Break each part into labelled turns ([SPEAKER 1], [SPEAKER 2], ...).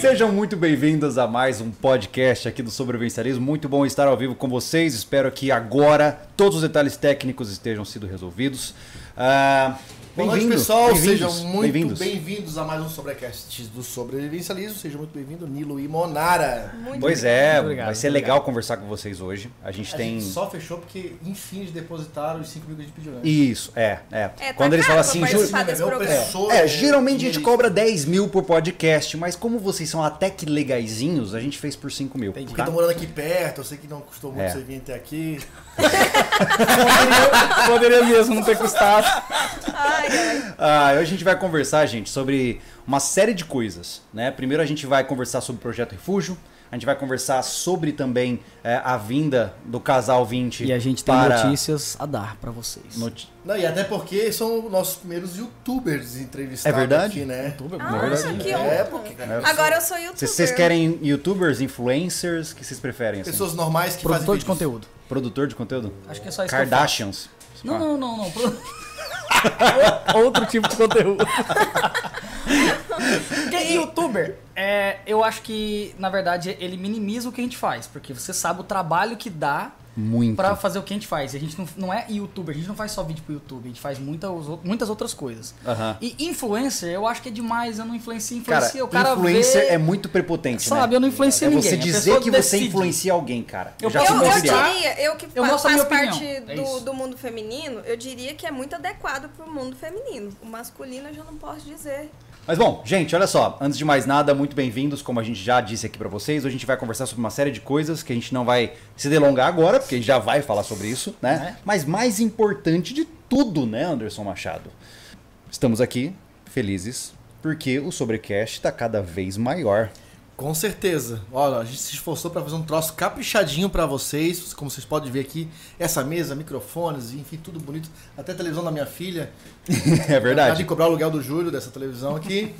[SPEAKER 1] Sejam muito bem-vindos a mais um podcast aqui do Sobrevivencialismo. Muito bom estar ao vivo com vocês. Espero que agora todos os detalhes técnicos estejam sido resolvidos. Ah,
[SPEAKER 2] Boa noite,
[SPEAKER 1] bem-vindo,
[SPEAKER 2] pessoal.
[SPEAKER 1] bem-vindos,
[SPEAKER 2] Sejam muito
[SPEAKER 1] bem-vindos.
[SPEAKER 2] bem-vindos a mais um Sobrecast do Sobrevivencialismo. Seja muito bem-vindo, Nilo e Monara.
[SPEAKER 3] Muito
[SPEAKER 1] Pois
[SPEAKER 3] bem.
[SPEAKER 1] é,
[SPEAKER 4] Obrigado,
[SPEAKER 1] vai ser
[SPEAKER 4] obrigado.
[SPEAKER 1] legal conversar com vocês hoje. A gente
[SPEAKER 2] A
[SPEAKER 1] tem.
[SPEAKER 2] gente só fechou porque, enfim, eles depositaram os 5 mil que a gente pediu antes.
[SPEAKER 1] Isso, é, é.
[SPEAKER 3] É, tá
[SPEAKER 1] Quando eles
[SPEAKER 3] caro
[SPEAKER 1] falam
[SPEAKER 3] pra
[SPEAKER 1] assim,
[SPEAKER 3] participar
[SPEAKER 1] "Júlio,
[SPEAKER 3] desse
[SPEAKER 2] meu
[SPEAKER 3] programa.
[SPEAKER 2] professor,
[SPEAKER 1] É,
[SPEAKER 2] né,
[SPEAKER 1] geralmente a
[SPEAKER 2] ele-
[SPEAKER 1] gente cobra 10 mil por podcast, mas como vocês são até que legaizinhos, a gente fez por 5 mil.
[SPEAKER 4] Entendi.
[SPEAKER 2] Porque
[SPEAKER 1] Tá?
[SPEAKER 2] estão morando aqui perto, eu sei que não custou muito
[SPEAKER 1] É.
[SPEAKER 2] você vir até aqui.
[SPEAKER 4] Poderia mesmo não ter custado.
[SPEAKER 3] Ai, ai.
[SPEAKER 1] Ah, hoje a gente vai conversar, gente, sobre uma série de coisas, né? Primeiro a gente vai conversar sobre o Projeto Refúgio, a gente vai conversar sobre também eh, a vinda do casal 20
[SPEAKER 4] E a gente tem
[SPEAKER 1] para
[SPEAKER 4] notícias a dar pra vocês.
[SPEAKER 1] noti-
[SPEAKER 2] Não, e até porque são nossos primeiros youtubers entrevistados
[SPEAKER 1] É verdade?
[SPEAKER 2] aqui, né?
[SPEAKER 3] Ah, que
[SPEAKER 2] É,
[SPEAKER 3] honra.
[SPEAKER 2] porque
[SPEAKER 3] Agora eu sou youtuber.
[SPEAKER 1] Vocês vocês querem youtubers, influencers? O que vocês preferem? Assim?
[SPEAKER 2] pessoas normais que
[SPEAKER 4] Produtor de
[SPEAKER 2] fazem vídeos.
[SPEAKER 4] conteúdo.
[SPEAKER 1] Produtor de conteúdo?
[SPEAKER 4] Acho que é só isso que eu
[SPEAKER 1] Kardashians?
[SPEAKER 4] Não, não, não, não. Ou- Outro tipo de conteúdo. Porque youtuber, é, eu acho que, na verdade, ele minimiza o que a gente faz. Porque você sabe o trabalho que dá
[SPEAKER 1] Muito.
[SPEAKER 4] pra fazer o que a gente faz. A gente não, não é youtuber, a gente não faz só vídeo pro YouTube. A gente faz muitas, ou- muitas outras coisas.
[SPEAKER 1] Aham.
[SPEAKER 4] E influencer, eu acho que é demais. Eu não influencio,
[SPEAKER 1] Cara,
[SPEAKER 4] influencio. o cara
[SPEAKER 1] influencer
[SPEAKER 4] vê-
[SPEAKER 1] é muito prepotente, né?
[SPEAKER 4] Sabe, eu não influencio
[SPEAKER 1] É
[SPEAKER 4] ninguém.
[SPEAKER 1] você
[SPEAKER 4] a
[SPEAKER 1] dizer
[SPEAKER 4] pessoa
[SPEAKER 1] que você
[SPEAKER 4] decide.
[SPEAKER 1] influencia alguém, cara.
[SPEAKER 4] Eu
[SPEAKER 1] já
[SPEAKER 3] Eu,
[SPEAKER 1] fui
[SPEAKER 4] posso
[SPEAKER 3] eu
[SPEAKER 4] mostrar.
[SPEAKER 1] considerado.
[SPEAKER 3] diria, eu que
[SPEAKER 4] Eu
[SPEAKER 3] fa-
[SPEAKER 4] mostro a
[SPEAKER 3] faço
[SPEAKER 4] minha opinião.
[SPEAKER 3] parte
[SPEAKER 4] É
[SPEAKER 3] do,
[SPEAKER 4] isso.
[SPEAKER 3] do mundo feminino, eu diria que é muito adequado pro mundo feminino. O masculino eu já não posso dizer.
[SPEAKER 1] Mas bom, gente, olha só. Antes de mais nada, muito bem-vindos, como a gente já disse aqui pra vocês. Hoje a gente vai conversar sobre uma série de coisas que a gente não vai se delongar agora, porque a gente já vai falar sobre isso, né? Mas mais importante de tudo, né, Anderson Machado? Estamos aqui felizes porque o sobrecast tá cada vez maior.
[SPEAKER 2] Com certeza. Olha, a gente se esforçou pra fazer um troço caprichadinho pra vocês. Como vocês podem ver aqui, essa mesa, microfones, enfim, tudo bonito. Até a televisão da minha filha.
[SPEAKER 1] é verdade.
[SPEAKER 2] De cobrar o aluguel do Júlio dessa televisão aqui.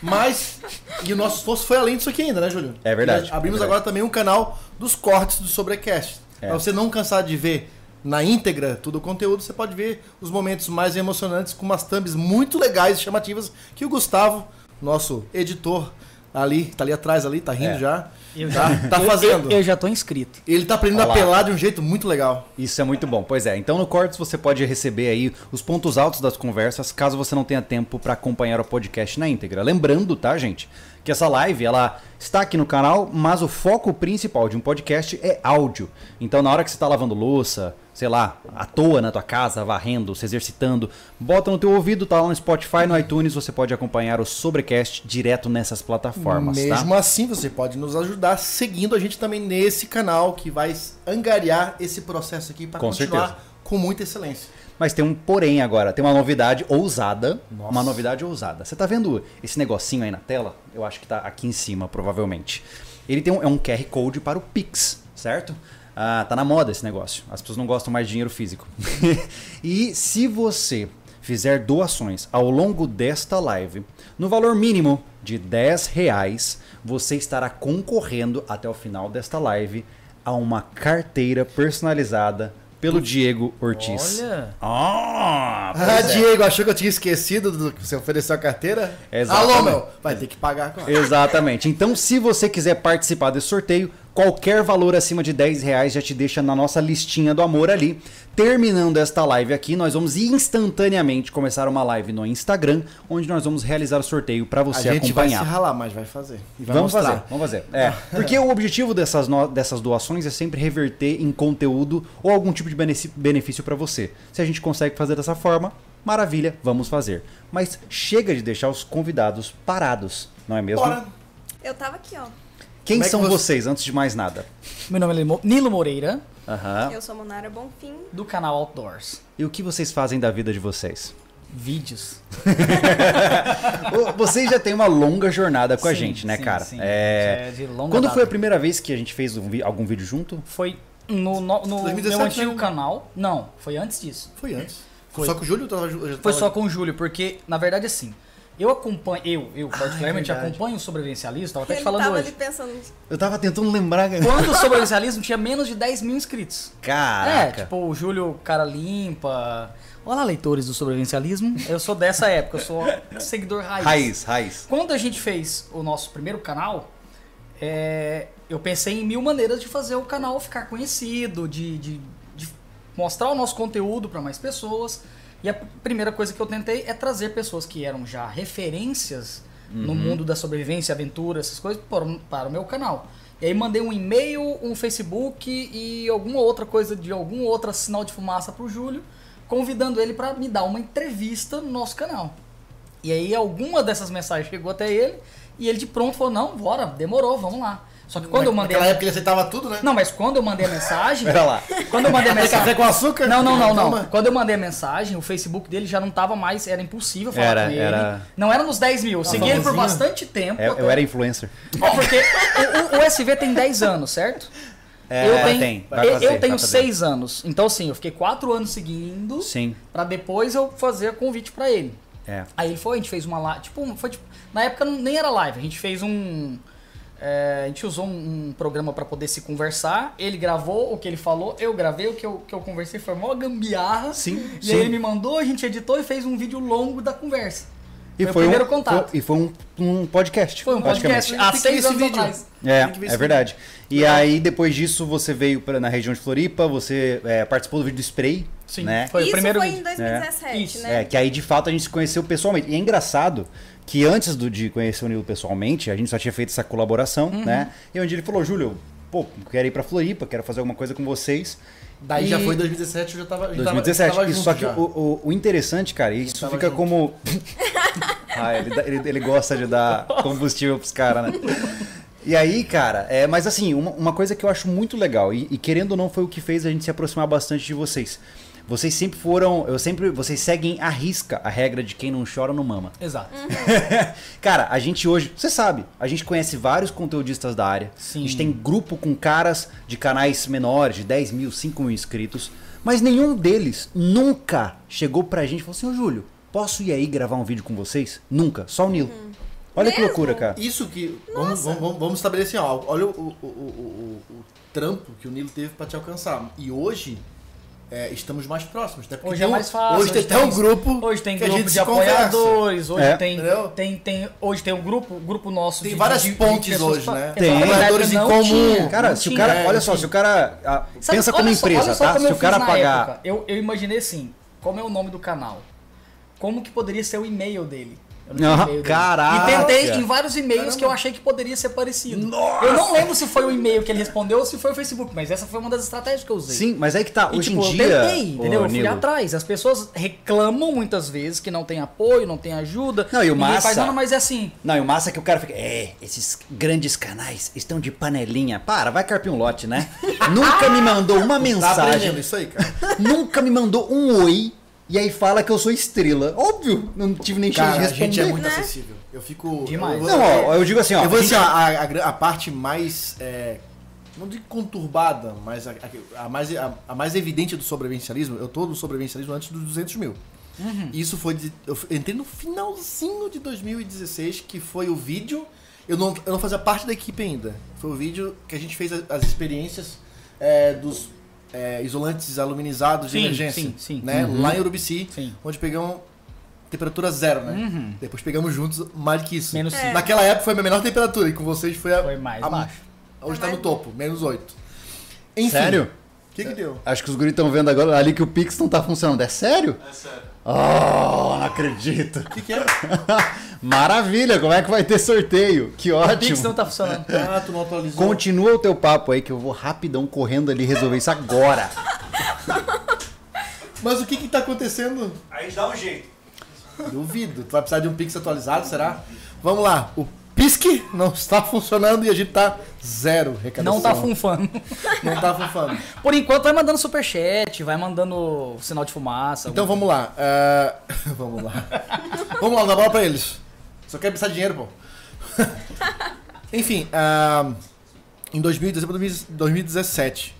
[SPEAKER 2] Mas, e o nosso esforço foi além disso aqui ainda, né, Júlio?
[SPEAKER 1] É verdade,
[SPEAKER 2] E abrimos
[SPEAKER 1] é verdade.
[SPEAKER 2] agora também um canal dos cortes do Sobrecast.
[SPEAKER 1] É.
[SPEAKER 2] Pra você não cansar de ver na íntegra todo o conteúdo, você pode ver os momentos mais emocionantes com umas thumbs muito legais e chamativas que o Gustavo, nosso editor, ali, tá ali atrás ali, tá rindo
[SPEAKER 1] É.
[SPEAKER 2] já,
[SPEAKER 4] Eu
[SPEAKER 2] tá, tá
[SPEAKER 4] Eu-
[SPEAKER 2] fazendo.
[SPEAKER 4] Eu, eu já tô inscrito.
[SPEAKER 2] Ele tá aprendendo
[SPEAKER 1] Olá.
[SPEAKER 2] a pelar de um jeito muito legal.
[SPEAKER 1] Isso é muito bom. Pois é, então no Cortes você pode receber aí os pontos altos das conversas, caso você não tenha tempo para acompanhar o podcast na íntegra. Lembrando, tá, gente, que essa live ela está aqui no canal, mas o foco principal de um podcast é áudio. Então na hora que você tá lavando louça, sei lá, à toa na tua casa, varrendo, se exercitando, bota no teu ouvido, tá lá no Spotify, no iTunes, você pode acompanhar o Sobrecast direto nessas plataformas, tá?
[SPEAKER 2] Mesmo assim, você pode nos ajudar seguindo a gente também nesse canal que vai angariar esse processo aqui para
[SPEAKER 1] Com
[SPEAKER 2] continuar
[SPEAKER 1] certeza.
[SPEAKER 2] com muita excelência.
[SPEAKER 1] Mas tem um porém agora, tem uma novidade ousada. Uma novidade ousada. Você tá vendo esse negocinho aí na tela? Eu acho que tá aqui em cima, provavelmente. Ele tem um, é um QR Code para o Pix, certo? Ah, tá na moda esse negócio. As pessoas não gostam mais de dinheiro físico. e se você fizer doações ao longo desta live, no valor mínimo de 10 reais, você estará concorrendo até o final desta live a uma carteira personalizada pelo Diego Ortiz.
[SPEAKER 4] Olha.
[SPEAKER 1] Ah,
[SPEAKER 2] Ah,
[SPEAKER 1] pois é.
[SPEAKER 2] Diego, achou que eu tinha esquecido do que você ofereceu a carteira?
[SPEAKER 1] Exatamente.
[SPEAKER 2] Alô, meu, vai ter que pagar agora.
[SPEAKER 1] Exatamente. Então, se você quiser participar desse sorteio, qualquer valor acima de 10 reais já te deixa na nossa listinha do amor ali. Terminando esta live aqui, nós vamos instantaneamente começar uma live no Instagram, onde nós vamos realizar o sorteio para
[SPEAKER 2] A
[SPEAKER 1] você
[SPEAKER 2] gente vai se
[SPEAKER 1] acompanhar.
[SPEAKER 2] ralar, mas vai fazer. E vai
[SPEAKER 1] Vamos
[SPEAKER 2] mostrar.
[SPEAKER 1] fazer, vamos fazer. É, porque o objetivo dessas, no- dessas doações é sempre reverter em conteúdo ou algum tipo de beneci- benefício para você. Se a gente consegue fazer dessa forma, maravilha, vamos fazer. Mas chega de deixar os convidados parados, não é mesmo?
[SPEAKER 2] Bora.
[SPEAKER 3] Eu tava aqui, ó.
[SPEAKER 1] Quem
[SPEAKER 2] Como é que
[SPEAKER 1] são
[SPEAKER 2] você-
[SPEAKER 1] vocês, antes de mais nada?
[SPEAKER 4] Meu nome é Limo- Nilo Moreira,
[SPEAKER 1] Aham.
[SPEAKER 3] Eu sou Monara Bonfim.
[SPEAKER 4] do canal Outdoors.
[SPEAKER 1] E o que vocês fazem da vida de vocês?
[SPEAKER 4] Vídeos.
[SPEAKER 1] Ô, vocês já têm uma longa jornada com a
[SPEAKER 4] Sim,
[SPEAKER 1] gente, né,
[SPEAKER 4] sim,
[SPEAKER 1] cara?
[SPEAKER 4] sim.
[SPEAKER 1] É...
[SPEAKER 4] Já é de longa
[SPEAKER 1] Quando
[SPEAKER 4] data.
[SPEAKER 1] foi a primeira vez que a gente fez um vi- algum vídeo junto?
[SPEAKER 4] Foi no, no, no
[SPEAKER 2] 2017,
[SPEAKER 4] meu antigo
[SPEAKER 2] né?
[SPEAKER 4] canal. Não, foi antes disso.
[SPEAKER 2] Foi antes.
[SPEAKER 4] Foi.
[SPEAKER 2] Só que o Júlio tava... ju- já
[SPEAKER 4] Foi
[SPEAKER 2] tava-
[SPEAKER 4] só com o Júlio, porque, na verdade, assim, Eu acompanho, eu, eu particularmente
[SPEAKER 1] verdade.
[SPEAKER 4] acompanho o sobrevivencialismo, tava até te
[SPEAKER 3] Ele
[SPEAKER 4] falando
[SPEAKER 3] tava
[SPEAKER 4] hoje.
[SPEAKER 3] ali pensando,
[SPEAKER 1] Eu tava tentando lembrar.
[SPEAKER 4] Quando o sobrevivencialismo tinha menos de 10 mil inscritos.
[SPEAKER 1] Caraca.
[SPEAKER 4] É, tipo, o Júlio Cara Limpa. Olá, leitores do sobrevivencialismo. Eu sou dessa época, eu sou seguidor raiz.
[SPEAKER 1] Raiz, raiz.
[SPEAKER 4] Quando a gente fez o nosso primeiro canal, é, eu pensei em mil maneiras de fazer o canal ficar conhecido, de, de- de mostrar o nosso conteúdo para mais pessoas. E a primeira coisa que eu tentei é trazer pessoas que eram já referências no mundo da sobrevivência, aventura, essas coisas, para, o- para o meu canal. E aí mandei um e-mail, um Facebook e alguma outra coisa de algum outro sinal de fumaça pro Júlio, convidando ele para me dar uma entrevista no nosso canal. E aí alguma dessas mensagens chegou até ele e ele de pronto falou: "Não, bora, demorou, vamos lá". Só que quando eu mandei
[SPEAKER 2] Naquela
[SPEAKER 4] a...
[SPEAKER 2] época ele aceitava tudo, né?
[SPEAKER 4] Não, mas quando eu mandei a mensagem,
[SPEAKER 1] Pera lá.
[SPEAKER 4] quando eu mandei a
[SPEAKER 2] Tem café
[SPEAKER 4] mensagem
[SPEAKER 2] com açúcar?
[SPEAKER 4] Não, não, não, não.
[SPEAKER 2] Toma.
[SPEAKER 4] Quando eu mandei a mensagem, o Facebook dele já não tava mais, era impossível falar
[SPEAKER 1] Era,
[SPEAKER 4] com ele.
[SPEAKER 1] era.
[SPEAKER 4] Não era nos 10 mil. Eu segui ele por
[SPEAKER 2] famosinho.
[SPEAKER 4] bastante tempo.
[SPEAKER 1] É,
[SPEAKER 4] até.
[SPEAKER 1] eu era influencer.
[SPEAKER 4] É porque o, o- o SV tem 10 anos, certo?
[SPEAKER 1] É,
[SPEAKER 4] eu tenho,
[SPEAKER 1] vai
[SPEAKER 4] eu-
[SPEAKER 1] fazer,
[SPEAKER 4] eu tenho
[SPEAKER 1] vai fazer.
[SPEAKER 4] 6 anos. Então, assim, eu fiquei 4 anos seguindo
[SPEAKER 1] Sim.
[SPEAKER 4] pra depois eu fazer convite pra ele.
[SPEAKER 1] É.
[SPEAKER 4] Aí ele foi, a gente fez uma live. Tipo, um- foi tipo. Na época não- nem era live, a gente fez um. é, a gente usou um, um programa pra poder se conversar. Ele gravou o que ele falou, eu gravei o que eu, que eu conversei. Foi uma gambiarra.
[SPEAKER 1] Sim,
[SPEAKER 4] E
[SPEAKER 1] sim.
[SPEAKER 4] aí ele me mandou, a gente editou e fez um vídeo longo da conversa.
[SPEAKER 1] E
[SPEAKER 4] Meu
[SPEAKER 1] foi
[SPEAKER 4] primeiro
[SPEAKER 1] um,
[SPEAKER 4] contato.
[SPEAKER 1] foi- e foi um, um podcast.
[SPEAKER 4] Foi um podcast
[SPEAKER 1] praticamente.
[SPEAKER 2] Tem
[SPEAKER 4] há
[SPEAKER 2] que ver
[SPEAKER 4] seis
[SPEAKER 2] esse
[SPEAKER 4] anos
[SPEAKER 2] vídeo.
[SPEAKER 4] atrás.
[SPEAKER 2] Tem que ver
[SPEAKER 1] É,
[SPEAKER 2] esse
[SPEAKER 1] é verdade. E aí, depois disso, você veio pra, na região de Floripa, você é, participou do vídeo do spray.
[SPEAKER 4] Sim,
[SPEAKER 1] né?
[SPEAKER 4] Foi o
[SPEAKER 3] isso
[SPEAKER 4] primeiro
[SPEAKER 3] foi
[SPEAKER 4] vídeo.
[SPEAKER 3] em 2017,
[SPEAKER 4] Isso.
[SPEAKER 3] né?
[SPEAKER 1] É, que aí de fato a gente se conheceu pessoalmente. E é engraçado que antes do, de conhecer o Nilo pessoalmente, a gente só tinha feito essa colaboração, né? E onde ele falou, Júlio, pô, quero ir pra Floripa, quero fazer alguma coisa com vocês.
[SPEAKER 2] Daí
[SPEAKER 1] E-
[SPEAKER 2] já foi 2017, eu já tava. a gente tava-
[SPEAKER 1] 2017.
[SPEAKER 2] tava
[SPEAKER 1] E
[SPEAKER 2] junto
[SPEAKER 1] só que
[SPEAKER 2] já.
[SPEAKER 1] o, o- o interessante, cara, isso
[SPEAKER 2] tava
[SPEAKER 1] fica
[SPEAKER 2] junto.
[SPEAKER 1] como. ah, ele, dá- ele- ele gosta de dar combustível pros caras, né? E aí, cara, é, mas assim, uma, uma coisa que eu acho muito legal, e, e querendo ou não, foi o que fez a gente se aproximar bastante de vocês. Vocês sempre foram. Eu sempre. Vocês seguem à risca a regra de quem não chora não mama.
[SPEAKER 4] Exato.
[SPEAKER 1] Cara, a gente hoje, você sabe, a gente conhece vários conteudistas da área.
[SPEAKER 4] Sim.
[SPEAKER 1] A gente tem grupo com caras de canais menores, de 10 mil, 5 mil inscritos. Mas nenhum deles nunca chegou pra gente e falou assim, ô Júlio, posso ir aí gravar um vídeo com vocês? Nunca, só o Nilo.
[SPEAKER 4] Uhum.
[SPEAKER 1] Olha que
[SPEAKER 3] Mesmo?
[SPEAKER 1] loucura, cara.
[SPEAKER 2] Isso que. Vamos, vamos, vamos- vamos estabelecer, ó. Olha o, o- o- o- o- o trampo que o Nilo teve pra te alcançar. E hoje. é, estamos mais próximos. Até porque
[SPEAKER 4] Hoje
[SPEAKER 2] tem
[SPEAKER 4] é
[SPEAKER 2] um-
[SPEAKER 4] mais fácil.
[SPEAKER 2] Hoje tem até um grupo.
[SPEAKER 4] Hoje tem
[SPEAKER 2] que a
[SPEAKER 4] grupo
[SPEAKER 2] gente
[SPEAKER 4] de
[SPEAKER 2] se conversa.
[SPEAKER 4] apoiadores, hoje
[SPEAKER 1] É.
[SPEAKER 4] tem,
[SPEAKER 2] Entendeu?
[SPEAKER 4] tem, tem. Hoje tem um grupo, grupo nosso.
[SPEAKER 2] Tem
[SPEAKER 4] de-
[SPEAKER 2] várias
[SPEAKER 4] de- de
[SPEAKER 2] pontes
[SPEAKER 4] pessoas
[SPEAKER 2] hoje,
[SPEAKER 4] pra-
[SPEAKER 2] né?
[SPEAKER 4] Exato,
[SPEAKER 1] Tem.
[SPEAKER 4] na época
[SPEAKER 2] Apoiadores em
[SPEAKER 4] não
[SPEAKER 2] comum.
[SPEAKER 4] tinha,
[SPEAKER 1] Cara,
[SPEAKER 4] não
[SPEAKER 1] se o
[SPEAKER 4] tinha.
[SPEAKER 1] cara, olha só, se o cara, ah,
[SPEAKER 4] Sabe,
[SPEAKER 1] pensa como
[SPEAKER 4] olha só-
[SPEAKER 1] empresa,
[SPEAKER 4] olha só
[SPEAKER 1] tá?
[SPEAKER 4] como
[SPEAKER 1] Se
[SPEAKER 4] eu
[SPEAKER 1] o cara
[SPEAKER 4] fiz na
[SPEAKER 1] pagar,
[SPEAKER 4] época. Eu, eu imaginei assim: como é o nome do canal? Como que poderia ser o e-mail dele? Eu tinha
[SPEAKER 1] Ah,
[SPEAKER 4] e-mail dele.
[SPEAKER 1] caraca.
[SPEAKER 4] E tentei em vários e-mails que eu achei que poderia ser parecido. Eu não lembro se foi o e-mail que ele respondeu ou se foi o Facebook, mas essa foi uma das estratégias que eu usei.
[SPEAKER 1] Sim, mas é que tá,
[SPEAKER 4] E,
[SPEAKER 1] hoje
[SPEAKER 4] tipo,
[SPEAKER 1] em dia,
[SPEAKER 4] eu tentei, entendeu?
[SPEAKER 1] ô,
[SPEAKER 4] eu fui
[SPEAKER 1] Nilo,
[SPEAKER 4] atrás. As pessoas reclamam muitas vezes que não tem apoio, não tem ajuda.
[SPEAKER 1] Não, e o
[SPEAKER 4] ninguém
[SPEAKER 1] massa-
[SPEAKER 4] faz nada, mas é assim.
[SPEAKER 1] Não, e o massa é que o cara fica. É, esses grandes canais estão de panelinha. Para, vai carpir um lote, né? Nunca me mandou uma
[SPEAKER 2] Tá aprendendo
[SPEAKER 1] mensagem.
[SPEAKER 2] isso aí, cara.
[SPEAKER 1] nunca me mandou um oi. E aí fala que eu sou estrela. Óbvio, não tive nem chance de
[SPEAKER 2] Cara, a
[SPEAKER 1] responder.
[SPEAKER 2] gente é muito
[SPEAKER 3] Né?
[SPEAKER 2] acessível. Eu fico.
[SPEAKER 4] Demais.
[SPEAKER 2] Eu vou,
[SPEAKER 1] Não, ó, eu digo assim, ó.
[SPEAKER 2] eu vou dizer,
[SPEAKER 1] a
[SPEAKER 2] ó,
[SPEAKER 1] gente-
[SPEAKER 2] a, a gra- a parte mais. é, não digo conturbada, mas a, a- a mais, a, a mais evidente do sobrevivencialismo. Eu tô no sobrevivencialismo antes dos 200 mil.
[SPEAKER 1] Uhum.
[SPEAKER 2] Isso foi. de- eu f- entrei no finalzinho de 2016, que foi o vídeo. Eu não, eu não fazia parte da equipe ainda. Foi o vídeo que a gente fez a- as experiências é, dos é, isolantes aluminizados de
[SPEAKER 4] Sim,
[SPEAKER 2] emergência.
[SPEAKER 4] sim, sim.
[SPEAKER 2] né? Lá em Urubici,
[SPEAKER 4] Sim.
[SPEAKER 2] onde pegamos temperatura zero, né? Depois pegamos juntos mais que isso.
[SPEAKER 4] Menos É. cinco.
[SPEAKER 2] Naquela época foi a minha menor temperatura e com vocês foi a.
[SPEAKER 4] Foi mais
[SPEAKER 2] a-
[SPEAKER 4] baixo.
[SPEAKER 2] Hoje tá
[SPEAKER 3] Foi
[SPEAKER 2] no
[SPEAKER 3] mais
[SPEAKER 2] topo, menos 8. Enfim.
[SPEAKER 1] Sério?
[SPEAKER 2] O que que deu?
[SPEAKER 1] Acho que os guris estão vendo agora ali que o Pix não tá funcionando. É sério? É sério. Oh, não acredito.
[SPEAKER 2] O que que é?
[SPEAKER 1] Maravilha, como é que vai ter sorteio? Que
[SPEAKER 4] O Pix não
[SPEAKER 1] ótimo.
[SPEAKER 4] tá funcionando.
[SPEAKER 2] Ah, tu não atualizou.
[SPEAKER 1] Continua o teu papo aí que eu vou rapidão correndo ali resolver isso agora.
[SPEAKER 2] Mas o que que tá acontecendo?
[SPEAKER 5] Aí dá um jeito.
[SPEAKER 2] Duvido. Tu vai precisar de um Pix atualizado, será? Vamos lá. O Pisque não está funcionando e a gente tá zero
[SPEAKER 4] Não
[SPEAKER 2] arrecadação.
[SPEAKER 4] tá funfando.
[SPEAKER 2] Não tá funfando.
[SPEAKER 4] Por enquanto vai mandando superchat, vai mandando sinal de fumaça.
[SPEAKER 2] Então vamos lá. é, vamos lá. vamos lá, dá bola pra eles. Só quero precisar de dinheiro, pô. Enfim, ah, em 2000, dezembro de 2017.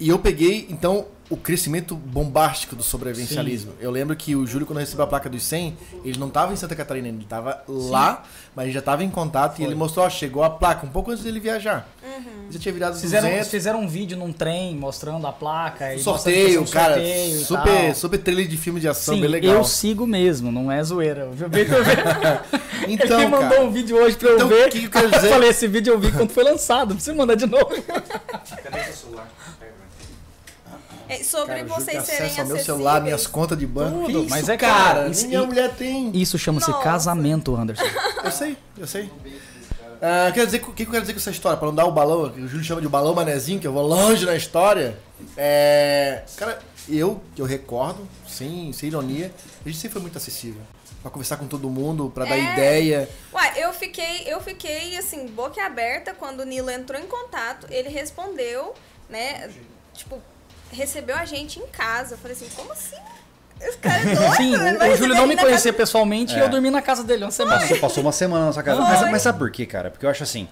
[SPEAKER 2] E eu peguei, então, o crescimento bombástico do sobrevivencialismo. Eu lembro que o Júlio, quando recebeu a placa dos 100, ele não estava em Santa Catarina, ele estava lá, mas já estava em contato e ele mostrou, ó, chegou a placa um pouco antes dele viajar. Já tinha virado os
[SPEAKER 4] Fizeram,
[SPEAKER 2] 200,
[SPEAKER 4] fizeram um vídeo num trem mostrando a placa. E
[SPEAKER 2] sorteio,
[SPEAKER 4] mostrando que fazia um
[SPEAKER 2] cara,
[SPEAKER 4] sorteio e
[SPEAKER 2] super,
[SPEAKER 4] tal.
[SPEAKER 2] super trailer de filme de ação,
[SPEAKER 4] Sim,
[SPEAKER 2] bem legal.
[SPEAKER 4] eu sigo mesmo, não é zoeira. Eu vi- eu vi-
[SPEAKER 2] Então,
[SPEAKER 4] Ele me mandou
[SPEAKER 2] cara,
[SPEAKER 4] um vídeo hoje pra eu
[SPEAKER 2] então,
[SPEAKER 4] ver.
[SPEAKER 2] o que que eu quero dizer?
[SPEAKER 4] Eu falei, esse vídeo eu vi quando foi lançado, não precisa mandar de novo.
[SPEAKER 5] Cadê seu celular? Pega, velho.
[SPEAKER 3] É, sobre
[SPEAKER 2] Cara, o Júlio tem
[SPEAKER 3] vocês serem
[SPEAKER 2] acesso ao meu
[SPEAKER 3] acessíveis.
[SPEAKER 2] celular, minhas contas de banco,
[SPEAKER 4] Tudo,
[SPEAKER 2] tudo.
[SPEAKER 4] mas
[SPEAKER 2] Isso,
[SPEAKER 4] é cara, isso-
[SPEAKER 2] minha
[SPEAKER 4] e-
[SPEAKER 2] mulher tem.
[SPEAKER 4] Isso chama-se
[SPEAKER 3] Nossa.
[SPEAKER 4] casamento, Anderson.
[SPEAKER 2] Eu sei, eu sei. Ah, quero dizer, o que que eu quero dizer com essa história? Pra não dar o balão, que o Júlio chama de balão manezinho, que eu vou longe na história. É. Cara, eu, que eu recordo, sem, sem ironia, a gente sempre foi muito acessível. Pra conversar com todo mundo, pra dar
[SPEAKER 3] É.
[SPEAKER 2] ideia.
[SPEAKER 3] Uai, eu fiquei, eu fiquei assim, boca aberta quando o Nilo entrou em contato, ele respondeu, né? Tipo, recebeu a gente em casa. Eu falei assim, como assim? Esse cara é doido,
[SPEAKER 4] Sim,
[SPEAKER 3] né?
[SPEAKER 4] o-
[SPEAKER 3] Vai
[SPEAKER 4] o Júlio
[SPEAKER 3] receber
[SPEAKER 4] não me
[SPEAKER 3] na
[SPEAKER 4] conhecia pessoalmente e eu dormi na casa dele uma semana.
[SPEAKER 1] Passou, passou uma semana na nossa casa.
[SPEAKER 3] Foi.
[SPEAKER 1] Mas, mas sabe por quê, cara? Porque eu acho assim.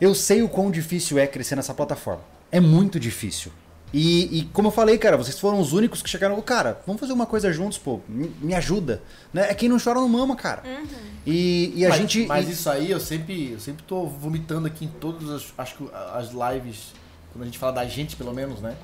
[SPEAKER 1] Eu sei o quão difícil é crescer nessa plataforma. É muito difícil. E, e como eu falei, cara, vocês foram os únicos que chegaram. Cara, vamos fazer uma coisa juntos, pô. Me, me ajuda. Né? É quem não chora não mama, cara. E, e a
[SPEAKER 2] mas,
[SPEAKER 1] gente.
[SPEAKER 2] Mas
[SPEAKER 1] e-
[SPEAKER 2] isso aí eu sempre, eu sempre tô vomitando aqui em todas as, acho que as lives, quando a gente fala da gente, pelo menos, né?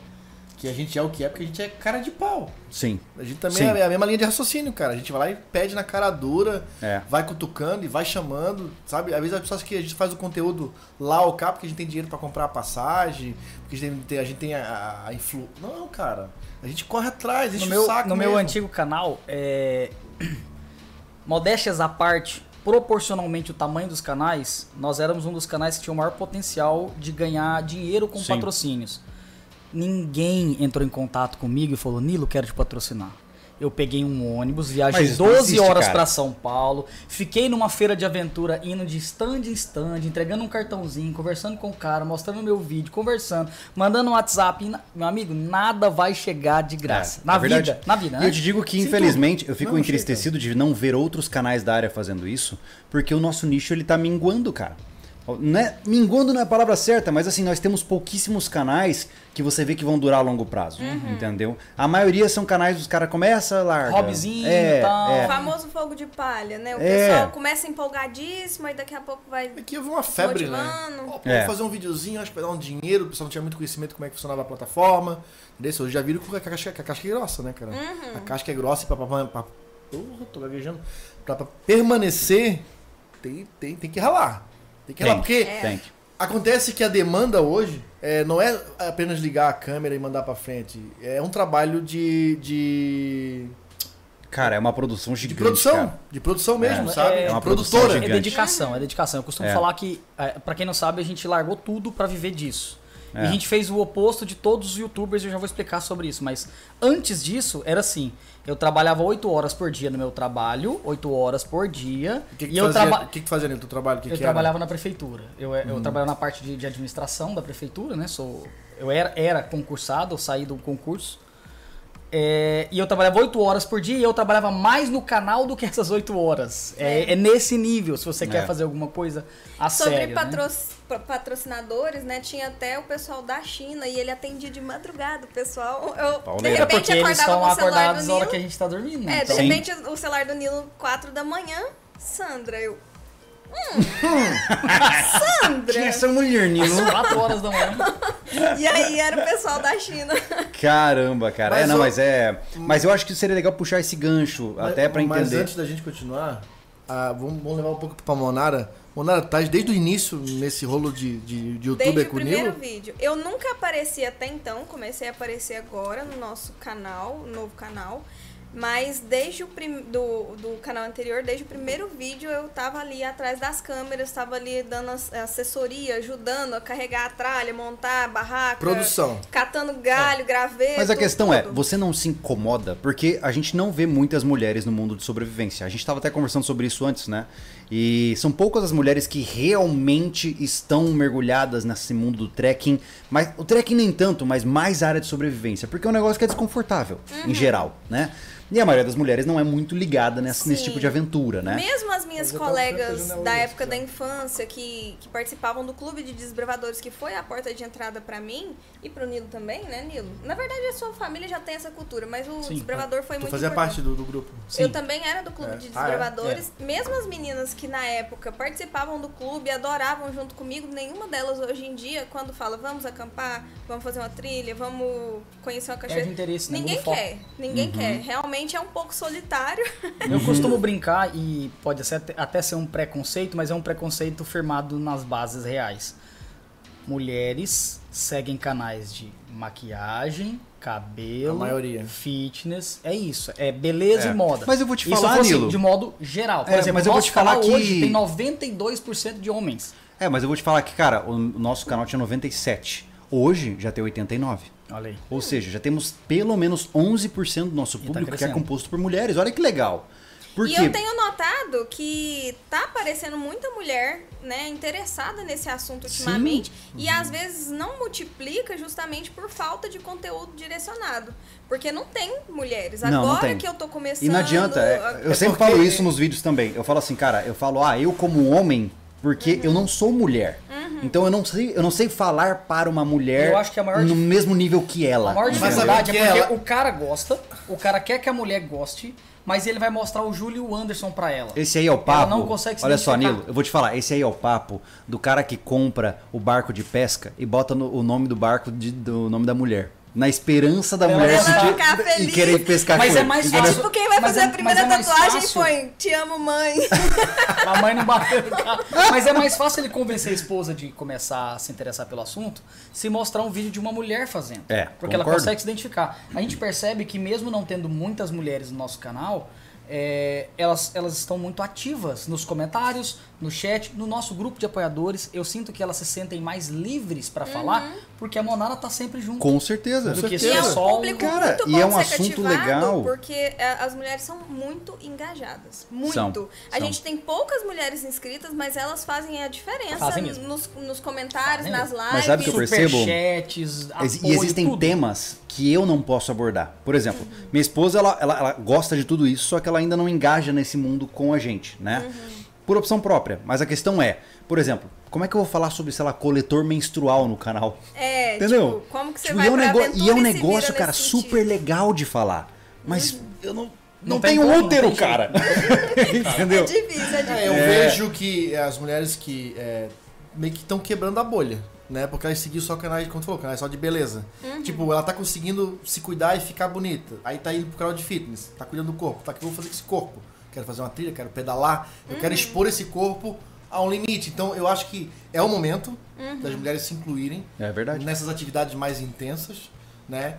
[SPEAKER 2] Que a gente é o que é, porque a gente é cara de pau.
[SPEAKER 1] Sim.
[SPEAKER 2] A gente também
[SPEAKER 1] Sim.
[SPEAKER 2] é a mesma linha de raciocínio, cara. A gente vai lá e pede na cara dura,
[SPEAKER 1] É.
[SPEAKER 2] vai cutucando e vai chamando, sabe? Às vezes as pessoas que a gente faz o conteúdo lá ou cá porque a gente tem dinheiro pra comprar a passagem, porque a gente tem, a, gente tem a, a influ... Não, cara. A gente corre atrás,
[SPEAKER 4] No
[SPEAKER 2] deixa
[SPEAKER 4] meu,
[SPEAKER 2] o saco
[SPEAKER 4] no meu
[SPEAKER 2] mesmo.
[SPEAKER 4] antigo canal, é... modéstias à parte, proporcionalmente o tamanho dos canais, nós éramos um dos canais que tinha o maior potencial de ganhar dinheiro com
[SPEAKER 1] Sim.
[SPEAKER 4] patrocínios. Ninguém entrou em contato comigo e falou: Nilo, quero te patrocinar. Eu peguei um ônibus, viajei
[SPEAKER 1] Mas isso não
[SPEAKER 4] 12
[SPEAKER 1] existe,
[SPEAKER 4] horas
[SPEAKER 1] cara.
[SPEAKER 4] pra São Paulo, fiquei numa feira de aventura indo de stand em stand, entregando um cartãozinho, conversando com o cara, mostrando meu vídeo, conversando, mandando um WhatsApp. E, na- meu amigo, nada vai chegar de graça.
[SPEAKER 1] É,
[SPEAKER 4] na, vida,
[SPEAKER 1] verdade.
[SPEAKER 4] na vida,
[SPEAKER 1] E
[SPEAKER 4] né?
[SPEAKER 1] eu te digo que,
[SPEAKER 2] Sim,
[SPEAKER 1] infelizmente, eu fico
[SPEAKER 2] Não,
[SPEAKER 1] entristecido de não ver outros canais da área fazendo isso, porque o nosso nicho ele tá minguando, cara. Não é- minguando não é a palavra certa, mas assim, nós temos pouquíssimos canais que você vê que vão durar a longo prazo,
[SPEAKER 4] Uhum.
[SPEAKER 1] entendeu? A maioria são canais dos caras começa, larga.
[SPEAKER 4] Hobbyzinho
[SPEAKER 1] é,
[SPEAKER 4] e tal.
[SPEAKER 1] é.
[SPEAKER 3] tá O famoso fogo de palha, né? O
[SPEAKER 1] É.
[SPEAKER 3] pessoal começa empolgadíssimo e daqui a pouco vai.
[SPEAKER 4] Tá
[SPEAKER 2] Aqui houve uma febre, né?
[SPEAKER 3] Motivando.
[SPEAKER 2] Ó, pô,
[SPEAKER 1] É.
[SPEAKER 2] Vou fazer um videozinho, acho que vai dar um dinheiro, o pessoal não tinha muito conhecimento de como é que funcionava a plataforma. Desse, hoje já viram que a casca, que a casca é grossa, né, cara? A casca é grossa e pra, pra, pra, pra- Porra, tô gaguejando. Pra, pra permanecer, tem, tem, tem que ralar. Tem que ralar,
[SPEAKER 1] Tem.
[SPEAKER 2] porque
[SPEAKER 4] É.
[SPEAKER 1] Tem.
[SPEAKER 2] Acontece que a demanda hoje é, não é apenas ligar a câmera e mandar pra frente. É um trabalho de. de,
[SPEAKER 1] Cara, é uma produção
[SPEAKER 2] de
[SPEAKER 1] gigante.
[SPEAKER 2] produção.
[SPEAKER 1] cara.
[SPEAKER 2] De produção mesmo,
[SPEAKER 1] É,
[SPEAKER 2] sabe?
[SPEAKER 4] é
[SPEAKER 2] de
[SPEAKER 1] uma produção
[SPEAKER 2] produtora.
[SPEAKER 4] É
[SPEAKER 1] gigante.
[SPEAKER 4] dedicação, é dedicação. Eu costumo
[SPEAKER 1] É.
[SPEAKER 4] falar que, é, pra quem não sabe, a gente largou tudo pra viver disso. E
[SPEAKER 1] É.
[SPEAKER 4] a gente fez o oposto de todos os youtubers, eu já vou explicar sobre isso. Mas antes disso, era assim: eu trabalhava 8 horas por dia no meu trabalho, 8 horas por dia.
[SPEAKER 2] O que, que tu
[SPEAKER 4] e eu
[SPEAKER 2] fazia,
[SPEAKER 4] traba-
[SPEAKER 2] o que, que tu fazia no teu trabalho? O que que
[SPEAKER 4] eu
[SPEAKER 2] era? Uhum.
[SPEAKER 4] trabalhava na prefeitura. Eu, é, eu trabalhava na parte de, de administração da prefeitura, né? Sou, eu era, era concursado, eu saí do concurso. É, e eu trabalhava 8 horas por dia e eu trabalhava mais no canal do que essas 8 horas. É, é nesse nível, se você quer
[SPEAKER 1] É.
[SPEAKER 4] fazer alguma coisa a
[SPEAKER 3] Sobre
[SPEAKER 4] sério. né?
[SPEAKER 3] patro- pa- patrocinadores, né? Tinha até o pessoal da China e ele atendia de madrugada o pessoal. Eu, de
[SPEAKER 1] Palmeiras.
[SPEAKER 4] É
[SPEAKER 3] repente
[SPEAKER 4] porque eles
[SPEAKER 3] acordava
[SPEAKER 4] estão
[SPEAKER 3] com o celular do
[SPEAKER 4] acordados na
[SPEAKER 3] Nilo.
[SPEAKER 4] hora que a gente tá dormindo.
[SPEAKER 3] É, de
[SPEAKER 4] então-
[SPEAKER 1] Sim.
[SPEAKER 3] repente o celular do Nilo, 4 da manhã, Sandra, eu. Hum. Sandra!
[SPEAKER 1] Tinha essa mulher, Nilo.
[SPEAKER 4] 4 horas da manhã.
[SPEAKER 3] E aí era o pessoal da China.
[SPEAKER 1] Caramba, cara.
[SPEAKER 2] Mas
[SPEAKER 1] é, não,
[SPEAKER 2] o-
[SPEAKER 1] mas é. Mas eu acho que seria legal puxar esse gancho,
[SPEAKER 2] Mas-
[SPEAKER 1] até pra entender.
[SPEAKER 2] Mas antes da gente continuar, ah, vamos, vamos levar um pouco pra Monara. Monara, tá desde o início nesse rolo de, de, de youtuber
[SPEAKER 3] Desde o
[SPEAKER 2] é com o
[SPEAKER 3] primeiro
[SPEAKER 2] Nilo?
[SPEAKER 3] vídeo. Eu nunca apareci até então, comecei a aparecer agora no nosso canal, no novo canal. Mas desde o prim... do, do canal anterior, desde o primeiro vídeo, eu tava ali atrás das câmeras, tava ali dando as- assessoria, ajudando a carregar a tralha, montar a barraca.
[SPEAKER 2] Produção.
[SPEAKER 3] Catando galho, graveto.
[SPEAKER 1] Mas a questão é,
[SPEAKER 3] tudo.
[SPEAKER 1] você não se incomoda? Porque a gente não vê muitas mulheres no mundo de sobrevivência. A gente estava até conversando sobre isso antes, né? E são poucas as mulheres que realmente estão mergulhadas nesse mundo do trekking. Mas o trekking nem tanto, mas mais área de sobrevivência, porque é um negócio que é desconfortável em geral, né? E a maioria das mulheres não é muito ligada nessa- nesse
[SPEAKER 3] Sim.
[SPEAKER 1] tipo de aventura, né?
[SPEAKER 3] Mesmo as minhas
[SPEAKER 2] Mas eu tava
[SPEAKER 3] colegas
[SPEAKER 2] protegendo ela
[SPEAKER 3] da
[SPEAKER 2] disso,
[SPEAKER 3] época da
[SPEAKER 2] né?
[SPEAKER 3] infância que, que participavam do clube de desbravadores, que foi a porta de entrada pra mim e pro Nilo também, né, Nilo? Na verdade, a sua família já tem essa cultura, mas o
[SPEAKER 4] Sim,
[SPEAKER 3] desbravador foi
[SPEAKER 2] Tu
[SPEAKER 3] muito
[SPEAKER 2] fazia
[SPEAKER 3] importante.
[SPEAKER 2] parte do, do grupo.
[SPEAKER 1] Sim.
[SPEAKER 3] Eu também era do clube
[SPEAKER 2] É.
[SPEAKER 3] de
[SPEAKER 2] Ah, é?
[SPEAKER 3] desbravadores. Mesmo as meninas que na época participavam do clube, adoravam junto comigo, nenhuma delas hoje em dia, quando fala vamos acampar, vamos fazer uma trilha, vamos conhecer
[SPEAKER 2] É
[SPEAKER 3] uma
[SPEAKER 4] Perde
[SPEAKER 3] cachoeira.
[SPEAKER 4] interesse, né?
[SPEAKER 3] Ninguém
[SPEAKER 4] Muda o foco.
[SPEAKER 3] quer, ninguém
[SPEAKER 2] Uhum.
[SPEAKER 3] quer. Realmente é um pouco solitário.
[SPEAKER 4] Eu costumo brincar, e pode ser- até ser um preconceito, mas é um preconceito firmado nas bases reais. Mulheres seguem canais de maquiagem, cabelo,
[SPEAKER 2] A maioria.
[SPEAKER 4] fitness, é isso, é beleza
[SPEAKER 1] É.
[SPEAKER 4] e moda.
[SPEAKER 1] Mas eu vou te
[SPEAKER 4] Isso
[SPEAKER 1] falar,
[SPEAKER 4] eu falo assim,
[SPEAKER 1] Nilo.
[SPEAKER 4] de modo geral. Por
[SPEAKER 1] É,
[SPEAKER 4] exemplo,
[SPEAKER 1] mas
[SPEAKER 4] o
[SPEAKER 1] eu vou
[SPEAKER 4] nosso
[SPEAKER 1] te falar
[SPEAKER 4] canal
[SPEAKER 1] que-
[SPEAKER 4] hoje tem 92% de homens.
[SPEAKER 1] É, mas eu vou te falar que, cara, o nosso canal tinha 97. Hoje já tem 89.
[SPEAKER 4] Olha aí.
[SPEAKER 1] Ou seja, já temos pelo menos 11% do nosso
[SPEAKER 4] tá
[SPEAKER 1] público que é
[SPEAKER 4] crescendo.
[SPEAKER 1] composto por mulheres. Olha que legal. Por
[SPEAKER 3] E
[SPEAKER 1] quê?
[SPEAKER 3] eu tenho notado que tá aparecendo muita mulher, né, interessada nesse assunto
[SPEAKER 1] Sim. Uhum.
[SPEAKER 3] ultimamente e às vezes não multiplica justamente por falta de conteúdo direcionado, porque não tem mulheres.
[SPEAKER 1] Não, não
[SPEAKER 3] Agora
[SPEAKER 1] tem.
[SPEAKER 3] que eu tô começando tipo,
[SPEAKER 1] E não adianta. é-
[SPEAKER 3] a-
[SPEAKER 1] eu sempre
[SPEAKER 2] porque-
[SPEAKER 1] falo isso nos vídeos também. Eu falo assim, cara, eu falo, ah, eu como homem, porque eu não sou mulher.
[SPEAKER 3] Uhum.
[SPEAKER 1] Então eu não sei, eu não sei falar para uma mulher
[SPEAKER 4] Eu acho que a maior
[SPEAKER 1] no
[SPEAKER 4] dif-
[SPEAKER 1] mesmo nível que ela.
[SPEAKER 4] A maior
[SPEAKER 1] entendeu?
[SPEAKER 2] Mas sabe
[SPEAKER 4] dificuldade
[SPEAKER 2] que
[SPEAKER 4] é porque
[SPEAKER 2] ela-
[SPEAKER 4] o cara gosta, o cara quer que a mulher goste, mas ele vai mostrar o Júlio e o Anderson pra ela.
[SPEAKER 1] Esse aí é o papo.
[SPEAKER 4] não consegue se
[SPEAKER 1] Olha só,
[SPEAKER 4] identificar.
[SPEAKER 1] Nilo, eu vou te falar. Esse aí é o papo do cara que compra o barco de pesca e bota no- o nome do barco de- do nome da mulher. Na esperança da
[SPEAKER 4] Pra
[SPEAKER 1] mulher
[SPEAKER 4] ela
[SPEAKER 1] se
[SPEAKER 3] ficar
[SPEAKER 1] e
[SPEAKER 3] feliz.
[SPEAKER 1] querer pescar
[SPEAKER 4] Mas
[SPEAKER 1] com
[SPEAKER 4] é
[SPEAKER 1] ele,
[SPEAKER 4] mais
[SPEAKER 1] entendeu?
[SPEAKER 3] É
[SPEAKER 4] Mas-
[SPEAKER 3] tipo quem vai
[SPEAKER 4] mas
[SPEAKER 3] fazer
[SPEAKER 4] é-
[SPEAKER 3] a primeira
[SPEAKER 4] mas é mais
[SPEAKER 3] tatuagem
[SPEAKER 4] fácil.
[SPEAKER 3] põe Te amo, mãe.
[SPEAKER 4] A mãe não bateu. no carro. Mas é mais fácil ele convencer a esposa de começar a se interessar pelo assunto se mostrar um vídeo de uma mulher fazendo.
[SPEAKER 1] É,
[SPEAKER 4] Porque ela
[SPEAKER 1] concordo.
[SPEAKER 4] consegue se identificar. A gente percebe que mesmo não tendo muitas mulheres no nosso canal, é, elas, elas estão muito ativas nos comentários, no chat, no nosso grupo de apoiadores. Eu sinto que elas se sentem mais livres pra falar, porque a Monara tá sempre junto.
[SPEAKER 1] Com certeza.
[SPEAKER 4] Do que
[SPEAKER 3] E é
[SPEAKER 4] Sim,
[SPEAKER 3] um
[SPEAKER 4] só um-
[SPEAKER 3] público
[SPEAKER 1] Cara,
[SPEAKER 3] muito
[SPEAKER 1] e
[SPEAKER 3] bom
[SPEAKER 1] é um
[SPEAKER 3] de ser
[SPEAKER 1] assunto
[SPEAKER 3] cativado,
[SPEAKER 1] legal.
[SPEAKER 3] porque é, as mulheres são muito engajadas. Muito.
[SPEAKER 1] São,
[SPEAKER 3] a
[SPEAKER 1] são.
[SPEAKER 3] gente tem poucas mulheres inscritas, mas elas fazem a diferença
[SPEAKER 4] Fazem mesmo.
[SPEAKER 3] Nos, nos comentários,
[SPEAKER 4] Fazem é
[SPEAKER 3] nas lives.
[SPEAKER 1] Mas sabe o que eu percebo?
[SPEAKER 4] Superchats,
[SPEAKER 1] Ex-
[SPEAKER 4] apoio,
[SPEAKER 1] e existem
[SPEAKER 4] tudo.
[SPEAKER 1] temas que eu não posso abordar. Por exemplo, minha esposa ela, ela, ela gosta de tudo isso, só que ela ainda não engaja nesse mundo com a gente, né?
[SPEAKER 4] Uhum.
[SPEAKER 1] Por opção própria. Mas a questão é, por exemplo, como é que eu vou falar sobre, sei lá, coletor menstrual no canal?
[SPEAKER 3] É,
[SPEAKER 1] Entendeu?
[SPEAKER 3] tipo, como que você
[SPEAKER 1] Tipo,
[SPEAKER 3] vai
[SPEAKER 1] e é um
[SPEAKER 3] pra
[SPEAKER 1] nego-
[SPEAKER 3] aventura
[SPEAKER 1] E é um
[SPEAKER 3] se vira
[SPEAKER 1] negócio,
[SPEAKER 3] nesse
[SPEAKER 1] cara,
[SPEAKER 3] sentido?
[SPEAKER 1] super legal de falar. Mas eu não, não,
[SPEAKER 4] Não tem
[SPEAKER 1] tenho
[SPEAKER 4] como, não
[SPEAKER 1] útero,
[SPEAKER 4] tem
[SPEAKER 1] cara.
[SPEAKER 3] É
[SPEAKER 1] Entendeu?
[SPEAKER 3] difícil, é difícil.
[SPEAKER 2] É, eu vejo que as mulheres que é, meio que estão quebrando a bolha, né? Porque elas seguiam só canais, como tu falou, canais só de beleza.
[SPEAKER 3] Uhum.
[SPEAKER 2] Tipo, ela tá conseguindo se cuidar e ficar bonita. Aí tá indo pro canal de fitness, tá cuidando do corpo, tá o que eu vou fazer com esse corpo. Quero fazer uma trilha, quero pedalar, eu
[SPEAKER 3] Uhum.
[SPEAKER 2] quero expor esse corpo a um limite. Então eu acho que é o momento
[SPEAKER 3] Uhum.
[SPEAKER 2] das mulheres se incluírem
[SPEAKER 1] É verdade.
[SPEAKER 2] nessas atividades mais intensas, né?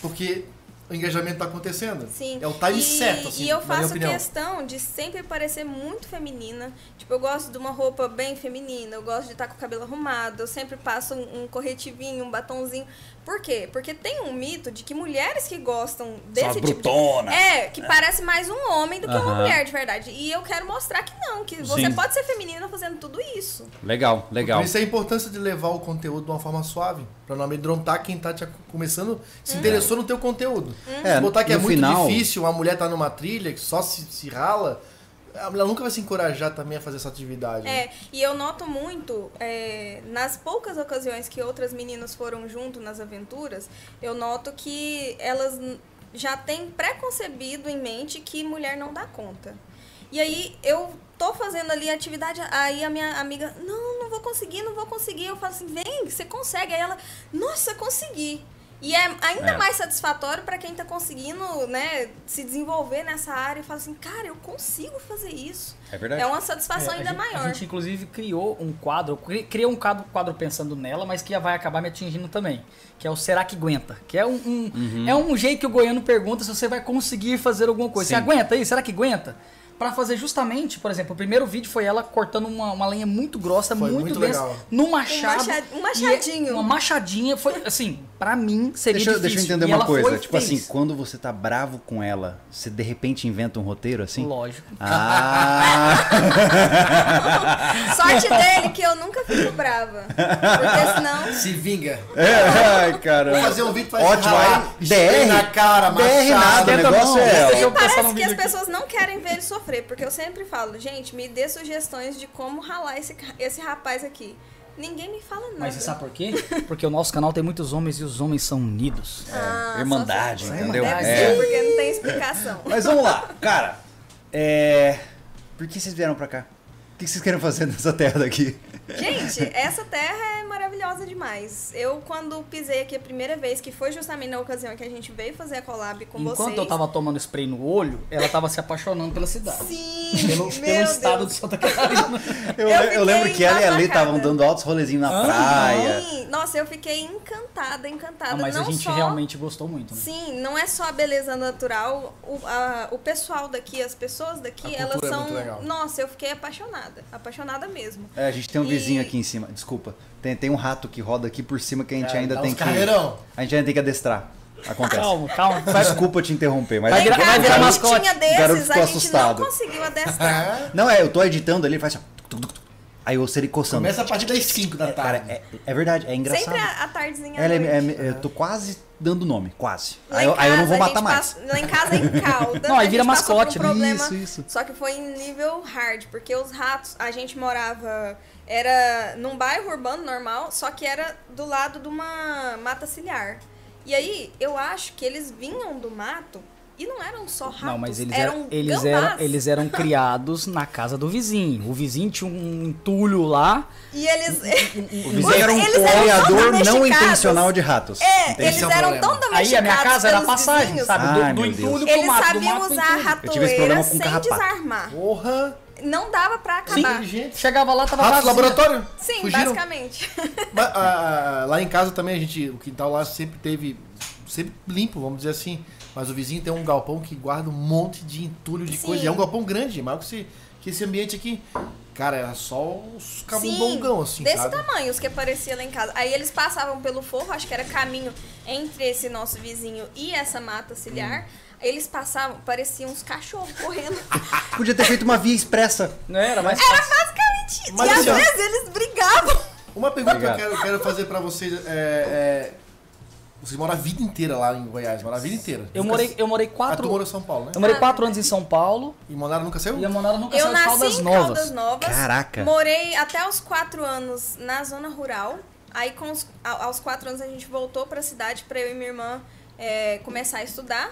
[SPEAKER 2] Porque o engajamento tá acontecendo.
[SPEAKER 3] Sim.
[SPEAKER 2] É o time
[SPEAKER 3] e,
[SPEAKER 2] certo, assim,
[SPEAKER 3] E eu
[SPEAKER 2] na minha
[SPEAKER 3] faço
[SPEAKER 2] opinião.
[SPEAKER 3] questão de sempre parecer muito feminina. Tipo, eu gosto de uma roupa bem feminina, eu gosto de estar com o cabelo arrumado, eu sempre passo um, um corretivinho, um batonzinho. Por quê? Porque tem um mito de que mulheres que gostam desse tipo
[SPEAKER 1] brutona.
[SPEAKER 3] de... É, que parece mais um homem do que uma
[SPEAKER 1] Aham.
[SPEAKER 3] mulher, de verdade. E eu quero mostrar que não, que você
[SPEAKER 1] Sim.
[SPEAKER 3] pode ser feminina fazendo tudo isso.
[SPEAKER 1] Legal, legal.
[SPEAKER 2] Por isso é a importância de levar o conteúdo de uma forma suave, pra não amedrontar quem tá te ac- começando, se
[SPEAKER 3] Uhum.
[SPEAKER 2] interessou no teu conteúdo.
[SPEAKER 1] É,
[SPEAKER 2] se botar que é
[SPEAKER 1] no
[SPEAKER 2] muito
[SPEAKER 1] final-
[SPEAKER 2] difícil, uma mulher tá numa trilha que só se, se rala, a mulher nunca vai se encorajar também a fazer essa atividade. né?
[SPEAKER 3] É, e eu noto muito, é, nas poucas ocasiões que outras meninas foram junto nas aventuras, eu noto que elas n- já têm preconcebido em mente que mulher não dá conta. E aí eu tô fazendo ali a atividade, aí a minha amiga, não, não vou conseguir, não vou conseguir. Eu falo assim, vem, você consegue. Aí ela, nossa, consegui. E é ainda
[SPEAKER 1] É.
[SPEAKER 3] mais satisfatório pra quem tá conseguindo, né, se desenvolver nessa área e fala assim, cara, eu consigo fazer isso.
[SPEAKER 1] É verdade.
[SPEAKER 3] É uma satisfação
[SPEAKER 4] É, a
[SPEAKER 3] ainda
[SPEAKER 4] gente-
[SPEAKER 3] maior.
[SPEAKER 4] A gente, inclusive, criou um quadro, cri- criou um quadro, quadro pensando nela, mas que já vai acabar me atingindo também. Que é o Será que aguenta? Que é um,
[SPEAKER 3] Uhum.
[SPEAKER 4] um- é um jeito que o goiano pergunta se você vai conseguir fazer alguma coisa. Você
[SPEAKER 1] Sim.
[SPEAKER 4] aguenta aí? Será que aguenta? Pra fazer justamente, por exemplo, o primeiro vídeo foi ela cortando uma, uma lenha muito grossa,
[SPEAKER 2] Foi
[SPEAKER 4] muito,
[SPEAKER 2] muito
[SPEAKER 4] densa,
[SPEAKER 2] legal.
[SPEAKER 4] num machado.
[SPEAKER 3] macha- um
[SPEAKER 4] e- é
[SPEAKER 3] machadinho.
[SPEAKER 4] Uma machadinha. Foi, assim, pra mim seria
[SPEAKER 1] Deixa, eu-
[SPEAKER 4] difícil.
[SPEAKER 1] deixa eu entender
[SPEAKER 4] E
[SPEAKER 1] uma
[SPEAKER 4] ela foi
[SPEAKER 1] coisa.
[SPEAKER 4] e
[SPEAKER 1] Tipo
[SPEAKER 4] fez.
[SPEAKER 1] assim, quando você tá bravo com ela, você de repente inventa um roteiro assim?
[SPEAKER 4] Lógico.
[SPEAKER 1] Ah!
[SPEAKER 3] Sorte dele que eu nunca fico brava. Porque senão.
[SPEAKER 2] Se vinga.
[SPEAKER 1] Ai, caramba.
[SPEAKER 2] Vou fazer um vídeo pra
[SPEAKER 1] Ótimo,
[SPEAKER 2] ralar,
[SPEAKER 1] aí,
[SPEAKER 2] spray
[SPEAKER 1] DR,
[SPEAKER 2] na cara, né?
[SPEAKER 1] DR nada, o
[SPEAKER 4] Tenta
[SPEAKER 1] negócio
[SPEAKER 4] não,
[SPEAKER 1] é...
[SPEAKER 4] deixa eu
[SPEAKER 3] E
[SPEAKER 4] postar
[SPEAKER 3] parece
[SPEAKER 4] no
[SPEAKER 3] que as
[SPEAKER 4] vídeo aqui.
[SPEAKER 3] pessoas não querem ver ele sofrer, porque eu sempre falo, gente, me dê sugestões de como ralar esse, ca- esse rapaz aqui. Ninguém me fala nada.
[SPEAKER 4] Mas você sabe por quê? Porque o nosso canal tem muitos homens e os homens são unidos.
[SPEAKER 3] Ah, só
[SPEAKER 1] Irmandade,
[SPEAKER 3] sabe.
[SPEAKER 1] entendeu?
[SPEAKER 3] Deve
[SPEAKER 1] É.
[SPEAKER 3] ser, porque não tem explicação.
[SPEAKER 1] Mas vamos lá, cara. É... Por que vocês vieram pra cá? O que vocês querem fazer nessa terra daqui?
[SPEAKER 3] Gente, essa terra é maravilhosa demais. Eu, quando pisei aqui a primeira vez, que foi justamente na ocasião que a gente veio fazer a collab com
[SPEAKER 4] Enquanto
[SPEAKER 3] vocês.
[SPEAKER 4] eu tava tomando spray no olho, ela tava se apaixonando pela cidade.
[SPEAKER 3] Sim,
[SPEAKER 4] Pelo,
[SPEAKER 3] meu
[SPEAKER 4] pelo estado
[SPEAKER 3] Deus.
[SPEAKER 4] de Santa Catarina.
[SPEAKER 1] Eu,
[SPEAKER 3] Eu
[SPEAKER 1] eu
[SPEAKER 3] fiquei
[SPEAKER 1] lembro que ela e a Lê
[SPEAKER 3] embasbacada.
[SPEAKER 1] estavam dando altos rolezinhos na praia.
[SPEAKER 3] Sim, nossa, eu fiquei encantada, encantada.
[SPEAKER 4] Ah, mas
[SPEAKER 3] não
[SPEAKER 4] a gente
[SPEAKER 3] só...
[SPEAKER 4] realmente gostou muito, né?
[SPEAKER 3] Sim, não é só a beleza natural. O, a- o pessoal daqui, as pessoas daqui,
[SPEAKER 2] A
[SPEAKER 3] elas
[SPEAKER 2] cultura é
[SPEAKER 3] são.
[SPEAKER 2] muito legal.
[SPEAKER 3] Nossa, eu fiquei apaixonada. Apaixonada mesmo.
[SPEAKER 1] É, a gente tem um
[SPEAKER 3] E-
[SPEAKER 1] vizinho aqui em cima, desculpa. Tem, tem um rato que roda aqui por cima que a gente
[SPEAKER 2] É,
[SPEAKER 1] ainda
[SPEAKER 2] dá
[SPEAKER 1] tem
[SPEAKER 2] uns
[SPEAKER 1] que.
[SPEAKER 2] carreirão.
[SPEAKER 1] A gente ainda tem que adestrar. Acontece.
[SPEAKER 4] Calma, calma.
[SPEAKER 1] Desculpa te interromper, mas. é
[SPEAKER 4] Vai
[SPEAKER 3] Tem
[SPEAKER 4] virar- vai
[SPEAKER 3] cada
[SPEAKER 4] virar
[SPEAKER 1] O garoto-
[SPEAKER 4] mascote.
[SPEAKER 3] tinha
[SPEAKER 1] o garoto
[SPEAKER 3] desses, a
[SPEAKER 1] ficou
[SPEAKER 3] gente
[SPEAKER 1] assustado.
[SPEAKER 3] não conseguiu adestrar.
[SPEAKER 2] Ah,
[SPEAKER 1] Não, é, eu tô editando ali, ele faz assim. ó, tuc, tuc, tuc, tuc. Aí eu ouço ele coçando.
[SPEAKER 2] começa a né? partir das 5 da
[SPEAKER 1] Cara,
[SPEAKER 2] tarde.
[SPEAKER 1] é, é verdade, é engraçado.
[SPEAKER 3] Sempre a, a tardezinha. à
[SPEAKER 1] Ela é-
[SPEAKER 3] noite.
[SPEAKER 1] é- eu tô quase dando nome, quase.
[SPEAKER 3] Lá
[SPEAKER 1] Aí
[SPEAKER 3] em
[SPEAKER 1] eu, aí eu não vou
[SPEAKER 3] casa, a
[SPEAKER 1] matar
[SPEAKER 3] gente
[SPEAKER 1] mais.
[SPEAKER 3] passa- lá em casa é em calda.
[SPEAKER 4] Não, aí
[SPEAKER 3] a
[SPEAKER 4] vira
[SPEAKER 3] gente passou por
[SPEAKER 4] mascote,
[SPEAKER 3] Um
[SPEAKER 4] né?
[SPEAKER 3] problema,
[SPEAKER 1] Isso, isso.
[SPEAKER 3] Só que foi em nível hard, porque os ratos, a gente morava. Era num bairro urbano normal, só que era do lado de uma mata ciliar. E aí, eu acho que eles vinham do mato e não eram só ratos.
[SPEAKER 4] Não, mas eles
[SPEAKER 3] eram.
[SPEAKER 4] eram, eles,
[SPEAKER 3] gambás.
[SPEAKER 4] eram, eles eram criados na casa do vizinho. O vizinho tinha um entulho lá.
[SPEAKER 3] E eles.
[SPEAKER 1] O vizinho era um
[SPEAKER 3] eles eram
[SPEAKER 1] criador
[SPEAKER 3] tão
[SPEAKER 1] não
[SPEAKER 3] domesticados.
[SPEAKER 1] intencional de ratos. Então,
[SPEAKER 3] É,
[SPEAKER 1] Entende?
[SPEAKER 3] eles
[SPEAKER 2] Esse é o
[SPEAKER 3] eram
[SPEAKER 2] problema.
[SPEAKER 3] tão domesticados.
[SPEAKER 4] Aí a minha casa era a
[SPEAKER 3] pelos
[SPEAKER 4] passagem,
[SPEAKER 3] vizinhos.
[SPEAKER 4] sabe?
[SPEAKER 1] Ai,
[SPEAKER 4] do, do
[SPEAKER 1] meu Deus.
[SPEAKER 4] entulho pro
[SPEAKER 3] Eles
[SPEAKER 4] mato. do
[SPEAKER 3] sabiam
[SPEAKER 4] mato pro
[SPEAKER 3] usar a
[SPEAKER 4] entulho.
[SPEAKER 1] Eu tive esse problema
[SPEAKER 3] ratoeira
[SPEAKER 1] com
[SPEAKER 3] sem
[SPEAKER 1] carrapato.
[SPEAKER 3] desarmar.
[SPEAKER 2] Porra.
[SPEAKER 3] Não dava pra
[SPEAKER 4] Sim,
[SPEAKER 3] acabar.
[SPEAKER 2] Gente.
[SPEAKER 4] chegava lá, tava
[SPEAKER 2] Rato
[SPEAKER 4] vazio.
[SPEAKER 2] laboratório?
[SPEAKER 3] Tá Sim,
[SPEAKER 2] Fugiram?
[SPEAKER 3] basicamente.
[SPEAKER 2] Mas, ah, ah, lá em casa também a gente, o quintal lá sempre teve, sempre limpo, vamos dizer assim. Mas o vizinho tem um galpão que guarda um monte de entulho de
[SPEAKER 3] Sim.
[SPEAKER 2] coisa. E é um galpão grande, maior que esse, que esse ambiente aqui. Cara, era só os
[SPEAKER 3] Sim,
[SPEAKER 2] cabundongão, assim,
[SPEAKER 3] desse
[SPEAKER 2] sabe?
[SPEAKER 3] tamanho, os que aparecia lá em casa. Aí eles passavam pelo forro, acho que era caminho entre esse nosso vizinho e essa mata
[SPEAKER 2] Hum.
[SPEAKER 3] ciliar. Eles passavam, pareciam uns cachorros correndo.
[SPEAKER 1] Podia ter feito uma via expressa.
[SPEAKER 4] Não era, mas...
[SPEAKER 3] Era basicamente isso.
[SPEAKER 2] Mas
[SPEAKER 3] e às
[SPEAKER 2] assim, ó.
[SPEAKER 3] vezes eles brigavam.
[SPEAKER 2] Uma pergunta
[SPEAKER 1] Obrigado.
[SPEAKER 2] que eu quero, quero fazer pra vocês é, é, Vocês moram a vida inteira lá em Goiás, moram a vida inteira.
[SPEAKER 4] Eu
[SPEAKER 2] Nunca-
[SPEAKER 4] morei, eu morei
[SPEAKER 2] Ah, tu
[SPEAKER 4] quatro...
[SPEAKER 2] morou em São Paulo, né?
[SPEAKER 4] Eu morei quatro anos em São Paulo
[SPEAKER 2] E Monara nunca saiu? É
[SPEAKER 4] e a Monara nunca
[SPEAKER 3] Eu
[SPEAKER 4] saiu de
[SPEAKER 3] nasci
[SPEAKER 4] Caldas
[SPEAKER 3] em
[SPEAKER 4] Novas.
[SPEAKER 3] Caldas Novas.
[SPEAKER 1] Caraca.
[SPEAKER 3] Morei até os quatro anos na zona rural. Aí, com os- a- aos quatro anos, a gente voltou pra cidade pra eu e minha irmã é, começar a estudar.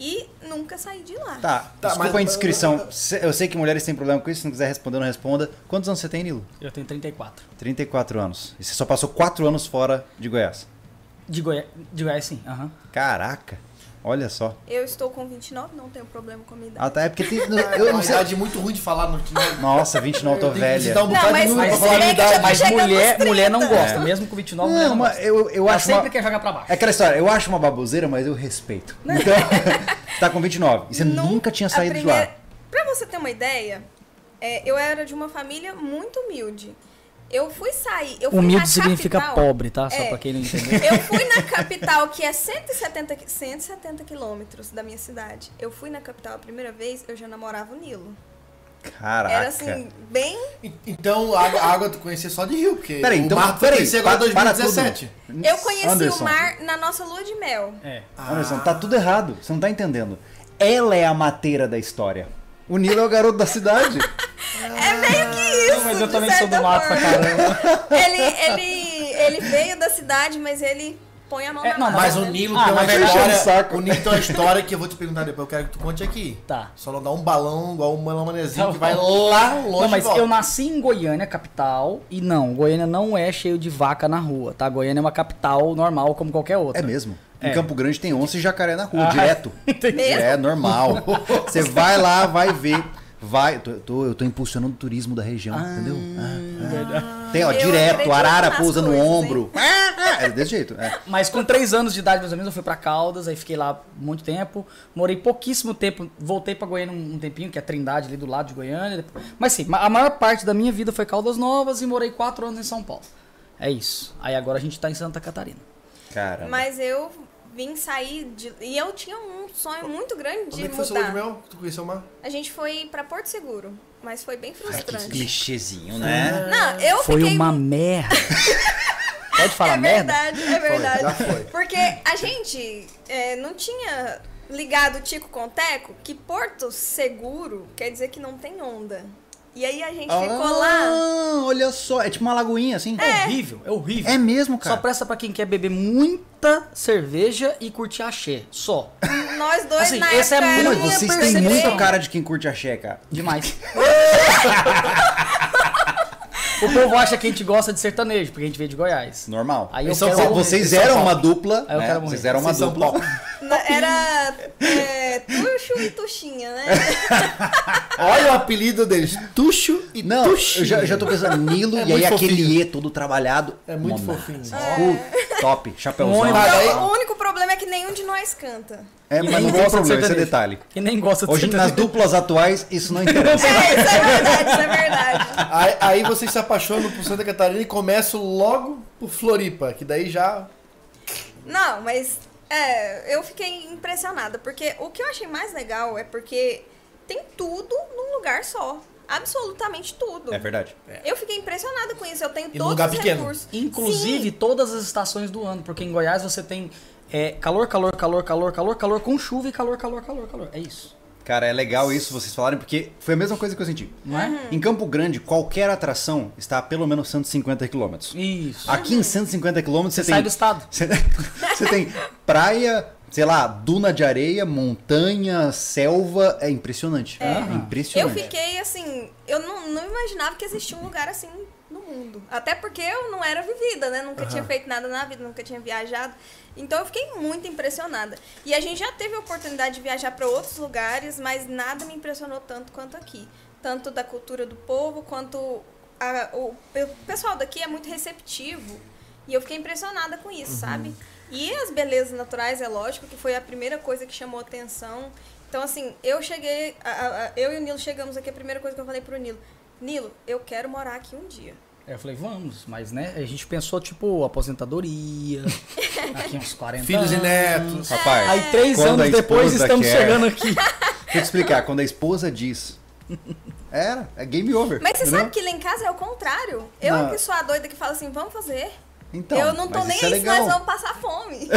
[SPEAKER 3] E nunca saí de lá.
[SPEAKER 1] Tá,
[SPEAKER 2] Tá,
[SPEAKER 1] desculpa
[SPEAKER 2] mas-
[SPEAKER 1] a indiscrição. Se- Eu sei que mulheres têm problema com isso, se não quiser responder, não responda. Quantos anos você tem, Nilo?
[SPEAKER 4] Eu tenho 34.
[SPEAKER 1] 34 anos. E você só passou 4 anos fora de Goiás.
[SPEAKER 4] De Goiás, de Goiás sim, aham.
[SPEAKER 1] Caraca, olha só.
[SPEAKER 3] Eu estou com 29, não tenho problema com a minha idade.
[SPEAKER 1] Ah, tá, é porque tem.
[SPEAKER 2] É
[SPEAKER 1] Eu
[SPEAKER 2] uma
[SPEAKER 1] não sei.
[SPEAKER 2] idade muito ruim de falar no no-
[SPEAKER 1] Nossa, 29, tô
[SPEAKER 2] Eu tenho que
[SPEAKER 1] velha.
[SPEAKER 2] te dar um bocado
[SPEAKER 3] mas-
[SPEAKER 2] de número
[SPEAKER 3] mas
[SPEAKER 2] pra falar a minha
[SPEAKER 3] seria que
[SPEAKER 2] idade.
[SPEAKER 3] já- tá
[SPEAKER 4] Mas
[SPEAKER 3] chegando aos
[SPEAKER 4] mulher,
[SPEAKER 3] 30.
[SPEAKER 4] mulher não gosta,
[SPEAKER 1] É.
[SPEAKER 4] mesmo com 29, mulher
[SPEAKER 1] Não,
[SPEAKER 4] não
[SPEAKER 1] mas
[SPEAKER 4] gosta.
[SPEAKER 1] eu, eu
[SPEAKER 4] né, Ela
[SPEAKER 1] acho.
[SPEAKER 4] sempre
[SPEAKER 1] uma-
[SPEAKER 4] quer jogar pra baixo.
[SPEAKER 1] É aquela história, eu acho uma baboseira, mas eu respeito. Então, tá com 29. E você nunca tinha
[SPEAKER 3] A
[SPEAKER 1] saído de
[SPEAKER 3] primeira-
[SPEAKER 1] lá.
[SPEAKER 3] Pra você ter uma ideia, é, eu era de uma família muito humilde. Eu fui sair. Eu fui na
[SPEAKER 4] Humilde significa
[SPEAKER 3] capital,
[SPEAKER 4] pobre, tá? Só
[SPEAKER 3] É.
[SPEAKER 4] pra quem não entendeu.
[SPEAKER 3] Eu fui na capital, que é 170, qui- 170 quilômetros da minha cidade. Eu fui na capital a primeira vez, eu já namorava o Nilo.
[SPEAKER 1] Caraca.
[SPEAKER 3] Era assim, bem.
[SPEAKER 2] Então a água, a água tu conhecia só de rio, porque
[SPEAKER 1] Peraí,
[SPEAKER 2] o
[SPEAKER 1] então.
[SPEAKER 2] mar tu
[SPEAKER 1] peraí,
[SPEAKER 2] conhecia agora em
[SPEAKER 1] pa- para
[SPEAKER 2] 2017.
[SPEAKER 1] tudo.
[SPEAKER 3] Eu conheci
[SPEAKER 1] Anderson,
[SPEAKER 3] o mar na nossa lua de mel.
[SPEAKER 4] É.
[SPEAKER 1] Anderson, tá tudo errado. Você não tá entendendo. Ela é a mateira da história. O Nilo é o garoto da cidade.
[SPEAKER 3] É meio que isso.
[SPEAKER 4] Ah, mas eu
[SPEAKER 3] de
[SPEAKER 4] também sou
[SPEAKER 3] certa
[SPEAKER 4] do mato pra
[SPEAKER 3] forma.
[SPEAKER 4] caramba.
[SPEAKER 3] Ele, ele, ele veio da cidade, mas ele põe a mão
[SPEAKER 4] É,
[SPEAKER 3] na
[SPEAKER 4] não,
[SPEAKER 3] massa,
[SPEAKER 2] Mas o
[SPEAKER 3] né?
[SPEAKER 2] Nilo
[SPEAKER 4] Ah,
[SPEAKER 2] tem uma
[SPEAKER 4] mas
[SPEAKER 1] deixa no
[SPEAKER 2] história.
[SPEAKER 1] saco.
[SPEAKER 2] O Nilo tem uma história que eu vou te perguntar depois, eu quero que tu conte aqui.
[SPEAKER 4] Tá.
[SPEAKER 2] Só não dá um balão igual um manezinho
[SPEAKER 4] Tá
[SPEAKER 2] que
[SPEAKER 4] bom.
[SPEAKER 2] vai lá longe.
[SPEAKER 4] Não, mas
[SPEAKER 2] e volta.
[SPEAKER 4] eu nasci em Goiânia, capital, e não, Goiânia não é cheio de vaca na rua, tá? Goiânia é uma capital normal como qualquer outra.
[SPEAKER 1] É Ah, mesmo. Em
[SPEAKER 4] É.
[SPEAKER 1] Campo Grande tem onça e jacaré na rua, direto.
[SPEAKER 3] Mesmo?
[SPEAKER 1] É normal. Você vai lá, vai ver. Vai, tô- eu tô, eu tô impulsionando o turismo da região, entendeu? Ah, ah. Tem, ó,
[SPEAKER 3] Eu
[SPEAKER 1] direto,
[SPEAKER 3] acredito
[SPEAKER 1] arara
[SPEAKER 3] nas
[SPEAKER 1] pousa no
[SPEAKER 3] coisas,
[SPEAKER 1] ombro. Ah, ah, É desse jeito. É.
[SPEAKER 4] Mas com três anos de idade, mais ou menos, eu fui pra Caldas, aí fiquei lá muito tempo. Morei pouquíssimo tempo, voltei pra Goiânia um um tempinho, que é Trindade ali do lado de Goiânia. Mas sim, ma- a maior parte da minha vida foi Caldas Novas e morei quatro anos em São Paulo. É isso. Aí agora a gente tá em Santa Catarina.
[SPEAKER 1] Cara.
[SPEAKER 3] Mas eu vim sair de. E eu tinha um sonho muito grande
[SPEAKER 2] Onde é
[SPEAKER 3] de
[SPEAKER 2] que foi seu lua de
[SPEAKER 3] mudar.
[SPEAKER 2] mel? Tu conheceu o mar?
[SPEAKER 3] A gente foi pra Porto Seguro, mas foi bem
[SPEAKER 1] Que
[SPEAKER 3] frustrante.
[SPEAKER 1] clichêzinho, né?
[SPEAKER 3] Não, eu
[SPEAKER 4] Foi
[SPEAKER 3] fiquei
[SPEAKER 4] uma merda. Pode falar
[SPEAKER 3] é
[SPEAKER 4] merda?
[SPEAKER 3] verdade, é verdade.
[SPEAKER 2] já foi.
[SPEAKER 3] Porque a gente é, não tinha ligado o Tico com o Teco que Porto Seguro quer dizer que não tem onda. E aí a gente ficou lá.
[SPEAKER 1] Ah, olha só. É tipo uma lagoinha, assim.
[SPEAKER 4] É horrível, é horrível.
[SPEAKER 1] É mesmo,
[SPEAKER 4] Só
[SPEAKER 1] cara.
[SPEAKER 4] presta pra quem quer beber muita cerveja e curtir axé. Só.
[SPEAKER 3] Nós dois
[SPEAKER 4] Assim,
[SPEAKER 3] na
[SPEAKER 4] esse
[SPEAKER 3] época
[SPEAKER 4] é
[SPEAKER 1] Pô,
[SPEAKER 3] era
[SPEAKER 1] Mas
[SPEAKER 4] muito-
[SPEAKER 3] uma
[SPEAKER 1] vocês têm
[SPEAKER 3] percepção.
[SPEAKER 1] muita cara de quem curte axé, cara.
[SPEAKER 4] Demais. o povo acha que a gente gosta de sertanejo, porque a gente veio de Goiás.
[SPEAKER 1] Normal.
[SPEAKER 4] Aí eu
[SPEAKER 1] São
[SPEAKER 4] quero
[SPEAKER 1] Paulo,
[SPEAKER 4] morrer.
[SPEAKER 1] vocês
[SPEAKER 4] Em São
[SPEAKER 1] eram
[SPEAKER 4] Paulo.
[SPEAKER 1] uma dupla,
[SPEAKER 4] Aí eu
[SPEAKER 1] né?
[SPEAKER 4] quero morrer.
[SPEAKER 1] Vocês eram uma
[SPEAKER 2] Vocês são
[SPEAKER 1] dupla.
[SPEAKER 2] Paulo.
[SPEAKER 3] Na- Era é, Tuxo e Tuxinha, né?
[SPEAKER 2] Olha o apelido deles. Tuxo e
[SPEAKER 1] Não,
[SPEAKER 2] Tuxinha.
[SPEAKER 1] eu já, eu já tô pensando Nilo
[SPEAKER 2] É
[SPEAKER 1] e aí
[SPEAKER 2] muito
[SPEAKER 1] aquele
[SPEAKER 2] fofinho.
[SPEAKER 1] E todo trabalhado.
[SPEAKER 2] É muito
[SPEAKER 1] Mona.
[SPEAKER 2] fofinho.
[SPEAKER 1] Cu, Top, chapéuzão.
[SPEAKER 4] Muito
[SPEAKER 2] Cara,
[SPEAKER 3] Então,
[SPEAKER 2] aí-
[SPEAKER 3] o único problema é que nenhum de nós canta.
[SPEAKER 1] É,
[SPEAKER 4] E
[SPEAKER 1] mas não tem
[SPEAKER 4] nem gosta de
[SPEAKER 1] problema, esse é
[SPEAKER 4] sertanejo.
[SPEAKER 1] detalhe.
[SPEAKER 4] E nem gosta de
[SPEAKER 1] Hoje, nas
[SPEAKER 4] sertanejo.
[SPEAKER 1] duplas atuais, isso não interessa.
[SPEAKER 3] É, isso é verdade, isso é verdade.
[SPEAKER 2] Aí, aí vocês se apaixonam por Santa Catarina e começam logo por Floripa, que daí já.
[SPEAKER 3] Não, mas é, eu fiquei impressionada, porque o que eu achei mais legal é porque tem tudo num lugar só. Absolutamente tudo.
[SPEAKER 1] É verdade.
[SPEAKER 3] Eu fiquei impressionada com isso. Eu tenho
[SPEAKER 2] E num
[SPEAKER 3] todos
[SPEAKER 2] lugar
[SPEAKER 3] os
[SPEAKER 2] pequeno.
[SPEAKER 3] recursos.
[SPEAKER 4] Inclusive, todas as estações do ano, porque em Goiás você tem é, calor, calor, calor, calor, calor, calor, com chuva e calor, calor, calor, calor. É isso.
[SPEAKER 1] Cara, é legal isso vocês falarem, porque foi a mesma coisa que eu senti.
[SPEAKER 4] Não é?
[SPEAKER 1] Em Campo Grande, qualquer atração está a pelo menos 150 quilômetros.
[SPEAKER 4] Isso.
[SPEAKER 1] Aqui em 150 quilômetros você, tem.
[SPEAKER 4] Sai do estado.
[SPEAKER 1] Você, você tem praia, sei lá, duna de areia, montanha, selva. É impressionante. É,
[SPEAKER 3] Sim. Eu
[SPEAKER 1] impressionante.
[SPEAKER 3] fiquei assim, eu não, não imaginava que existia um lugar assim no mundo. Até porque eu não era vivida, né? Nunca tinha feito nada na vida, nunca tinha viajado. Então eu fiquei muito impressionada. E a gente já teve a oportunidade de viajar para outros lugares, mas nada me impressionou tanto quanto aqui. Tanto da cultura do povo, quanto a- o pe- o pessoal daqui é muito receptivo. E eu fiquei impressionada com isso,
[SPEAKER 1] Uhum.
[SPEAKER 3] sabe? E as belezas naturais, é lógico, que foi a primeira coisa que chamou atenção. Então, assim, eu cheguei, a- a- a- eu e o Nilo chegamos aqui, a primeira coisa que eu falei pro Nilo, Nilo, eu quero morar aqui um dia.
[SPEAKER 4] Aí É, eu falei, vamos, mas né, a gente pensou, tipo, aposentadoria, aqui uns 40
[SPEAKER 2] Filhos e
[SPEAKER 4] anos.
[SPEAKER 2] netos.
[SPEAKER 1] Rapaz,
[SPEAKER 4] Aí três
[SPEAKER 1] quando a
[SPEAKER 4] anos depois
[SPEAKER 1] esposa
[SPEAKER 4] estamos
[SPEAKER 1] quer-
[SPEAKER 4] chegando aqui.
[SPEAKER 1] Deixa eu te explicar, quando a esposa diz. Era, é game over.
[SPEAKER 3] Mas você
[SPEAKER 1] entendeu?
[SPEAKER 3] sabe que lá em casa é o contrário. Eu
[SPEAKER 1] Não.
[SPEAKER 3] é que sou a doida que fala assim, vamos fazer.
[SPEAKER 1] Então,
[SPEAKER 3] eu não tô
[SPEAKER 1] mas
[SPEAKER 3] nem
[SPEAKER 1] isso é
[SPEAKER 3] aí se nós
[SPEAKER 1] legal.
[SPEAKER 3] vamos passar fome.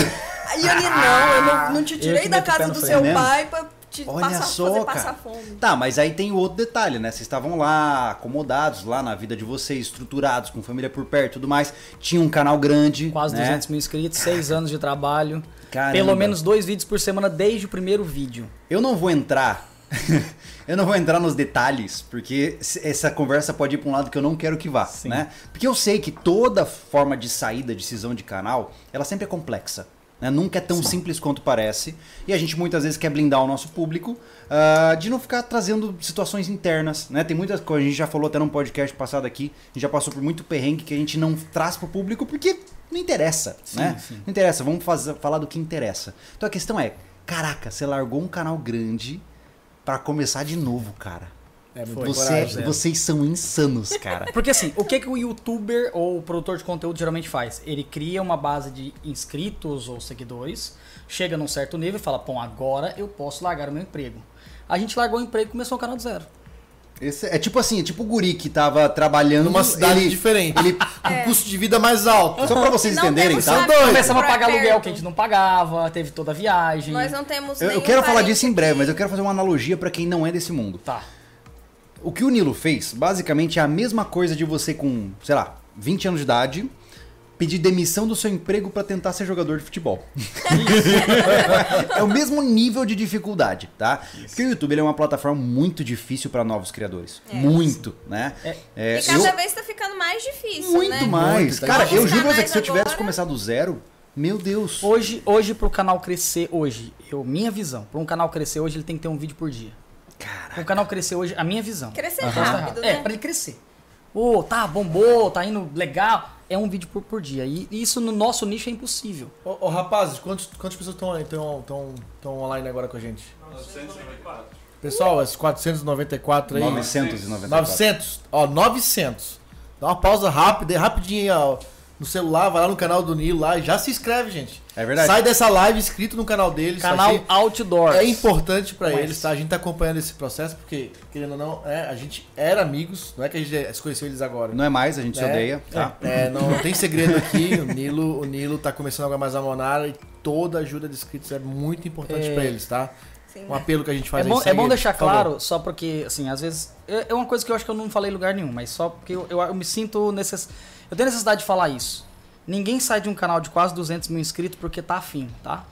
[SPEAKER 3] Aí eu li, não, eu não, não te
[SPEAKER 4] Eu
[SPEAKER 3] tirei
[SPEAKER 4] que
[SPEAKER 3] da
[SPEAKER 4] meto o pé
[SPEAKER 3] casa
[SPEAKER 4] no
[SPEAKER 3] do
[SPEAKER 4] freio
[SPEAKER 3] seu
[SPEAKER 1] mesmo.
[SPEAKER 3] pai pra te
[SPEAKER 1] né? Olha
[SPEAKER 3] passar,
[SPEAKER 1] só, cara.
[SPEAKER 3] fazer passar fome.
[SPEAKER 1] Tá, mas aí tem o outro detalhe, né? Vocês estavam lá, acomodados, lá na vida de vocês, estruturados, com família por perto e tudo mais. Tinha um canal grande.
[SPEAKER 4] Quase
[SPEAKER 1] né?
[SPEAKER 4] 200 mil inscritos, 6 anos de trabalho.
[SPEAKER 1] Caramba.
[SPEAKER 4] Pelo menos dois vídeos por semana desde o primeiro vídeo.
[SPEAKER 1] Eu não vou entrar. eu não vou entrar nos detalhes, porque se- essa conversa pode ir pra um lado que eu não quero que vá,
[SPEAKER 4] Sim.
[SPEAKER 1] né? Porque eu sei que toda forma de saída, decisão de canal, ela sempre é complexa. Né? Nunca é tão simples quanto parece. E a gente muitas vezes quer blindar o nosso público ah, de não ficar trazendo situações internas. Né? Tem muitas coisas, a gente já falou até num podcast passado aqui, a gente já passou por muito perrengue que a gente não traz pro público porque não interessa. né? Não interessa, vamos fazer- falar do que interessa. Então a questão é: caraca, você largou um canal grande pra começar de novo, cara.
[SPEAKER 2] É, muito
[SPEAKER 1] Você-
[SPEAKER 2] coragem.
[SPEAKER 1] vocês são insanos, cara.
[SPEAKER 4] Porque assim, o que, que o youtuber ou o produtor de conteúdo geralmente faz? Ele cria uma base de inscritos ou seguidores, chega num certo nível e fala, bom, agora eu posso largar o meu emprego. A gente largou o emprego e começou o canal do zero.
[SPEAKER 1] Esse- é tipo assim, é tipo o guri que tava trabalhando
[SPEAKER 2] Numa cidade
[SPEAKER 1] ele-
[SPEAKER 2] diferente.
[SPEAKER 1] ele-
[SPEAKER 2] Com custo de vida mais alto.
[SPEAKER 1] Só pra vocês
[SPEAKER 3] Não
[SPEAKER 1] entenderem,
[SPEAKER 3] temos
[SPEAKER 1] tá?
[SPEAKER 3] nada
[SPEAKER 2] doido.
[SPEAKER 4] Começamos a
[SPEAKER 3] pra
[SPEAKER 4] pagar aluguel
[SPEAKER 3] perto.
[SPEAKER 4] que a gente não pagava, teve toda a viagem.
[SPEAKER 3] Nós não temos
[SPEAKER 1] Eu, eu
[SPEAKER 3] nenhum
[SPEAKER 1] quero falar
[SPEAKER 3] parente
[SPEAKER 1] disso em breve,
[SPEAKER 3] aqui.
[SPEAKER 1] mas eu quero fazer uma analogia pra quem não é desse mundo.
[SPEAKER 4] Tá.
[SPEAKER 1] O que o Nilo fez, basicamente, é a mesma coisa de você com, sei lá, 20 anos de idade, pedir demissão do seu emprego pra tentar ser jogador de futebol. é o mesmo nível de dificuldade, tá? Porque o YouTube ele é uma plataforma muito difícil pra novos criadores. muito, né? É,
[SPEAKER 3] E cada
[SPEAKER 1] eu-
[SPEAKER 3] vez tá ficando mais difícil,
[SPEAKER 1] muito
[SPEAKER 3] né?
[SPEAKER 1] mais.
[SPEAKER 2] Muito, tá
[SPEAKER 1] Cara,
[SPEAKER 3] difícil.
[SPEAKER 1] eu juro pra você que se eu
[SPEAKER 3] Canais agora-
[SPEAKER 1] tivesse começado do zero, meu Deus.
[SPEAKER 4] Hoje, hoje pro canal crescer hoje, eu, minha visão, pra um canal crescer hoje, ele tem que ter um vídeo por dia. Pra um canal crescer hoje, a minha visão.
[SPEAKER 3] Crescer
[SPEAKER 4] Tá errado.
[SPEAKER 3] rápido,
[SPEAKER 4] É,
[SPEAKER 3] né?
[SPEAKER 4] pra ele crescer. Ô, tá, bombou, tá indo legal. é um vídeo por, por dia. E isso no nosso nicho é impossível.
[SPEAKER 2] Ô, ô, rapazes, quantos- quantas pessoas estão tão, tão, tão online agora com a gente?
[SPEAKER 5] 994.
[SPEAKER 2] Pessoal, as 494 aí.
[SPEAKER 1] 994.
[SPEAKER 2] 900. Ó, 900. Dá uma pausa rápida, é rapidinho aí, ó. No celular, vai lá no canal do Nilo lá e já se inscreve, gente.
[SPEAKER 1] É verdade.
[SPEAKER 2] Sai dessa live inscrito no canal deles.
[SPEAKER 4] Canal
[SPEAKER 2] vai
[SPEAKER 4] Outdoor.
[SPEAKER 2] ser- é importante pra
[SPEAKER 4] Mas-
[SPEAKER 2] eles, tá? A gente tá acompanhando esse processo porque, querendo ou não, é, a gente era amigos, não é que a gente se conheceu eles agora.
[SPEAKER 1] Não é mais, a gente se
[SPEAKER 2] É,
[SPEAKER 1] odeia, tá?
[SPEAKER 2] É, não, não tem segredo aqui. O Nilo, o Nilo tá começando agora mais a Monara e toda ajuda de inscritos é muito importante
[SPEAKER 4] É.
[SPEAKER 2] pra eles, tá?
[SPEAKER 3] Sim.
[SPEAKER 2] Um apelo que a gente
[SPEAKER 4] É
[SPEAKER 2] faz aí,
[SPEAKER 4] bom, é
[SPEAKER 2] segue
[SPEAKER 4] bom
[SPEAKER 2] eles,
[SPEAKER 4] deixar
[SPEAKER 2] por favor.
[SPEAKER 4] claro, só porque, assim, às vezes. É é uma coisa que eu acho que eu não falei em lugar nenhum, mas só porque eu, eu, eu me sinto. Necess... Eu tenho necessidade de falar isso. Ninguém sai de um canal de quase 200 mil inscritos porque tá afim, tá?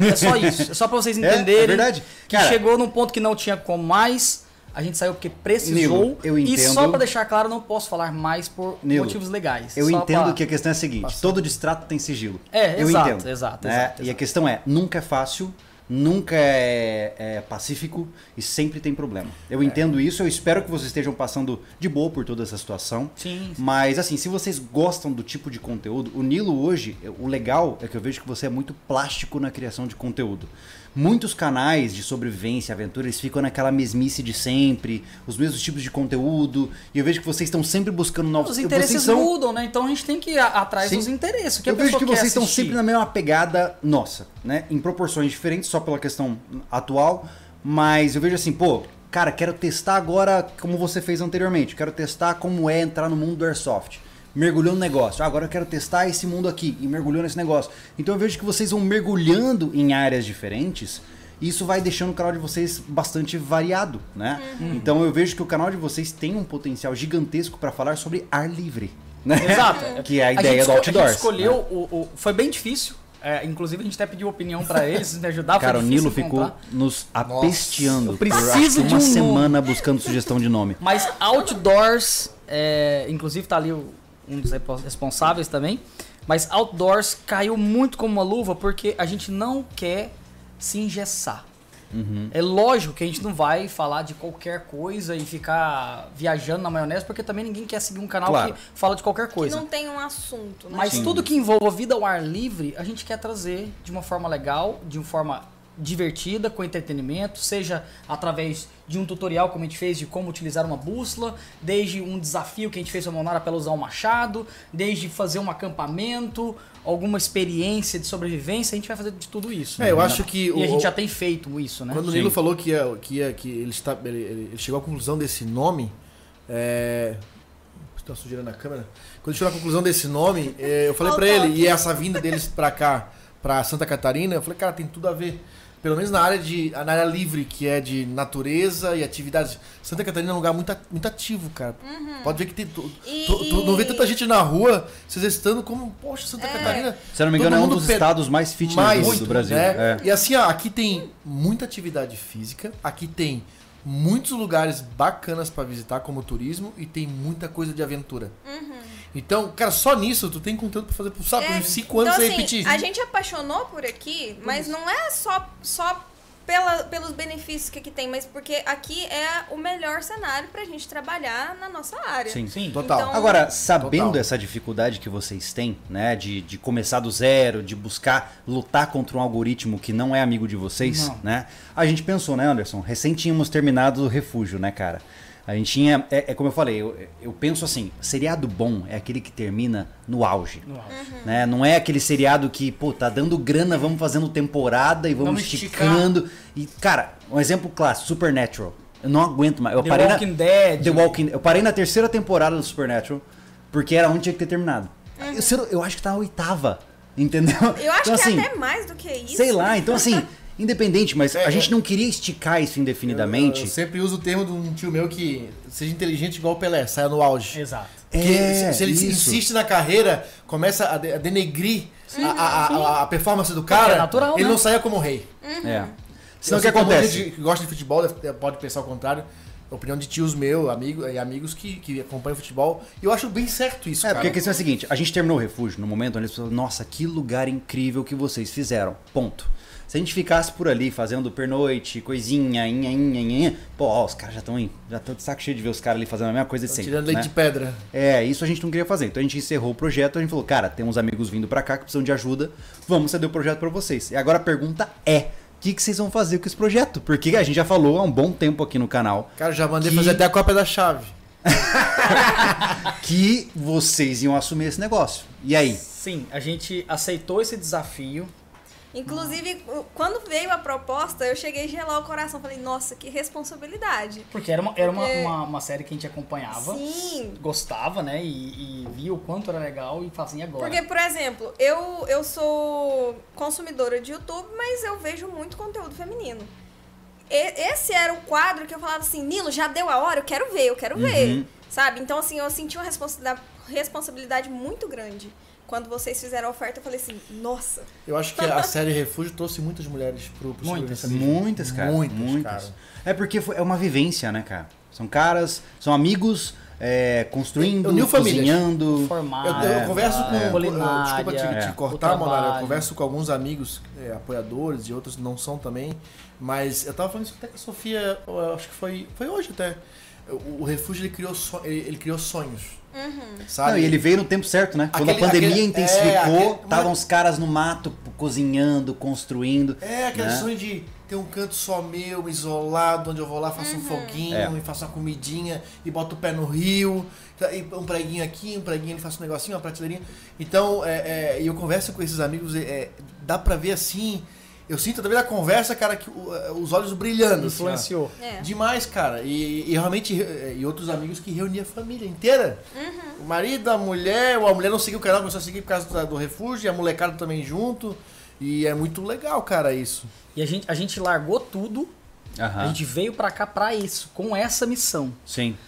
[SPEAKER 4] É só isso. É só pra vocês
[SPEAKER 1] É, é
[SPEAKER 4] entenderem.
[SPEAKER 1] verdade.
[SPEAKER 4] Que
[SPEAKER 1] Cara-
[SPEAKER 4] chegou num ponto que não tinha como mais. A gente saiu porque precisou.
[SPEAKER 1] Nilo, eu
[SPEAKER 4] E só
[SPEAKER 1] entendo.
[SPEAKER 4] pra deixar claro, não posso falar mais por
[SPEAKER 1] Nilo,
[SPEAKER 4] motivos legais.
[SPEAKER 1] Eu
[SPEAKER 4] Só
[SPEAKER 1] entendo
[SPEAKER 4] pra-
[SPEAKER 1] que a questão é a seguinte: todo distrato tem sigilo.
[SPEAKER 4] É,
[SPEAKER 1] eu
[SPEAKER 4] exato,
[SPEAKER 1] entendo.
[SPEAKER 4] exato,
[SPEAKER 1] né?
[SPEAKER 4] exato,
[SPEAKER 1] E a
[SPEAKER 4] exato.
[SPEAKER 1] questão é: nunca é fácil, nunca é, é pacífico e sempre tem problema. Eu
[SPEAKER 4] É.
[SPEAKER 1] entendo isso, eu espero que vocês estejam passando de boa por toda essa situação.
[SPEAKER 4] Sim, sim.
[SPEAKER 1] Mas assim, se vocês gostam do tipo de conteúdo, o Nilo hoje, o legal é que eu vejo que você é muito plástico na criação de conteúdo. Muitos canais de sobrevivência, aventura, eles ficam naquela mesmice de sempre, os mesmos tipos de conteúdo, e eu vejo que vocês estão sempre buscando novos
[SPEAKER 4] Os
[SPEAKER 1] vocês
[SPEAKER 4] interesses
[SPEAKER 1] são-
[SPEAKER 4] mudam, né? Então a gente tem que ir a- atrás
[SPEAKER 1] Sim.
[SPEAKER 4] dos interesses. O que
[SPEAKER 1] eu
[SPEAKER 4] a
[SPEAKER 1] vejo
[SPEAKER 4] pessoa
[SPEAKER 1] que
[SPEAKER 4] quer
[SPEAKER 1] vocês estão
[SPEAKER 4] assistir.
[SPEAKER 1] sempre na mesma pegada nossa, né? Em proporções diferentes, só pela questão atual. Mas eu vejo assim, pô, cara, quero testar agora como você fez anteriormente. Quero testar como é entrar no mundo do Airsoft. Mergulhou no negócio. Ah, agora eu quero testar esse mundo aqui. E mergulhou nesse negócio. Então eu vejo que vocês vão mergulhando em áreas diferentes isso vai deixando o canal de vocês bastante variado, né?
[SPEAKER 4] Uhum.
[SPEAKER 1] Então eu vejo que o canal de vocês tem um potencial gigantesco pra falar sobre ar livre, né?
[SPEAKER 4] Exato.
[SPEAKER 1] que é a
[SPEAKER 4] gente
[SPEAKER 1] ideia do
[SPEAKER 4] esco-
[SPEAKER 1] outdoors.
[SPEAKER 4] A gente escolheu
[SPEAKER 1] né?
[SPEAKER 4] o, o- Foi bem difícil. É, inclusive, a gente até pediu opinião pra eles, me ajudar.
[SPEAKER 1] Cara, o
[SPEAKER 4] foi difícil
[SPEAKER 1] Nilo ficou
[SPEAKER 4] encontrar.
[SPEAKER 1] nos apesteando
[SPEAKER 4] eu
[SPEAKER 1] por acho
[SPEAKER 4] preciso
[SPEAKER 1] que
[SPEAKER 4] de
[SPEAKER 1] uma
[SPEAKER 4] um
[SPEAKER 1] semana buscando sugestão de nome.
[SPEAKER 4] Mas outdoors, é, inclusive tá ali o- um dos repos- responsáveis também. Mas outdoors caiu muito como uma luva porque a gente não quer se engessar.
[SPEAKER 1] Uhum.
[SPEAKER 4] É lógico que a gente não vai falar de qualquer coisa e ficar viajando na maionese, porque também ninguém quer seguir um canal
[SPEAKER 1] Claro.
[SPEAKER 4] que fala de qualquer coisa.
[SPEAKER 3] Não tem um assunto, né?
[SPEAKER 4] Mas tudo que envolva vida ao ar livre, a gente quer trazer de uma forma legal, de uma forma divertida, com entretenimento, seja através de um tutorial como a gente fez de como utilizar uma bússola, desde um desafio que a gente fez com a Monara para usar um machado, desde fazer um acampamento, alguma experiência de sobrevivência, a gente vai fazer de tudo isso. né?
[SPEAKER 2] É, eu acho que
[SPEAKER 4] E a
[SPEAKER 2] o-
[SPEAKER 4] gente já tem feito isso, né?
[SPEAKER 2] Quando o Nilo falou que, ia- que, ia- que ele, está, ele, ele- ele chegou à conclusão desse nome, é... Estou sugerindo na câmera. Quando ele chegou à conclusão desse nome, é, eu falei pra
[SPEAKER 3] Faltou
[SPEAKER 2] ele, e essa vinda deles pra cá, pra Santa Catarina, eu falei, cara, tem tudo a ver. Pelo menos na área de na área livre, que é de natureza e atividades. Santa Catarina é um lugar muito, a- muito ativo, cara. Pode ver que tem. Tu,
[SPEAKER 3] Uhum. E-
[SPEAKER 2] tu- tu não vê tanta gente na rua se exercitando como, poxa, Santa Catarina.
[SPEAKER 1] Se eu não me
[SPEAKER 2] todo
[SPEAKER 1] engano, é um
[SPEAKER 2] mundo
[SPEAKER 1] dos
[SPEAKER 2] pe-
[SPEAKER 1] estados mais fitness do- do Brasil.
[SPEAKER 2] né?
[SPEAKER 1] É.
[SPEAKER 2] E assim, ó, aqui tem muita atividade física, aqui tem muitos lugares bacanas pra visitar como turismo e tem muita coisa de aventura. Então, cara, só nisso tu tem conteúdo pra fazer por sabe,
[SPEAKER 3] Uhum. É,
[SPEAKER 2] uns 5 anos
[SPEAKER 3] então,
[SPEAKER 2] sem
[SPEAKER 3] assim,
[SPEAKER 2] repetir.
[SPEAKER 3] A gente apaixonou por aqui, mas não é só, só pela, pelos benefícios que aqui tem, mas porque aqui é o melhor cenário pra gente trabalhar na nossa área.
[SPEAKER 1] É. Sim.
[SPEAKER 4] Sim.
[SPEAKER 2] Total.
[SPEAKER 3] Então-
[SPEAKER 1] Agora, sabendo
[SPEAKER 2] Total.
[SPEAKER 1] essa dificuldade que vocês têm, né, de, de começar do zero, de buscar lutar contra um algoritmo que não é amigo de vocês,
[SPEAKER 4] Não.
[SPEAKER 1] né? A gente pensou, né, Anderson? Recém tínhamos terminado o refúgio, né, cara? A gente tinha. É, é como eu falei, eu, eu penso assim: seriado bom é aquele que termina no auge.
[SPEAKER 4] No auge.
[SPEAKER 1] Né? Não é aquele seriado que, pô, tá dando grana, vamos fazendo temporada e vamos,
[SPEAKER 4] Vamos esticar.
[SPEAKER 1] esticando. E, cara, um exemplo clássico: Supernatural. Eu não aguento mais. Eu
[SPEAKER 4] The
[SPEAKER 1] parei na-
[SPEAKER 4] Walking Dead. né?
[SPEAKER 1] The Walking Eu parei na terceira temporada do Supernatural, porque era onde tinha que ter terminado. Eu, sei lá, eu acho que tá na oitava, entendeu?
[SPEAKER 3] Eu acho
[SPEAKER 1] Então,
[SPEAKER 3] que
[SPEAKER 1] assim,
[SPEAKER 3] é até mais do que isso.
[SPEAKER 1] Sei lá, então assim, independente, mas
[SPEAKER 2] É,
[SPEAKER 1] a gente
[SPEAKER 2] é.
[SPEAKER 1] não queria esticar isso
[SPEAKER 2] Eu,
[SPEAKER 1] indefinidamente.
[SPEAKER 2] eu sempre uso o termo de um tio meu que seja inteligente igual o Pelé, saia no auge.
[SPEAKER 4] Exato.
[SPEAKER 2] Porque
[SPEAKER 1] É,
[SPEAKER 2] se- se ele
[SPEAKER 1] isso.
[SPEAKER 2] insiste na carreira, começa a de- a denegrir a, a-
[SPEAKER 3] Uhum.
[SPEAKER 2] a- a performance do cara,
[SPEAKER 4] é natural,
[SPEAKER 2] ele
[SPEAKER 4] né?
[SPEAKER 2] não saia como rei.
[SPEAKER 1] É. Senão
[SPEAKER 2] Senão
[SPEAKER 1] o que acontece?
[SPEAKER 2] Gente que gosta de futebol deve- pode pensar o contrário. Opinião de tios meu, amigo, e amigos que, que acompanham futebol. E eu acho bem certo isso,
[SPEAKER 1] É,
[SPEAKER 2] cara.
[SPEAKER 1] porque a questão é a seguinte, a gente terminou o refúgio no momento onde eles falaram, nossa, que lugar incrível que vocês fizeram, ponto. Se a gente ficasse por ali fazendo pernoite, coisinha, inha, inha, inha, pô, ó, os caras já estão já tão de saco cheio de ver os caras ali fazendo a mesma coisa de sempre.
[SPEAKER 2] Tirando leite
[SPEAKER 1] né?
[SPEAKER 2] de pedra.
[SPEAKER 1] É, isso a gente não queria fazer. Então a gente encerrou o projeto, a gente falou, cara, tem uns amigos vindo pra cá que precisam de ajuda, vamos ceder o projeto pra vocês. E agora a pergunta é, o que, que vocês vão fazer com esse projeto? Porque a gente já falou há um bom tempo aqui no canal
[SPEAKER 2] Cara, já mandei
[SPEAKER 1] Que-
[SPEAKER 2] fazer até a cópia da chave.
[SPEAKER 1] que vocês iam assumir esse negócio. E aí?
[SPEAKER 4] Sim, a gente aceitou esse desafio.
[SPEAKER 3] Inclusive, o- quando veio a proposta, eu cheguei a gelar o coração. Falei, nossa, que responsabilidade.
[SPEAKER 4] Porque era uma, era uma,
[SPEAKER 3] Porque-
[SPEAKER 4] uma, uma série que a gente acompanhava,
[SPEAKER 3] Sim.
[SPEAKER 4] gostava, né? E, e via o quanto era legal e fazia agora.
[SPEAKER 3] Porque, por exemplo, eu, eu sou consumidora de YouTube, mas eu vejo muito conteúdo feminino. E- esse era o quadro que eu falava assim, Nilo, já deu a hora, eu quero ver, eu quero
[SPEAKER 1] Uhum.
[SPEAKER 3] ver. Sabe? Então, assim, eu senti uma responsa- responsabilidade muito grande. Quando vocês fizeram a oferta, eu falei assim, nossa,
[SPEAKER 2] Eu acho que a série Refúgio trouxe muitas mulheres pro, pro
[SPEAKER 4] Muitas.
[SPEAKER 2] sobrevivencialismo.
[SPEAKER 1] Muitas, cara.
[SPEAKER 2] Muitas,
[SPEAKER 1] Muitas.
[SPEAKER 2] cara.
[SPEAKER 1] É porque foi- é uma vivência, né, cara? São caras, são amigos, é, construindo,
[SPEAKER 2] Eu uniu famílias.
[SPEAKER 1] cozinhando.
[SPEAKER 4] Formada,
[SPEAKER 2] Eu, eu converso com. eu-
[SPEAKER 4] é, culinária,
[SPEAKER 2] desculpa te, te
[SPEAKER 1] é.
[SPEAKER 2] cortar,
[SPEAKER 4] o
[SPEAKER 2] Monara. Eu
[SPEAKER 4] trabalho.
[SPEAKER 2] converso com alguns amigos é, apoiadores e outros não são também. Mas eu tava falando isso até com a Sofia, eu acho que foi, foi hoje até. O, o Refúgio ele criou, so- ele, ele criou sonhos. Sabe?
[SPEAKER 1] Não, e ele veio no tempo certo, né? Quando
[SPEAKER 2] Aquele-
[SPEAKER 1] a pandemia
[SPEAKER 2] aquele- é,
[SPEAKER 1] intensificou,
[SPEAKER 2] aquele-
[SPEAKER 1] estavam os caras no mato p- cozinhando, construindo.
[SPEAKER 2] É, aquele
[SPEAKER 1] né?
[SPEAKER 2] sonho de ter um canto só meu, isolado, onde eu vou lá, faço um foguinho
[SPEAKER 1] É.
[SPEAKER 2] e faço uma comidinha e boto o pé no rio, e um preguinho aqui, um preguinho ali, faço um negocinho, uma prateleirinha. Então, é, é, e eu converso com esses amigos, é, é, dá pra ver assim, eu sinto através da conversa, cara, que o- é, os olhos brilhando. assim, ó.
[SPEAKER 4] Influenciou.
[SPEAKER 3] é.
[SPEAKER 2] Demais, cara. E, e realmente, é, e outros amigos que reunia a família inteira. O marido, a mulher, a mulher não seguiu o canal, começou a seguir por causa da- do refúgio, e a molecada também junto. E é muito legal, cara, isso.
[SPEAKER 4] E a gente, a gente largou tudo, a
[SPEAKER 1] Aham.
[SPEAKER 4] gente veio pra cá pra isso, com essa missão.
[SPEAKER 1] Sim.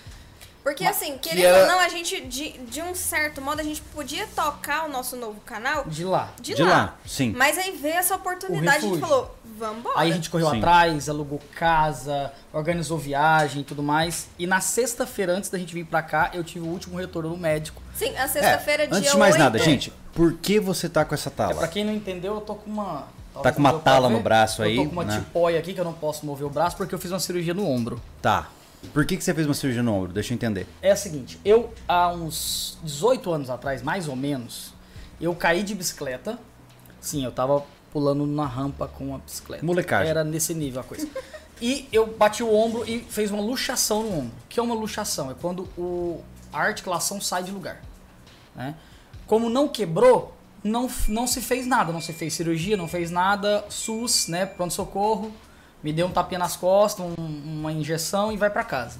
[SPEAKER 3] Porque assim, querendo
[SPEAKER 2] era-
[SPEAKER 3] ou não, a gente, de, de um certo modo, a gente podia tocar o nosso novo canal
[SPEAKER 4] De lá.
[SPEAKER 3] de,
[SPEAKER 1] De
[SPEAKER 3] lá.
[SPEAKER 1] lá, sim.
[SPEAKER 3] Mas aí veio essa oportunidade, a gente
[SPEAKER 4] refúgio.
[SPEAKER 3] falou,
[SPEAKER 2] Ah,
[SPEAKER 3] vambora.
[SPEAKER 2] é.
[SPEAKER 4] Aí a gente correu
[SPEAKER 1] Sim.
[SPEAKER 4] atrás, alugou casa, organizou viagem e tudo mais. E na sexta-feira, antes da gente vir pra cá, eu tive o último retorno do médico.
[SPEAKER 3] Sim, a
[SPEAKER 1] É,
[SPEAKER 3] sexta-feira, dia
[SPEAKER 1] antes de mais
[SPEAKER 3] 8,
[SPEAKER 1] nada, gente, por que você tá com essa
[SPEAKER 4] É, pra
[SPEAKER 1] tala?
[SPEAKER 4] quem não entendeu, eu tô com uma.
[SPEAKER 1] Tá com uma
[SPEAKER 4] talvez não deu pra
[SPEAKER 1] tala
[SPEAKER 4] ver.
[SPEAKER 1] no braço
[SPEAKER 4] Eu
[SPEAKER 1] aí,
[SPEAKER 4] tô com uma
[SPEAKER 1] né?
[SPEAKER 4] tipóia aqui que eu não posso mover o braço porque eu fiz uma cirurgia no ombro.
[SPEAKER 1] Tá. Por que, que você fez uma cirurgia no ombro? Deixa eu entender.
[SPEAKER 4] É o seguinte, eu há uns 18 anos atrás, mais ou menos, eu caí de bicicleta. Sim, eu tava pulando na rampa com a bicicleta.
[SPEAKER 1] Molecagem.
[SPEAKER 4] Era nesse nível a coisa. e eu bati o ombro e fez uma luxação no ombro. O que é uma luxação? É quando o, a articulação sai de lugar. né? Como não quebrou, não, não se fez nada. Não se fez cirurgia, não fez nada. SUS, né? Pronto-socorro. Me deu um tapinha nas costas, um- uma injeção e vai pra casa.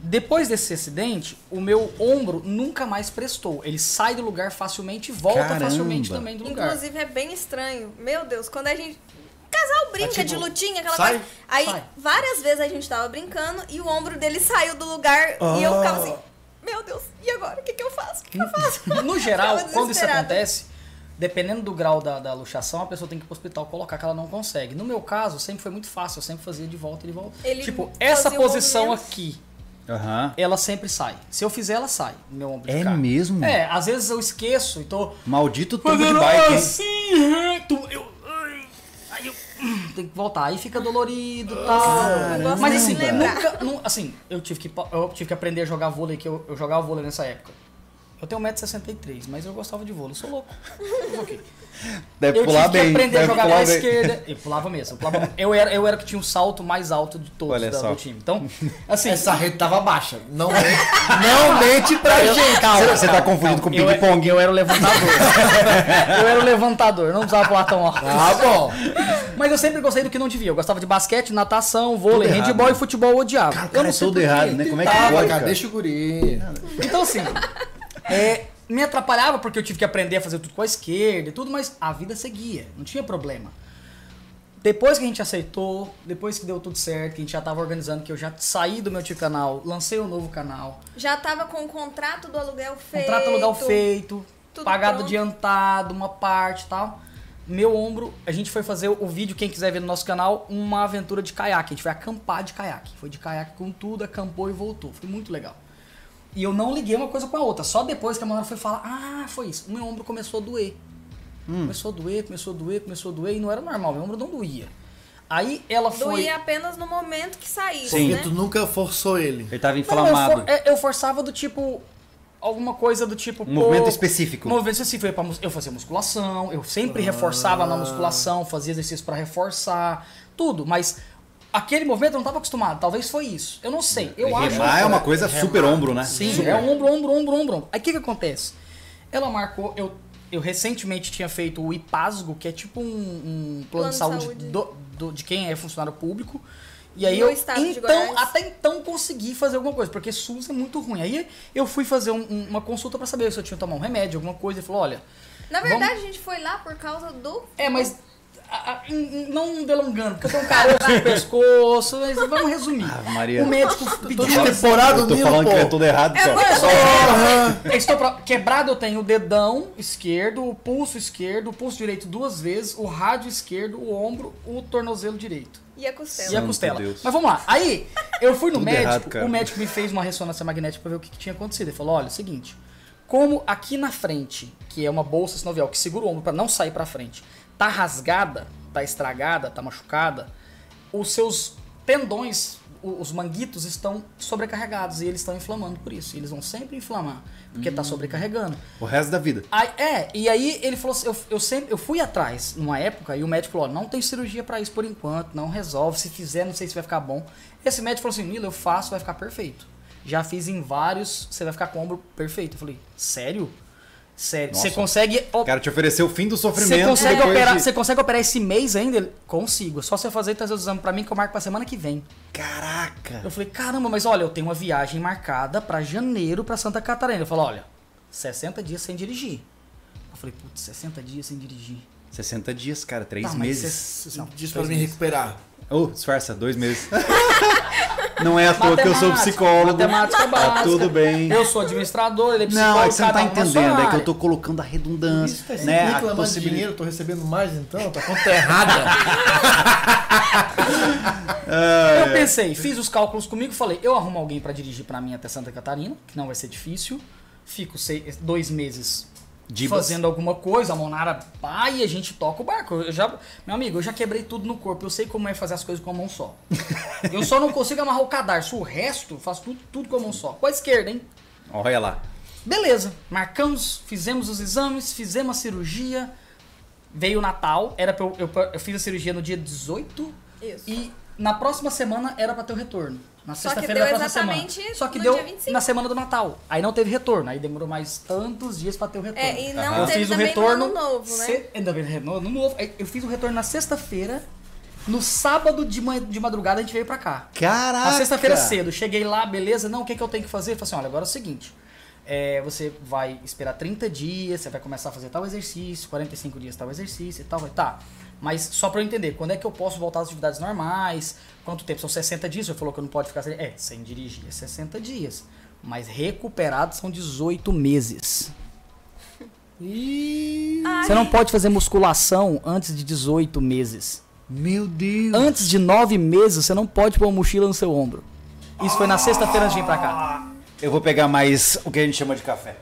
[SPEAKER 4] Depois desse acidente, o meu ombro nunca mais prestou. Ele sai do lugar facilmente e volta
[SPEAKER 1] Caramba.
[SPEAKER 4] facilmente também do lugar.
[SPEAKER 3] Inclusive, é bem estranho. Meu Deus, quando a gente... Casal brinca
[SPEAKER 4] Tá, tipo,
[SPEAKER 3] de lutinha, aquela
[SPEAKER 2] sai,
[SPEAKER 3] coisa. Aí,
[SPEAKER 4] sai.
[SPEAKER 3] várias vezes a gente tava brincando e o ombro dele saiu do lugar e eu ficava assim... Meu Deus, e agora? O que, que eu faço? O que, que eu faço?
[SPEAKER 4] Ah. Hum. No geral,
[SPEAKER 3] Ficava
[SPEAKER 4] quando isso
[SPEAKER 3] desesperada.
[SPEAKER 4] acontece, dependendo do grau da, da luxação, a pessoa tem que ir pro hospital colocar que ela não consegue. No meu caso, sempre foi muito fácil, eu sempre fazia de volta e de volta.
[SPEAKER 3] Ele
[SPEAKER 4] tipo,
[SPEAKER 3] fazia
[SPEAKER 4] essa
[SPEAKER 3] o
[SPEAKER 4] posição
[SPEAKER 3] movimento.
[SPEAKER 4] aqui,
[SPEAKER 1] Aham.
[SPEAKER 4] ela sempre sai. Se eu fizer, ela sai. no Meu ombro de
[SPEAKER 1] É
[SPEAKER 4] cá.
[SPEAKER 1] mesmo?
[SPEAKER 4] É, às vezes eu esqueço então e tô.
[SPEAKER 1] Maldito tubo de
[SPEAKER 4] Fazendo
[SPEAKER 1] bike, hein?
[SPEAKER 4] assim, reto, eu. ai, Aí eu. hum, Tem que voltar. Aí fica dolorido e
[SPEAKER 3] Caramba.
[SPEAKER 1] Ah,
[SPEAKER 4] tal. Mas assim,
[SPEAKER 3] Gosto de lembrar.
[SPEAKER 4] nunca. nu- assim, eu tive, que, pa- eu tive que aprender a jogar vôlei, que eu, eu jogava vôlei nessa época. Eu tenho 1,63m, mas eu gostava de vôlei, eu sou louco. Ok.
[SPEAKER 1] Deve
[SPEAKER 4] Eu
[SPEAKER 1] pular
[SPEAKER 4] tive
[SPEAKER 1] bem.
[SPEAKER 4] que aprender a
[SPEAKER 1] deve
[SPEAKER 4] jogar
[SPEAKER 1] pular
[SPEAKER 4] pela
[SPEAKER 1] bem.
[SPEAKER 4] esquerda. Eu pulava mesmo. Eu, pulava- eu era, eu era o que tinha um salto mais alto de todos
[SPEAKER 1] Olha
[SPEAKER 4] da-
[SPEAKER 1] só.
[SPEAKER 4] do time. Então, assim.
[SPEAKER 2] Essa rede tava baixa. Não, não mente pra gente.
[SPEAKER 4] Calma,
[SPEAKER 1] Você tá
[SPEAKER 4] calma,
[SPEAKER 1] confundindo
[SPEAKER 4] calma.
[SPEAKER 1] com
[SPEAKER 4] Eu é- era-
[SPEAKER 1] ping-pong.
[SPEAKER 4] Eu era o levantador. eu era o levantador, não precisava pular tão alto.
[SPEAKER 1] Ah,
[SPEAKER 2] Tá bom.
[SPEAKER 4] Mas eu sempre gostei do que não devia. Eu gostava de basquete, natação, vôlei,
[SPEAKER 1] errado,
[SPEAKER 4] handball
[SPEAKER 1] né?
[SPEAKER 4] e futebol eu odiava.
[SPEAKER 1] Cara, o
[SPEAKER 4] Eu
[SPEAKER 1] cara
[SPEAKER 4] não
[SPEAKER 1] é
[SPEAKER 4] sei
[SPEAKER 1] todo
[SPEAKER 4] por quê.
[SPEAKER 1] errado, né? Como é que
[SPEAKER 2] Tava,
[SPEAKER 1] pode,
[SPEAKER 2] Tá, cara,
[SPEAKER 1] cara?
[SPEAKER 2] deixa o guri.
[SPEAKER 4] Então assim, é, me atrapalhava porque eu tive que aprender a fazer tudo com a esquerda e tudo, mas a vida seguia, não tinha problema. Depois que a gente aceitou, depois que deu tudo certo, que a gente já tava organizando, que eu já saí do meu tio canal, lancei um novo canal,
[SPEAKER 3] Já tava com o contrato do aluguel feito.
[SPEAKER 4] contrato aluguel feito,
[SPEAKER 3] Tudo
[SPEAKER 4] pagado
[SPEAKER 3] pronto.
[SPEAKER 4] adiantado, uma parte e tal. Meu ombro, a gente foi fazer o vídeo, quem quiser ver no nosso canal, uma aventura de caiaque. A gente foi acampar de caiaque. Foi de caiaque com tudo, acampou e voltou. Foi muito legal. E eu não liguei uma coisa com a outra. Só depois que a Manara foi falar, ah, foi isso. O meu ombro começou a doer. Começou a doer, começou a doer, começou a doer, e não era normal, meu ombro não doía. Aí ela foi.
[SPEAKER 3] Doía apenas no momento que saísse,
[SPEAKER 1] Sim.
[SPEAKER 2] Porque
[SPEAKER 3] né?
[SPEAKER 2] tu nunca forçou ele.
[SPEAKER 1] Ele tava
[SPEAKER 4] Não, eu for-
[SPEAKER 1] inflamado.
[SPEAKER 4] é, eu, forçava do tipo. Alguma coisa do tipo.
[SPEAKER 1] Um movimento específico.
[SPEAKER 4] Um movimento específico. Eu ia pra mus- Eu fazia musculação, eu sempre reforçava
[SPEAKER 1] Ah.
[SPEAKER 4] na musculação, fazia exercício pra reforçar, tudo, mas. Aquele movimento eu não estava acostumado, talvez foi isso. Eu não sei. Eu acho.
[SPEAKER 1] Remar é uma coisa super ombro, né?
[SPEAKER 4] Sim,
[SPEAKER 1] Super.
[SPEAKER 4] é ombro, ombro, ombro, ombro, ombro. Aí o que, que acontece? Ela marcou, eu, eu recentemente tinha feito o IPASGO, que é tipo um, um plano, de saúde, do- do- de quem é funcionário público. E aí
[SPEAKER 3] No
[SPEAKER 4] eu,
[SPEAKER 3] estado de
[SPEAKER 4] então,
[SPEAKER 3] Goiás.
[SPEAKER 4] até então consegui fazer alguma coisa, porque SUS é muito ruim. Aí eu fui fazer um- um- uma consulta pra saber se eu tinha que tomar um remédio, alguma coisa, e falou, olha...
[SPEAKER 3] Na
[SPEAKER 4] vamos-
[SPEAKER 3] verdade, a gente foi lá por causa do.
[SPEAKER 4] É, mas a- a- em- em- não delongando, porque eu tenho um caroço no pescoço, mas vamos resumir.
[SPEAKER 1] Ave Maria.
[SPEAKER 4] O médico
[SPEAKER 2] Todo
[SPEAKER 4] pediu...
[SPEAKER 2] temporado
[SPEAKER 1] Eu tô
[SPEAKER 2] nilo,
[SPEAKER 1] falando
[SPEAKER 2] pô.
[SPEAKER 1] que é tudo errado,
[SPEAKER 3] É
[SPEAKER 1] cara.
[SPEAKER 3] muito
[SPEAKER 4] É Eu Estou pro- quebrado, eu tenho o dedão esquerdo, o pulso esquerdo, o pulso direito duas vezes, o rádio esquerdo, o ombro, o tornozelo direito.
[SPEAKER 3] E a
[SPEAKER 4] E
[SPEAKER 3] costela.
[SPEAKER 4] a costela.
[SPEAKER 1] Deus.
[SPEAKER 4] Mas vamos lá. Aí, eu fui no
[SPEAKER 1] Tudo
[SPEAKER 4] médico,
[SPEAKER 1] errado, cara.
[SPEAKER 4] o médico me fez uma ressonância magnética pra ver o que, que tinha acontecido. Ele falou: olha, é o seguinte, como aqui na frente, que é uma bolsa sinovial que segura o ombro pra não sair pra frente, tá rasgada, tá estragada, tá machucada, os seus tendões, o- os manguitos estão sobrecarregados e eles estão inflamando por isso. Eles vão sempre inflamar, porque
[SPEAKER 1] Hum.
[SPEAKER 4] tá sobrecarregando.
[SPEAKER 1] O resto da vida.
[SPEAKER 4] Aí- é, e aí ele falou assim, eu, eu sempre, eu fui atrás numa época e o médico falou, ó, não tem cirurgia pra isso por enquanto, não resolve, se fizer não sei se vai ficar bom. Esse médico falou assim, Nilo, eu faço, vai ficar perfeito. Já fiz em vários, você vai ficar com o ombro perfeito. Eu falei, sério? Sério,
[SPEAKER 1] Nossa.
[SPEAKER 4] você consegue...
[SPEAKER 1] O cara te ofereceu o fim do
[SPEAKER 4] Você
[SPEAKER 1] sofrimento.
[SPEAKER 4] consegue,
[SPEAKER 1] depois
[SPEAKER 4] operar,
[SPEAKER 1] de-
[SPEAKER 4] você consegue operar esse mês ainda? Ele, Consigo. É Só você fazer e trazer os exames pra mim que eu marco pra semana que vem.
[SPEAKER 1] Caraca.
[SPEAKER 4] Eu falei, caramba, mas olha, eu tenho uma viagem marcada pra janeiro pra Santa Catarina. Eu falei, olha, 60 dias sem dirigir. Eu falei, putz, 60 dias sem dirigir.
[SPEAKER 1] 60 dias, cara. Três
[SPEAKER 4] Tá, mas
[SPEAKER 1] meses.
[SPEAKER 4] cê-
[SPEAKER 2] Você
[SPEAKER 4] não,
[SPEAKER 2] disse pra
[SPEAKER 4] dois
[SPEAKER 2] me
[SPEAKER 4] meses.
[SPEAKER 2] recuperar.
[SPEAKER 1] Ô, disfarça. Dois meses. Não é à toa que eu sou
[SPEAKER 4] Matemática,
[SPEAKER 1] psicólogo.
[SPEAKER 4] Matemática
[SPEAKER 1] Tá
[SPEAKER 4] básica.
[SPEAKER 1] tudo bem.
[SPEAKER 4] Eu sou administrador, ele é psicólogo.
[SPEAKER 1] Não, é que você não tá
[SPEAKER 4] cada um na sua
[SPEAKER 1] entendendo. É que eu
[SPEAKER 4] área.
[SPEAKER 1] tô colocando a redundância,
[SPEAKER 2] Isso tá
[SPEAKER 1] né?
[SPEAKER 2] né?
[SPEAKER 1] A
[SPEAKER 2] reclamando de
[SPEAKER 1] possibilidade.
[SPEAKER 2] dinheiro, tô recebendo mais então, tá conta errada.
[SPEAKER 4] Eu pensei, fiz os cálculos comigo, falei, eu arrumo alguém pra dirigir pra mim até Santa Catarina, que não vai ser difícil. Fico seis- dois meses
[SPEAKER 1] Dibas.
[SPEAKER 4] fazendo alguma coisa, a Monara vai e a gente toca o barco. Eu já, meu amigo, eu já quebrei tudo no corpo, eu sei como é fazer as coisas com a mão só. eu só não consigo amarrar o cadarço, o resto eu faço tudo, tudo com a mão só. Com a esquerda, hein?
[SPEAKER 1] Olha lá.
[SPEAKER 4] Beleza, marcamos, fizemos os exames, fizemos a cirurgia. Veio o Natal, era pra eu, eu, eu fiz a cirurgia no dia 18
[SPEAKER 3] Isso.
[SPEAKER 4] e na próxima semana era pra ter o retorno. Na
[SPEAKER 3] Só que
[SPEAKER 4] sexta-feira da
[SPEAKER 3] deu
[SPEAKER 4] próxima semana.
[SPEAKER 3] exatamente
[SPEAKER 4] Só que
[SPEAKER 3] no
[SPEAKER 4] deu
[SPEAKER 3] dia 25.
[SPEAKER 4] na semana do Natal. Aí não teve retorno, aí demorou mais tantos dias pra ter o retorno.
[SPEAKER 3] É, e não
[SPEAKER 1] Aham.
[SPEAKER 4] Ah. Eu
[SPEAKER 3] teve
[SPEAKER 4] fiz o
[SPEAKER 3] também
[SPEAKER 4] retorno.
[SPEAKER 3] no ano novo, né?
[SPEAKER 4] se- Ainda bem, no ano novo. Aí Eu fiz o retorno na sexta-feira. No sábado de, ma- de madrugada a gente veio pra cá.
[SPEAKER 1] Caraca.
[SPEAKER 4] Na sexta-feira cedo, cheguei lá, beleza, não, o que, que eu tenho que fazer? Eu falei assim, olha, agora é o seguinte, é, você vai esperar 30 dias, você vai começar a fazer tal exercício, 45 dias tal exercício e tal, vai, tá. Mas só pra eu entender, quando é que eu posso voltar às atividades normais? Quanto tempo? São 60 dias? Você falou que eu não pode ficar sem... É, sem dirigir, é 60 dias. Mas recuperado são 18 meses. Você não pode fazer musculação antes de 18 meses.
[SPEAKER 1] Meu Deus.
[SPEAKER 4] Antes de nove meses, você não pode pôr uma mochila no seu ombro. Isso foi na sexta-feira antes de vir pra cá.
[SPEAKER 1] Eu vou pegar mais o que a gente chama de café.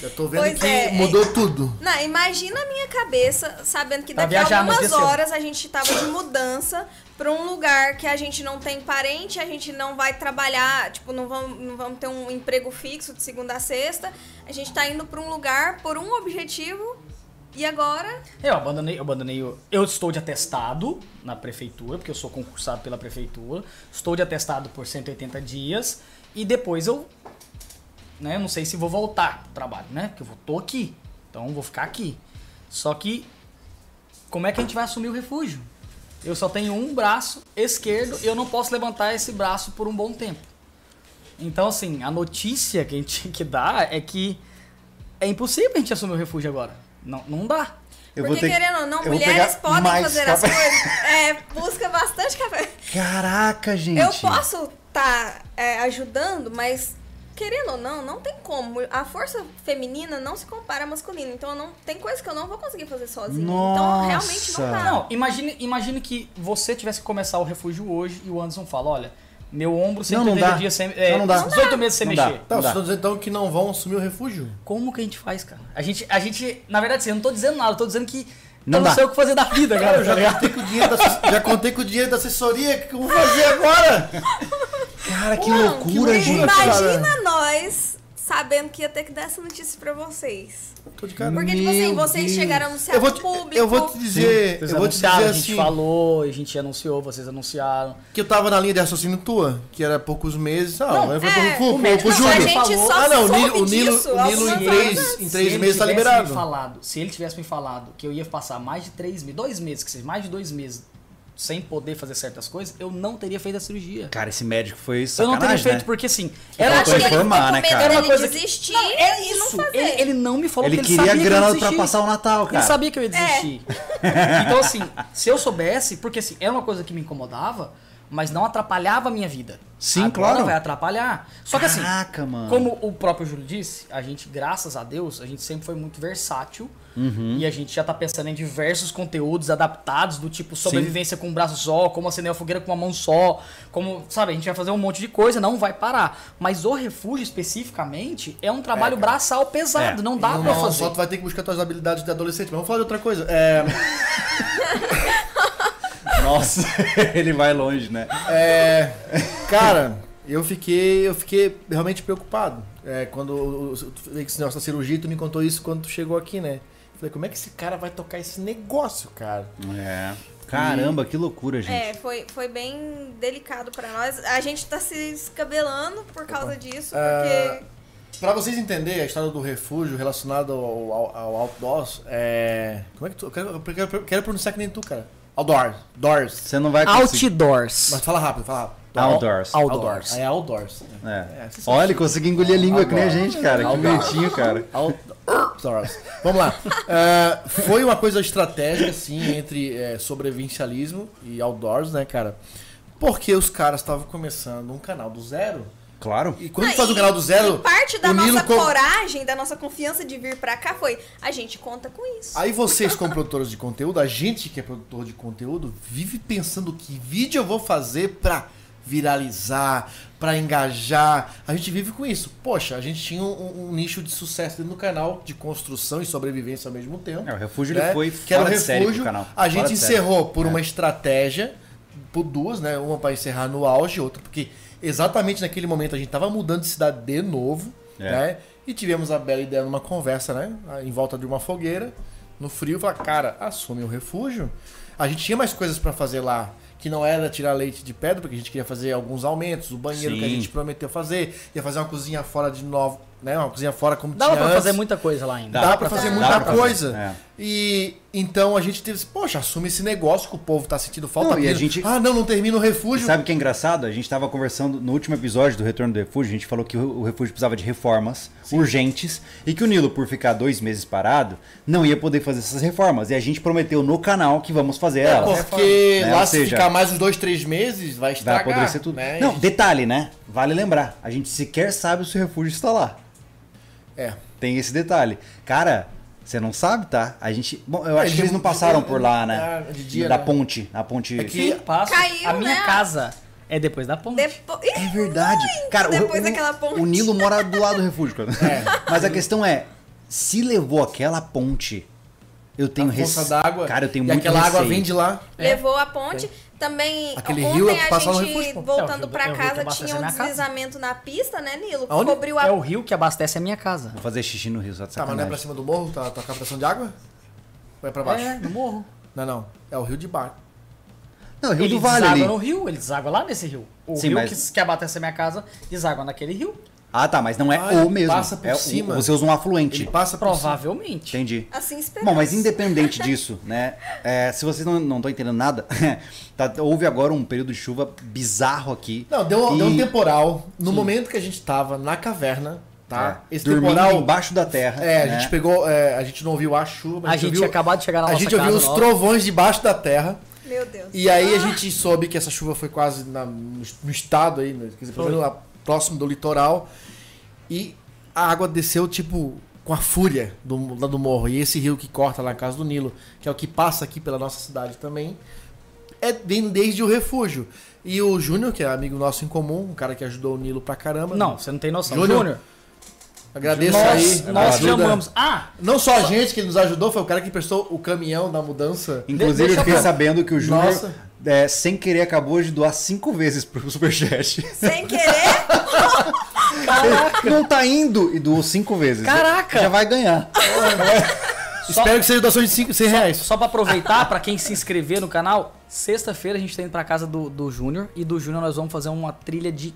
[SPEAKER 2] Já tô vendo
[SPEAKER 3] Pois
[SPEAKER 2] que
[SPEAKER 3] é,
[SPEAKER 2] mudou tudo.
[SPEAKER 3] Não, imagina a minha cabeça sabendo que
[SPEAKER 4] Pra
[SPEAKER 3] daqui
[SPEAKER 4] viajar
[SPEAKER 3] a
[SPEAKER 4] no
[SPEAKER 3] algumas
[SPEAKER 4] dia cedo.
[SPEAKER 3] horas a gente tava de mudança pra um lugar que a gente não tem parente, a gente não vai trabalhar, tipo, não vamos, não vamos ter um emprego fixo de segunda a sexta. A gente tá indo pra um lugar por um objetivo e agora
[SPEAKER 4] É, Eu abandonei, eu abandonei. o- Eu estou de atestado na prefeitura, porque eu sou concursado pela prefeitura. Estou de atestado por 180 dias e depois eu, né, eu não sei se vou voltar pro trabalho, né? Porque eu vou- tô aqui. Então eu vou ficar aqui. Só que como é que a gente vai assumir o refúgio? Eu só tenho um braço esquerdo e eu não posso levantar esse braço por um bom tempo. Então, assim, a notícia que a gente tinha que dar é que é impossível a gente assumir o refúgio agora. Não, não dá.
[SPEAKER 1] Eu vou
[SPEAKER 3] porque
[SPEAKER 1] ter que-
[SPEAKER 3] querendo ou não,
[SPEAKER 1] eu vou
[SPEAKER 3] mulheres
[SPEAKER 1] pegar
[SPEAKER 3] podem
[SPEAKER 1] mais
[SPEAKER 3] fazer as
[SPEAKER 1] café.
[SPEAKER 3] coisas. É, busca bastante café.
[SPEAKER 1] Caraca, gente.
[SPEAKER 3] Eu posso estar ajudando, mas querendo ou não, não tem como. A força feminina não se compara à masculina. Então eu não, tem coisa que eu não vou conseguir fazer sozinha. Então realmente não
[SPEAKER 1] Nossa.
[SPEAKER 3] dá.
[SPEAKER 4] Não, imagine, imagine que você tivesse que começar o refúgio hoje e o Anderson fala, olha, Meu ombro
[SPEAKER 1] Não, não
[SPEAKER 4] 180
[SPEAKER 1] dá.
[SPEAKER 4] dias sem. É,
[SPEAKER 1] Não, não dá.
[SPEAKER 4] 18 meses sem
[SPEAKER 1] Não dá.
[SPEAKER 4] mexer.
[SPEAKER 1] Não
[SPEAKER 2] Tá, vocês
[SPEAKER 1] dá.
[SPEAKER 2] estão dizendo então que não vão assumir o refúgio?
[SPEAKER 4] Como que a gente faz, cara? A gente. A gente na verdade, assim, eu não tô dizendo nada, eu tô dizendo que
[SPEAKER 1] Não
[SPEAKER 4] eu não
[SPEAKER 1] dá.
[SPEAKER 4] sei o que fazer da vida,
[SPEAKER 2] Cara, eu
[SPEAKER 4] cara. tá
[SPEAKER 2] já
[SPEAKER 4] ligado?
[SPEAKER 2] contei com o dinheiro da, já contei com o dinheiro da assessoria, o que eu vou fazer agora?
[SPEAKER 1] Cara, que
[SPEAKER 3] Mano,
[SPEAKER 1] loucura,
[SPEAKER 3] que
[SPEAKER 1] gente.
[SPEAKER 3] Imagina nós sabendo que ia ter que dar essa notícia pra vocês.
[SPEAKER 2] Tô de cara.
[SPEAKER 3] Porque, tipo assim,
[SPEAKER 1] Meu
[SPEAKER 3] vocês
[SPEAKER 1] Deus.
[SPEAKER 3] chegaram a anunciar
[SPEAKER 2] Eu vou
[SPEAKER 3] pro
[SPEAKER 2] te,
[SPEAKER 3] público.
[SPEAKER 2] eu vou te dizer,
[SPEAKER 4] Vocês
[SPEAKER 2] eu vou te dizer
[SPEAKER 4] anunciaram, a gente
[SPEAKER 2] assim,
[SPEAKER 4] falou, a gente anunciou, vocês anunciaram.
[SPEAKER 2] que eu tava na linha de raciocínio tua, que era poucos meses, ah,
[SPEAKER 4] Não,
[SPEAKER 2] eu vou
[SPEAKER 3] é,
[SPEAKER 2] pro Fu-
[SPEAKER 4] o médico
[SPEAKER 2] pro
[SPEAKER 4] não,
[SPEAKER 3] a
[SPEAKER 2] Júlio.
[SPEAKER 3] gente
[SPEAKER 4] falou.
[SPEAKER 3] só
[SPEAKER 2] Ah, não, o
[SPEAKER 3] soube
[SPEAKER 2] Nilo- o Nilo-
[SPEAKER 3] disso assim,
[SPEAKER 2] o
[SPEAKER 3] há
[SPEAKER 2] Nilo em
[SPEAKER 3] algumas
[SPEAKER 2] três-
[SPEAKER 3] horas.
[SPEAKER 2] em
[SPEAKER 4] Se
[SPEAKER 2] três
[SPEAKER 4] ele
[SPEAKER 2] meses tá
[SPEAKER 4] tivesse me
[SPEAKER 2] liberado.
[SPEAKER 4] falado, se ele tivesse me falado que eu ia passar mais de três meses, dois meses, que seja, mais de dois meses sem poder fazer certas coisas, eu não teria feito a cirurgia.
[SPEAKER 1] Cara, esse médico foi
[SPEAKER 4] eu
[SPEAKER 1] sacanagem,
[SPEAKER 4] não teria feito
[SPEAKER 1] né?
[SPEAKER 4] porque assim,
[SPEAKER 3] Eu
[SPEAKER 4] era
[SPEAKER 3] acho
[SPEAKER 1] Faltou
[SPEAKER 3] que ele ficou com
[SPEAKER 1] informar, né,
[SPEAKER 3] medo
[SPEAKER 1] cara?
[SPEAKER 4] Era uma
[SPEAKER 3] dele
[SPEAKER 4] coisa que-
[SPEAKER 3] desistir
[SPEAKER 4] Não, é
[SPEAKER 3] e não
[SPEAKER 4] isso.
[SPEAKER 3] fazer.
[SPEAKER 4] Ele, ele não me falou
[SPEAKER 1] Ele
[SPEAKER 4] que ele
[SPEAKER 1] queria
[SPEAKER 4] sabia que eu
[SPEAKER 1] grana
[SPEAKER 4] ia
[SPEAKER 1] pra
[SPEAKER 4] desistir.
[SPEAKER 1] passar o Natal, cara.
[SPEAKER 4] Ele sabia
[SPEAKER 3] É.
[SPEAKER 4] que eu ia desistir. Então, assim, se eu soubesse, porque assim, era uma coisa que me incomodava, mas não atrapalhava a minha vida.
[SPEAKER 1] Sim,
[SPEAKER 4] Agora
[SPEAKER 1] claro. Ah,
[SPEAKER 4] vai atrapalhar. Só que assim,
[SPEAKER 1] Caraca, mano.
[SPEAKER 4] como o próprio Júlio disse, a gente, graças a Deus, a gente sempre foi muito versátil. E a gente já tá pensando em diversos conteúdos adaptados, do tipo sobrevivência com um braço só, como acender a fogueira com uma mão só, como, sabe, a gente vai fazer um monte de coisa, não vai parar. Mas o refúgio, especificamente, é um trabalho braçal pesado,
[SPEAKER 1] É.
[SPEAKER 4] não dá
[SPEAKER 2] Não,
[SPEAKER 4] pra
[SPEAKER 2] não,
[SPEAKER 4] fazer.
[SPEAKER 2] só tu vai ter que buscar tuas habilidades de adolescente, mas vamos falar de outra coisa. É,
[SPEAKER 1] Nossa, ele vai longe, né?
[SPEAKER 2] É, cara, eu fiquei, eu fiquei realmente preocupado. É, quando o- o- tu fez esse negócio da cirurgia, tu me contou isso quando tu chegou aqui, né? Falei, como é que esse cara vai tocar esse negócio, cara?
[SPEAKER 1] É. Caramba, que loucura, gente.
[SPEAKER 3] É, foi, foi bem delicado pra nós. A gente tá se escabelando por
[SPEAKER 4] Tá
[SPEAKER 3] causa disso,
[SPEAKER 1] Ah,
[SPEAKER 3] porque.
[SPEAKER 2] Pra vocês entenderem a história do refúgio relacionado ao, ao, ao outdoors, é. Como é que tu. Eu quero, eu quero, eu quero pronunciar que nem tu, cara. Outdoors. Doors.
[SPEAKER 1] Você não vai conseguir.
[SPEAKER 4] Outdoors.
[SPEAKER 2] Mas fala rápido, fala rápido.
[SPEAKER 1] Outdoors.
[SPEAKER 4] Out-
[SPEAKER 2] Outdoors. É outdoors.
[SPEAKER 1] É.
[SPEAKER 2] É, vocês são
[SPEAKER 1] Olha, ele conseguiu engolir a língua que nem a
[SPEAKER 2] Agora.
[SPEAKER 1] gente, cara. Que bonitinho, cara.
[SPEAKER 2] Outdoors. Vamos lá. É, foi uma coisa estratégica, assim, entre é, sobrevivencialismo e outdoors, né, cara? Porque os caras estavam começando um canal do zero.
[SPEAKER 1] Claro.
[SPEAKER 2] E quando
[SPEAKER 3] Não,
[SPEAKER 2] faz um
[SPEAKER 3] e-
[SPEAKER 2] canal do
[SPEAKER 3] e
[SPEAKER 2] zero.
[SPEAKER 3] parte da
[SPEAKER 2] o Nilo
[SPEAKER 3] nossa
[SPEAKER 2] com-
[SPEAKER 3] coragem, da nossa confiança de vir pra cá foi: a gente conta com isso.
[SPEAKER 2] Aí vocês, como produtores de conteúdo, a gente que é produtor de conteúdo, vive pensando que vídeo eu vou fazer pra viralizar, pra engajar. A gente vive com isso. Poxa, a gente tinha um, um nicho de sucesso dentro do canal, de construção e sobrevivência ao mesmo tempo.
[SPEAKER 1] É, o refúgio ele
[SPEAKER 2] né?
[SPEAKER 1] foi
[SPEAKER 2] que era o
[SPEAKER 1] fora de série
[SPEAKER 2] refúgio.
[SPEAKER 1] pro canal.
[SPEAKER 2] A
[SPEAKER 1] Fora
[SPEAKER 2] gente
[SPEAKER 1] de série.
[SPEAKER 2] encerrou por
[SPEAKER 4] É.
[SPEAKER 2] uma estratégia, por duas, né? Uma pra encerrar no auge, outra porque exatamente naquele momento a gente tava mudando de cidade de novo,
[SPEAKER 1] É.
[SPEAKER 2] né? E tivemos a bela ideia numa conversa, né? Em volta de uma fogueira, no frio, falar, cara, assume o refúgio. A gente tinha mais coisas pra fazer lá, que não era tirar leite de pedra, porque a gente queria fazer alguns aumentos, o banheiro que a
[SPEAKER 1] Sim.
[SPEAKER 2] gente prometeu fazer, ia fazer uma cozinha fora de novo, né? Uma cozinha fora como
[SPEAKER 4] Dava
[SPEAKER 2] tinha
[SPEAKER 4] pra
[SPEAKER 2] antes.
[SPEAKER 4] fazer muita coisa lá ainda.
[SPEAKER 2] Dá, pra fazer
[SPEAKER 1] dá
[SPEAKER 2] muita
[SPEAKER 1] pra fazer,
[SPEAKER 2] coisa.
[SPEAKER 1] é.
[SPEAKER 2] E então a gente teve, poxa, assume esse negócio que o povo tá sentindo falta.
[SPEAKER 1] Não, e a
[SPEAKER 2] pedindo,
[SPEAKER 1] gente-
[SPEAKER 2] Ah, não, não termina o refúgio.
[SPEAKER 1] Sabe o que é engraçado? A gente tava conversando no último episódio do Retorno do Refúgio, a gente falou que o o refúgio precisava de reformas urgentes e que o Nilo, por ficar dois meses parado, não ia poder fazer essas reformas. E a gente prometeu no canal que vamos fazer
[SPEAKER 2] É,
[SPEAKER 1] elas.
[SPEAKER 2] porque
[SPEAKER 1] Né,
[SPEAKER 2] lá
[SPEAKER 1] ou
[SPEAKER 2] se
[SPEAKER 1] seja,
[SPEAKER 2] ficar mais uns dois, três meses, vai
[SPEAKER 1] Vai
[SPEAKER 2] estragar.
[SPEAKER 1] apodrecer tudo.
[SPEAKER 2] né?
[SPEAKER 1] Não, detalhe, né? Vale lembrar, a gente sequer sabe se o refúgio está lá.
[SPEAKER 2] É.
[SPEAKER 1] Tem esse detalhe. Cara, você não sabe, tá? A gente. Bom, eu acho
[SPEAKER 2] É, de- um
[SPEAKER 1] que eles não passaram
[SPEAKER 2] de-
[SPEAKER 1] por lá,
[SPEAKER 2] ah,
[SPEAKER 1] né?
[SPEAKER 2] de dia,
[SPEAKER 1] da
[SPEAKER 2] né?
[SPEAKER 1] ponte. Na ponte.
[SPEAKER 2] É que-
[SPEAKER 4] Sim, passo.
[SPEAKER 3] Caiu,
[SPEAKER 4] a minha
[SPEAKER 3] né?
[SPEAKER 4] casa é depois da ponte.
[SPEAKER 3] Depo... Ih,
[SPEAKER 1] É verdade.
[SPEAKER 3] muito
[SPEAKER 1] Cara, o-
[SPEAKER 3] depois
[SPEAKER 1] o,
[SPEAKER 3] daquela ponte.
[SPEAKER 1] o Nilo mora do lado do refúgio. Cara. Mas a questão é, se levou aquela ponte, eu tenho
[SPEAKER 2] A força
[SPEAKER 1] um rece-
[SPEAKER 2] d'água.
[SPEAKER 1] Cara, eu tenho
[SPEAKER 2] e
[SPEAKER 1] muito
[SPEAKER 2] aquela água
[SPEAKER 1] receio.
[SPEAKER 2] vem de lá.
[SPEAKER 4] É.
[SPEAKER 3] Levou a ponte. Também,
[SPEAKER 2] Aquele
[SPEAKER 3] ontem
[SPEAKER 2] rio é que
[SPEAKER 3] a
[SPEAKER 2] passa lá no
[SPEAKER 3] gente,
[SPEAKER 2] refúgio, pô.
[SPEAKER 4] É, o
[SPEAKER 3] voltando
[SPEAKER 4] rio- é o
[SPEAKER 3] pra
[SPEAKER 4] rio que
[SPEAKER 3] casa,
[SPEAKER 4] abastece
[SPEAKER 3] tinha
[SPEAKER 4] a
[SPEAKER 3] um
[SPEAKER 4] minha casa.
[SPEAKER 3] deslizamento na pista, né, Nilo? Que
[SPEAKER 2] Aonde?
[SPEAKER 3] Cobriu a
[SPEAKER 4] É o rio que abastece a minha casa.
[SPEAKER 1] Vou fazer xixi no rio, só de
[SPEAKER 2] Tá, mas não é pra
[SPEAKER 1] sacanagem.
[SPEAKER 2] cima do morro? Tá, tá a captação de água? Vai pra baixo?
[SPEAKER 4] É, no morro.
[SPEAKER 2] Não, não. É o rio de baixo.
[SPEAKER 1] não, rio
[SPEAKER 4] ele
[SPEAKER 1] do Vale
[SPEAKER 4] deságua
[SPEAKER 1] ali.
[SPEAKER 4] no rio, ele deságua lá nesse rio. O
[SPEAKER 1] Sim,
[SPEAKER 4] rio
[SPEAKER 1] mas-
[SPEAKER 4] que, que abastece a minha casa deságua naquele rio.
[SPEAKER 1] Ah, tá, mas não é
[SPEAKER 2] Ah,
[SPEAKER 1] o
[SPEAKER 2] ele
[SPEAKER 1] mesmo.
[SPEAKER 2] passa por
[SPEAKER 1] é o-
[SPEAKER 2] cima.
[SPEAKER 1] você usa um afluente.
[SPEAKER 2] Ele passa por cima.
[SPEAKER 4] Provavelmente.
[SPEAKER 1] Entendi.
[SPEAKER 3] Assim esperamos.
[SPEAKER 1] Bom, mas independente disso, né? é, se vocês não estão entendendo nada, tá, houve agora um período de chuva bizarro aqui.
[SPEAKER 2] Não, deu,
[SPEAKER 1] E-
[SPEAKER 2] deu um temporal. No momento que a gente tava na caverna, tá?
[SPEAKER 1] É,
[SPEAKER 2] Esse
[SPEAKER 1] dormindo
[SPEAKER 2] temporal.
[SPEAKER 1] embaixo da terra.
[SPEAKER 2] É, a
[SPEAKER 1] né?
[SPEAKER 2] gente pegou. é, a gente não ouviu a chuva.
[SPEAKER 4] A gente
[SPEAKER 2] ouviu,
[SPEAKER 4] tinha acabado de chegar na
[SPEAKER 2] A
[SPEAKER 4] nossa
[SPEAKER 2] gente ouviu
[SPEAKER 4] casa Ah.
[SPEAKER 2] os
[SPEAKER 4] nova.
[SPEAKER 2] trovões debaixo da terra.
[SPEAKER 3] Meu Deus.
[SPEAKER 2] E aí a gente soube que essa chuva foi quase na- no, no estado aí, né, quer dizer, pelo menos lá próximo do litoral. E a água desceu, tipo, com a fúria do, lá do morro. E esse rio que corta lá na casa do Nilo, que é o que passa aqui pela nossa cidade também, é, vem desde o refúgio. E o Júnior, que é amigo nosso em comum, um cara que ajudou o Nilo pra caramba.
[SPEAKER 4] Não, você não tem noção.
[SPEAKER 2] Júnior,
[SPEAKER 4] Júnior,
[SPEAKER 2] Agradeço
[SPEAKER 4] nós,
[SPEAKER 1] é
[SPEAKER 2] aí.
[SPEAKER 4] nós
[SPEAKER 2] ajuda.
[SPEAKER 4] chamamos. Ah,
[SPEAKER 2] Não só a gente que nos ajudou, foi o cara que prestou o caminhão da mudança.
[SPEAKER 1] Inclusive,
[SPEAKER 4] deixa
[SPEAKER 1] eu fiquei
[SPEAKER 4] pra-
[SPEAKER 1] sabendo que o Júnior,
[SPEAKER 2] Nossa.
[SPEAKER 1] é, sem querer, acabou de doar cinco vezes pro Superchat.
[SPEAKER 3] Sem querer,
[SPEAKER 1] Não tá indo e doou cinco vezes.
[SPEAKER 4] Caraca!
[SPEAKER 1] Já vai ganhar.
[SPEAKER 4] só,
[SPEAKER 2] Espero que seja doação de 5, 100 reais.
[SPEAKER 4] só pra aproveitar, pra quem se inscrever no canal, sexta-feira a gente tá indo pra casa do, do Júnior. E do Júnior nós vamos fazer uma trilha de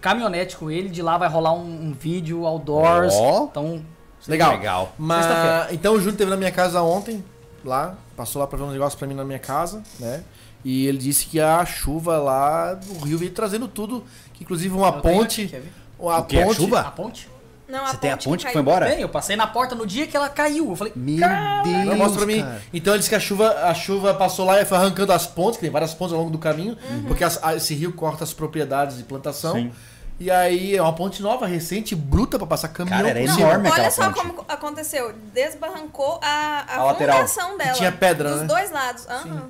[SPEAKER 4] caminhonete com ele. De lá vai rolar um, um vídeo outdoors.
[SPEAKER 1] Ó.
[SPEAKER 4] Então,
[SPEAKER 2] Legal.
[SPEAKER 1] Legal.
[SPEAKER 2] Mas,
[SPEAKER 4] Sexta-feira.
[SPEAKER 2] então o Júnior teve na minha casa ontem, lá, passou lá pra ver um negócio pra mim na minha casa, né? E ele disse que a chuva lá do Rio veio trazendo tudo, que inclusive uma
[SPEAKER 4] Eu tenho
[SPEAKER 2] ponte.
[SPEAKER 4] aqui, quer ver?
[SPEAKER 2] uma
[SPEAKER 1] O quê? A
[SPEAKER 2] ponte.
[SPEAKER 1] chuva?
[SPEAKER 4] a ponte?
[SPEAKER 3] não,
[SPEAKER 1] Você tem a ponte que
[SPEAKER 3] caiu.
[SPEAKER 1] foi embora?
[SPEAKER 4] Tem, eu passei na porta no dia que ela caiu. Eu falei,
[SPEAKER 1] Meu
[SPEAKER 2] Ah, Não,
[SPEAKER 1] Deus.
[SPEAKER 2] mostra pra mim.
[SPEAKER 1] cara.
[SPEAKER 2] Então ele disse que a chuva, a chuva passou lá e foi arrancando as pontes, que tem várias pontes ao longo do caminho,
[SPEAKER 4] Uhum.
[SPEAKER 2] porque as- a- esse rio corta as propriedades de plantação.
[SPEAKER 1] Sim.
[SPEAKER 2] E aí é uma ponte nova, recente, bruta pra passar caminhão.
[SPEAKER 1] Cara, era
[SPEAKER 2] por
[SPEAKER 3] Não,
[SPEAKER 2] cima.
[SPEAKER 1] enorme aquela
[SPEAKER 3] olha só
[SPEAKER 1] ponte.
[SPEAKER 3] como aconteceu. Desbarrancou a, a,
[SPEAKER 1] A lateral.
[SPEAKER 3] fundação dela.
[SPEAKER 2] tinha pedra,
[SPEAKER 3] Dos
[SPEAKER 2] né?
[SPEAKER 3] dois lados. Aham.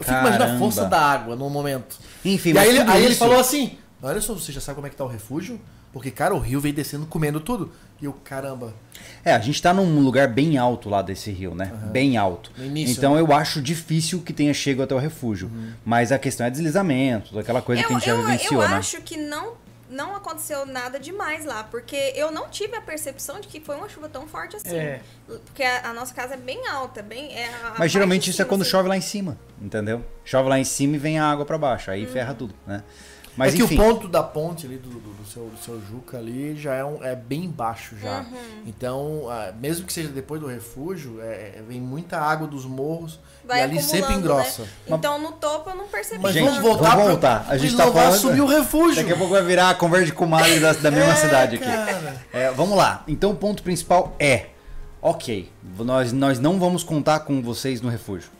[SPEAKER 2] Eu fico imaginando a
[SPEAKER 1] Caramba.
[SPEAKER 2] força da água no momento.
[SPEAKER 1] Enfim,
[SPEAKER 2] E aí,
[SPEAKER 1] mas
[SPEAKER 2] ele,
[SPEAKER 1] tudo
[SPEAKER 2] aí ele
[SPEAKER 1] isso-
[SPEAKER 2] falou assim: Olha só, você já sabe como é que tá o refúgio? Porque, cara, o rio veio descendo, comendo tudo. E eu, caramba.
[SPEAKER 1] É, a gente tá num lugar bem alto lá desse rio, né? Bem alto.
[SPEAKER 2] No início, né? Uhum.
[SPEAKER 1] então eu acho difícil que tenha chego até o refúgio. Mas a questão é deslizamento, aquela coisa que a
[SPEAKER 3] Eu,
[SPEAKER 1] gente já
[SPEAKER 3] eu, eu
[SPEAKER 1] vivenciou, né?
[SPEAKER 3] acho que não, não aconteceu nada demais lá, porque eu não tive a percepção de que foi uma chuva tão forte assim.
[SPEAKER 4] É.
[SPEAKER 3] Porque a, a nossa casa é bem alta, bem. É a- a parte
[SPEAKER 1] Mas
[SPEAKER 3] de
[SPEAKER 1] geralmente isso é
[SPEAKER 3] cima,
[SPEAKER 1] quando
[SPEAKER 3] assim.
[SPEAKER 1] chove lá em cima, entendeu? Chove lá em cima e vem a água pra baixo, aí ferra tudo, né? Mas
[SPEAKER 2] é que
[SPEAKER 1] enfim,
[SPEAKER 2] o ponto da ponte ali do, do- do seu, do seu Juca ali já é, um- é bem baixo já.
[SPEAKER 3] Uhum.
[SPEAKER 2] Então, ah, mesmo que seja depois do refúgio, é- é- vem muita água dos morros e
[SPEAKER 3] Vai
[SPEAKER 2] ali sempre
[SPEAKER 3] acumulando,
[SPEAKER 2] engrossa.
[SPEAKER 3] né? Então no topo eu não percebi.
[SPEAKER 2] Mas
[SPEAKER 1] Gente,
[SPEAKER 2] vamos
[SPEAKER 3] tanto.
[SPEAKER 2] voltar
[SPEAKER 1] vamos voltar.
[SPEAKER 2] pra
[SPEAKER 1] A gente tá
[SPEAKER 2] inovar,
[SPEAKER 1] falando-
[SPEAKER 2] subir o refúgio.
[SPEAKER 1] daqui a pouco vai virar a conversa de comadre da, da mesma cidade aqui.
[SPEAKER 2] cara.
[SPEAKER 1] É, vamos lá. Então o ponto principal é, ok, nós, nós não vamos contar com vocês no refúgio,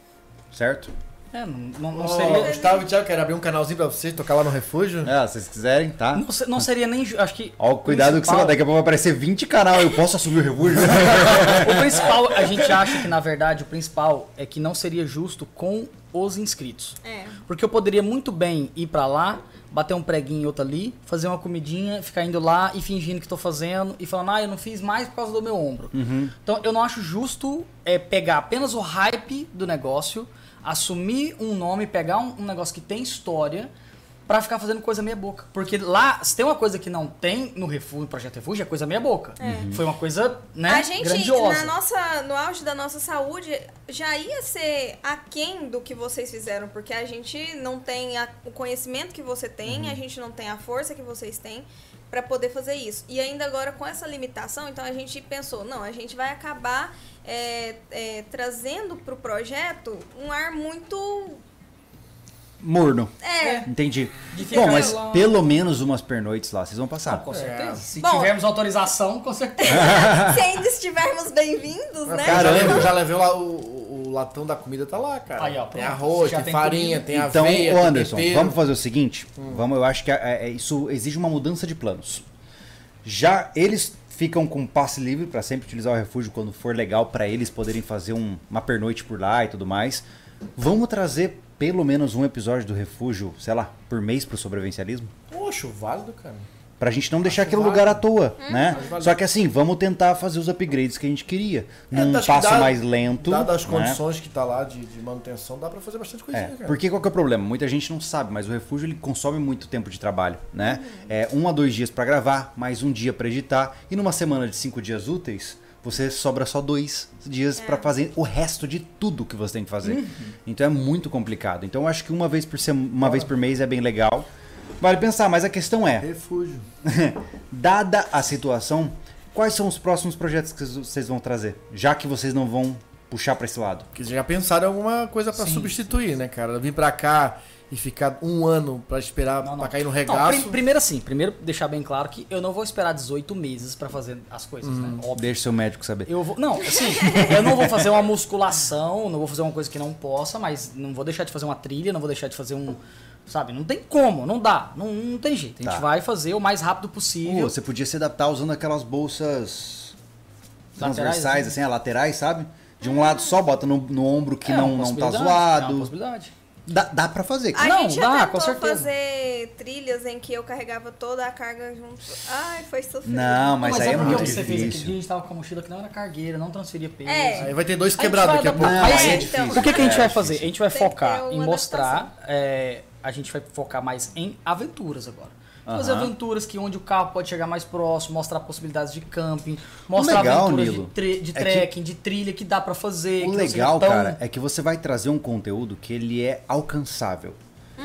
[SPEAKER 1] certo?
[SPEAKER 4] é, não, não- não
[SPEAKER 2] Ô,
[SPEAKER 4] seria.
[SPEAKER 2] Gustavo e Thiago, quero abrir um canalzinho pra vocês, tocar lá no refúgio.
[SPEAKER 1] É, se vocês quiserem, tá?
[SPEAKER 4] Não, se- não seria nem. ju- Acho que.
[SPEAKER 1] Ó, cuidado que sei lá,
[SPEAKER 4] principal-
[SPEAKER 1] daqui a pouco vai aparecer 20 canal, eu posso assumir o refúgio?
[SPEAKER 4] O principal, a gente acha que na verdade o principal é que não seria justo com os inscritos.
[SPEAKER 3] É.
[SPEAKER 4] Porque eu poderia muito bem ir pra lá, bater um preguinho em outro ali, fazer uma comidinha, ficar indo lá e fingindo que tô fazendo e falando, ah, eu não fiz mais por causa do meu ombro. Então eu não acho justo é, pegar apenas o hype do negócio, assumir um nome, pegar um, um negócio que tem história. Pra ficar fazendo coisa meia boca. Porque lá, se tem uma coisa que não tem no refúgio, Projeto Refúgio, é coisa meia boca. Foi uma coisa, né,
[SPEAKER 3] A gente,
[SPEAKER 4] grandiosa.
[SPEAKER 3] na nossa, no auge da nossa saúde, já ia ser aquém do que vocês fizeram, porque a gente não tem a- o conhecimento que você
[SPEAKER 4] Uhum.
[SPEAKER 3] tem, a gente não tem a força que vocês têm pra poder fazer isso. E ainda agora com essa limitação, então a gente pensou, não, a gente vai acabar é, é, trazendo pro projeto um ar muito.
[SPEAKER 1] Morno.
[SPEAKER 3] É,
[SPEAKER 1] Entendi.
[SPEAKER 4] De ficar
[SPEAKER 1] Bom, mas
[SPEAKER 4] lá.
[SPEAKER 1] pelo menos umas pernoites lá, vocês vão
[SPEAKER 4] Ah,
[SPEAKER 1] passar.
[SPEAKER 4] com certeza. Se
[SPEAKER 3] Bom.
[SPEAKER 4] tivermos autorização, com certeza.
[SPEAKER 1] É,
[SPEAKER 4] É.
[SPEAKER 3] se ainda estivermos bem-vindos, né?
[SPEAKER 2] Cara, já levei, já levei lá o, o- o latão da comida, tá lá, cara.
[SPEAKER 4] Aí, ó,
[SPEAKER 2] tem
[SPEAKER 4] pronto.
[SPEAKER 2] arroz,
[SPEAKER 4] Já
[SPEAKER 2] tem,
[SPEAKER 4] tem
[SPEAKER 2] farinha,
[SPEAKER 4] comida.
[SPEAKER 2] tem
[SPEAKER 1] Então,
[SPEAKER 2] aveia,
[SPEAKER 1] ô
[SPEAKER 2] tem
[SPEAKER 1] Anderson,
[SPEAKER 2] tempero.
[SPEAKER 1] vamos fazer o seguinte? Vamos, eu acho que é, é, isso exige uma mudança de planos. Já eles ficam com um passe livre pra sempre utilizar o refúgio quando for legal pra eles poderem fazer um- uma pernoite por lá e tudo mais. Vamos trazer pelo menos um episódio do refúgio, sei lá, por mês pro sobrevivencialismo?
[SPEAKER 2] Poxa, válido, cara.
[SPEAKER 1] Pra gente não deixar aquele
[SPEAKER 2] válido. Hum,
[SPEAKER 1] lugar à toa, né?
[SPEAKER 2] Acho válido.
[SPEAKER 1] Só que assim, vamos tentar fazer os upgrades que a gente queria.
[SPEAKER 2] É,
[SPEAKER 1] Num
[SPEAKER 2] acho que
[SPEAKER 1] um passo
[SPEAKER 2] dá-
[SPEAKER 1] mais lento.
[SPEAKER 2] Dadas as
[SPEAKER 1] né?
[SPEAKER 2] condições que tá lá de, de manutenção, dá pra fazer bastante coisinha,
[SPEAKER 1] É,
[SPEAKER 2] cara.
[SPEAKER 1] porque qual que é o problema? Muita gente não sabe, mas o refúgio ele consome muito tempo de trabalho, né? É um a dois dias pra gravar, mais um dia pra editar e numa semana de cinco dias úteis você sobra só dois dias pra fazer o resto de tudo que você tem que fazer. Então é muito complicado. Então eu acho que uma vez por sema, uma vez por mês é bem legal. Vale pensar, mas a questão é,
[SPEAKER 2] Refúgio.
[SPEAKER 1] dada a situação, quais são os próximos projetos que vocês vão trazer? Já que vocês não vão puxar pra esse lado.
[SPEAKER 2] Porque já pensaram em alguma coisa pra substituir, né, cara? Vir pra cá e ficar um ano pra esperar
[SPEAKER 4] Não, não.
[SPEAKER 2] pra cair no
[SPEAKER 4] Não,
[SPEAKER 2] regaço.
[SPEAKER 4] pri- primeiro assim, primeiro deixar bem claro que eu não vou esperar 18 meses pra fazer as coisas,
[SPEAKER 1] Hum.
[SPEAKER 4] né? Óbvio.
[SPEAKER 1] Deixa seu médico saber.
[SPEAKER 4] Eu vou, não, assim, eu não vou fazer uma musculação, não vou fazer uma coisa que não possa, mas não vou deixar de fazer uma trilha, não vou deixar de fazer um, sabe, não tem como, não dá, não, não tem jeito. A gente
[SPEAKER 1] Tá.
[SPEAKER 4] vai fazer o mais rápido
[SPEAKER 1] Pô,
[SPEAKER 4] possível.
[SPEAKER 1] você podia se adaptar usando aquelas bolsas
[SPEAKER 4] Laterais,
[SPEAKER 1] transversais,
[SPEAKER 4] assim.
[SPEAKER 1] assim, a laterais, sabe? De um lado só, bota no, no ombro que
[SPEAKER 4] É uma
[SPEAKER 1] não, não tá
[SPEAKER 4] possibilidade, É uma
[SPEAKER 1] zoado.
[SPEAKER 4] possibilidade.
[SPEAKER 1] Dá, dá pra fazer.
[SPEAKER 3] A
[SPEAKER 1] cara.
[SPEAKER 4] Ai. Não,
[SPEAKER 3] gente já
[SPEAKER 4] dá,
[SPEAKER 3] tentou
[SPEAKER 4] com certeza.
[SPEAKER 3] fazer trilhas em que eu carregava toda a carga junto. Ai, foi sofrido.
[SPEAKER 1] Não, mas,
[SPEAKER 4] Não,
[SPEAKER 1] aí é
[SPEAKER 4] porque o
[SPEAKER 1] muito
[SPEAKER 4] que você fez aqui, a
[SPEAKER 1] difícil.
[SPEAKER 4] gente tava com a mochila que não era cargueira, não transferia peso.
[SPEAKER 3] É.
[SPEAKER 2] Aí vai ter dois
[SPEAKER 4] gente
[SPEAKER 2] quebrados
[SPEAKER 4] vai
[SPEAKER 2] daqui a pouco.
[SPEAKER 4] adaptar.
[SPEAKER 1] Não, aí é
[SPEAKER 3] Mas então-
[SPEAKER 1] difícil.
[SPEAKER 4] O que, que a gente
[SPEAKER 1] É,
[SPEAKER 4] vai
[SPEAKER 1] é
[SPEAKER 4] fazer? A
[SPEAKER 1] difícil.
[SPEAKER 4] gente vai
[SPEAKER 3] Tem que ter
[SPEAKER 4] focar
[SPEAKER 3] uma
[SPEAKER 4] em mostrar. é, a gente vai focar mais em aventuras agora. Fazer
[SPEAKER 1] Aham.
[SPEAKER 4] aventuras que onde o carro pode chegar mais próximo, mostrar possibilidades de camping, mostrar
[SPEAKER 1] legal,
[SPEAKER 4] aventuras
[SPEAKER 1] Nilo,
[SPEAKER 4] de, tre- de
[SPEAKER 1] é que-
[SPEAKER 4] trekking, de trilha que dá pra
[SPEAKER 1] O
[SPEAKER 4] fazer. que não seja
[SPEAKER 1] Um legal,
[SPEAKER 4] tão-
[SPEAKER 1] cara, é que você vai trazer um conteúdo que ele é alcançável.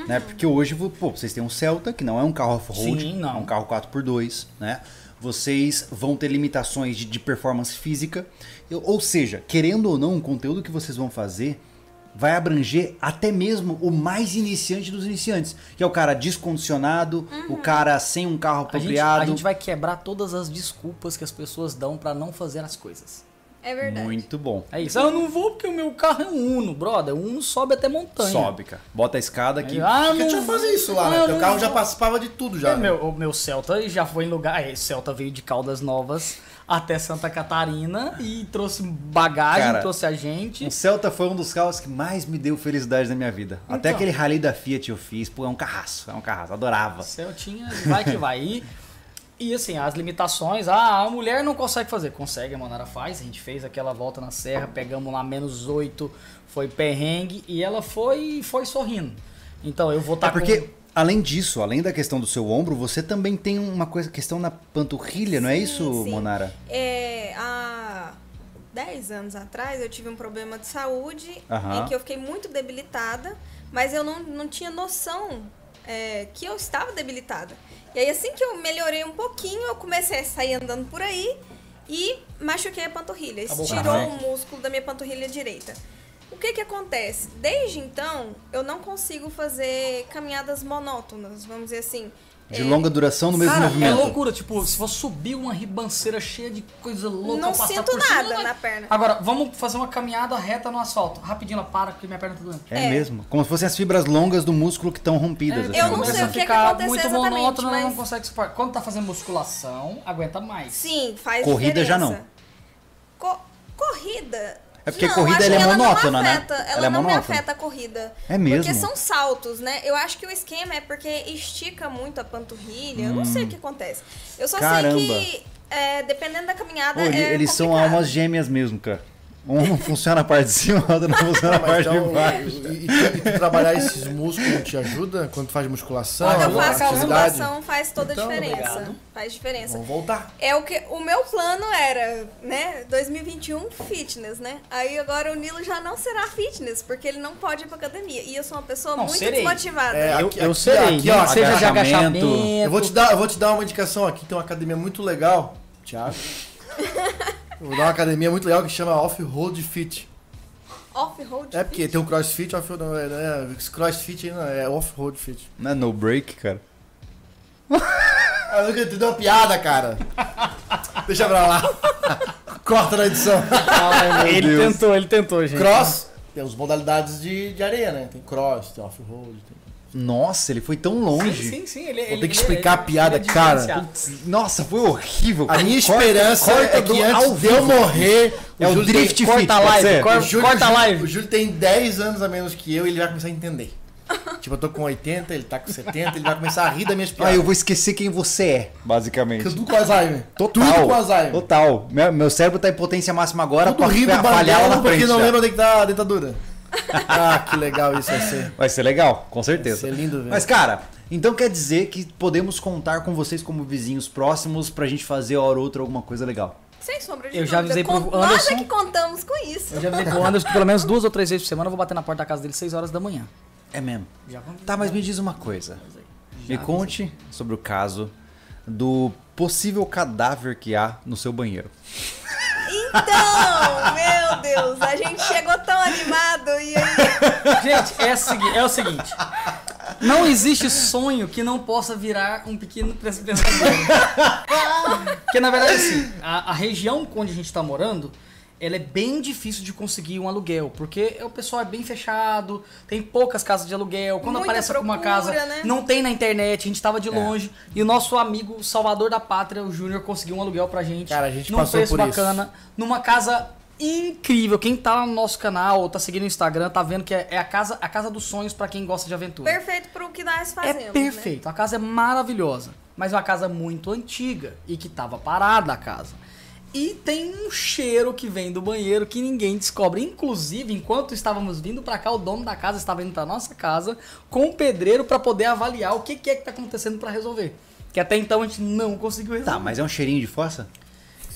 [SPEAKER 1] Né? Porque hoje, vo- pô, vocês têm um Celta, que não é um carro
[SPEAKER 4] Uhum. Sim,
[SPEAKER 1] off-road, é
[SPEAKER 4] não.
[SPEAKER 1] um carro 4x2, né? Vocês vão ter limitações de, de performance física. Eu- ou seja, querendo ou não, o conteúdo que vocês vão fazer vai abranger até mesmo o mais iniciante dos iniciantes. Que é o cara descondicionado, o cara sem um carro
[SPEAKER 4] Uhum. A gente,
[SPEAKER 1] apropriado.
[SPEAKER 4] a gente vai quebrar todas as desculpas que as pessoas dão pra não fazer as coisas.
[SPEAKER 3] É verdade.
[SPEAKER 1] Muito bom.
[SPEAKER 4] É isso. Eu não vou porque o meu carro é um Uno, brother. O Uno sobe até montanha.
[SPEAKER 1] Sobe, cara. Bota a escada aqui.
[SPEAKER 4] Ah,
[SPEAKER 2] Porque tinha
[SPEAKER 4] não
[SPEAKER 2] que fazer isso lá,
[SPEAKER 4] Ah,
[SPEAKER 2] né? Teu
[SPEAKER 4] não
[SPEAKER 2] carro já
[SPEAKER 4] vou.
[SPEAKER 2] participava de tudo já.
[SPEAKER 4] É,
[SPEAKER 2] né?
[SPEAKER 4] meu, o meu Celta já foi em lugar. É, Celta veio de Caldas Novas até Santa Catarina e trouxe bagagem,
[SPEAKER 1] Cara,
[SPEAKER 4] trouxe a gente.
[SPEAKER 1] O Celta foi um dos carros que mais me deu felicidade na minha vida. Até
[SPEAKER 4] Então.
[SPEAKER 1] aquele rally da Fiat eu fiz, pô, é um carraço, é um carraço, adorava.
[SPEAKER 4] Celtinha, vai que vai. E, e assim, as limitações. Ah, a mulher não consegue fazer. Consegue, a Monara faz. A gente fez aquela volta na serra, pegamos lá menos 8, foi perrengue e ela foi foi sorrindo. Então eu vou
[SPEAKER 3] Tá
[SPEAKER 4] estar
[SPEAKER 1] É porque, além disso, além da questão do seu ombro, você também tem uma coisa, questão na panturrilha, não é
[SPEAKER 3] Sim,
[SPEAKER 1] isso,
[SPEAKER 3] sim.
[SPEAKER 1] Monara?
[SPEAKER 3] É, há 10 anos atrás eu tive um problema de saúde
[SPEAKER 1] Aham.
[SPEAKER 3] em que eu fiquei muito debilitada, mas eu não, não tinha noção é, que eu estava debilitada. E aí assim que eu melhorei um pouquinho, eu comecei a sair andando por aí e machuquei a panturrilha.
[SPEAKER 4] Acabou.
[SPEAKER 3] Estirou
[SPEAKER 1] Aham.
[SPEAKER 3] o músculo da minha panturrilha direita. O que que acontece? Desde então, eu não consigo fazer caminhadas monótonas, vamos dizer assim.
[SPEAKER 1] De
[SPEAKER 3] É,
[SPEAKER 1] longa duração no mesmo
[SPEAKER 4] Cara, é
[SPEAKER 1] movimento.
[SPEAKER 4] loucura, tipo, se você subir uma ribanceira cheia de coisa louca,
[SPEAKER 3] Não
[SPEAKER 4] passar
[SPEAKER 3] sinto
[SPEAKER 4] por cima,
[SPEAKER 3] nada
[SPEAKER 4] não vai-
[SPEAKER 3] na perna.
[SPEAKER 4] Agora, vamos fazer uma caminhada reta no asfalto. Rapidinho, ela para, porque minha perna tá doendo.
[SPEAKER 1] É
[SPEAKER 3] É.
[SPEAKER 1] mesmo. Como se fossem as fibras longas do músculo que estão rompidas.
[SPEAKER 4] É,
[SPEAKER 1] assim, né?
[SPEAKER 3] eu não
[SPEAKER 4] começa
[SPEAKER 3] sei
[SPEAKER 4] a
[SPEAKER 3] o que é que
[SPEAKER 4] ficar
[SPEAKER 3] aconteceu
[SPEAKER 4] muito
[SPEAKER 3] exatamente,
[SPEAKER 4] monótono,
[SPEAKER 3] mas-
[SPEAKER 4] não consegue suportar. Quando tá fazendo musculação, aguenta mais.
[SPEAKER 3] Sim, faz
[SPEAKER 1] Corrida já
[SPEAKER 3] diferença.
[SPEAKER 1] não.
[SPEAKER 3] Co- corrida.
[SPEAKER 1] É porque
[SPEAKER 3] não,
[SPEAKER 1] corrida,
[SPEAKER 3] acho
[SPEAKER 1] ela é
[SPEAKER 3] que não
[SPEAKER 1] monótona, né?
[SPEAKER 3] afeta, Ela,
[SPEAKER 1] Ela é
[SPEAKER 3] não me
[SPEAKER 1] monótona.
[SPEAKER 3] afeta a corrida.
[SPEAKER 1] É mesmo?
[SPEAKER 3] Porque são saltos, né? Eu acho que o esquema é porque estica muito a panturrilha. Eu não sei o que acontece. Eu só
[SPEAKER 1] Hum. Caramba.
[SPEAKER 3] sei que, é, dependendo da
[SPEAKER 1] Pô,
[SPEAKER 3] caminhada,
[SPEAKER 1] ele-
[SPEAKER 3] é
[SPEAKER 1] eles são
[SPEAKER 3] complicado.
[SPEAKER 1] almas gêmeas mesmo, cara. Um não funciona a parte de cima, o outro não funciona a
[SPEAKER 2] Mas
[SPEAKER 1] parte de
[SPEAKER 2] então,
[SPEAKER 1] baixo.
[SPEAKER 2] e, e- e tu trabalhar esses músculos te ajuda quando tu faz musculação?
[SPEAKER 4] Ah,
[SPEAKER 3] Quando eu
[SPEAKER 4] Agora,
[SPEAKER 1] né?
[SPEAKER 3] faço a
[SPEAKER 4] caramba.
[SPEAKER 2] atividade?
[SPEAKER 3] musculação, faz toda a
[SPEAKER 2] Então,
[SPEAKER 3] diferença.
[SPEAKER 4] obrigado.
[SPEAKER 3] Faz diferença.
[SPEAKER 2] Vamos voltar.
[SPEAKER 3] É o que o meu plano era, né? 2021 fitness, né? Aí agora o Nilo já não será fitness, porque ele não pode ir pra academia. E eu sou uma pessoa
[SPEAKER 4] Não,
[SPEAKER 3] muito
[SPEAKER 4] serei.
[SPEAKER 3] desmotivada.
[SPEAKER 2] É,
[SPEAKER 4] Eu,
[SPEAKER 2] Aqui-
[SPEAKER 4] eu
[SPEAKER 2] aqui,
[SPEAKER 4] sei,
[SPEAKER 2] aqui, ó,
[SPEAKER 4] não seja de
[SPEAKER 1] agachamento.
[SPEAKER 4] agachamento.
[SPEAKER 2] Eu vou te dar, eu vou te dar uma indicação aqui, tem uma academia muito legal, Thiago. Eu vou dar uma academia muito legal que chama Off-Road Fit.
[SPEAKER 3] Off-road
[SPEAKER 2] É porque tem o CrossFit, off-road, não, é, não é- CrossFit ainda é Off-Road Fit.
[SPEAKER 1] Não é no break, cara?
[SPEAKER 2] Ah, eu nunca entendi uma piada, cara. Deixa pra lá. Corta na edição.
[SPEAKER 4] ele
[SPEAKER 1] Deus.
[SPEAKER 4] tentou, ele tentou, gente.
[SPEAKER 2] Cross, tem as modalidades de, de areia, né? Tem cross, tem off-road, tem...
[SPEAKER 1] Nossa, ele foi tão longe.
[SPEAKER 4] Sim, sim, sim. Ele, é
[SPEAKER 2] Vou ter que explicar a piada,
[SPEAKER 1] é
[SPEAKER 2] cara.
[SPEAKER 1] Nossa, foi horrível.
[SPEAKER 2] A
[SPEAKER 1] cara.
[SPEAKER 2] minha
[SPEAKER 1] Corta-
[SPEAKER 2] esperança
[SPEAKER 1] corta
[SPEAKER 2] é que
[SPEAKER 1] do- ao
[SPEAKER 2] antes de eu
[SPEAKER 1] vivo.
[SPEAKER 2] morrer...
[SPEAKER 1] É o
[SPEAKER 2] Júlio
[SPEAKER 1] drift fit,
[SPEAKER 2] tem-
[SPEAKER 4] Corta a
[SPEAKER 1] pode
[SPEAKER 4] live,
[SPEAKER 1] ser?
[SPEAKER 2] é. O
[SPEAKER 4] cor-
[SPEAKER 2] Júlio-
[SPEAKER 4] corta a
[SPEAKER 2] O
[SPEAKER 4] live.
[SPEAKER 2] Júlio tem 10 anos a menos que eu e ele vai começar a entender. tipo, eu tô com 80, ele tá com 70, ele vai começar a rir das minhas
[SPEAKER 1] Ah,
[SPEAKER 2] piadas.
[SPEAKER 1] eu vou esquecer quem você é, basicamente.
[SPEAKER 2] Tudo com Alzheimer.
[SPEAKER 1] Total.
[SPEAKER 2] Tudo com Alzheimer.
[SPEAKER 1] Total. Meu, meu cérebro tá em potência máxima agora
[SPEAKER 2] Tudo
[SPEAKER 1] pra
[SPEAKER 2] rindo
[SPEAKER 1] fa- falhar lá
[SPEAKER 2] banguela
[SPEAKER 1] na
[SPEAKER 2] porque
[SPEAKER 1] frente.
[SPEAKER 2] não
[SPEAKER 1] já.
[SPEAKER 2] lembra onde que tá a dentadura. ah, que legal isso vai ser.
[SPEAKER 1] Vai ser legal, com certeza.
[SPEAKER 2] Vai ser lindo, velho.
[SPEAKER 1] Mas, cara, então quer dizer que podemos contar com vocês como vizinhos próximos pra gente fazer hora ou outra alguma coisa legal.
[SPEAKER 3] Sem sombra de
[SPEAKER 4] Eu já
[SPEAKER 3] dúvida.
[SPEAKER 4] avisei pro
[SPEAKER 3] Com- Nós é
[SPEAKER 4] Anderson.
[SPEAKER 3] que contamos com isso.
[SPEAKER 4] Eu já avisei pro Anderson que pelo menos duas ou três vezes por semana eu vou bater na porta da casa dele 6 horas da manhã.
[SPEAKER 1] É mesmo.
[SPEAKER 4] Já vamos.
[SPEAKER 1] Tá, mas me diz uma coisa.
[SPEAKER 2] é.
[SPEAKER 1] Me conte sobre o caso do possível cadáver que há no seu banheiro.
[SPEAKER 3] Então, meu Deus, a gente chegou tão animado e aí.
[SPEAKER 4] Gente, é, a segui- é o seguinte. Não existe sonho que não possa virar um pequeno pensamento. Porque, na verdade, assim, a, a região onde a gente tá morando, ela é bem difícil de conseguir um aluguel. Porque o pessoal é bem fechado, tem poucas casas de aluguel. Quando
[SPEAKER 3] Muita
[SPEAKER 4] aparece alguma
[SPEAKER 3] procura,
[SPEAKER 4] casa,
[SPEAKER 3] né?
[SPEAKER 4] não tem na internet, a gente tava
[SPEAKER 2] É.
[SPEAKER 4] de longe. E o nosso amigo Salvador da Pátria, o Júnior, conseguiu um aluguel pra gente.
[SPEAKER 2] Cara, a gente
[SPEAKER 4] num
[SPEAKER 2] passou
[SPEAKER 4] preço
[SPEAKER 2] por isso.
[SPEAKER 4] bacana, numa casa incrível. Quem tá no nosso canal ou tá seguindo o Instagram, tá vendo que é, é a, casa, a casa dos sonhos pra quem gosta de aventura.
[SPEAKER 3] é Perfeito pro que nós fazemos.
[SPEAKER 4] é
[SPEAKER 3] né?
[SPEAKER 4] perfeito. A casa é maravilhosa. Mas é uma casa muito antiga e que tava parada a casa. E tem um cheiro que vem do banheiro que ninguém descobre. Inclusive, enquanto estávamos vindo pra cá, o dono da casa estava indo pra nossa casa com o pedreiro pra poder avaliar o que, que é que tá acontecendo pra resolver. Que até então a gente não conseguiu resolver.
[SPEAKER 1] Tá, mas é um cheirinho de fossa?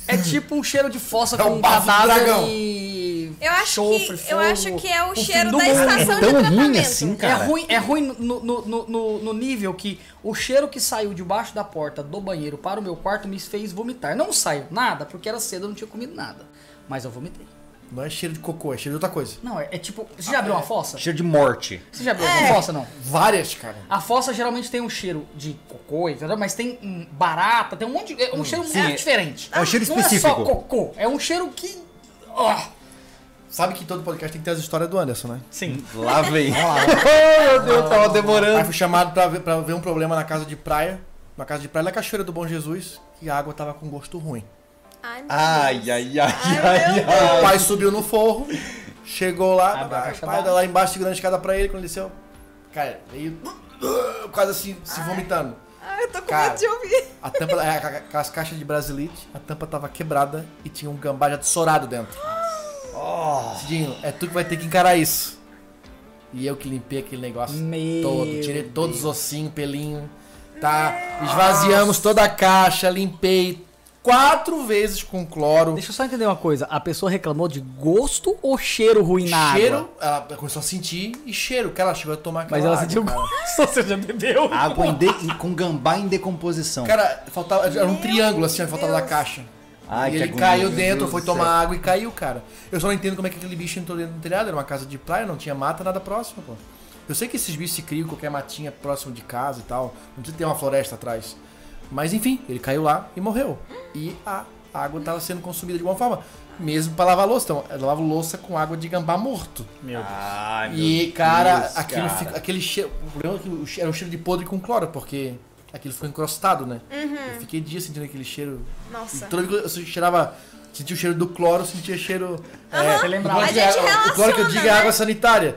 [SPEAKER 4] É tipo um cheiro de fossa
[SPEAKER 2] É
[SPEAKER 4] com
[SPEAKER 2] um
[SPEAKER 4] um
[SPEAKER 2] bafo de
[SPEAKER 4] cadáver
[SPEAKER 2] dragão.
[SPEAKER 4] e
[SPEAKER 3] Eu acho,
[SPEAKER 4] chofre,
[SPEAKER 3] que,
[SPEAKER 4] fogo,
[SPEAKER 3] eu acho que é o
[SPEAKER 4] fim
[SPEAKER 3] cheiro
[SPEAKER 4] do
[SPEAKER 3] da
[SPEAKER 4] mundo.
[SPEAKER 3] estação
[SPEAKER 1] É
[SPEAKER 3] de
[SPEAKER 1] tão ruim
[SPEAKER 3] tratamento.
[SPEAKER 1] assim, cara.
[SPEAKER 4] É ruim, é ruim no, no- no- no- no nível que o cheiro que saiu debaixo da porta do banheiro para o meu quarto me fez vomitar. Não saiu nada, porque era cedo, eu não tinha comido nada. Mas eu vomitei.
[SPEAKER 2] Não é cheiro de cocô, é cheiro de outra coisa.
[SPEAKER 4] Não, é, é tipo. Você já abriu uma fossa?
[SPEAKER 1] Cheiro de morte.
[SPEAKER 4] Você já abriu uma
[SPEAKER 3] É.
[SPEAKER 4] fossa, não?
[SPEAKER 2] Várias, cara.
[SPEAKER 4] A fossa geralmente tem um cheiro de cocô, entendeu? Mas tem hum, barata, tem um monte de. É um cheiro
[SPEAKER 1] sim,
[SPEAKER 4] muito
[SPEAKER 1] é-
[SPEAKER 4] diferente.
[SPEAKER 1] é um cheiro
[SPEAKER 4] Não é
[SPEAKER 1] específico.
[SPEAKER 4] só cocô, é um cheiro que. ó,
[SPEAKER 2] Sabe que todo podcast tem que ter as histórias do Anderson, né?
[SPEAKER 4] Sim.
[SPEAKER 1] Lá vem. Ai, meu Deus, tava
[SPEAKER 2] Aí
[SPEAKER 1] demorando.
[SPEAKER 2] fui chamado pra ver, pra ver um problema na casa de praia. Na casa de praia, na Cachoeira do Bom Jesus, que a água tava com gosto ruim.
[SPEAKER 3] Ai, meu
[SPEAKER 4] Ah,
[SPEAKER 1] Ai,
[SPEAKER 3] Deus.
[SPEAKER 1] ai, ai, ai,
[SPEAKER 3] meu
[SPEAKER 2] O
[SPEAKER 1] ai.
[SPEAKER 2] pai subiu no forro, chegou lá,
[SPEAKER 4] Abre a
[SPEAKER 2] o
[SPEAKER 4] caixa
[SPEAKER 2] pai
[SPEAKER 4] d'água.
[SPEAKER 2] lá embaixo segurando a escada pra ele, quando ele desceu, cara, veio quase assim, se vomitando.
[SPEAKER 3] Ai, eu tô com
[SPEAKER 2] Cara.
[SPEAKER 3] medo de ouvir.
[SPEAKER 2] A tampa, a- a- as caixas de brasilite, a tampa tava quebrada e tinha um gambá já dessorado dentro.
[SPEAKER 4] Oh.
[SPEAKER 2] Cidinho, é tu que vai ter que encarar isso. E eu que limpei aquele negócio
[SPEAKER 4] Meu
[SPEAKER 2] todo, tirei todos os ossinhos, pelinho, tá? Esvaziamos toda a caixa, limpei quatro vezes com cloro.
[SPEAKER 4] Deixa eu só entender uma coisa. A pessoa reclamou de gosto ou cheiro ruim na
[SPEAKER 2] cheiro,
[SPEAKER 4] água?
[SPEAKER 2] ela começou a sentir e cheiro, que ela chegou a tomar aquela
[SPEAKER 4] Mas ela
[SPEAKER 2] água,
[SPEAKER 4] sentiu
[SPEAKER 2] cara.
[SPEAKER 4] gosto, ou seja, bebeu.
[SPEAKER 1] Água em de- com gambá em decomposição.
[SPEAKER 2] Cara, faltava, era um
[SPEAKER 3] Meu
[SPEAKER 2] triângulo assim, ó, que faltava da
[SPEAKER 3] Deus.
[SPEAKER 2] caixa.
[SPEAKER 1] Ai,
[SPEAKER 2] e
[SPEAKER 1] que
[SPEAKER 2] ele
[SPEAKER 1] agonia,
[SPEAKER 2] caiu
[SPEAKER 1] meu
[SPEAKER 2] dentro,
[SPEAKER 1] Deus
[SPEAKER 2] foi
[SPEAKER 1] do
[SPEAKER 2] tomar
[SPEAKER 1] céu.
[SPEAKER 2] água e caiu, cara. Eu só não entendo como é que aquele bicho entrou dentro do telhado. Era uma casa de praia, não tinha mata, nada próximo, pô. Eu sei que esses bichos se criam em qualquer matinha próximo de casa e tal. Não precisa ter uma floresta atrás. Mas enfim, ele caiu lá e morreu. E a água estava sendo consumida de alguma forma. Mesmo pra lavar louça. Então, eu lavava louça com água de gambá morto.
[SPEAKER 1] Ai, meu
[SPEAKER 2] E, cara,
[SPEAKER 1] Deus,
[SPEAKER 2] aquilo
[SPEAKER 1] cara.
[SPEAKER 2] fica- aquele cheiro. O problema é que o che- era um cheiro de podre com cloro, porque aquilo ficou encrostado, né? Eu fiquei dias sentindo aquele cheiro.
[SPEAKER 3] Nossa.
[SPEAKER 2] E toda vez que eu cheirava. Sentia o cheiro do cloro, sentia cheiro.
[SPEAKER 4] É, você
[SPEAKER 2] o,
[SPEAKER 4] lembrava.
[SPEAKER 2] cloro
[SPEAKER 3] A
[SPEAKER 2] que
[SPEAKER 3] gente
[SPEAKER 2] é- o cloro que eu
[SPEAKER 3] relaciona,
[SPEAKER 2] digo é
[SPEAKER 3] né?
[SPEAKER 2] água sanitária,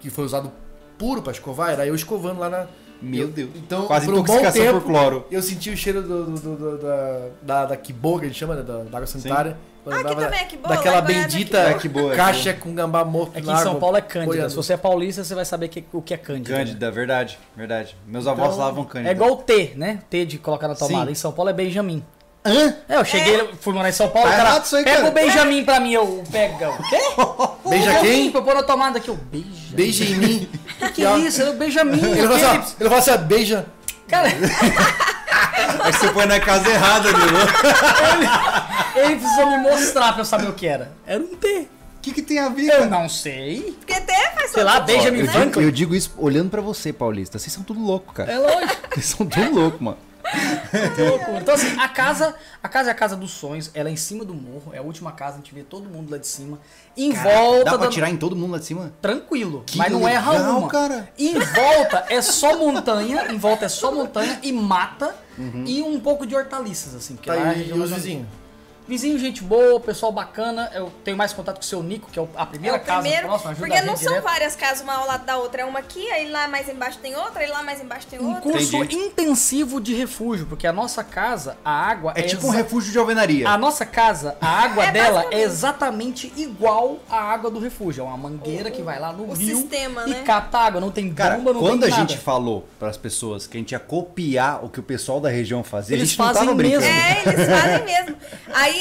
[SPEAKER 2] que foi usado puro pra escovar, era eu escovando lá na.
[SPEAKER 1] Meu
[SPEAKER 2] eu-
[SPEAKER 1] Deus.
[SPEAKER 2] Então,
[SPEAKER 1] Quase
[SPEAKER 2] por um bom
[SPEAKER 1] intoxicação
[SPEAKER 2] tempo,
[SPEAKER 1] por cloro.
[SPEAKER 2] Eu senti o cheiro do, do- do- do- da, da, da Kiboga, a gente chama, né? Da, da água sanitária. Eu
[SPEAKER 3] Ah, aqui
[SPEAKER 2] lembrava
[SPEAKER 3] também é Kiboga,
[SPEAKER 2] Daquela
[SPEAKER 3] lá em Goiás é
[SPEAKER 2] bendita
[SPEAKER 1] Kiboga.
[SPEAKER 2] caixa com gambá morto
[SPEAKER 4] Aqui
[SPEAKER 2] na
[SPEAKER 4] em São
[SPEAKER 2] água,
[SPEAKER 4] Paulo é Cândida.
[SPEAKER 2] boiando.
[SPEAKER 4] Se você é paulista, você vai saber que- o que é Cândida. né?
[SPEAKER 1] Cândida, verdade, verdade. Meus avós
[SPEAKER 2] Então,
[SPEAKER 1] lavam cândida.
[SPEAKER 4] É igual o T, né? T de colocar na tomada.
[SPEAKER 1] Sim.
[SPEAKER 4] Em São Paulo é Benjamin.
[SPEAKER 1] Hã?
[SPEAKER 4] É, eu cheguei, eu fui morar em São Paulo,
[SPEAKER 1] Tá
[SPEAKER 4] o cara,
[SPEAKER 1] errado isso aí,
[SPEAKER 4] pega
[SPEAKER 1] cara.
[SPEAKER 4] o Benjamin pra mim, eu pega o quê?
[SPEAKER 2] Beija
[SPEAKER 4] Benjamin,
[SPEAKER 2] quem?
[SPEAKER 4] Pra eu pôr na tomada aqui, eu beija.
[SPEAKER 2] Beija em mim.
[SPEAKER 4] Que que é isso? Era o Benjamin.
[SPEAKER 2] Ele
[SPEAKER 4] aquele-
[SPEAKER 2] fala assim, ó, ele fala assim, ó, beija.
[SPEAKER 4] Cara,
[SPEAKER 1] Aí você põe na casa errada, meu.
[SPEAKER 4] ele precisou me mostrar pra eu saber o que era. Era um T.
[SPEAKER 1] O que, que tem a ver?
[SPEAKER 4] Eu não sei. Tá
[SPEAKER 3] Porque até faz
[SPEAKER 4] Sei lá,
[SPEAKER 3] sentido,
[SPEAKER 4] Benjamin
[SPEAKER 1] eu,
[SPEAKER 3] né?
[SPEAKER 1] digo, eu digo isso olhando pra você, Paulista. Vocês são tudo louco, cara.
[SPEAKER 4] É lógico.
[SPEAKER 1] Vocês são tudo louco, mano.
[SPEAKER 4] Que loucura. Então, assim, a casa, a casa é a casa dos sonhos, ela é em cima do morro, é a última casa, a gente vê todo mundo lá de cima, em volta.
[SPEAKER 1] Dá pra
[SPEAKER 4] da-
[SPEAKER 1] tirar em todo mundo lá de cima?
[SPEAKER 4] Tranquilo,
[SPEAKER 1] Que
[SPEAKER 4] mas não erra
[SPEAKER 1] legal,
[SPEAKER 4] uma.
[SPEAKER 1] cara.
[SPEAKER 4] Em volta é só montanha, em volta é só montanha e mata
[SPEAKER 1] Uhum.
[SPEAKER 4] e um pouco de hortaliças, assim. porque
[SPEAKER 2] Tá
[SPEAKER 4] lá é a
[SPEAKER 2] aí, e
[SPEAKER 4] região
[SPEAKER 2] os
[SPEAKER 4] mais-
[SPEAKER 2] vizinhos.
[SPEAKER 4] Vizinho, gente boa, pessoal bacana. Eu tenho mais contato com o seu Nico, que é o- a
[SPEAKER 3] É
[SPEAKER 4] primeira
[SPEAKER 3] o
[SPEAKER 4] casa
[SPEAKER 3] primeiro,
[SPEAKER 4] próxima, ajuda
[SPEAKER 3] porque
[SPEAKER 4] a
[SPEAKER 3] não
[SPEAKER 4] gente
[SPEAKER 3] são
[SPEAKER 4] direto.
[SPEAKER 3] várias casas uma ao lado da outra. É uma aqui, aí lá mais embaixo tem outra, aí lá mais embaixo tem
[SPEAKER 4] Um
[SPEAKER 3] outra.
[SPEAKER 4] curso
[SPEAKER 1] Entendi.
[SPEAKER 4] intensivo de refúgio, porque a nossa casa, a água
[SPEAKER 1] É tipo um
[SPEAKER 4] exa-
[SPEAKER 1] refúgio de alvenaria.
[SPEAKER 4] A nossa casa, a água
[SPEAKER 3] É,
[SPEAKER 4] dela é
[SPEAKER 3] basicamente.
[SPEAKER 4] exatamente igual à água do refúgio. É uma mangueira que vai lá no
[SPEAKER 3] o
[SPEAKER 4] rio
[SPEAKER 3] sistema,
[SPEAKER 4] e
[SPEAKER 3] né?
[SPEAKER 4] capta água. Não tem
[SPEAKER 1] Cara,
[SPEAKER 4] bomba, não
[SPEAKER 1] quando a
[SPEAKER 4] tem nada.
[SPEAKER 1] gente falou pras pessoas que a gente ia copiar o que o pessoal da região fazia, a
[SPEAKER 4] Eles
[SPEAKER 1] gente não
[SPEAKER 4] fazem
[SPEAKER 1] tava brincando.
[SPEAKER 4] mesmo.
[SPEAKER 3] É, eles fazem mesmo. Aí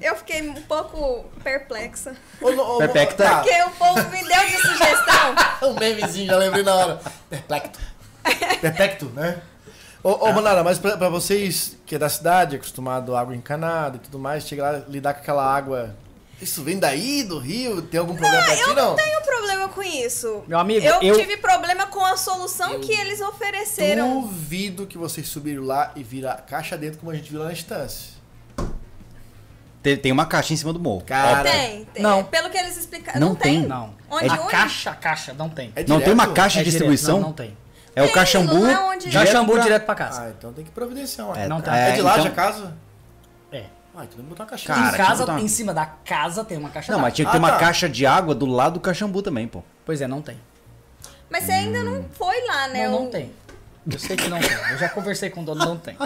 [SPEAKER 3] eu fiquei um pouco perplexa.
[SPEAKER 2] Ô, ô, ô,
[SPEAKER 1] Perpecta.
[SPEAKER 2] tá.
[SPEAKER 3] Porque o povo me deu de sugestão.
[SPEAKER 2] Um memezinho, já lembrei na hora. Perplecto. Perpecto, né? Ô, ô Manara, mas pra, pra vocês que é da cidade, acostumado à água encanada e tudo mais, chega lá lidar com aquela água. Isso vem daí, do rio? Tem algum problema pra ti,
[SPEAKER 3] Eu não
[SPEAKER 2] não?
[SPEAKER 3] tenho problema com isso.
[SPEAKER 4] Meu amigo,
[SPEAKER 3] eu,
[SPEAKER 4] eu-
[SPEAKER 3] tive problema com a solução que eles ofereceram.
[SPEAKER 2] Duvido que vocês subiram lá e viram a caixa dentro como a gente viu lá na instância.
[SPEAKER 1] Tem, tem uma caixa em cima do morro.
[SPEAKER 2] Cara,
[SPEAKER 3] Tem, tem.
[SPEAKER 4] Não.
[SPEAKER 3] Pelo que eles explicaram.
[SPEAKER 1] Não
[SPEAKER 3] Não, tem.
[SPEAKER 1] tem.
[SPEAKER 4] Não. É
[SPEAKER 3] Onde
[SPEAKER 4] a
[SPEAKER 3] une?
[SPEAKER 4] caixa, a caixa, não tem.
[SPEAKER 2] É
[SPEAKER 1] Não
[SPEAKER 2] direto?
[SPEAKER 1] tem uma caixa
[SPEAKER 4] É
[SPEAKER 1] de
[SPEAKER 4] direto,
[SPEAKER 1] distribuição?
[SPEAKER 4] não, não tem.
[SPEAKER 1] É o
[SPEAKER 3] Tem,
[SPEAKER 1] caxambu.
[SPEAKER 3] não é onde-
[SPEAKER 1] direto
[SPEAKER 4] Já chamou
[SPEAKER 1] pra-
[SPEAKER 4] direto pra casa.
[SPEAKER 2] Ah, então tem que providenciar uma.
[SPEAKER 1] É,
[SPEAKER 4] Não
[SPEAKER 1] não
[SPEAKER 4] tem.
[SPEAKER 1] tem.
[SPEAKER 2] É, de lá, já
[SPEAKER 1] então,
[SPEAKER 2] casa?
[SPEAKER 4] É.
[SPEAKER 2] Ah, então tem que botar uma caixinha.
[SPEAKER 1] Cara,
[SPEAKER 4] em
[SPEAKER 1] tinha que
[SPEAKER 4] casa,
[SPEAKER 1] botar uma-
[SPEAKER 4] em cima da casa tem uma caixa
[SPEAKER 1] Não,
[SPEAKER 4] d'água.
[SPEAKER 1] mas tinha que ter
[SPEAKER 2] Ah,
[SPEAKER 1] uma
[SPEAKER 2] tá.
[SPEAKER 1] caixa de água do lado do cachambu também, pô.
[SPEAKER 4] Pois é, não tem.
[SPEAKER 3] Mas você ainda não foi lá, né?
[SPEAKER 4] Hum. Não,
[SPEAKER 3] O-
[SPEAKER 4] não tem. Eu sei que não tem. Eu já conversei com o dono, não tem.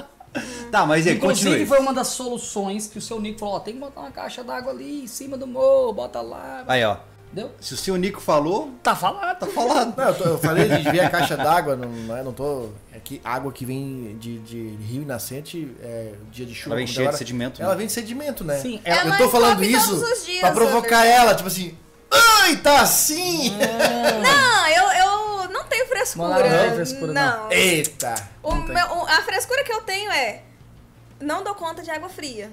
[SPEAKER 1] Tá, mas e aí,
[SPEAKER 4] Inclusive,
[SPEAKER 1] continue.
[SPEAKER 4] foi um uma das soluções que o seu Nico falou: ó, tem que botar uma caixa d'água ali em cima do morro, bota lá.
[SPEAKER 1] Aí, ó.
[SPEAKER 4] Entendeu?
[SPEAKER 1] Se o seu Nico falou,
[SPEAKER 4] Tá falado.
[SPEAKER 1] tá falado.
[SPEAKER 2] Não, eu, tô- eu falei de ver a caixa d'água, não, não é- não tô. É que água que vem de, de rio nascente, é, dia de chuva.
[SPEAKER 1] Ela vem
[SPEAKER 2] como
[SPEAKER 1] cheia
[SPEAKER 2] agora,
[SPEAKER 1] de sedimento,
[SPEAKER 2] Ela
[SPEAKER 1] né?
[SPEAKER 2] vem de sedimento, né?
[SPEAKER 4] Sim,
[SPEAKER 3] Ela
[SPEAKER 2] eu tô falando
[SPEAKER 3] sobe
[SPEAKER 2] isso
[SPEAKER 3] todos os dias, é
[SPEAKER 2] pra provocar
[SPEAKER 3] Anderson.
[SPEAKER 2] ela, tipo assim. Ai, tá assim!
[SPEAKER 3] É. Não, eu, eu não tenho frescura.
[SPEAKER 4] Não, não tem frescura, não.
[SPEAKER 3] Não.
[SPEAKER 2] Eita!
[SPEAKER 3] O meu- o- a frescura que eu tenho é. Não dou conta de água fria.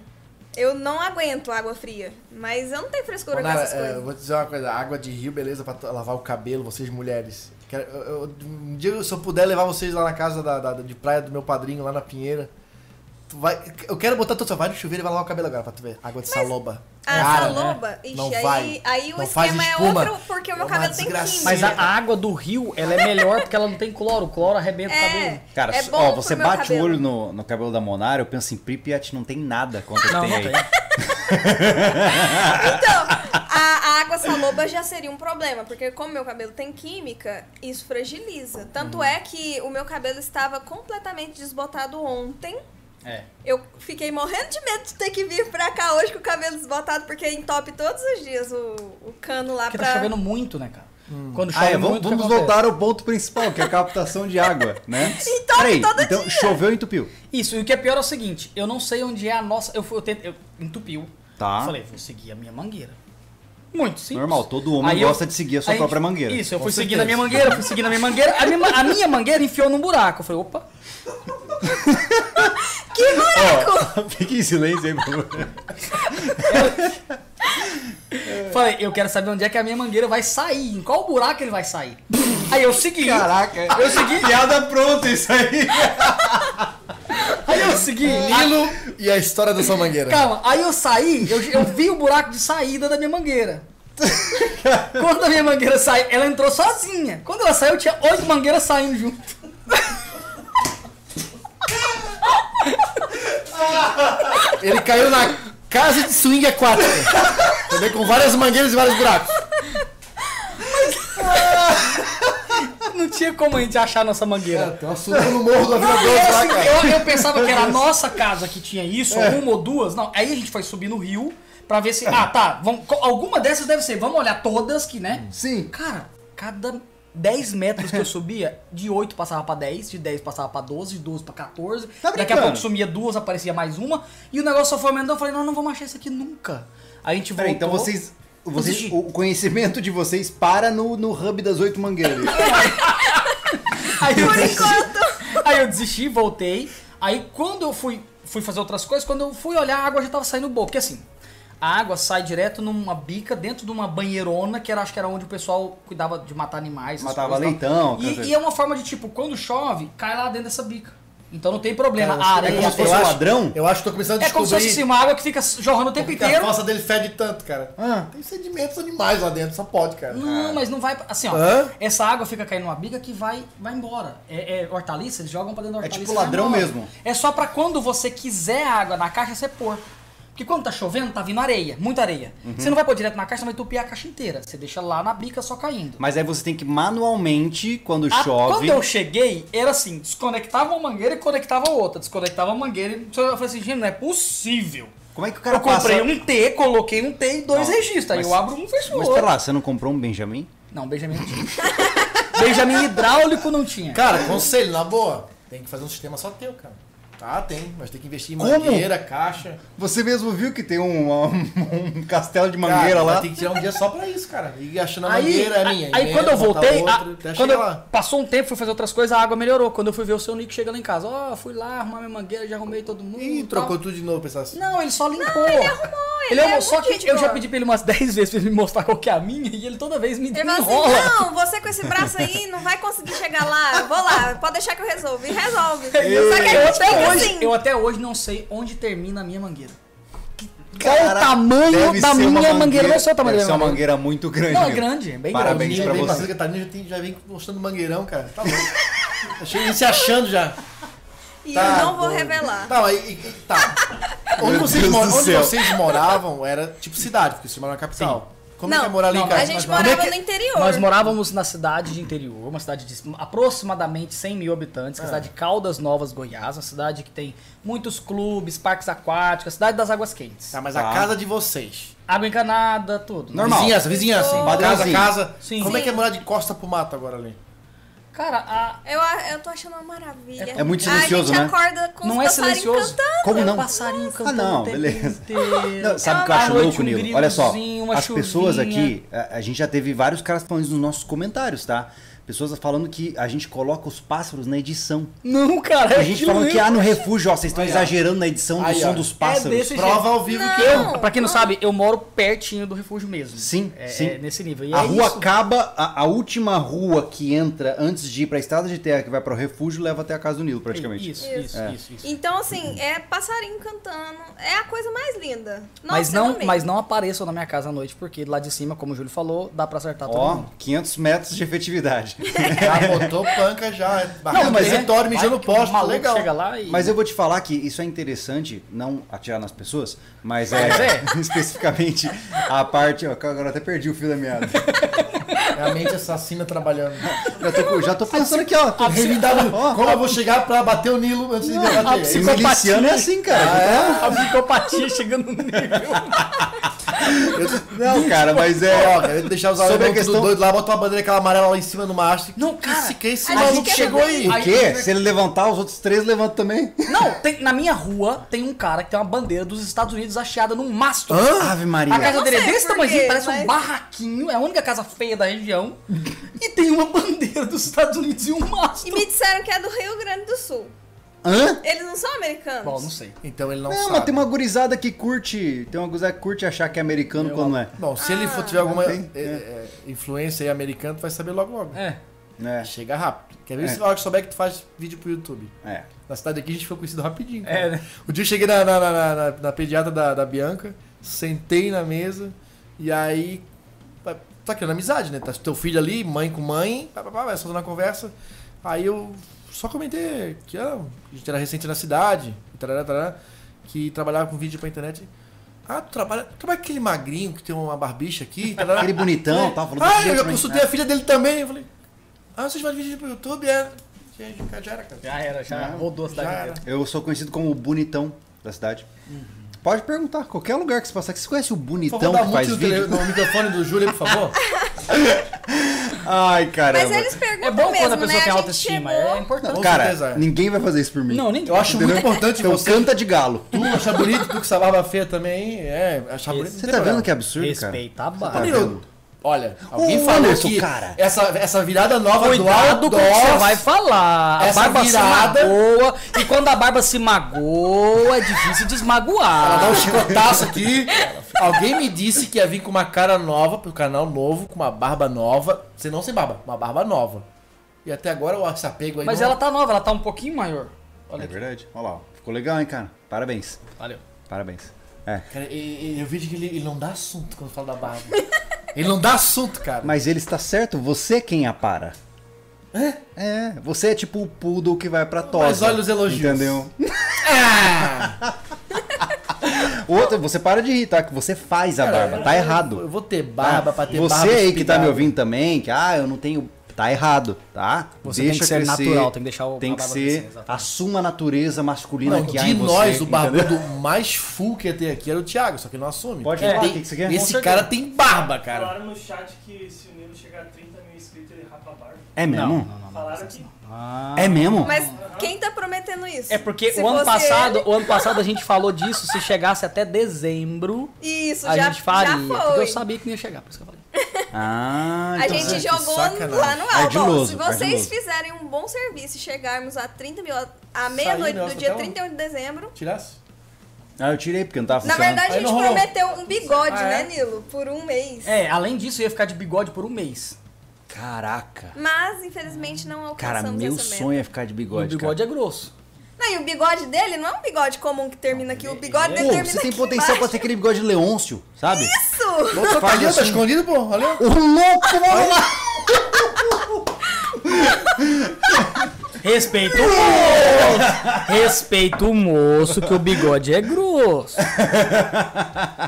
[SPEAKER 3] Eu não aguento água fria. Mas eu não tenho frescura com
[SPEAKER 2] Monara,
[SPEAKER 3] essas
[SPEAKER 2] é, eu
[SPEAKER 3] coisas.
[SPEAKER 2] vou te dizer uma coisa, água de rio, beleza, pra to- lavar o cabelo, vocês mulheres. Quero- eu- eu- um dia, se eu puder levar vocês lá na casa da, da- de praia do meu padrinho, lá na Pinheira. Tu vai, eu quero botar todo só vai no chuveiro e vai lavar o cabelo agora pra tu ver. Água de saloba.
[SPEAKER 3] Ah,
[SPEAKER 2] Cara, né?
[SPEAKER 3] saloba?
[SPEAKER 2] Não
[SPEAKER 3] Ixi, aí,
[SPEAKER 2] vai.
[SPEAKER 3] aí o
[SPEAKER 2] Não faz
[SPEAKER 3] esquema é
[SPEAKER 2] espuma.
[SPEAKER 3] outro, porque o
[SPEAKER 2] É
[SPEAKER 3] meu
[SPEAKER 2] uma
[SPEAKER 3] cabelo tem
[SPEAKER 2] desgracinha.
[SPEAKER 3] química.
[SPEAKER 4] Mas a água do rio, ela é melhor porque ela não tem cloro. O cloro arrebenta o
[SPEAKER 3] É,
[SPEAKER 4] cabelo.
[SPEAKER 1] Cara,
[SPEAKER 3] é
[SPEAKER 1] só-
[SPEAKER 3] bom
[SPEAKER 1] ó,
[SPEAKER 3] pro
[SPEAKER 1] você
[SPEAKER 3] meu
[SPEAKER 1] bate
[SPEAKER 3] cabelo.
[SPEAKER 1] o olho no, no cabelo da Monara, eu penso em Pripyat, não tem nada contra o que
[SPEAKER 4] Não,
[SPEAKER 1] tem
[SPEAKER 4] não
[SPEAKER 1] aí.
[SPEAKER 4] tem.
[SPEAKER 3] Então, a, a água saloba já seria um problema, porque como meu cabelo tem química, isso fragiliza.
[SPEAKER 4] Uhum.
[SPEAKER 3] Tanto é que o meu cabelo estava completamente desbotado ontem.
[SPEAKER 4] É.
[SPEAKER 3] Eu fiquei morrendo de medo de ter que vir pra cá hoje com o cabelo desbotado, porque entope todos os dias o, o cano lá
[SPEAKER 4] Porque
[SPEAKER 3] pra.
[SPEAKER 4] tá chovendo muito, né, cara? Quando chove
[SPEAKER 1] Ah, é, vamos,
[SPEAKER 4] muito, o que
[SPEAKER 1] vamos
[SPEAKER 4] acontece?
[SPEAKER 1] voltar ao ponto principal, que é a captação de água, né?
[SPEAKER 3] Então, todo
[SPEAKER 1] então choveu e entupiu.
[SPEAKER 4] Isso, e o que é pior é o seguinte, eu não sei onde é a nossa... Eu, fui- eu, tentei- eu entupiu.
[SPEAKER 1] Tá.
[SPEAKER 4] Eu falei, vou seguir a minha mangueira. Muito simples.
[SPEAKER 1] Normal, todo homem
[SPEAKER 4] eu-
[SPEAKER 1] gosta de seguir a sua
[SPEAKER 4] aí
[SPEAKER 1] própria mangueira.
[SPEAKER 4] Isso, eu
[SPEAKER 2] Com
[SPEAKER 4] fui seguindo
[SPEAKER 2] certeza.
[SPEAKER 4] a minha mangueira, fui seguindo a minha mangueira. A minha, a minha mangueira enfiou num buraco. Eu falei, opa.
[SPEAKER 3] É
[SPEAKER 1] Ó, fique em silêncio aí, por favor.
[SPEAKER 4] Falei, eu quero saber onde é que a minha mangueira vai sair. Em qual buraco ele vai sair? Aí eu segui.
[SPEAKER 1] Caraca, eu segui. Piada pronta isso aí.
[SPEAKER 4] Aí eu segui.
[SPEAKER 2] Nilo e a história da sua mangueira.
[SPEAKER 4] Calma, aí eu saí, eu, eu vi o buraco de saída da minha mangueira. Quando a minha mangueira saiu, ela entrou sozinha. Quando ela saiu, tinha oito mangueiras saindo junto.
[SPEAKER 2] Ele caiu na casa de swing aquático. Também com várias mangueiras e vários buracos.
[SPEAKER 4] Não tinha como a gente achar a nossa mangueira.
[SPEAKER 2] Tem uma suruba no morro da Vila
[SPEAKER 3] é
[SPEAKER 4] Não, e
[SPEAKER 2] Doce lá,
[SPEAKER 4] assim,
[SPEAKER 2] cara.
[SPEAKER 4] eu, eu pensava que era a nossa casa que tinha isso,
[SPEAKER 1] É.
[SPEAKER 4] uma ou duas. Não, aí a gente foi subir no rio pra ver se. Ah, tá. Vamos, co- alguma dessas deve ser. Vamos olhar todas que,
[SPEAKER 1] Hum.
[SPEAKER 4] né?
[SPEAKER 2] Sim.
[SPEAKER 4] Cara, cada 10 metros que eu subia, de 8 passava pra 10, de 10 passava pra 12, de 12 pra 14. Daqui a
[SPEAKER 1] Tá brincando?
[SPEAKER 4] pouco sumia duas, aparecia mais uma. E o negócio só foi aumentando. Eu falei, nós não vamos achar isso aqui nunca. A gente voltou.
[SPEAKER 1] Peraí, então vocês. vocês
[SPEAKER 4] Desisti.
[SPEAKER 1] o conhecimento de vocês para no, no hub das oito mangueiras.
[SPEAKER 4] Aí eu desisti. Aí eu desisti, voltei. Aí quando eu fui, fui fazer outras coisas, quando eu fui olhar, a água já tava saindo boa. Porque assim, a água sai direto numa bica dentro de uma banheirona, que era, acho que era onde o pessoal cuidava de matar animais. essas
[SPEAKER 1] Matava
[SPEAKER 4] coisas e tal.
[SPEAKER 1] leitão,
[SPEAKER 4] E,
[SPEAKER 1] coisa.
[SPEAKER 4] e é uma forma de tipo, quando chove, cai lá dentro dessa bica. Então não tem problema.
[SPEAKER 2] Cara, é
[SPEAKER 4] a areia.
[SPEAKER 1] como se fosse um
[SPEAKER 2] acho-
[SPEAKER 1] ladrão?
[SPEAKER 2] Eu acho que tô começando a
[SPEAKER 4] É como se fosse
[SPEAKER 2] descobrir
[SPEAKER 4] assim, uma água que fica jorrando o tempo
[SPEAKER 2] que a
[SPEAKER 4] inteiro.
[SPEAKER 2] fossa dele fede tanto, cara.
[SPEAKER 1] Ah.
[SPEAKER 2] Tem sedimentos animais lá dentro, só pode, cara.
[SPEAKER 4] Não, mas não vai. Assim, ó.
[SPEAKER 2] Hã?
[SPEAKER 4] Essa água fica caindo numa bica que vai, vai embora. É, é hortaliça, eles jogam pra dentro
[SPEAKER 1] É
[SPEAKER 4] da hortaliça.
[SPEAKER 1] tipo
[SPEAKER 4] e vai
[SPEAKER 1] ladrão
[SPEAKER 4] embora.
[SPEAKER 1] mesmo.
[SPEAKER 4] É só pra quando você quiser água na caixa, você pôr. Porque quando tá chovendo, tá vindo areia, muita areia.
[SPEAKER 1] Uhum.
[SPEAKER 4] Você não vai pôr direto na caixa, você vai entupir a caixa inteira. Você deixa lá na bica só caindo.
[SPEAKER 1] Mas aí você tem que manualmente, quando
[SPEAKER 3] Ah,
[SPEAKER 4] A-
[SPEAKER 1] chove.
[SPEAKER 4] Quando eu cheguei, era assim, desconectava uma mangueira e conectava outra. Desconectava uma mangueira e... Eu falei assim, gente, não é possível.
[SPEAKER 1] Como é que o cara
[SPEAKER 4] Eu comprei
[SPEAKER 1] passa...
[SPEAKER 4] um T, coloquei um T e dois
[SPEAKER 1] Não,
[SPEAKER 4] registros. Aí
[SPEAKER 1] mas-
[SPEAKER 4] eu abro um e fecho o
[SPEAKER 1] Mas
[SPEAKER 4] outro.
[SPEAKER 1] pera lá, você não comprou um Benjamin?
[SPEAKER 4] Não, Benjamin não tinha. Benjamin hidráulico não tinha.
[SPEAKER 2] Cara, conselho, na boa. Tem que fazer um sistema só teu, cara. Tá, tem, mas tem que investir em
[SPEAKER 1] Como?
[SPEAKER 2] mangueira, caixa.
[SPEAKER 1] Você mesmo viu que tem um, um- um castelo de
[SPEAKER 2] Cara,
[SPEAKER 1] mangueira lá?
[SPEAKER 2] Tem que tirar um dia só pra isso, cara. E achando a
[SPEAKER 4] Aí,
[SPEAKER 2] mangueira é
[SPEAKER 4] a-
[SPEAKER 2] minha.
[SPEAKER 4] aí
[SPEAKER 2] emenda,
[SPEAKER 4] quando eu
[SPEAKER 2] botar
[SPEAKER 4] voltei,
[SPEAKER 2] outra,
[SPEAKER 4] a-
[SPEAKER 2] até
[SPEAKER 4] quando
[SPEAKER 2] chegar
[SPEAKER 4] eu-
[SPEAKER 2] lá.
[SPEAKER 4] passou um tempo, fui fazer outras coisas, a água melhorou. Quando eu fui ver o seu Nico chegando em casa, ó, fui lá arrumar minha mangueira, já arrumei todo mundo.
[SPEAKER 2] Ih,
[SPEAKER 4] e tal.
[SPEAKER 2] trocou tudo de novo, pessoal. assim.
[SPEAKER 4] Não, ele só limpou. ele arrumou, ele, arrumou.
[SPEAKER 3] é
[SPEAKER 4] Só
[SPEAKER 3] muito
[SPEAKER 4] que
[SPEAKER 3] gente
[SPEAKER 4] eu já
[SPEAKER 3] boa.
[SPEAKER 4] pedi pra ele umas 10 vezes pra ele me mostrar qual que é a minha e ele toda vez me, me
[SPEAKER 3] Ele fala
[SPEAKER 4] enrola.
[SPEAKER 3] assim, não, você com esse braço aí não vai conseguir chegar lá. Eu vou lá, pode deixar que eu resolvo. E resolve. Só que
[SPEAKER 4] eu,
[SPEAKER 3] a gente
[SPEAKER 4] até
[SPEAKER 3] fica
[SPEAKER 4] hoje,
[SPEAKER 3] "É, assim.
[SPEAKER 4] eu até hoje não sei onde termina a minha mangueira.
[SPEAKER 1] Cara,
[SPEAKER 4] Qual o tamanho
[SPEAKER 1] deve
[SPEAKER 4] da
[SPEAKER 1] ser
[SPEAKER 4] minha
[SPEAKER 1] uma
[SPEAKER 4] mangueira? Não sei o tamanho
[SPEAKER 1] Deve ser
[SPEAKER 4] da
[SPEAKER 1] uma
[SPEAKER 4] minha
[SPEAKER 1] mangueira muito grande.
[SPEAKER 4] Não, é
[SPEAKER 1] mesmo.
[SPEAKER 4] grande, é bem
[SPEAKER 1] Parabéns
[SPEAKER 4] grande.
[SPEAKER 2] Ninguém
[SPEAKER 1] pra
[SPEAKER 2] vem
[SPEAKER 1] você.
[SPEAKER 2] Santa Catarina já, tem- já vem mostrando mangueirão, cara. Tá louco. Achei ele se achando já.
[SPEAKER 3] E
[SPEAKER 2] Tá
[SPEAKER 3] eu não vou
[SPEAKER 2] doido.
[SPEAKER 4] tá,
[SPEAKER 3] revelar.
[SPEAKER 2] Não, aí. e- Tá. Onde,
[SPEAKER 1] Meu
[SPEAKER 2] vocês,
[SPEAKER 1] Deus
[SPEAKER 2] mo-
[SPEAKER 1] do
[SPEAKER 2] onde
[SPEAKER 1] céu.
[SPEAKER 2] vocês moravam era tipo cidade, porque vocês moravam na capital. Como
[SPEAKER 3] Não,
[SPEAKER 2] que é morar ali,
[SPEAKER 4] não,
[SPEAKER 2] em cara?
[SPEAKER 3] a gente
[SPEAKER 2] Como é
[SPEAKER 3] morava
[SPEAKER 2] que-
[SPEAKER 3] no interior.
[SPEAKER 4] Nós morávamos na cidade de interior, uma cidade de aproximadamente 100 mil habitantes, que é a cidade de Caldas Novas, Goiás, uma cidade que tem muitos clubes, parques aquáticos, cidade das águas quentes.
[SPEAKER 2] Tá, mas
[SPEAKER 1] Tá.
[SPEAKER 2] a casa de vocês.
[SPEAKER 4] Água encanada, tudo. né?
[SPEAKER 1] Normal.
[SPEAKER 2] Vizinhança, vizinhança.
[SPEAKER 3] Sim.
[SPEAKER 2] Casa,
[SPEAKER 1] Padrãozinho.
[SPEAKER 2] casa.
[SPEAKER 4] Sim.
[SPEAKER 2] Como é que é
[SPEAKER 3] Sim.
[SPEAKER 2] morar de costa pro mato agora ali?
[SPEAKER 4] Cara, a-
[SPEAKER 3] Eu, a- eu tô achando uma maravilha.
[SPEAKER 1] É muito silencioso,
[SPEAKER 3] a
[SPEAKER 1] né?
[SPEAKER 3] gente acorda com
[SPEAKER 4] não
[SPEAKER 3] os
[SPEAKER 4] é
[SPEAKER 3] passarinhos
[SPEAKER 4] silencioso.
[SPEAKER 3] cantando.
[SPEAKER 1] Como
[SPEAKER 4] É
[SPEAKER 1] não? Ah,
[SPEAKER 4] um passarinho cantando.
[SPEAKER 1] não,
[SPEAKER 4] o tempo
[SPEAKER 1] beleza.
[SPEAKER 4] inteiro.
[SPEAKER 1] Não, sabe o que eu
[SPEAKER 4] À
[SPEAKER 1] acho
[SPEAKER 4] noite,
[SPEAKER 1] louco,
[SPEAKER 4] um
[SPEAKER 1] Nilo? Olha só,
[SPEAKER 4] grilozinho, uma
[SPEAKER 1] as pessoas
[SPEAKER 4] chuvinha.
[SPEAKER 1] aqui, a, a gente já teve vários caras falando isso nos nossos comentários, tá? Pessoas falando que a gente coloca os pássaros na edição.
[SPEAKER 4] Não, cara. é
[SPEAKER 1] Tem gente
[SPEAKER 4] aquilo
[SPEAKER 1] falando que,
[SPEAKER 4] mesmo.
[SPEAKER 1] ah, no refúgio, ó, vocês estão
[SPEAKER 2] Aí, ó.
[SPEAKER 1] exagerando na edição do
[SPEAKER 2] Aí, ó.
[SPEAKER 1] som dos
[SPEAKER 4] É
[SPEAKER 1] pássaros.
[SPEAKER 4] desse jeito.
[SPEAKER 2] Prova ao vivo que
[SPEAKER 3] Não.
[SPEAKER 4] Eu, pra quem não sabe, eu moro pertinho do refúgio mesmo.
[SPEAKER 1] Sim,
[SPEAKER 4] É-
[SPEAKER 1] sim.
[SPEAKER 4] é nesse nível. E
[SPEAKER 1] A
[SPEAKER 4] é
[SPEAKER 1] rua
[SPEAKER 4] isso.
[SPEAKER 1] acaba, a, a última rua que entra antes de ir pra estrada de terra que vai para o refúgio leva até a casa do Nilo, praticamente.
[SPEAKER 4] É
[SPEAKER 1] É.
[SPEAKER 4] Isso,
[SPEAKER 3] Isso.
[SPEAKER 4] isso, isso, isso.
[SPEAKER 3] Então, assim, é passarinho cantando. É a coisa mais linda. Nossa,
[SPEAKER 4] mas,
[SPEAKER 3] eu
[SPEAKER 4] não,
[SPEAKER 3] amei.
[SPEAKER 4] mas não apareçam na minha casa à noite, porque lá de cima, como o Júlio falou, dá pra acertar todo
[SPEAKER 1] Ó,
[SPEAKER 4] mundo.
[SPEAKER 1] 500 metros de efetividade.
[SPEAKER 2] Já botou panca, já. Não,
[SPEAKER 1] mas
[SPEAKER 2] mas
[SPEAKER 1] é-
[SPEAKER 2] território, mijando
[SPEAKER 4] Vai que o
[SPEAKER 2] posto,
[SPEAKER 4] maluco
[SPEAKER 2] legal.
[SPEAKER 4] Chega lá e...
[SPEAKER 1] Mas eu vou te falar que isso é interessante, não atirar nas pessoas, mas é, especificamente a parte. Ó, agora até perdi o fio da meada.
[SPEAKER 2] É a mente assassina trabalhando.
[SPEAKER 1] Já tô, com- já tô pensando aqui, ó. Tô
[SPEAKER 2] Revidado.
[SPEAKER 1] Ó,
[SPEAKER 2] Como eu vou chegar pra bater o Nilo antes de
[SPEAKER 4] Não, a
[SPEAKER 2] bater?
[SPEAKER 1] esse
[SPEAKER 4] psico-
[SPEAKER 1] miliciano é assim, cara.
[SPEAKER 2] É.
[SPEAKER 4] A psicopatia chegando no nível.
[SPEAKER 1] Não, cara, mas é.
[SPEAKER 2] Ó, cara, deixar os
[SPEAKER 1] Sobre a
[SPEAKER 2] alemães
[SPEAKER 1] questão-
[SPEAKER 2] tudo doido lá, bota uma bandeira aquela amarela lá em cima no mastro.
[SPEAKER 4] Não, cara,
[SPEAKER 2] Que, que esse
[SPEAKER 3] a
[SPEAKER 2] maluco
[SPEAKER 3] gente é
[SPEAKER 2] chegou aí?
[SPEAKER 3] doido.
[SPEAKER 1] O quê? Se ele levantar, os outros três levantam também.
[SPEAKER 4] Não, tem- na minha rua tem um cara que tem uma bandeira dos Estados Unidos hasteada num mastro.
[SPEAKER 1] Ave Maria.
[SPEAKER 4] A casa
[SPEAKER 3] Não
[SPEAKER 4] dele é
[SPEAKER 3] sei
[SPEAKER 4] desse
[SPEAKER 3] por
[SPEAKER 4] tamanhozinho,
[SPEAKER 3] quê,
[SPEAKER 4] parece um
[SPEAKER 3] mas-
[SPEAKER 4] barraquinho, é a única casa feia da região. e tem uma bandeira dos Estados Unidos e um mastro.
[SPEAKER 3] E me disseram que é do Rio Grande do Sul.
[SPEAKER 1] Hã?
[SPEAKER 3] Eles não são americanos?
[SPEAKER 4] Bom, não sei.
[SPEAKER 2] Então ele não,
[SPEAKER 1] Não,
[SPEAKER 2] sabe.
[SPEAKER 1] mas tem uma gurizada que curte. Tem uma gurizada que curte achar que é americano quando não é.
[SPEAKER 2] Bom, se ele for tiver alguma
[SPEAKER 1] tem,
[SPEAKER 2] eh, eh, influência aí americana, tu vai saber logo logo.
[SPEAKER 4] É.
[SPEAKER 1] É.
[SPEAKER 2] Chega rápido. Quer ver
[SPEAKER 1] É.
[SPEAKER 2] se na hora que souber que tu faz vídeo pro YouTube?
[SPEAKER 1] é.
[SPEAKER 2] Na cidade aqui a gente ficou conhecido rapidinho. cara.
[SPEAKER 4] É, né?
[SPEAKER 2] O dia eu cheguei na, na, na- na- na- na pediatra da, da Bianca, sentei na mesa, e aí. pá, Tá criando amizade, né? Tá teu filho ali, mãe com mãe, pá, pá, pá, vai soltando a conversa. Aí eu só comentei que ah, a gente era recente na cidade, e tarará, tarará, que trabalhava com vídeo pra internet. Ah, tu trabalha, tu trabalha com aquele magrinho que tem uma barbicha aqui? tarará.
[SPEAKER 1] Aquele bonitão, tá? Falou
[SPEAKER 2] Ah,
[SPEAKER 1] desse
[SPEAKER 2] eu
[SPEAKER 1] jeito,
[SPEAKER 2] já
[SPEAKER 1] né?
[SPEAKER 2] consultei a filha dele também. Eu falei, ah, vocês fazem vídeo pro YouTube? É. Já- Já era, cara.
[SPEAKER 4] Já era, já rodou a
[SPEAKER 2] Já era.
[SPEAKER 4] cidade.
[SPEAKER 1] né? Eu sou conhecido como o bonitão da cidade. Pode perguntar, qualquer lugar que você passar. que Você conhece o
[SPEAKER 2] Por
[SPEAKER 1] bonitão
[SPEAKER 2] favor, dá
[SPEAKER 1] Então, que
[SPEAKER 2] mute
[SPEAKER 1] faz
[SPEAKER 2] no, tele-
[SPEAKER 1] vídeo?
[SPEAKER 2] no microfone do Júlio, por favor.
[SPEAKER 1] Ai, caramba.
[SPEAKER 3] Mas eles perguntam
[SPEAKER 4] É bom
[SPEAKER 3] mesmo,
[SPEAKER 4] quando a pessoa
[SPEAKER 3] né?
[SPEAKER 4] tem
[SPEAKER 3] gente
[SPEAKER 4] autoestima,
[SPEAKER 3] chegou-
[SPEAKER 4] é importante.
[SPEAKER 2] Não, certeza,
[SPEAKER 1] Cara,
[SPEAKER 2] é.
[SPEAKER 1] ninguém vai fazer isso por mim.
[SPEAKER 4] Não, ninguém.
[SPEAKER 2] Eu acho muito importante
[SPEAKER 1] Então
[SPEAKER 2] você.
[SPEAKER 1] canta de galo.
[SPEAKER 2] Tu achar bonito, tu que essa barba feia também. É, achar bonito.
[SPEAKER 1] Você tá vendo que absurdo,
[SPEAKER 4] Respeita a
[SPEAKER 1] cara? Tá
[SPEAKER 4] barra.
[SPEAKER 1] vendo?
[SPEAKER 2] Um Olha, alguém
[SPEAKER 1] Ô,
[SPEAKER 2] falou
[SPEAKER 1] Anderson,
[SPEAKER 2] que
[SPEAKER 1] cara.
[SPEAKER 2] Essa, essa virada nova
[SPEAKER 4] Cuidado
[SPEAKER 2] do
[SPEAKER 4] com o que
[SPEAKER 2] Aldous-
[SPEAKER 4] você vai falar. A
[SPEAKER 2] essa
[SPEAKER 4] barba
[SPEAKER 2] virada-
[SPEAKER 4] se magoa. E quando a barba se magoa, é difícil
[SPEAKER 2] Ela dá
[SPEAKER 4] desmagoar.
[SPEAKER 2] um chicotaço aqui. Alguém me disse que ia vir com uma cara nova pro canal novo, com uma barba nova. Você não sem barba, uma barba nova. E até agora o apego aí.
[SPEAKER 4] Mas
[SPEAKER 2] não-
[SPEAKER 4] ela tá nova, ela tá um pouquinho maior. Olha
[SPEAKER 1] É
[SPEAKER 4] aqui.
[SPEAKER 1] verdade. Olha lá, ó. ficou legal, hein, cara? Parabéns.
[SPEAKER 4] Valeu.
[SPEAKER 1] Parabéns. É.
[SPEAKER 2] Cara, e- e- eu vejo que ele, ele não dá assunto quando fala da barba. ele não dá assunto, cara.
[SPEAKER 1] Mas ele está certo, você é quem apara. É? É, você é tipo o poodle que vai pra tosa.
[SPEAKER 2] Mas olha os elogios.
[SPEAKER 1] Entendeu? Outra, você para de rir, tá? Que você faz a barba, tá errado.
[SPEAKER 2] Eu vou ter barba pra ter barba.
[SPEAKER 1] Você aí que tá
[SPEAKER 2] espigada.
[SPEAKER 1] me ouvindo também, que ah, eu não tenho. Tá errado, tá?
[SPEAKER 4] Você tem que ser natural, tem que deixar o-
[SPEAKER 1] Tem
[SPEAKER 4] a
[SPEAKER 1] que
[SPEAKER 4] barba
[SPEAKER 1] ser.
[SPEAKER 4] crescer, exatamente.
[SPEAKER 1] assuma a natureza masculina
[SPEAKER 2] Não,
[SPEAKER 1] que
[SPEAKER 2] de
[SPEAKER 1] há em você.
[SPEAKER 2] nós, o
[SPEAKER 1] entendeu?
[SPEAKER 2] barbudo mais full que ia ter aqui era o Thiago, só que ele não assume.
[SPEAKER 1] Pode
[SPEAKER 2] Ele
[SPEAKER 1] falar,
[SPEAKER 2] tem-
[SPEAKER 1] o que que você quer? Com
[SPEAKER 2] Esse
[SPEAKER 1] certeza.
[SPEAKER 2] cara tem barba, cara.
[SPEAKER 6] Falaram no chat que se o Nilo chegar a 30 mil inscritos, ele rapa a barba.
[SPEAKER 1] É mesmo?
[SPEAKER 6] Falaram que
[SPEAKER 1] É mesmo?
[SPEAKER 3] Mas quem tá prometendo isso?
[SPEAKER 4] É porque
[SPEAKER 3] Se
[SPEAKER 4] o ano
[SPEAKER 3] fosse
[SPEAKER 4] passado, o ano passado a gente falou disso, se chegasse até dezembro,
[SPEAKER 3] ele- Isso,
[SPEAKER 4] a
[SPEAKER 3] já,
[SPEAKER 4] gente faria.
[SPEAKER 3] já
[SPEAKER 4] Porque eu
[SPEAKER 3] foi.
[SPEAKER 4] sabia que não ia chegar, por isso que eu falei.
[SPEAKER 1] Ah,
[SPEAKER 3] A
[SPEAKER 1] então
[SPEAKER 2] Ah,
[SPEAKER 3] gente
[SPEAKER 2] que
[SPEAKER 3] jogou
[SPEAKER 2] sacanagem.
[SPEAKER 3] lá no alto.
[SPEAKER 1] Ardiloso,
[SPEAKER 3] se vocês
[SPEAKER 1] ardiloso.
[SPEAKER 3] fizerem um bom serviço e chegarmos a 30 mil, à meia-noite do
[SPEAKER 2] nossa,
[SPEAKER 3] dia
[SPEAKER 2] até um-
[SPEAKER 3] 31 de dezembro.
[SPEAKER 2] Tirasse?
[SPEAKER 1] Ah, eu tirei porque não tava
[SPEAKER 3] Na
[SPEAKER 1] funcionando.
[SPEAKER 3] verdade, a
[SPEAKER 2] Aí
[SPEAKER 3] gente
[SPEAKER 2] não rolou.
[SPEAKER 3] prometeu um bigode,
[SPEAKER 2] Ah, é?
[SPEAKER 3] né, Nilo? Por um mês.
[SPEAKER 4] É, além disso, eu ia ficar de bigode por um mês.
[SPEAKER 1] Caraca.
[SPEAKER 3] Mas, infelizmente, não alcançamos
[SPEAKER 1] Cara, meu
[SPEAKER 3] essa meta.
[SPEAKER 1] sonho é ficar de bigode.
[SPEAKER 4] e o bigode é grosso.
[SPEAKER 3] Não, e o bigode dele não é um bigode comum que termina aqui. O
[SPEAKER 2] é
[SPEAKER 4] Ah,
[SPEAKER 3] bigode
[SPEAKER 1] cara. É.
[SPEAKER 3] dele
[SPEAKER 1] Pô,
[SPEAKER 3] termina
[SPEAKER 1] você tem
[SPEAKER 3] aqui
[SPEAKER 1] potencial pra
[SPEAKER 3] embaixo.
[SPEAKER 1] ter aquele bigode de Leôncio, sabe?
[SPEAKER 3] Isso!
[SPEAKER 2] Ô, tá
[SPEAKER 1] Faz
[SPEAKER 2] ali, ó, tá
[SPEAKER 1] assim.
[SPEAKER 2] escondido, pô. Olha.
[SPEAKER 1] O louco, mano!
[SPEAKER 4] Respeita o moço! Respeita o moço, que o bigode é grosso.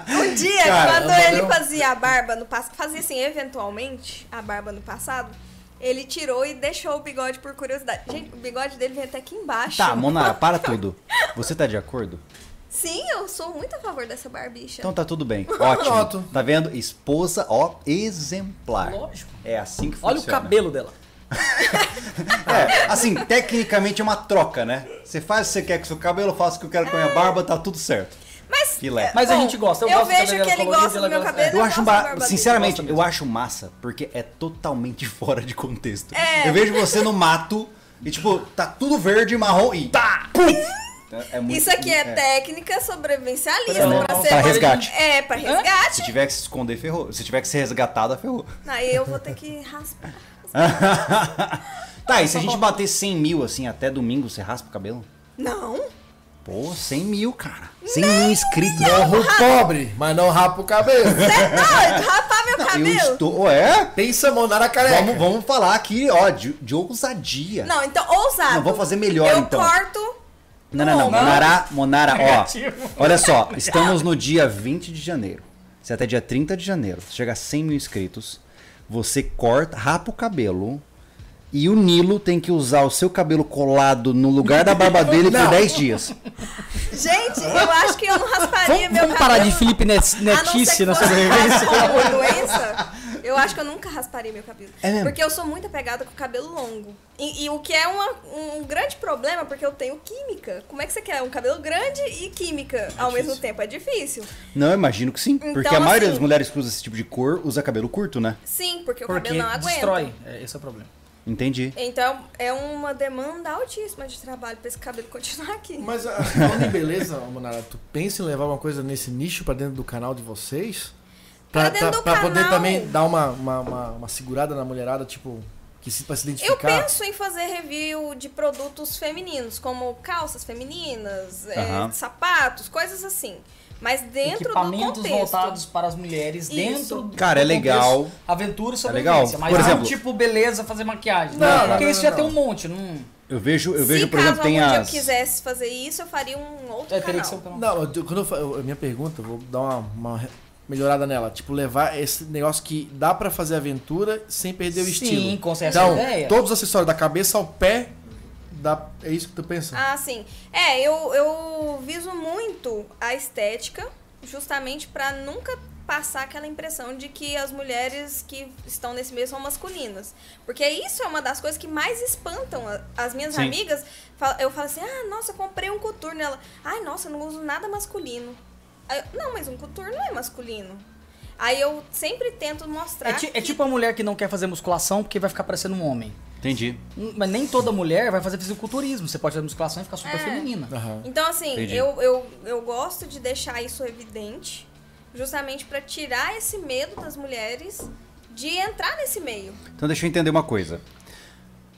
[SPEAKER 3] Um dia,
[SPEAKER 1] Cara,
[SPEAKER 3] quando
[SPEAKER 1] eu-
[SPEAKER 3] ele fazia a barba no passado, fazia assim, eventualmente, a barba no passado, ele tirou e deixou o bigode por curiosidade. Gente, o bigode dele vem até aqui embaixo.
[SPEAKER 1] Tá, Monara, para tudo. Você tá de acordo?
[SPEAKER 3] Sim, eu sou muito a favor dessa barbicha.
[SPEAKER 1] Então tá tudo bem. Ótimo.
[SPEAKER 2] Pronto.
[SPEAKER 1] Tá vendo? Esposa, ó, exemplar.
[SPEAKER 4] Lógico.
[SPEAKER 1] É assim que
[SPEAKER 4] Olha
[SPEAKER 1] funciona.
[SPEAKER 4] o cabelo dela.
[SPEAKER 1] É, assim, tecnicamente é uma troca, né? Você faz o que você quer com o seu cabelo, eu faço o que eu quero com a minha barba, tá tudo certo.
[SPEAKER 3] Mas, é,
[SPEAKER 1] Filé.
[SPEAKER 4] Mas a
[SPEAKER 3] bom,
[SPEAKER 4] gente gosta, eu
[SPEAKER 3] Eu,
[SPEAKER 4] gosto do
[SPEAKER 3] vejo
[SPEAKER 4] cabelo
[SPEAKER 3] que ele
[SPEAKER 4] colorido,
[SPEAKER 3] gosta
[SPEAKER 4] ela
[SPEAKER 3] do meu
[SPEAKER 4] gosta-
[SPEAKER 3] cabelo.
[SPEAKER 1] Eu acho,
[SPEAKER 3] gosto
[SPEAKER 1] ba-
[SPEAKER 3] da barba dele.
[SPEAKER 1] sinceramente,
[SPEAKER 4] Gosta
[SPEAKER 1] eu
[SPEAKER 4] mesmo.
[SPEAKER 1] acho massa, porque é totalmente fora de contexto.
[SPEAKER 3] É.
[SPEAKER 1] Eu vejo você no mato e, tipo, tá tudo verde, marrom e tá! Pum! É, é muito-
[SPEAKER 3] Isso aqui é, técnica sobrevivencialista.
[SPEAKER 1] Não,
[SPEAKER 3] pra
[SPEAKER 1] não,
[SPEAKER 3] ser
[SPEAKER 1] pra resgate.
[SPEAKER 3] É, pra resgate.
[SPEAKER 1] Se tiver que se esconder, ferrou. Se tiver que ser resgatada, ferrou.
[SPEAKER 3] Aí eu vou ter que raspar.
[SPEAKER 1] Tá, e se a gente bater 100 mil, assim, até domingo, você raspa o cabelo?
[SPEAKER 3] Não.
[SPEAKER 1] Pô, 100 mil, cara. 100 mil inscritos.
[SPEAKER 2] Morro pobre, mas não rapa o cabelo.
[SPEAKER 3] Não, é rapar meu
[SPEAKER 1] Eu
[SPEAKER 3] cabelo.
[SPEAKER 1] estou... É?
[SPEAKER 2] Pensa, Monara careca.
[SPEAKER 1] Vamos, vamos falar aqui, ó, de, de ousadia.
[SPEAKER 3] Não, então, ousado.
[SPEAKER 1] Não, vou fazer melhor,
[SPEAKER 3] eu
[SPEAKER 1] então.
[SPEAKER 3] corto.
[SPEAKER 1] Não, não, não.
[SPEAKER 4] Não, não.
[SPEAKER 1] Monara, Monara,
[SPEAKER 4] Negativo.
[SPEAKER 1] ó. Olha só, estamos no dia 20 de janeiro. Se até dia 30 de janeiro você chegar a 100 mil inscritos, você corta, rapa o cabelo e o Nilo tem que usar o seu cabelo colado no lugar da barba dele por
[SPEAKER 2] Não.
[SPEAKER 1] 10 dias.
[SPEAKER 3] Gente, eu acho que eu não rasparia
[SPEAKER 4] Vamos,
[SPEAKER 3] É meu cabelo.
[SPEAKER 4] vamos parar de Felipe Net-
[SPEAKER 3] A não ser
[SPEAKER 4] Netice
[SPEAKER 3] que
[SPEAKER 4] na
[SPEAKER 3] fosse
[SPEAKER 4] sobrevivência.
[SPEAKER 3] causado por uma doença, eu acho que eu nunca rasparia meu cabelo.
[SPEAKER 1] É mesmo?
[SPEAKER 3] Porque eu sou muito apegada com o cabelo longo. E, e o que é uma- um grande problema, porque eu tenho química. Como é que você quer um cabelo grande e química ao mesmo tempo? É difícil.
[SPEAKER 1] Não, eu imagino que sim.
[SPEAKER 3] Então,
[SPEAKER 1] porque a maioria
[SPEAKER 3] assim-
[SPEAKER 1] das mulheres que usa esse tipo de cor usa cabelo curto, né?
[SPEAKER 3] Sim, porque o
[SPEAKER 4] Porque
[SPEAKER 3] cabelo não aguenta.
[SPEAKER 4] destrói. É, esse é o problema.
[SPEAKER 1] Entendi.
[SPEAKER 3] Então, é uma demanda altíssima de trabalho pra esse cabelo continuar aqui.
[SPEAKER 2] Mas a- falando em beleza, ô, Monara, tu pensa em levar uma coisa nesse nicho pra dentro do canal de vocês?
[SPEAKER 3] Pra dentro do
[SPEAKER 2] pra poder
[SPEAKER 3] canal.
[SPEAKER 2] também dar uma, uma, uma- uma segurada na mulherada, tipo, que se, pra se
[SPEAKER 3] Eu
[SPEAKER 2] identificar.
[SPEAKER 3] penso em fazer review de produtos femininos, como calças femininas, é,
[SPEAKER 1] Aham.
[SPEAKER 3] sapatos, coisas assim. Mas dentro do
[SPEAKER 4] Equipamentos
[SPEAKER 3] contexto.
[SPEAKER 4] voltados para as mulheres
[SPEAKER 3] Isso.
[SPEAKER 4] dentro do
[SPEAKER 1] Cara, é
[SPEAKER 4] contexto,
[SPEAKER 1] legal. É
[SPEAKER 4] Aventura e
[SPEAKER 1] legal.
[SPEAKER 4] sobrevivência. Mas
[SPEAKER 1] Por
[SPEAKER 4] não
[SPEAKER 1] exemplo-
[SPEAKER 4] tipo beleza fazer maquiagem.
[SPEAKER 2] Não,
[SPEAKER 4] porque
[SPEAKER 2] não,
[SPEAKER 4] isso
[SPEAKER 2] não,
[SPEAKER 4] já
[SPEAKER 2] não.
[SPEAKER 4] tem um monte. Não...
[SPEAKER 1] Eu vejo, eu vejo,
[SPEAKER 3] Se
[SPEAKER 1] por
[SPEAKER 3] caso
[SPEAKER 1] exemplo, tem
[SPEAKER 3] algum dia
[SPEAKER 1] as.
[SPEAKER 3] eu quisesse fazer isso, eu faria um outro
[SPEAKER 4] É,
[SPEAKER 3] canal.
[SPEAKER 4] teria que ser um canal.
[SPEAKER 2] Não, eu- quando eu, fa- eu- a minha pergunta, eu vou dar uma, uma re- melhorada nela. Tipo, levar esse negócio que dá pra fazer aventura sem perder o
[SPEAKER 4] Sim,
[SPEAKER 2] estilo.
[SPEAKER 4] com certeza. é
[SPEAKER 2] Então,
[SPEAKER 4] ideia.
[SPEAKER 2] todos os acessórios, da cabeça ao pé, dá, é isso que tu pensa?
[SPEAKER 3] Ah, sim. É, eu, eu viso muito a estética, justamente pra nunca passar aquela impressão de que as mulheres que estão nesse meio são masculinas. Porque isso é uma das coisas que mais espantam a- as minhas
[SPEAKER 1] Sim.
[SPEAKER 3] amigas. Fa- Eu falo assim, ah, nossa, eu comprei um coturno. Ela, ai, nossa, eu não uso nada masculino. Aí eu, não, mas um coturno é masculino. Aí eu sempre tento mostrar
[SPEAKER 4] É, ti- é
[SPEAKER 3] que-
[SPEAKER 4] tipo a mulher que não quer fazer musculação porque vai ficar parecendo um homem.
[SPEAKER 1] Entendi.
[SPEAKER 4] Hum, Mas nem toda mulher vai fazer fisiculturismo. Você pode fazer musculação e ficar super
[SPEAKER 3] É.
[SPEAKER 4] feminina.
[SPEAKER 2] Aham.
[SPEAKER 3] Então, assim,
[SPEAKER 1] Entendi.
[SPEAKER 3] eu, eu, eu gosto de deixar isso evidente, justamente pra tirar esse medo das mulheres de entrar nesse meio.
[SPEAKER 1] Então deixa eu entender uma coisa.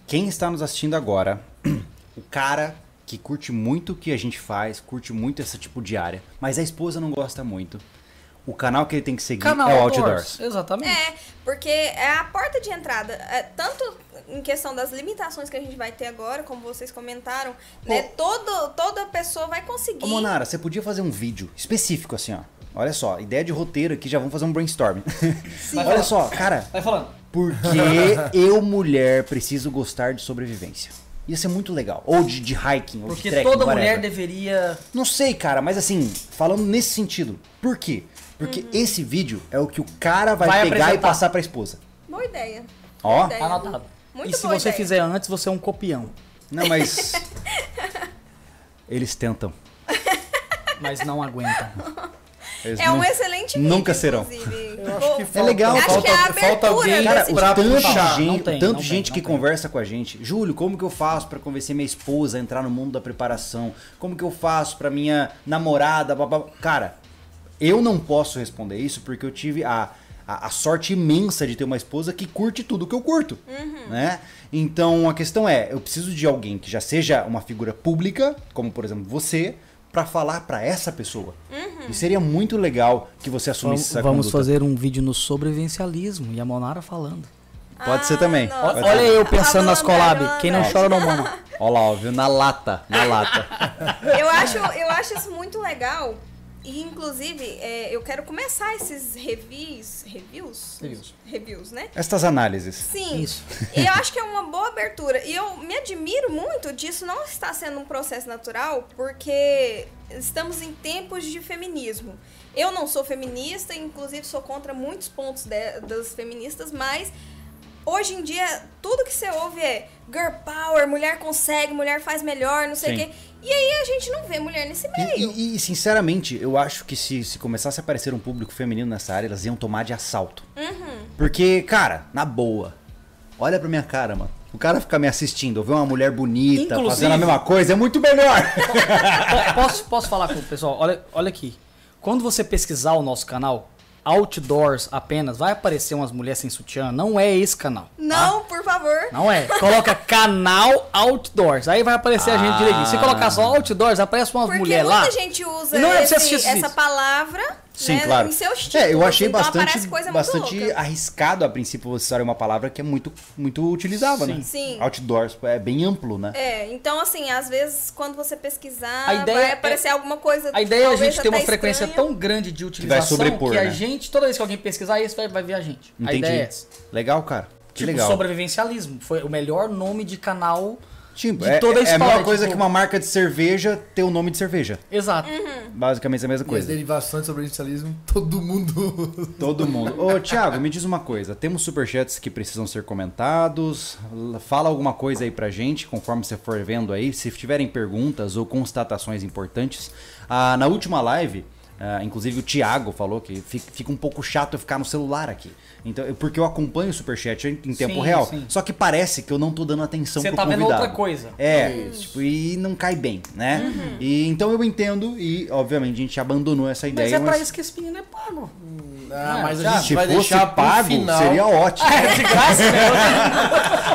[SPEAKER 1] Quem está nos assistindo agora, o cara que curte muito o que a gente faz, curte muito esse tipo de área, mas a esposa não gosta muito. O canal que ele tem que seguir é o Outdoors.
[SPEAKER 4] Exatamente.
[SPEAKER 3] É, porque é a porta de entrada, é, tanto em questão das limitações que a gente vai ter agora, como vocês comentaram, né? Todo, toda pessoa vai conseguir.
[SPEAKER 1] Ô Monara, você podia fazer um vídeo específico assim, ó. Olha só, ideia de roteiro aqui, já vamos fazer um brainstorm. Olha só, cara,
[SPEAKER 3] É.
[SPEAKER 4] Vai falando.
[SPEAKER 1] por que eu, mulher, preciso gostar de sobrevivência? Ia ser muito legal. Ou de, de hiking, ou de
[SPEAKER 4] Porque
[SPEAKER 1] trekking,
[SPEAKER 4] toda
[SPEAKER 1] whatever.
[SPEAKER 4] mulher deveria.
[SPEAKER 1] Não sei, cara, mas assim, falando nesse sentido, por quê? Porque
[SPEAKER 3] Uhum.
[SPEAKER 1] esse vídeo é o que o cara vai,
[SPEAKER 4] Vai
[SPEAKER 1] pegar e
[SPEAKER 4] apresentar.
[SPEAKER 1] passar pra esposa.
[SPEAKER 3] Boa ideia.
[SPEAKER 1] Ó.
[SPEAKER 3] Ideia.
[SPEAKER 4] Tá Anotado.
[SPEAKER 3] É, Muito
[SPEAKER 4] e se
[SPEAKER 3] boa
[SPEAKER 4] você
[SPEAKER 3] ideia.
[SPEAKER 4] fizer antes, você é um copião.
[SPEAKER 1] Não, mas. Eles tentam.
[SPEAKER 4] Mas não aguenta.
[SPEAKER 1] Eles
[SPEAKER 3] É um
[SPEAKER 1] não-
[SPEAKER 3] excelente
[SPEAKER 1] Nunca
[SPEAKER 3] vídeo,
[SPEAKER 1] serão.
[SPEAKER 3] inclusive.
[SPEAKER 2] Eu acho que
[SPEAKER 1] É legal,
[SPEAKER 3] Acho
[SPEAKER 1] falta-
[SPEAKER 3] que é a
[SPEAKER 2] falta
[SPEAKER 3] abertura
[SPEAKER 2] alguém-
[SPEAKER 1] Cara,
[SPEAKER 3] desse
[SPEAKER 1] o
[SPEAKER 2] pra
[SPEAKER 1] tanto de
[SPEAKER 2] puxar.
[SPEAKER 1] gente,
[SPEAKER 4] Não
[SPEAKER 1] o
[SPEAKER 4] tem,
[SPEAKER 1] tanto
[SPEAKER 4] não
[SPEAKER 1] de gente
[SPEAKER 4] tem,
[SPEAKER 1] que
[SPEAKER 4] não tem.
[SPEAKER 1] conversa com a gente. Júlio, como que eu faço pra convencer minha esposa a entrar no mundo da preparação? Como que eu faço pra minha namorada? babá? Cara, eu não posso responder isso porque eu tive a, a, a sorte imensa de ter uma esposa que curte tudo que eu curto, né? Então a questão é, eu preciso de alguém que já seja uma figura pública, como por exemplo você, pra falar pra essa pessoa. E seria muito legal que você assumisse essa conduta.
[SPEAKER 4] fazer um vídeo no sobrevivencialismo e a Monara falando.
[SPEAKER 1] Pode ser também.
[SPEAKER 3] nossa.
[SPEAKER 1] Pode
[SPEAKER 3] Olha
[SPEAKER 1] ser.
[SPEAKER 3] eu pensando nas collab. Quem não
[SPEAKER 7] chora não mama.
[SPEAKER 1] Ó lá, ó, viu? Na lata, na lata.
[SPEAKER 3] Eu acho, eu acho isso muito legal. E, inclusive, é, eu quero começar esses reviews. Reviews?
[SPEAKER 4] Reviews.
[SPEAKER 3] Reviews, né?
[SPEAKER 1] Estas análises.
[SPEAKER 3] Sim. E eu acho que é uma boa abertura. E eu me admiro muito disso não estar sendo um processo natural, porque estamos em tempos de feminismo. Eu não sou feminista, inclusive sou contra muitos pontos de- das feministas, mas hoje em dia tudo que você ouve é girl power, mulher consegue, mulher faz melhor, não sei o
[SPEAKER 1] Sim.
[SPEAKER 3] quê. E aí a gente não vê mulher nesse
[SPEAKER 1] E,
[SPEAKER 3] meio.
[SPEAKER 1] e- e, sinceramente, eu acho que se, se começasse a aparecer um público feminino nessa área, elas iam tomar de assalto.
[SPEAKER 3] Uhum.
[SPEAKER 1] Porque, cara, na boa, olha pra minha cara, mano. O cara ficar me assistindo, ver uma mulher bonita
[SPEAKER 4] Inclusive-
[SPEAKER 1] fazendo a mesma coisa, é muito melhor.
[SPEAKER 4] Po- posso, posso falar com o pessoal? Olha, olha aqui. Quando você pesquisar o nosso canal, outdoors apenas, vai aparecer umas mulheres sem sutiã. Não é esse canal. tá?
[SPEAKER 1] Ah.
[SPEAKER 3] Não, por favor.
[SPEAKER 4] Não é. Coloca canal outdoors. Aí vai aparecer a gente direitinho. Se colocar só outdoors, aparece umas
[SPEAKER 3] Ah. Porque
[SPEAKER 4] mulheres
[SPEAKER 3] muita
[SPEAKER 4] lá.
[SPEAKER 3] gente usa
[SPEAKER 4] E não é pra
[SPEAKER 3] esse-
[SPEAKER 4] você assistir esses
[SPEAKER 3] essa
[SPEAKER 4] vídeos.
[SPEAKER 3] palavra
[SPEAKER 1] Sim,
[SPEAKER 3] né,
[SPEAKER 1] claro.
[SPEAKER 3] em seus títulos.
[SPEAKER 1] é, eu achei
[SPEAKER 3] então
[SPEAKER 1] bastante,
[SPEAKER 3] aparece coisa muito
[SPEAKER 1] bastante
[SPEAKER 3] louca.
[SPEAKER 1] arriscado a princípio você usar uma palavra que é muito, muito utilizada, né?
[SPEAKER 3] Sim.
[SPEAKER 1] Outdoors é bem amplo, né?
[SPEAKER 3] É, então assim, às vezes quando você pesquisar,
[SPEAKER 4] A ideia
[SPEAKER 3] vai
[SPEAKER 4] é-
[SPEAKER 3] aparecer alguma coisa.
[SPEAKER 4] A ideia é a
[SPEAKER 3] talvez
[SPEAKER 4] gente ter uma
[SPEAKER 3] até
[SPEAKER 4] frequência
[SPEAKER 3] estranha.
[SPEAKER 4] tão grande de
[SPEAKER 1] vai
[SPEAKER 4] utilização que,
[SPEAKER 1] sobrepor,
[SPEAKER 4] a
[SPEAKER 1] né?
[SPEAKER 4] gente, toda vez que alguém pesquisar isso, vai, vai ver a gente. A
[SPEAKER 1] Entendi.
[SPEAKER 4] ideia é essa.
[SPEAKER 1] Legal, cara. Que
[SPEAKER 4] Tipo,
[SPEAKER 1] legal.
[SPEAKER 4] sobrevivencialismo. Foi o melhor nome de canal.
[SPEAKER 1] Tipo,
[SPEAKER 4] de
[SPEAKER 1] é, é
[SPEAKER 4] toda a
[SPEAKER 1] a
[SPEAKER 4] história,
[SPEAKER 1] mesma coisa
[SPEAKER 4] tipo-
[SPEAKER 1] que uma marca de cerveja ter o nome de cerveja.
[SPEAKER 4] Exato.
[SPEAKER 1] Basicamente é a mesma
[SPEAKER 2] E as
[SPEAKER 1] coisa.
[SPEAKER 2] derivações sobre o inicialismo, todo mundo.
[SPEAKER 1] Todo mundo. Ô, Thiago, me diz uma coisa. Temos superchats que precisam ser comentados. L- Fala alguma coisa aí pra gente, conforme você for vendo aí. Se tiverem perguntas ou constatações importantes. Ah, na última live, ah, inclusive o Thiago falou que fi- fica um pouco chato eu ficar no celular aqui. Então, eu- porque eu acompanho o superchat em em tempo
[SPEAKER 4] Sim,
[SPEAKER 1] real.
[SPEAKER 4] sim.
[SPEAKER 1] Só que parece que eu não tô dando atenção
[SPEAKER 4] Você
[SPEAKER 1] pro
[SPEAKER 4] tá vendo
[SPEAKER 1] convidado.
[SPEAKER 4] outra coisa.
[SPEAKER 1] É, tipo, e não cai bem, né? E, então eu entendo e, obviamente, a gente abandonou essa
[SPEAKER 4] Uhum. Mas
[SPEAKER 1] ideia.
[SPEAKER 4] é pra isso que esse menino é pago.
[SPEAKER 2] Ah, mas
[SPEAKER 4] já.
[SPEAKER 2] a gente
[SPEAKER 1] Se
[SPEAKER 2] vai
[SPEAKER 1] fosse
[SPEAKER 2] deixar pro
[SPEAKER 1] pago,
[SPEAKER 2] final.
[SPEAKER 1] seria ótimo.
[SPEAKER 4] É de graça, velho.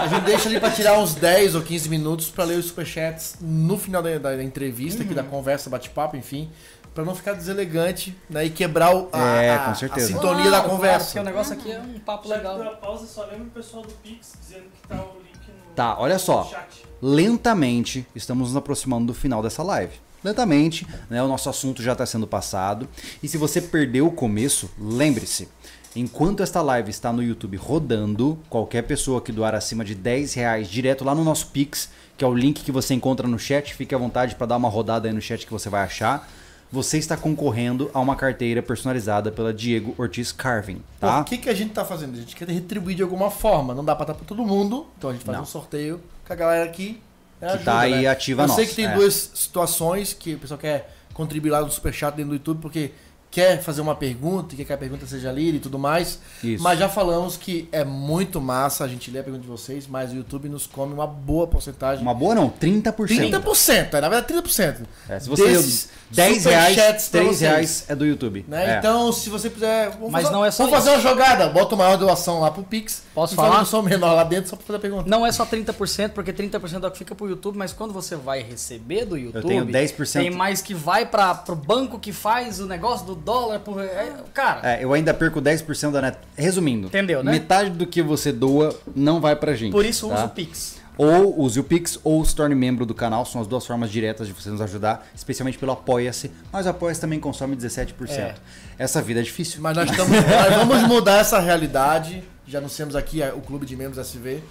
[SPEAKER 2] A gente deixa ali pra tirar uns 10 ou 15 minutos pra ler os superchats no final da, da entrevista,
[SPEAKER 4] Uhum.
[SPEAKER 2] aqui da conversa, bate-papo, enfim. Pra não ficar deselegante, né? E quebrar o- a,
[SPEAKER 1] É,
[SPEAKER 2] a-
[SPEAKER 1] com
[SPEAKER 2] a
[SPEAKER 1] certeza.
[SPEAKER 2] sintonia da
[SPEAKER 4] Claro, claro, porque
[SPEAKER 2] conversa.
[SPEAKER 4] o negócio aqui é um papo
[SPEAKER 6] Já que
[SPEAKER 4] legal.
[SPEAKER 6] deu a pausa, só lembra o pessoal do Pix dizendo que tá o link no,
[SPEAKER 1] Tá, olha
[SPEAKER 6] no
[SPEAKER 1] só.
[SPEAKER 6] chat.
[SPEAKER 1] Lentamente estamos nos aproximando do final dessa live. Lentamente, né, o nosso assunto já está sendo passado. E se você perdeu o começo, lembre-se. Enquanto esta live está no YouTube rodando, qualquer pessoa que doar acima de 10 reais direto lá no nosso Pix, que é o link que você encontra no chat, fique à vontade para dar uma rodada aí no chat que você vai achar. Você está concorrendo a uma carteira personalizada pela Diego Ortiz Carving, tá?
[SPEAKER 2] O que, que a gente tá fazendo? A gente quer retribuir de alguma forma. Não dá pra dar pra todo mundo. Então a gente faz
[SPEAKER 1] Não.
[SPEAKER 2] um sorteio com a galera aqui. né,
[SPEAKER 1] Que
[SPEAKER 2] ajuda,
[SPEAKER 1] tá aí
[SPEAKER 2] né?
[SPEAKER 1] ativa
[SPEAKER 2] Eu sei
[SPEAKER 1] nossa,
[SPEAKER 2] que tem
[SPEAKER 1] é.
[SPEAKER 2] duas situações que o pessoal quer contribuir lá no Superchat dentro do YouTube, porque quer fazer uma pergunta, e quer que a pergunta seja lida e tudo mais.
[SPEAKER 1] Isso.
[SPEAKER 2] Mas já falamos que é muito massa a gente ler a pergunta de vocês, mas o YouTube nos come uma boa porcentagem.
[SPEAKER 1] Uma boa não, 30%.
[SPEAKER 2] 30%, é, na verdade 30%.
[SPEAKER 1] É, se você
[SPEAKER 2] Desses
[SPEAKER 1] 10 reais,
[SPEAKER 2] superchats pra
[SPEAKER 1] 3
[SPEAKER 2] vocês.
[SPEAKER 1] reais é do YouTube.
[SPEAKER 2] Né?
[SPEAKER 1] É.
[SPEAKER 2] Então, se você quiser. vamos
[SPEAKER 4] Mas
[SPEAKER 2] fazer-
[SPEAKER 4] não é só
[SPEAKER 2] Vamos
[SPEAKER 4] isso.
[SPEAKER 2] fazer uma jogada. Bota uma maior doação lá pro Pix.
[SPEAKER 4] Posso
[SPEAKER 2] e faz
[SPEAKER 4] falar?
[SPEAKER 2] um som menor lá dentro só pra fazer a pergunta.
[SPEAKER 4] Não é só 30%, porque 30% é o que fica pro YouTube, mas quando você vai receber do YouTube,
[SPEAKER 1] tenho 10%.
[SPEAKER 4] tem mais que vai para pro banco que faz o negócio do dólar, pro, é, cara.
[SPEAKER 1] É, eu ainda perco 10% da net. Resumindo.
[SPEAKER 4] Entendeu, né?
[SPEAKER 1] Metade do que você doa não vai pra gente.
[SPEAKER 4] Por isso usa
[SPEAKER 1] tá?
[SPEAKER 4] o Pix.
[SPEAKER 1] Ou use o Pix ou se torne membro do canal. São as duas formas diretas de você nos ajudar, especialmente pelo Apoia-se. Mas o Apoia-se também consome 17%. Essa vida é difícil.
[SPEAKER 2] Mas nós, estamos, nós vamos mudar essa realidade. Já anunciamos aqui é, o Clube de Membros SV.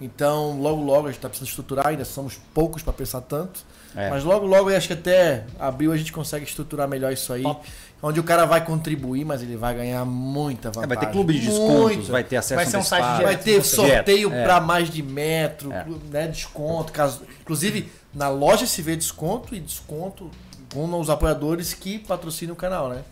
[SPEAKER 2] Então, logo, logo, a gente tá precisando estruturar. Ainda somos poucos pra pensar tanto.
[SPEAKER 1] É.
[SPEAKER 2] Mas logo, logo, eu acho que até abril a gente consegue estruturar melhor isso aí. Onde o cara vai contribuir, mas ele vai ganhar muita
[SPEAKER 1] É,
[SPEAKER 2] vantagem.
[SPEAKER 1] vai ter clube de descontos,
[SPEAKER 2] Muita.
[SPEAKER 1] vai ter acesso
[SPEAKER 4] Vai ser um site
[SPEAKER 1] antecipado.
[SPEAKER 2] Vai
[SPEAKER 4] Direto,
[SPEAKER 2] ter
[SPEAKER 4] você-
[SPEAKER 2] sorteio
[SPEAKER 1] Direto, Ah, é.
[SPEAKER 2] pra mais de metro, né, desconto, caso, inclusive na loja se vê desconto e desconto com os apoiadores que patrocinam o canal, né?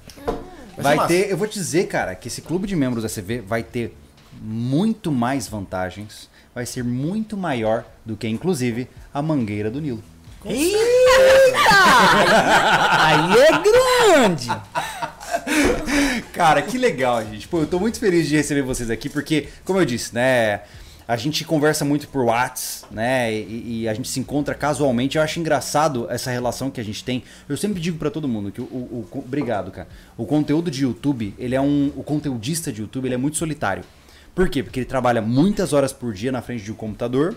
[SPEAKER 2] ser
[SPEAKER 1] Vai
[SPEAKER 2] massa.
[SPEAKER 1] ter, eu vou te dizer, cara, que esse clube de membros da CV vai ter muito mais vantagens, vai ser muito maior do que, inclusive, a mangueira do Nilo.
[SPEAKER 4] Aí é grande!
[SPEAKER 1] Cara, que legal, gente. Pô, eu tô muito feliz de receber vocês aqui, porque, como eu disse, né? A gente conversa muito por Whats, né? E, e a gente se encontra casualmente. Eu acho engraçado essa relação que a gente tem. Eu sempre digo pra todo mundo que o, o- o con- Obrigado, cara. O conteúdo de YouTube, ele é um. O conteudista de YouTube, ele é muito solitário. Por quê? Porque ele trabalha muitas horas por dia na frente de um computador.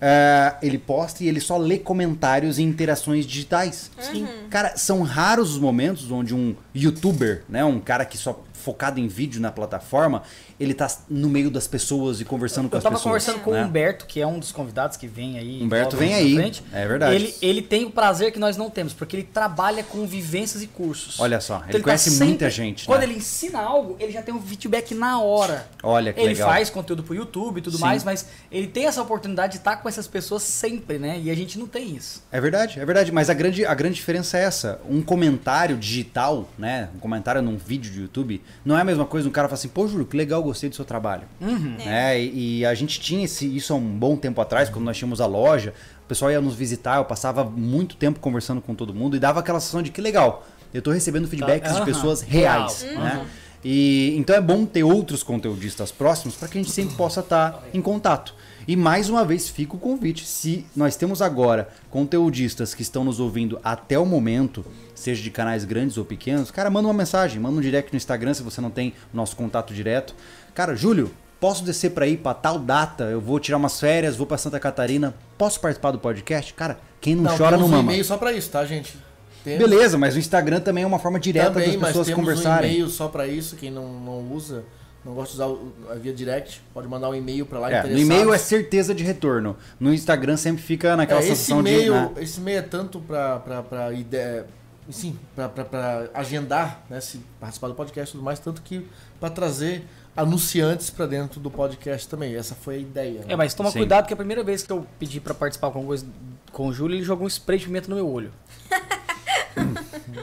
[SPEAKER 1] ah, ele posta e ele só lê comentários e interações digitais. Sim.
[SPEAKER 4] Uhum.
[SPEAKER 1] Cara, são raros os momentos onde um youtuber, né, um cara que só focado em vídeo na plataforma, ele tá no meio das pessoas e conversando com
[SPEAKER 4] Eu
[SPEAKER 1] as
[SPEAKER 4] tava
[SPEAKER 1] pessoas.
[SPEAKER 4] conversando com o
[SPEAKER 1] né?
[SPEAKER 4] Humberto, que é um dos convidados que vem aí.
[SPEAKER 1] Humberto
[SPEAKER 4] logo
[SPEAKER 1] vem
[SPEAKER 4] mais
[SPEAKER 1] aí,
[SPEAKER 4] pra frente.
[SPEAKER 1] é verdade.
[SPEAKER 4] Ele, ele tem o prazer que nós não temos, porque ele trabalha com vivências e cursos.
[SPEAKER 1] Olha só, ele
[SPEAKER 4] tá
[SPEAKER 1] conhece
[SPEAKER 4] sempre-
[SPEAKER 1] muita gente,
[SPEAKER 4] Quando
[SPEAKER 1] né?
[SPEAKER 4] ele ensina algo, ele já tem um feedback na hora.
[SPEAKER 1] Olha que
[SPEAKER 4] Ele
[SPEAKER 1] legal.
[SPEAKER 4] faz conteúdo pro YouTube e tudo
[SPEAKER 1] Sim.
[SPEAKER 4] mais, mas ele tem essa oportunidade de estar com essas pessoas sempre, né? E a gente não tem isso.
[SPEAKER 1] É verdade, é verdade. Mas a grande, a grande diferença é essa. Um comentário digital, né? Um comentário num vídeo de YouTube, não é a mesma coisa um cara fala assim, pô, Júlio, que legal, gostei do seu trabalho.
[SPEAKER 4] Uhum.
[SPEAKER 1] Né? E, e a gente tinha esse, isso há um bom tempo atrás, quando nós tínhamos a loja, o pessoal ia nos visitar, eu passava muito tempo conversando com todo mundo e dava aquela sensação de que legal, eu tô recebendo feedbacks de
[SPEAKER 4] aham,
[SPEAKER 1] pessoas
[SPEAKER 4] real. Uhum.
[SPEAKER 1] reais, né? E então é bom ter outros conteudistas próximos para que a gente sempre possa estar em contato. E mais uma vez fica o convite. Se nós temos agora conteudistas que estão nos ouvindo até o momento, seja de canais grandes ou pequenos, cara, manda uma mensagem, manda um direct no Instagram se você não tem o nosso contato direto. Cara, Júlio, posso descer para ir para tal data? Eu vou tirar umas férias, vou para Santa Catarina. Posso participar do podcast? Cara, quem não, chora não
[SPEAKER 2] temos um
[SPEAKER 1] mama.
[SPEAKER 2] e-mail só pra isso, tá, gente? Temos
[SPEAKER 1] Beleza, mas o Instagram também é uma forma direta
[SPEAKER 2] também,
[SPEAKER 1] das
[SPEAKER 2] mas
[SPEAKER 1] pessoas
[SPEAKER 2] temos um
[SPEAKER 1] conversarem.
[SPEAKER 2] e-mail só pra isso, quem não, não usa, não gosta de usar o- a via direct, pode mandar um e-mail pra lá.
[SPEAKER 1] É, no
[SPEAKER 2] interessados.
[SPEAKER 1] e-mail é certeza de retorno. No Instagram sempre fica
[SPEAKER 2] É,
[SPEAKER 1] naquela
[SPEAKER 2] esse
[SPEAKER 1] sensação de.
[SPEAKER 2] e-mail,
[SPEAKER 1] né?
[SPEAKER 2] esse e-mail é tanto pra, pra, pra ideia, sim, pra, pra, pra agendar, né, se participar do podcast e tudo mais, tanto que pra trazer anunciantes pra dentro do podcast também. Essa foi a ideia. né?
[SPEAKER 4] É, mas toma
[SPEAKER 1] Sim.
[SPEAKER 4] cuidado que a primeira vez que eu pedi pra participar com, o Gois- com o Júlio, ele jogou um spray de pimenta no meu olho.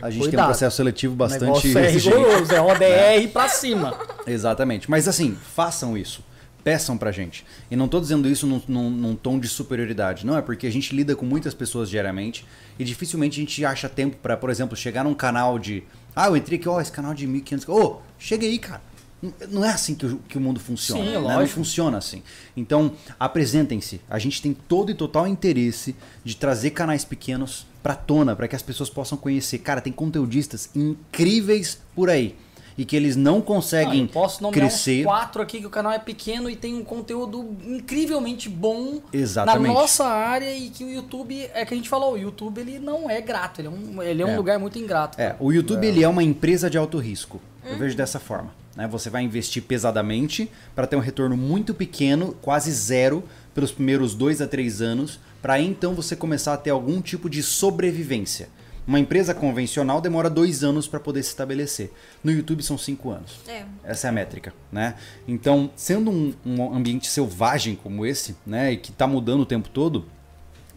[SPEAKER 1] A gente tem um
[SPEAKER 4] Cuidado.
[SPEAKER 1] processo seletivo bastante
[SPEAKER 4] o negócio é
[SPEAKER 1] exigente.
[SPEAKER 4] rigoroso, é ODR pra cima.
[SPEAKER 1] Exatamente. Mas assim, façam isso. Peçam pra gente. E não tô dizendo isso num, num- num tom de superioridade. Não, é porque a gente lida com muitas pessoas diariamente e dificilmente a gente acha tempo pra, por exemplo, chegar num canal de. Ah, eu entrei aqui, ó, esse canal de 1500. Ô, chega aí, cara. Não- Não é assim que o, que o mundo funciona.
[SPEAKER 4] Sim,
[SPEAKER 1] né? Não
[SPEAKER 4] lógico.
[SPEAKER 1] funciona assim. Então, apresentem-se. A gente tem todo e total interesse de trazer canais pequenos pra tona, pra que as pessoas possam conhecer. Cara, tem conteudistas incríveis por aí. E que eles não conseguem
[SPEAKER 4] Ah, eu posso nomear
[SPEAKER 1] crescer.
[SPEAKER 4] uns quatro aqui que o canal é pequeno e tem um conteúdo incrivelmente bom
[SPEAKER 1] Exatamente.
[SPEAKER 4] na nossa área e que o YouTube, é que a gente falou, o YouTube ele não é grato, ele é um, ele é um
[SPEAKER 1] É.
[SPEAKER 4] lugar muito ingrato.
[SPEAKER 1] É, o YouTube ele é uma empresa de alto risco.
[SPEAKER 4] Uhum.
[SPEAKER 1] Eu vejo dessa forma. Né? Você vai investir pesadamente para ter um retorno muito pequeno, quase zero, pelos primeiros dois a três anos, para então você começar a ter algum tipo de sobrevivência. Uma empresa convencional demora dois anos para poder se estabelecer. No YouTube são cinco anos.
[SPEAKER 3] É.
[SPEAKER 1] Essa é a métrica, né? Então, sendo um, um ambiente selvagem como esse, né, e que tá mudando o tempo todo,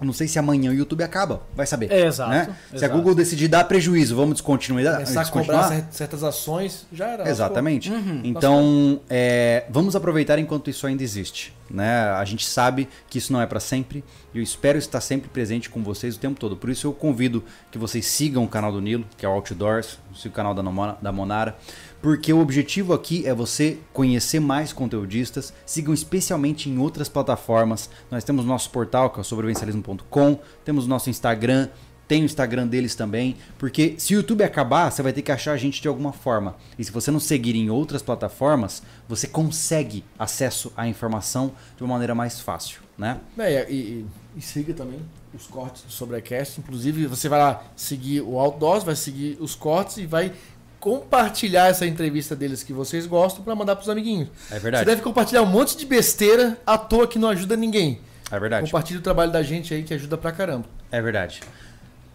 [SPEAKER 1] eu não sei se amanhã o YouTube acaba, vai saber.
[SPEAKER 4] É, exato,
[SPEAKER 1] né? Se a
[SPEAKER 4] exato.
[SPEAKER 1] Google decidir dar prejuízo, vamos descontinuar.
[SPEAKER 2] Começar a cobrar
[SPEAKER 1] descontinuar?
[SPEAKER 2] cer- certas ações, já era.
[SPEAKER 1] Exatamente. Então, é, vamos aproveitar enquanto isso ainda existe. Né? A gente sabe que isso não é para sempre e eu espero estar sempre presente com vocês o tempo todo. Por isso, eu convido que vocês sigam o canal do Nilo, que é o Outdoors, siga o canal da, Nomona- da Monara, porque o objetivo aqui é você conhecer mais conteudistas. Sigam especialmente em outras plataformas. Nós temos nosso portal, que é o sobrevivencialismo.com, temos nosso Instagram, tem o Instagram deles também, porque se o YouTube acabar, você vai ter que achar a gente de alguma forma. E se você não seguir em outras plataformas, você consegue acesso à informação de uma maneira mais fácil, né?
[SPEAKER 2] Né, e, e- e siga também os cortes do Sobrecast. Inclusive, você vai lá seguir o Outdoors, vai seguir os cortes e vai compartilhar essa entrevista deles que vocês gostam para mandar pros amiguinhos.
[SPEAKER 1] É
[SPEAKER 2] Você deve compartilhar um monte de besteira à toa que não ajuda ninguém.
[SPEAKER 1] É verdade.
[SPEAKER 2] Compartilha o trabalho da gente aí que ajuda pra caramba.
[SPEAKER 1] É verdade.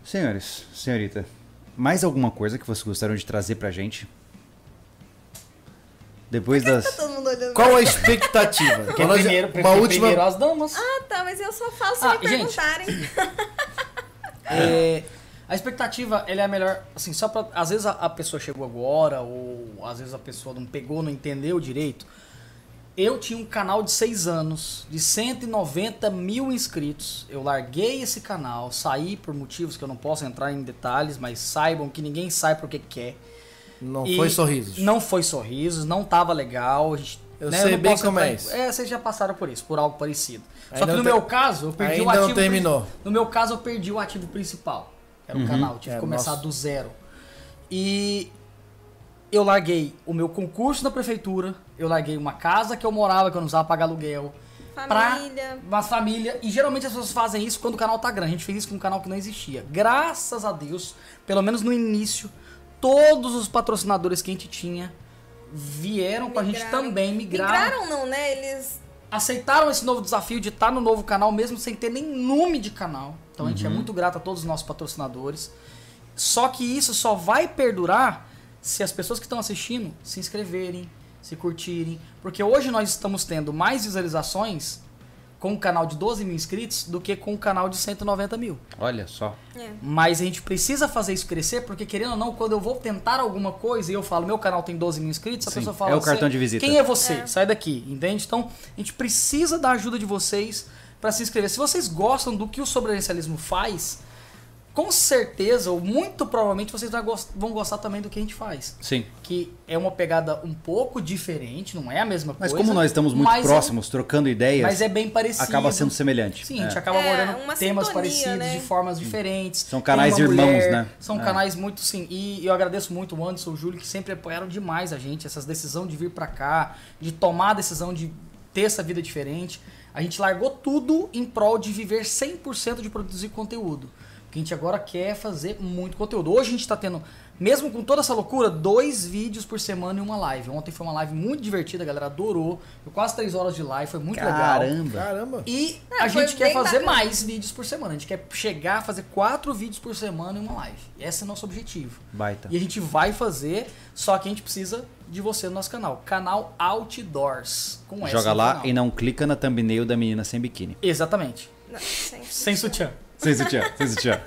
[SPEAKER 1] Senhores, senhorita, mais alguma coisa que vocês gostariam de trazer pra gente? Depois das.
[SPEAKER 3] Todo mundo olhando.
[SPEAKER 2] Qual a expectativa?
[SPEAKER 4] Porque
[SPEAKER 2] Nós-
[SPEAKER 4] primeiro,
[SPEAKER 2] uma última
[SPEAKER 4] primeiro as damas.
[SPEAKER 3] Ah, tá, mas eu só falo se
[SPEAKER 4] Ah,
[SPEAKER 3] me
[SPEAKER 4] gente.
[SPEAKER 3] perguntarem.
[SPEAKER 4] É, a expectativa, ela é a melhor, assim, só pra, às vezes a, a pessoa chegou agora ou às vezes a pessoa não pegou, não entendeu direito. Eu tinha um canal de 6 anos, de 190 mil inscritos. Eu larguei esse canal, saí por motivos que eu não posso entrar em detalhes, mas saibam que é. ninguém sai porque quer.
[SPEAKER 2] não
[SPEAKER 4] E
[SPEAKER 2] foi sorrisos.
[SPEAKER 4] Não foi sorrisos, não tava legal. a gente-
[SPEAKER 2] Eu
[SPEAKER 4] né,
[SPEAKER 2] sei
[SPEAKER 4] não
[SPEAKER 2] bem
[SPEAKER 4] posso
[SPEAKER 2] como é
[SPEAKER 4] entrar em-
[SPEAKER 2] isso.
[SPEAKER 4] É, vocês já passaram por isso, por algo parecido. Só
[SPEAKER 2] Ainda
[SPEAKER 4] que no
[SPEAKER 2] não te-
[SPEAKER 4] meu caso, eu perdi o
[SPEAKER 2] ainda não
[SPEAKER 4] ativo.
[SPEAKER 2] terminou.
[SPEAKER 4] principal. No meu caso, eu perdi o ativo principal. Era o canal, eu tive
[SPEAKER 2] É,
[SPEAKER 4] que começar
[SPEAKER 2] nossa.
[SPEAKER 4] do zero. E eu larguei o meu concurso na prefeitura, eu larguei uma casa que eu morava, que eu não precisava pagar aluguel.
[SPEAKER 3] Família.
[SPEAKER 4] Pra uma família. E geralmente as pessoas fazem isso quando o canal tá grande. A gente fez isso com um canal que não existia. Graças a Deus, pelo menos no início, todos os patrocinadores que a gente tinha vieram com a gente
[SPEAKER 3] Migraram.
[SPEAKER 4] também, migraram
[SPEAKER 3] Migraram não, né? Eles
[SPEAKER 4] aceitaram esse novo desafio de estar no novo canal, mesmo sem ter nem nome de canal. Então a gente é muito grato a todos os nossos patrocinadores. Só que isso só vai perdurar se as pessoas que estão assistindo se inscreverem, se curtirem. Porque hoje nós estamos tendo mais visualizações com um canal de 12 mil inscritos do que com um canal de 190 mil.
[SPEAKER 1] Olha só.
[SPEAKER 4] Mas a gente precisa fazer isso crescer, porque querendo ou não, quando eu vou tentar alguma coisa e eu falo, meu canal tem 12 mil inscritos, a
[SPEAKER 1] Sim,
[SPEAKER 4] pessoa fala.
[SPEAKER 1] é o
[SPEAKER 4] "Você-
[SPEAKER 1] cartão de visita."
[SPEAKER 4] Quem é você? Sai daqui, entende? Então, a gente precisa da ajuda de vocês para se inscrever. Se vocês gostam do que o sobrevivencialismo faz, com certeza, ou muito provavelmente, vocês vai gos- vão gostar também do que a gente faz.
[SPEAKER 1] Sim.
[SPEAKER 4] Que é uma pegada um pouco diferente, não é a mesma
[SPEAKER 1] Mas
[SPEAKER 4] coisa.
[SPEAKER 1] como nós estamos muito
[SPEAKER 4] mas é-
[SPEAKER 1] próximos, trocando ideias,
[SPEAKER 4] mas é bem parecido.
[SPEAKER 1] acaba sendo semelhante.
[SPEAKER 4] Sim, a
[SPEAKER 1] É.
[SPEAKER 4] gente acaba
[SPEAKER 3] É,
[SPEAKER 4] abordando
[SPEAKER 3] uma
[SPEAKER 4] temas
[SPEAKER 3] sintonia,
[SPEAKER 4] parecidos,
[SPEAKER 3] né?
[SPEAKER 4] de formas diferentes.
[SPEAKER 1] São canais
[SPEAKER 4] Tem uma
[SPEAKER 1] irmãos, né?
[SPEAKER 4] São
[SPEAKER 1] É.
[SPEAKER 4] canais muito, sim. E eu agradeço muito o Anderson, o Júlio, que sempre apoiaram demais a gente, essa decisão de vir pra cá, de tomar a decisão de ter essa vida diferente. A gente largou tudo em prol de viver 100% de produzir conteúdo. Porque a gente agora quer é fazer muito conteúdo. Hoje a gente tá tendo, mesmo com toda essa loucura, dois vídeos por semana e uma live. Ontem foi uma live muito divertida, a galera adorou. Foi quase três horas de live, foi muito é legal.
[SPEAKER 1] Caramba.
[SPEAKER 2] Caramba.
[SPEAKER 4] E
[SPEAKER 3] É,
[SPEAKER 4] a
[SPEAKER 3] foi
[SPEAKER 4] gente quer
[SPEAKER 3] bem
[SPEAKER 4] fazer
[SPEAKER 3] bacana.
[SPEAKER 4] mais vídeos por semana. A gente quer chegar a fazer quatro vídeos por semana em uma live. Esse é o nosso objetivo.
[SPEAKER 1] Baita.
[SPEAKER 4] E a gente vai fazer, só que a gente precisa de você no nosso canal. Canal Outdoors. Com S
[SPEAKER 1] Joga
[SPEAKER 4] no
[SPEAKER 1] lá
[SPEAKER 4] final.
[SPEAKER 1] e não clica na thumbnail da menina sem biquíni.
[SPEAKER 4] Exatamente.
[SPEAKER 3] Não, sem-
[SPEAKER 4] Sem sutiã.
[SPEAKER 1] Sem sutiã, sem sutiã.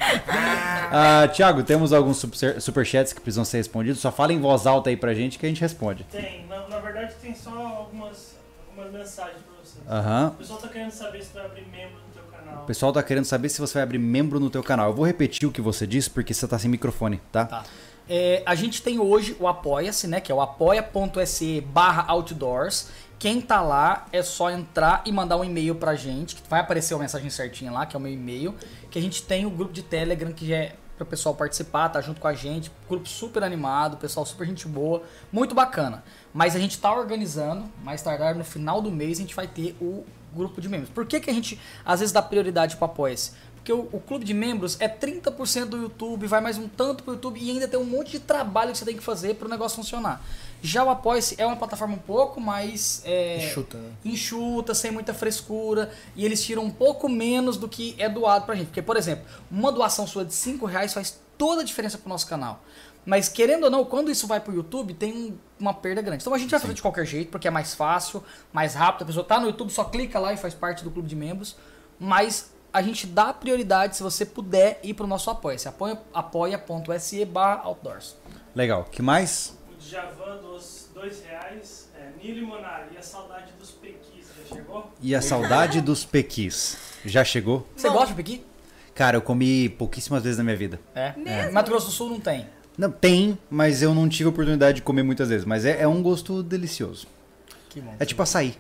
[SPEAKER 1] Ah, Tiago, temos alguns super- superchats que precisam ser respondidos. Só fala em voz alta aí pra gente que a gente responde.
[SPEAKER 6] Tem, na, na verdade tem só algumas, algumas mensagens pra vocês.
[SPEAKER 1] Aham.
[SPEAKER 6] O pessoal tá querendo saber se tu vai abrir membro no teu canal.
[SPEAKER 1] O pessoal tá querendo saber se você vai abrir membro no teu canal. Eu vou repetir o que você disse porque você tá sem microfone, tá?
[SPEAKER 4] Tá. É, a gente tem hoje o Apoia-se, né? Que é o apoia.se barra outdoors. Quem tá lá é só entrar e mandar um e-mail pra gente, que vai aparecer uma mensagem certinha lá, que é o meu e-mail. Que a gente tem o grupo de Telegram, que é pro pessoal participar, tá junto com a gente. Grupo super animado, pessoal super gente boa, muito bacana. Mas a gente tá organizando, mais tardar no final do mês, a gente vai ter o grupo de membros. Por que, que a gente às vezes dá prioridade pro Apoia-se? Porque o, o clube de membros é 30% do YouTube, vai mais um tanto pro YouTube e ainda tem um monte de trabalho que você tem que fazer pro negócio funcionar. Já o Apoia-se é uma plataforma um pouco mais. É,
[SPEAKER 2] Enxuta, né?
[SPEAKER 4] enxuta, sem muita frescura, e eles tiram um pouco menos do que é doado pra gente. Porque, por exemplo, uma doação sua de 5 reais faz toda a diferença pro nosso canal. Mas querendo ou não, quando isso vai pro YouTube, tem um- uma perda grande. Então a gente vai fazer de qualquer jeito, porque é mais fácil, mais rápido, a pessoa tá no YouTube, só clica lá e faz parte do clube de membros. Mas a gente dá prioridade, se você puder, ir pro nosso apoia-se. apoia- apoia.se barra outdoors.
[SPEAKER 1] Legal. que mais?
[SPEAKER 6] O Djavan dos dois reais, é, Nilo e Monari, e a saudade dos pequis, já chegou?
[SPEAKER 1] E a saudade dos pequis. Já chegou?
[SPEAKER 4] Você
[SPEAKER 3] Bom.
[SPEAKER 4] gosta de piqui?
[SPEAKER 1] Cara, eu comi pouquíssimas vezes na minha vida.
[SPEAKER 4] É.
[SPEAKER 3] Mesmo?
[SPEAKER 4] Mato Grosso do Sul não tem.
[SPEAKER 1] Não, tem, mas eu não tive oportunidade de comer muitas vezes. Mas é, é um gosto delicioso.
[SPEAKER 4] Que bom.
[SPEAKER 1] É tipo açaí.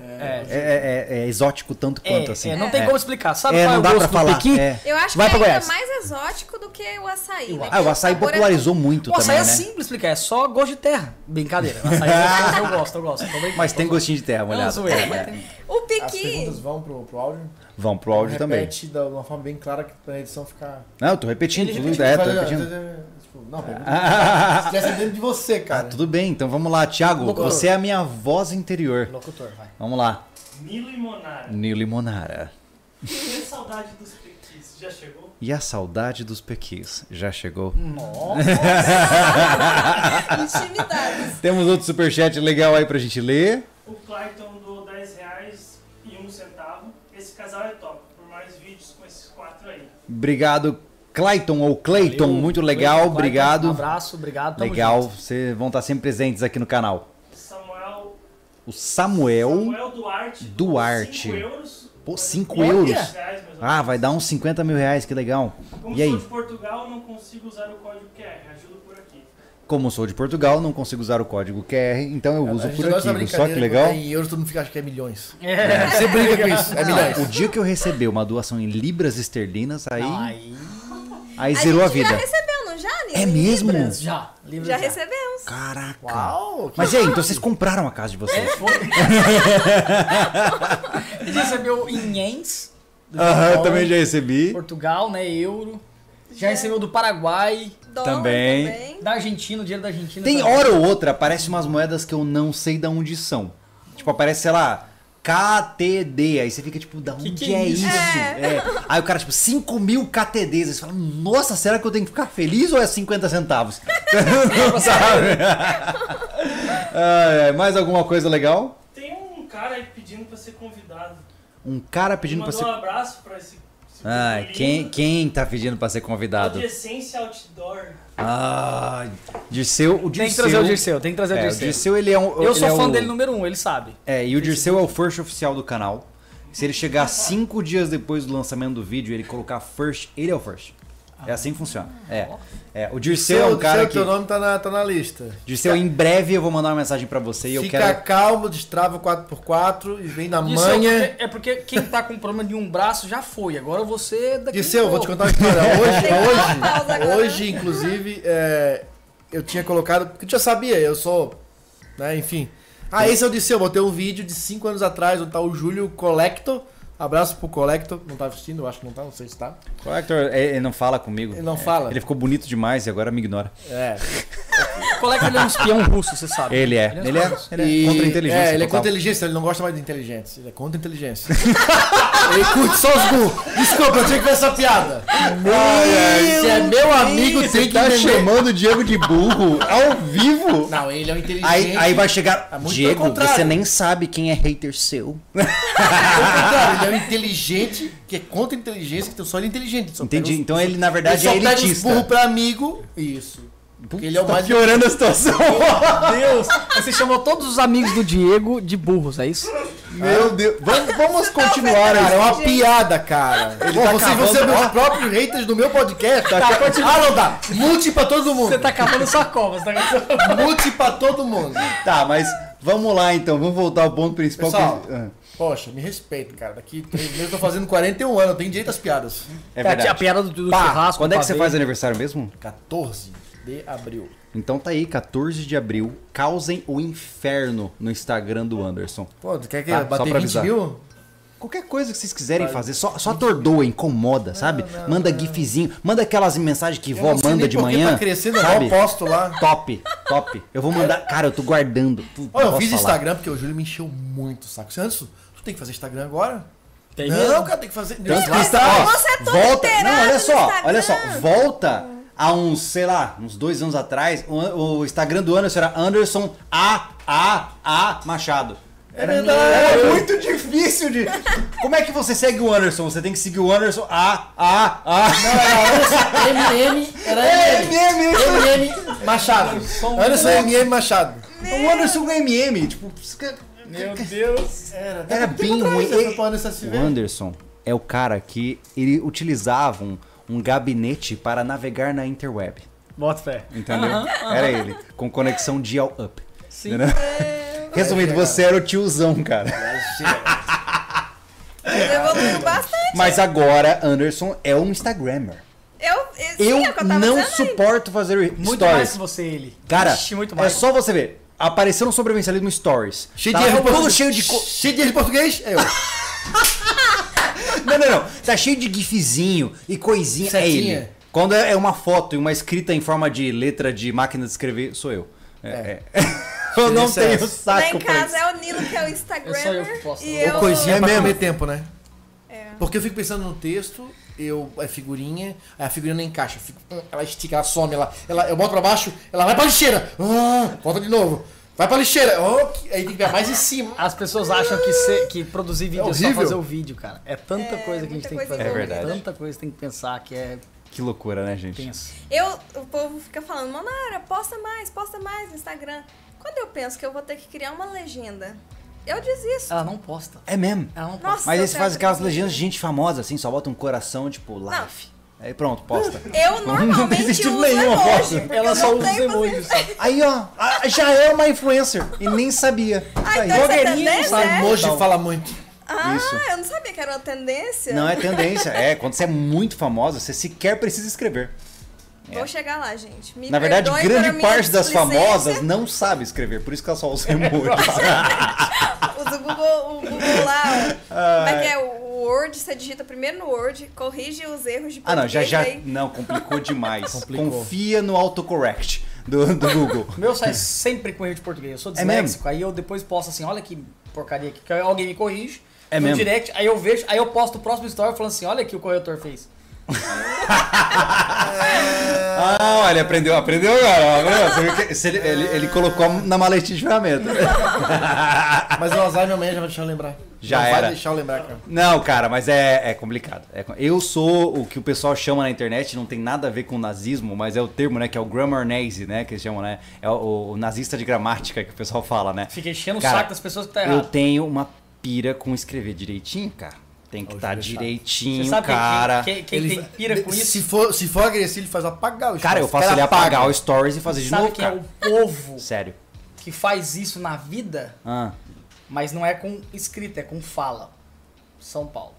[SPEAKER 4] É.
[SPEAKER 1] É, é- é- é exótico tanto quanto,
[SPEAKER 4] É,
[SPEAKER 1] assim.
[SPEAKER 4] é, não tem
[SPEAKER 1] É.
[SPEAKER 4] como explicar. Sabe
[SPEAKER 1] É,
[SPEAKER 4] qual é
[SPEAKER 1] não
[SPEAKER 4] o
[SPEAKER 1] dá
[SPEAKER 4] gosto
[SPEAKER 1] pra
[SPEAKER 4] do
[SPEAKER 1] falar.
[SPEAKER 4] piqui?
[SPEAKER 1] É.
[SPEAKER 3] Eu acho
[SPEAKER 1] Vai
[SPEAKER 3] que é
[SPEAKER 1] pra
[SPEAKER 3] ainda
[SPEAKER 1] Goiás.
[SPEAKER 3] mais exótico do que o açaí, né?
[SPEAKER 1] Ah, o açaí
[SPEAKER 3] sabor é
[SPEAKER 1] popularizou muito
[SPEAKER 4] O açaí
[SPEAKER 1] também, né?
[SPEAKER 4] é simples, explicar, é só gosto de terra. Brincadeira. Açaí eu, eu gosto, eu gosto. Tô brincando,
[SPEAKER 1] Mas
[SPEAKER 4] tô
[SPEAKER 1] tem
[SPEAKER 4] zoando.
[SPEAKER 1] gostinho de terra
[SPEAKER 4] Não,
[SPEAKER 1] molhada.
[SPEAKER 4] zoeira, mas tem-
[SPEAKER 3] O
[SPEAKER 2] As perguntas
[SPEAKER 3] piqui,
[SPEAKER 2] vão pro, pro áudio.
[SPEAKER 1] Vão pro áudio também.
[SPEAKER 2] Repete da- de uma forma bem clara que pra edição ficar.
[SPEAKER 1] Não, eu tô repetindo.
[SPEAKER 4] Ele
[SPEAKER 1] Tudo,
[SPEAKER 4] repetiu.
[SPEAKER 1] é, tô
[SPEAKER 2] Fala,
[SPEAKER 1] repetindo.
[SPEAKER 2] tipo, não, pergunta. Esquece dentro de você,
[SPEAKER 1] Ah,
[SPEAKER 4] é,
[SPEAKER 2] cara.
[SPEAKER 1] tudo bem, então vamos lá. Tiago,
[SPEAKER 2] Locutor.
[SPEAKER 1] você é a minha voz interior.
[SPEAKER 4] Locutor, vai.
[SPEAKER 1] Vamos lá.
[SPEAKER 6] Nilo e Monari,
[SPEAKER 1] Nilo e Monara.
[SPEAKER 6] e a saudade dos pequis, já chegou?
[SPEAKER 1] E a saudade dos pequis já chegou.
[SPEAKER 4] Hum. Nossa. é
[SPEAKER 3] intimidades.
[SPEAKER 1] Temos outro superchat legal aí pra gente ler.
[SPEAKER 6] O Clayton do 10 reais e um centavo, esse casal é top, por mais vídeos com esses quatro aí.
[SPEAKER 1] Obrigado, Clayton ou Clayton.
[SPEAKER 4] Valeu,
[SPEAKER 1] Muito legal,
[SPEAKER 4] Clayton,
[SPEAKER 1] obrigado.
[SPEAKER 4] Um abraço, obrigado. tamo
[SPEAKER 1] legal,
[SPEAKER 4] junto.
[SPEAKER 1] vocês vão estar sempre presentes aqui no canal.
[SPEAKER 6] Samuel,
[SPEAKER 1] O Samuel.
[SPEAKER 6] Samuel Duarte,
[SPEAKER 1] Um Duarte.
[SPEAKER 6] 5 euros.
[SPEAKER 1] Pô,
[SPEAKER 6] mas
[SPEAKER 1] 5
[SPEAKER 6] com
[SPEAKER 1] euros?
[SPEAKER 6] 10 reais, meus
[SPEAKER 1] Ah, vai dar uns 50 mil reais, que legal.
[SPEAKER 6] Como
[SPEAKER 1] E aí?
[SPEAKER 6] sou de Portugal, não consigo usar o código QR. Ajuda por aqui.
[SPEAKER 1] Como sou de Portugal, não consigo usar o código QR, então eu uso
[SPEAKER 2] A gente
[SPEAKER 1] por aqui.
[SPEAKER 2] adora essa
[SPEAKER 1] viu Só
[SPEAKER 2] brincadeira
[SPEAKER 1] que legal.
[SPEAKER 2] quando é Em euros todo mundo fica achando que é milhões.
[SPEAKER 4] É.
[SPEAKER 2] Você brinca com isso, é milhões.
[SPEAKER 1] O dia que eu receber uma doação em libras esterlinas, aí,
[SPEAKER 4] Tá, Aí.
[SPEAKER 1] aí zerou a
[SPEAKER 3] gente já
[SPEAKER 1] vida.
[SPEAKER 3] recebeu, não já, Patrimônio.
[SPEAKER 1] É
[SPEAKER 3] em
[SPEAKER 1] mesmo?
[SPEAKER 3] Libras.
[SPEAKER 4] Já, livros
[SPEAKER 3] Já recebemos.
[SPEAKER 1] Caraca.
[SPEAKER 2] Uau!
[SPEAKER 1] Mas e aí, então vocês compraram a casa de vocês?
[SPEAKER 4] É, Foi. Ele recebeu em yens. do
[SPEAKER 1] Aham, eu
[SPEAKER 4] Japão,
[SPEAKER 1] também já recebi.
[SPEAKER 4] Portugal, né? Euro. Já recebeu do Paraguai,
[SPEAKER 3] Dólar
[SPEAKER 1] Também.
[SPEAKER 3] também.
[SPEAKER 4] da Argentina, o dinheiro da Argentina.
[SPEAKER 1] Tem
[SPEAKER 4] também.
[SPEAKER 1] hora ou outra, aparece umas moedas que eu não sei de onde são. Tipo, aparece, sei lá, KTD. Aí você fica tipo, da onde
[SPEAKER 4] Que que é
[SPEAKER 1] é
[SPEAKER 4] isso?
[SPEAKER 1] isso?
[SPEAKER 3] É.
[SPEAKER 1] É. Aí o cara, tipo, 5 mil KTDs. Aí você fala, nossa, será que eu tenho que ficar feliz ou é 50 centavos? não sabe? Ai, ai, mais alguma coisa legal?
[SPEAKER 6] Tem um cara aí pedindo pra ser convidado.
[SPEAKER 1] Um cara
[SPEAKER 6] Ele
[SPEAKER 1] pedindo pra
[SPEAKER 6] Mandou
[SPEAKER 1] ser.
[SPEAKER 6] um abraço pra esse. esse
[SPEAKER 1] Ah,
[SPEAKER 6] lindo.
[SPEAKER 1] quem, quem tá pedindo pra ser convidado?
[SPEAKER 6] Adjacência Outdoor.
[SPEAKER 1] Ah, Dirceu. O Dirceu.
[SPEAKER 4] Tem que trazer o Dirceu, tem que trazer
[SPEAKER 1] É,
[SPEAKER 4] o
[SPEAKER 1] o
[SPEAKER 4] Dirceu.
[SPEAKER 1] Dirceu, ele é um.
[SPEAKER 4] Eu
[SPEAKER 1] ele
[SPEAKER 4] sou
[SPEAKER 1] é
[SPEAKER 4] fã
[SPEAKER 1] o-
[SPEAKER 4] dele número um, ele sabe.
[SPEAKER 1] É, e o Dirceu é o first oficial do canal. Se ele chegar cinco dias depois do lançamento do vídeo, ele colocar first, ele é o first. É assim que funciona. É. É, o Dirceu é um cara
[SPEAKER 2] seu,
[SPEAKER 1] que.
[SPEAKER 2] Teu nome tá na, tá na lista.
[SPEAKER 1] Dirceu, em breve eu vou mandar uma mensagem pra você e eu
[SPEAKER 2] Fica
[SPEAKER 1] quero.
[SPEAKER 2] calmo, destrava o 4x4 e vem na
[SPEAKER 4] Dirceu,
[SPEAKER 2] manha.
[SPEAKER 4] É porque quem tá com problema de um braço já foi. Agora você é daqui.
[SPEAKER 2] Dirceu,
[SPEAKER 4] a
[SPEAKER 2] vou te
[SPEAKER 4] pouco.
[SPEAKER 2] contar uma história.
[SPEAKER 3] Tem pausa
[SPEAKER 2] Hoje,
[SPEAKER 3] agora.
[SPEAKER 2] hoje, hoje inclusive, é, eu tinha colocado. Porque tu já sabia, eu sou. Né, enfim. Ah, esse é o Dirceu. Botei um vídeo de 5 anos atrás, onde tá o Júlio Colecto. Abraço pro Colecto. Não tá assistindo? Eu acho que não tá, não sei se tá.
[SPEAKER 1] O Hector, é, ele ele não fala comigo.
[SPEAKER 2] Ele não
[SPEAKER 1] É,
[SPEAKER 2] fala?
[SPEAKER 1] Ele ficou bonito demais e agora me ignora.
[SPEAKER 2] É.
[SPEAKER 4] Qual é que ele é um espião russo, você sabe?
[SPEAKER 1] Ele é. Ele é, ele é
[SPEAKER 2] E-
[SPEAKER 1] contra a inteligência.
[SPEAKER 2] É, ele é
[SPEAKER 1] total.
[SPEAKER 2] contra a inteligência, ele não gosta mais de inteligência. Ele é contra a inteligência. ele curte só os gu. Desculpa, eu tinha que ver essa piada. Se é meu amigo,
[SPEAKER 1] Ih,
[SPEAKER 2] tem
[SPEAKER 1] Você
[SPEAKER 2] que
[SPEAKER 1] tá
[SPEAKER 2] entender.
[SPEAKER 1] chamando o Diego de burro ao vivo?
[SPEAKER 2] Não, ele é um inteligente.
[SPEAKER 1] Aí, aí vai chegar.
[SPEAKER 2] É muito ao
[SPEAKER 1] Diego,
[SPEAKER 2] contrário.
[SPEAKER 1] você nem sabe quem é hater seu.
[SPEAKER 2] Pelo contrário, ele é um inteligente que é contra a inteligência, que só ele é inteligente. ele Só
[SPEAKER 1] Entendi.
[SPEAKER 2] Pega
[SPEAKER 1] Então ele, na
[SPEAKER 2] os, ele
[SPEAKER 1] verdade,
[SPEAKER 2] só
[SPEAKER 1] é
[SPEAKER 2] pega os
[SPEAKER 1] elitista.
[SPEAKER 2] burro pra amigo. Isso. Porque ele é o
[SPEAKER 1] Tá
[SPEAKER 2] mais.
[SPEAKER 1] piorando a situação.
[SPEAKER 4] Deus, você chamou todos os amigos do Diego de burros, é isso?
[SPEAKER 1] Meu Deus. Vamos, vamos continuar
[SPEAKER 2] Cara, é
[SPEAKER 1] aí.
[SPEAKER 2] uma piada, cara. Pô,
[SPEAKER 1] tá
[SPEAKER 2] você,
[SPEAKER 1] cavando,
[SPEAKER 2] você é
[SPEAKER 1] ó.
[SPEAKER 2] meus próprios haters do meu podcast.
[SPEAKER 1] Tá,
[SPEAKER 2] Ah, não dá. Mute pra todo mundo.
[SPEAKER 4] Você tá cavando sua cova, você tá
[SPEAKER 2] Mute pra todo mundo.
[SPEAKER 1] Tá, mas vamos lá então. Vamos voltar ao ponto principal.
[SPEAKER 2] Pessoal.
[SPEAKER 1] que- Ah,
[SPEAKER 2] Poxa, me respeita, cara. Daqui três meses eu tô fazendo 41 anos, eu tenho direito às piadas.
[SPEAKER 1] É
[SPEAKER 4] Tá aqui a
[SPEAKER 1] verdade.
[SPEAKER 4] piada do, do
[SPEAKER 1] Pá,
[SPEAKER 4] churrasco.
[SPEAKER 1] quando é que
[SPEAKER 4] pavê.
[SPEAKER 1] você faz aniversário mesmo?
[SPEAKER 2] 14 de abril.
[SPEAKER 1] Então tá aí, 14 de abril. Causem o inferno no Instagram do Anderson.
[SPEAKER 2] Pô, tu quer que
[SPEAKER 1] Tá,
[SPEAKER 2] eu
[SPEAKER 1] só
[SPEAKER 2] bater
[SPEAKER 1] pra
[SPEAKER 2] 20
[SPEAKER 1] avisar.
[SPEAKER 2] mil?
[SPEAKER 1] Qualquer coisa que vocês quiserem fazer, só, só atordoa, incomoda, sabe? Manda gifzinho, manda aquelas mensagens que vó
[SPEAKER 2] não sei
[SPEAKER 1] manda
[SPEAKER 2] nem
[SPEAKER 1] de
[SPEAKER 2] por que
[SPEAKER 1] manhã.
[SPEAKER 2] Tá crescendo,
[SPEAKER 1] sabe?
[SPEAKER 2] eu posto lá.
[SPEAKER 1] Top, top. Eu vou mandar. Cara, eu tô guardando. Puta,
[SPEAKER 2] Olha, eu
[SPEAKER 1] posso
[SPEAKER 2] fiz
[SPEAKER 1] falar.
[SPEAKER 2] Instagram porque o Júlio me encheu muito o saco. Santos, tu tem que fazer Instagram agora?
[SPEAKER 4] Tem
[SPEAKER 2] não,
[SPEAKER 4] mesmo?
[SPEAKER 2] cara, tem que fazer.
[SPEAKER 1] Tanto que
[SPEAKER 2] Lá-
[SPEAKER 1] está, ó,
[SPEAKER 3] Você é todo
[SPEAKER 1] volta,
[SPEAKER 3] inteirado
[SPEAKER 1] não, olha
[SPEAKER 3] no
[SPEAKER 1] só,
[SPEAKER 3] Instagram.
[SPEAKER 1] olha só, volta a uns, sei lá, uns dois anos atrás, o, o Instagram do Anderson era Anderson A A A Machado.
[SPEAKER 2] É verdade.
[SPEAKER 1] Era muito difícil de. Como é que você segue o Anderson? Você tem que seguir o Anderson A A É, A.
[SPEAKER 2] MM, era MM. MM Machado. Anderson
[SPEAKER 1] um-
[SPEAKER 2] MM Machado.
[SPEAKER 1] Tipo, O Anderson com MM, tipo,
[SPEAKER 4] Meu Deus.
[SPEAKER 2] Era,
[SPEAKER 1] era bem ruim. Ele-
[SPEAKER 2] Eu nessa
[SPEAKER 1] O Anderson é o cara que ele utilizava um, um gabinete para navegar na interweb.
[SPEAKER 4] Bota fé.
[SPEAKER 1] Entendeu? Era ele. Com conexão dial up.
[SPEAKER 4] Sim.
[SPEAKER 1] Entendeu? Resumindo, você era o tiozão, cara.
[SPEAKER 3] Ele evoluiu bastante.
[SPEAKER 1] Mas agora, Anderson é um Instagrammer.
[SPEAKER 3] Eu, eu, sim,
[SPEAKER 1] Eu
[SPEAKER 3] é o que eu tava
[SPEAKER 1] não
[SPEAKER 3] dizendo aí.
[SPEAKER 1] suporto fazer
[SPEAKER 4] Muito mais
[SPEAKER 1] stories.
[SPEAKER 4] que você, ele.
[SPEAKER 1] Cara,
[SPEAKER 4] Ixi, muito
[SPEAKER 1] é
[SPEAKER 4] mais.
[SPEAKER 1] só você ver. Apareceu no sobrevivencialismo stories.
[SPEAKER 2] Cheio de
[SPEAKER 1] Tava
[SPEAKER 2] erro
[SPEAKER 1] todo
[SPEAKER 2] português.
[SPEAKER 1] tá cheio de... co-
[SPEAKER 2] Cheio de erro em português? É, Eu.
[SPEAKER 1] Não, não, não. Tá cheio de gifzinho e coisinha.
[SPEAKER 2] Setinha.
[SPEAKER 1] É ele. Quando é uma foto e uma escrita em forma de letra de máquina de escrever, sou eu. É, é. Eu não
[SPEAKER 2] Licença.
[SPEAKER 1] tenho
[SPEAKER 3] Lá
[SPEAKER 1] saco
[SPEAKER 3] em
[SPEAKER 1] pra isso.
[SPEAKER 3] casa é o Nilo que é o
[SPEAKER 4] É só eu que
[SPEAKER 3] Instagrammer.
[SPEAKER 4] posso.
[SPEAKER 3] e
[SPEAKER 4] Ô,
[SPEAKER 3] eu...
[SPEAKER 2] coisinha pra
[SPEAKER 1] mesmo?
[SPEAKER 2] comer tempo, né?
[SPEAKER 3] É.
[SPEAKER 2] Porque eu fico pensando no texto, eu é figurinha, aí a figurinha não encaixa, eu fico- hum, ela estica, ela some, ela, ela, eu boto pra baixo, ela vai pra lixeira, ah, volta de novo, vai pra lixeira, oh, que- aí tem que ver mais em cima.
[SPEAKER 4] As pessoas acham que, ser- que produzir vídeo é, só
[SPEAKER 2] horrível.
[SPEAKER 4] fazer o vídeo, cara. É tanta coisa que a gente
[SPEAKER 3] muita
[SPEAKER 4] tem que
[SPEAKER 3] coisa
[SPEAKER 4] fazer.
[SPEAKER 1] envolvida. É verdade.
[SPEAKER 4] Tanta coisa que tem que pensar que é
[SPEAKER 1] Que loucura, né, gente?
[SPEAKER 4] tenso.
[SPEAKER 3] Eu, o povo fica falando, Monara, posta mais, posta mais no Instagram. Quando eu penso que eu vou ter que criar uma legenda, eu desisto.
[SPEAKER 4] Ela não posta.
[SPEAKER 1] É mesmo.
[SPEAKER 4] Ela não
[SPEAKER 3] Nossa.
[SPEAKER 4] posta.
[SPEAKER 1] Mas eles
[SPEAKER 3] eu
[SPEAKER 1] fazem
[SPEAKER 3] quero
[SPEAKER 1] aquelas legendas de gente famosa, assim, só bota um coração, tipo, life. Aí pronto, posta.
[SPEAKER 3] Eu normalmente
[SPEAKER 1] existe
[SPEAKER 3] uso
[SPEAKER 1] nenhuma
[SPEAKER 3] emoji.
[SPEAKER 1] foto.
[SPEAKER 3] porque
[SPEAKER 4] Ela
[SPEAKER 3] eu
[SPEAKER 4] só
[SPEAKER 3] não
[SPEAKER 4] usa os
[SPEAKER 3] tenho
[SPEAKER 4] emojis.
[SPEAKER 3] paciência.
[SPEAKER 1] Aí, ó, a- já é uma influencer e nem sabia.
[SPEAKER 3] Ah,
[SPEAKER 1] Aí,
[SPEAKER 3] então isso é
[SPEAKER 1] blogueirinha,
[SPEAKER 3] tendência,
[SPEAKER 1] sabe?
[SPEAKER 3] é?
[SPEAKER 2] Emoji
[SPEAKER 1] Então,
[SPEAKER 2] fala muito.
[SPEAKER 3] Ah,
[SPEAKER 1] Isso.
[SPEAKER 3] eu não sabia que era uma tendência.
[SPEAKER 1] é Não é tendência, é. Quando você é muito famosa, você sequer precisa escrever.
[SPEAKER 3] Vou chegar lá, gente. Me
[SPEAKER 1] Na verdade,
[SPEAKER 3] perdoem pela
[SPEAKER 1] grande
[SPEAKER 3] minha
[SPEAKER 1] parte das
[SPEAKER 3] displicência.
[SPEAKER 1] famosas não sabe escrever, por isso que ela só usa emoji.
[SPEAKER 3] Usa o Google, o Google lá. ó. Como é que é? O Word, você digita primeiro no Word, corrige os erros de
[SPEAKER 1] Ah, não, já,
[SPEAKER 3] português,
[SPEAKER 1] já.
[SPEAKER 3] aí-
[SPEAKER 1] Não, complicou demais.
[SPEAKER 2] Complicou.
[SPEAKER 1] Confia no autocorrect do, do Google.
[SPEAKER 4] O meu sai sempre com erro de português. Eu sou
[SPEAKER 1] É mesmo?
[SPEAKER 4] disléxico. aí eu depois posto assim, olha que porcaria aqui. que Alguém me corrige.
[SPEAKER 1] É
[SPEAKER 4] no
[SPEAKER 1] mesmo?
[SPEAKER 4] direct, aí eu vejo, aí eu posto o próximo story falando assim, olha que o corretor fez.
[SPEAKER 1] Ah, olha, aprendeu, aprendeu agora. ó, viu? Você viu que se ele, ele- ele colocou na maletinha de ferramenta.
[SPEAKER 2] Mas o Alzheimer amanhã já vai deixar eu lembrar.
[SPEAKER 1] Já
[SPEAKER 2] não
[SPEAKER 1] era.
[SPEAKER 2] vai deixar eu lembrar, cara.
[SPEAKER 1] Não, cara, mas é, é complicado. É com- eu sou o que o pessoal chama na internet, não tem nada a ver com nazismo, mas é o termo, né? Que é o grammar nazi, né? Que eles chamam, né? É o, o nazista de gramática que o pessoal fala, né?
[SPEAKER 4] Fica enchendo o
[SPEAKER 1] Cara,
[SPEAKER 4] saco das pessoas que tá
[SPEAKER 1] Eu
[SPEAKER 4] errado.
[SPEAKER 1] tenho uma pira com escrever direitinho, cara. Tem que
[SPEAKER 2] Hoje
[SPEAKER 1] estar
[SPEAKER 2] é chato.
[SPEAKER 1] direitinho,
[SPEAKER 4] Você sabe quem- é
[SPEAKER 1] cara.
[SPEAKER 4] quem, quem, quem tem pira com
[SPEAKER 2] se
[SPEAKER 4] isso?
[SPEAKER 2] For, se for agressivo, ele faz apagar o
[SPEAKER 1] Cara, eu
[SPEAKER 2] stories.
[SPEAKER 1] faço ele
[SPEAKER 2] Cara, apaga.
[SPEAKER 1] apagar o stories e fazer de
[SPEAKER 4] Sabe
[SPEAKER 1] novo,
[SPEAKER 4] quem é
[SPEAKER 1] cara.
[SPEAKER 4] o povo
[SPEAKER 1] Sério.
[SPEAKER 4] que faz isso na vida,
[SPEAKER 1] Ah,
[SPEAKER 4] mas não é com escrita, é com fala? São Paulo.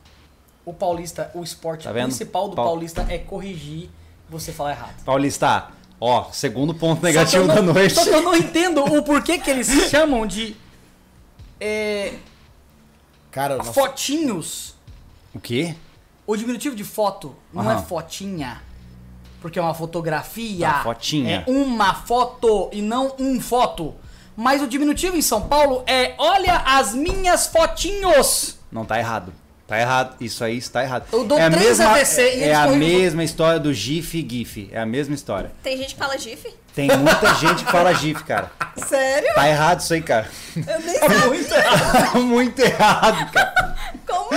[SPEAKER 4] O paulista, o esporte
[SPEAKER 1] Tá vendo?
[SPEAKER 4] principal do
[SPEAKER 1] Pau-
[SPEAKER 4] paulista é corrigir você falar errado.
[SPEAKER 1] Paulista, ó, segundo ponto
[SPEAKER 4] Só
[SPEAKER 1] negativo
[SPEAKER 4] que eu
[SPEAKER 1] da
[SPEAKER 4] não-
[SPEAKER 1] noite.
[SPEAKER 4] Só que eu não entendo o porquê que eles chamam de é,
[SPEAKER 2] Cara, nossa,
[SPEAKER 4] fotinhos.
[SPEAKER 1] O quê?
[SPEAKER 4] O diminutivo de foto não
[SPEAKER 1] Aham.
[SPEAKER 4] é fotinha. Porque é uma fotografia.
[SPEAKER 1] Tá, fotinha.
[SPEAKER 4] É uma foto e não um foto. Mas o diminutivo em São Paulo é olha as minhas fotinhos.
[SPEAKER 1] Não tá errado. Tá errado. Isso aí está errado.
[SPEAKER 4] Eu dou
[SPEAKER 1] é a
[SPEAKER 4] três
[SPEAKER 1] mesma,
[SPEAKER 4] AVC e
[SPEAKER 1] é,
[SPEAKER 4] eles
[SPEAKER 1] a
[SPEAKER 4] corrigem.
[SPEAKER 1] mesma história do GIF e GIF. É a mesma história.
[SPEAKER 3] Tem gente que fala GIF?
[SPEAKER 1] Tem muita gente que fala GIF, cara.
[SPEAKER 3] Sério?
[SPEAKER 1] Tá errado isso aí, cara.
[SPEAKER 3] Eu nem sei
[SPEAKER 1] Muito errado. Muito errado, cara.
[SPEAKER 3] como.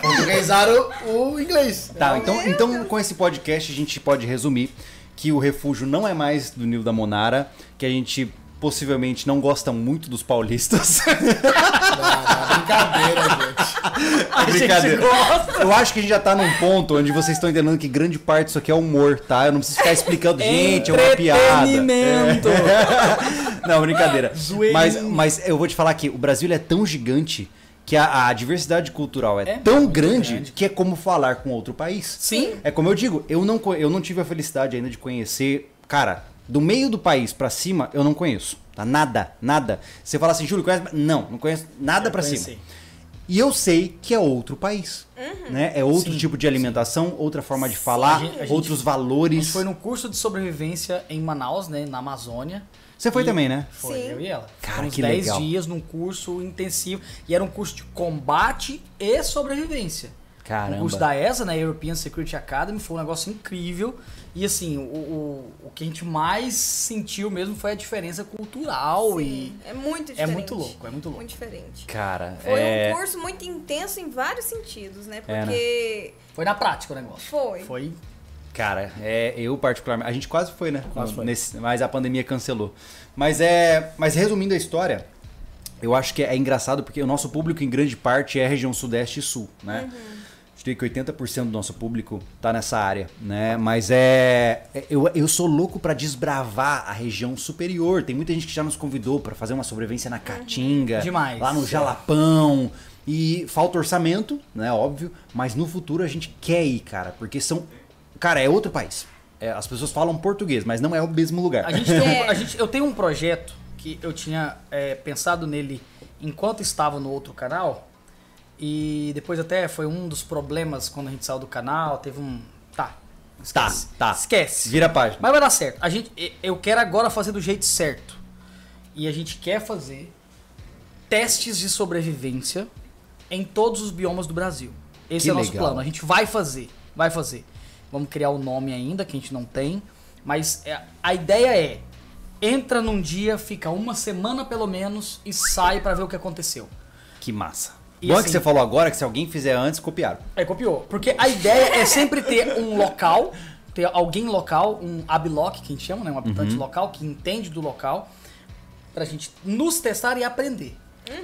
[SPEAKER 2] portuguesaram o inglês.
[SPEAKER 1] Tá, então, então com esse podcast a gente pode resumir que o refúgio não é mais do Nil da Monara, que a gente possivelmente não gosta muito dos paulistas.
[SPEAKER 2] Ah, brincadeira, gente.
[SPEAKER 1] É brincadeira. Eu acho que a gente já tá num ponto onde vocês estão entendendo que grande parte disso aqui é humor, tá? Eu não preciso ficar explicando, gente, é uma piada. É.
[SPEAKER 4] Entretenimento.
[SPEAKER 1] Não, brincadeira.
[SPEAKER 4] Zoeirinha.
[SPEAKER 1] Mas, mas eu vou te falar que o Brasil ele é tão gigante que a, a diversidade cultural é,
[SPEAKER 4] É
[SPEAKER 1] tão grande, que é como falar com outro país.
[SPEAKER 4] Sim.
[SPEAKER 1] É como eu digo, eu não, co- eu não tive a felicidade ainda de conhecer. Cara, do meio do país pra cima, eu não conheço. Tá? Nada, nada. Você fala assim, Júlio, conhece? Não, não conheço nada pra cima.
[SPEAKER 4] Conheci.
[SPEAKER 1] E eu sei que é outro país.
[SPEAKER 3] Uhum.
[SPEAKER 1] Né? É outro tipo de alimentação, outra forma de falar,
[SPEAKER 4] A gente- a gente-
[SPEAKER 1] outros
[SPEAKER 4] A
[SPEAKER 1] valores.
[SPEAKER 4] gente foi num curso de sobrevivência em Manaus, né, na Amazônia.
[SPEAKER 1] Você foi também, né?
[SPEAKER 4] Foi,
[SPEAKER 3] Sim.
[SPEAKER 4] eu e ela.
[SPEAKER 1] Cara,
[SPEAKER 4] Foram uns
[SPEAKER 1] que
[SPEAKER 4] 10
[SPEAKER 1] legal.
[SPEAKER 4] dias num curso intensivo. E era um curso de combate e sobrevivência.
[SPEAKER 1] Caramba.
[SPEAKER 4] O curso da ESA, né, European Security Academy, foi um negócio incrível. E assim, o, o, o que a gente mais sentiu mesmo foi a diferença cultural
[SPEAKER 3] Sim, é muito
[SPEAKER 4] e... É
[SPEAKER 3] diferente.
[SPEAKER 4] muito louco, é muito louco.
[SPEAKER 3] Muito diferente.
[SPEAKER 1] Cara,
[SPEAKER 3] Foi
[SPEAKER 1] é...
[SPEAKER 3] um curso muito intenso em vários sentidos, né?
[SPEAKER 1] É, né?
[SPEAKER 3] Porque.
[SPEAKER 4] Foi na prática o negócio.
[SPEAKER 3] Foi.
[SPEAKER 4] né? Foi
[SPEAKER 1] Cara, é, eu particularmente. A gente quase foi, né?
[SPEAKER 2] Quase foi.
[SPEAKER 1] Nesse- mas a pandemia cancelou. Mas é. Mas resumindo a história, eu acho que é engraçado porque o nosso público, em grande parte, é a região sudeste e sul, né? Acho que 80% do nosso público tá nessa área, né? Mas é. é- Eu, eu sou louco pra desbravar a região superior. Tem muita gente que já nos convidou pra fazer uma sobrevivência na Caatinga.
[SPEAKER 4] Demais.
[SPEAKER 1] Lá no
[SPEAKER 4] É.
[SPEAKER 1] Jalapão. E falta orçamento, né? Óbvio. Mas no futuro a gente quer ir, cara. Porque são. Cara, é outro país. É, as pessoas falam português, mas não é o mesmo lugar.
[SPEAKER 4] A gente tem um-
[SPEAKER 3] É.
[SPEAKER 4] a gente- eu tenho um projeto que eu tinha é, pensado nele enquanto estava no outro canal. E depois até foi um dos problemas quando a gente saiu do canal. Teve um. Tá.
[SPEAKER 1] Tá,
[SPEAKER 4] Esquece.
[SPEAKER 1] tá.
[SPEAKER 4] Esquece.
[SPEAKER 1] Vira a página.
[SPEAKER 4] Mas vai dar certo. A gente, e- eu quero agora fazer do jeito certo. E a gente quer fazer testes de sobrevivência em todos os biomas do Brasil. Esse
[SPEAKER 1] Que
[SPEAKER 4] é o nosso
[SPEAKER 1] legal.
[SPEAKER 4] plano. A gente vai fazer. Vai fazer. Vamos criar o nome ainda, que a gente não tem. Mas é- a ideia é: entra num dia, fica uma semana pelo menos e sai pra ver o que aconteceu.
[SPEAKER 1] Que massa.
[SPEAKER 4] E
[SPEAKER 1] Bom é
[SPEAKER 4] assim-
[SPEAKER 1] que você falou agora que se alguém fizer antes, copiaram.
[SPEAKER 4] É, copiou. Porque a ideia é sempre ter um local, ter alguém local, um abiloc, que a gente chama, né? Um
[SPEAKER 1] Uhum.
[SPEAKER 4] habitante local que entende do local, pra gente nos testar e aprender.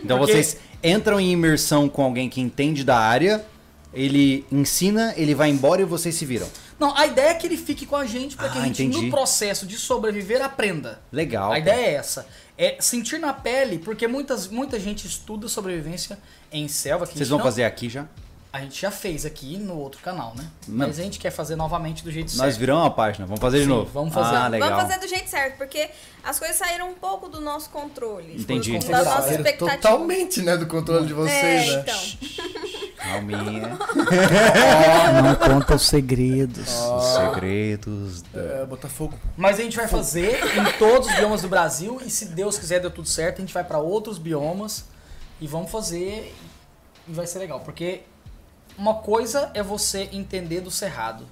[SPEAKER 1] Então
[SPEAKER 4] Hum, Porque-
[SPEAKER 1] vocês entram em imersão com alguém que entende da área, ele ensina, ele vai embora e vocês se viram.
[SPEAKER 4] Não, a ideia é que ele fique com a gente pra que a
[SPEAKER 1] Ah,
[SPEAKER 4] gente,
[SPEAKER 1] entendi.
[SPEAKER 4] no processo de sobreviver, aprenda.
[SPEAKER 1] Legal.
[SPEAKER 4] A
[SPEAKER 1] cara.
[SPEAKER 4] ideia é essa. É sentir na pele, porque muitas, muita gente estuda sobrevivência em selva. que a
[SPEAKER 1] Vocês
[SPEAKER 4] gente
[SPEAKER 1] vão
[SPEAKER 4] não-
[SPEAKER 1] fazer aqui já?
[SPEAKER 4] A gente já fez aqui no outro canal, né?
[SPEAKER 1] Não.
[SPEAKER 4] Mas a gente quer fazer novamente do jeito
[SPEAKER 1] Nós
[SPEAKER 4] certo.
[SPEAKER 1] viramos a página, vamos fazer de
[SPEAKER 4] Sim,
[SPEAKER 1] novo.
[SPEAKER 4] vamos fazer.
[SPEAKER 1] Ah, legal.
[SPEAKER 3] Vamos fazer do jeito certo, porque as coisas saíram um pouco do nosso controle.
[SPEAKER 1] Entendi.
[SPEAKER 3] Da nossa
[SPEAKER 2] Saíram
[SPEAKER 3] expectativa.
[SPEAKER 2] totalmente, né, do controle de vocês,
[SPEAKER 3] É,
[SPEAKER 2] né?
[SPEAKER 3] então.
[SPEAKER 1] Calminha.
[SPEAKER 4] Não conta os segredos.
[SPEAKER 1] Os segredos da...
[SPEAKER 2] É, Botafogo.
[SPEAKER 4] Mas a gente vai fazer em todos os biomas do Brasil e se Deus quiser deu tudo certo, a gente vai pra outros biomas e vamos fazer e vai ser legal, porque uma coisa é você entender do cerrado.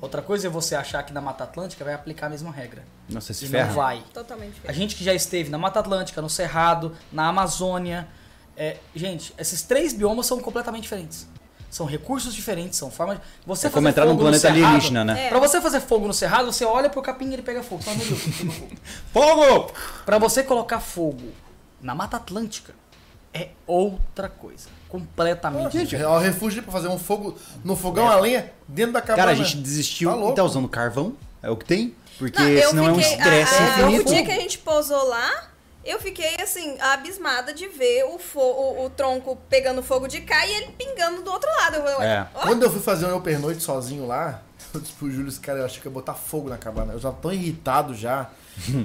[SPEAKER 4] Outra coisa é você achar que na Mata Atlântica vai aplicar a mesma regra.
[SPEAKER 1] Nossa, se
[SPEAKER 4] e
[SPEAKER 1] ferra.
[SPEAKER 4] não vai.
[SPEAKER 3] Totalmente
[SPEAKER 4] A
[SPEAKER 3] diferente.
[SPEAKER 4] gente que já esteve na Mata Atlântica, no Cerrado, na Amazônia. é, gente, esses três biomas são completamente diferentes. São recursos diferentes, são formas de. Você
[SPEAKER 1] É como
[SPEAKER 4] fazer
[SPEAKER 1] entrar num
[SPEAKER 4] fogo no
[SPEAKER 1] planeta
[SPEAKER 4] Cerrado-
[SPEAKER 1] alienígena, né?
[SPEAKER 3] É.
[SPEAKER 4] Pra você fazer fogo no cerrado, você olha pro capim e ele pega fogo. Fala, meu Deus, pegou fogo.
[SPEAKER 1] Fogo!
[SPEAKER 4] pra você colocar fogo na Mata Atlântica, é outra coisa. Completamente.
[SPEAKER 2] Gente, é o refúgio pra fazer um fogo no fogão a lenha dentro da cabana.
[SPEAKER 1] Cara, a gente desistiu
[SPEAKER 2] Tá louco.
[SPEAKER 1] e tá usando carvão. É o que tem. Porque
[SPEAKER 3] Não, eu
[SPEAKER 1] senão é um
[SPEAKER 3] fiquei- ah,
[SPEAKER 1] estresse
[SPEAKER 3] a- a- O
[SPEAKER 1] infinito.
[SPEAKER 3] dia que a gente pousou lá, eu fiquei assim, abismada de ver o, fo- o- o tronco pegando fogo de cá e ele pingando do outro lado. Eu, eu-
[SPEAKER 1] É.
[SPEAKER 3] ó,
[SPEAKER 2] Quando eu fui fazer um open noite sozinho lá, eu disse pro Júlio, cara, eu achei que ia botar fogo na cabana. Eu já tô irritado já,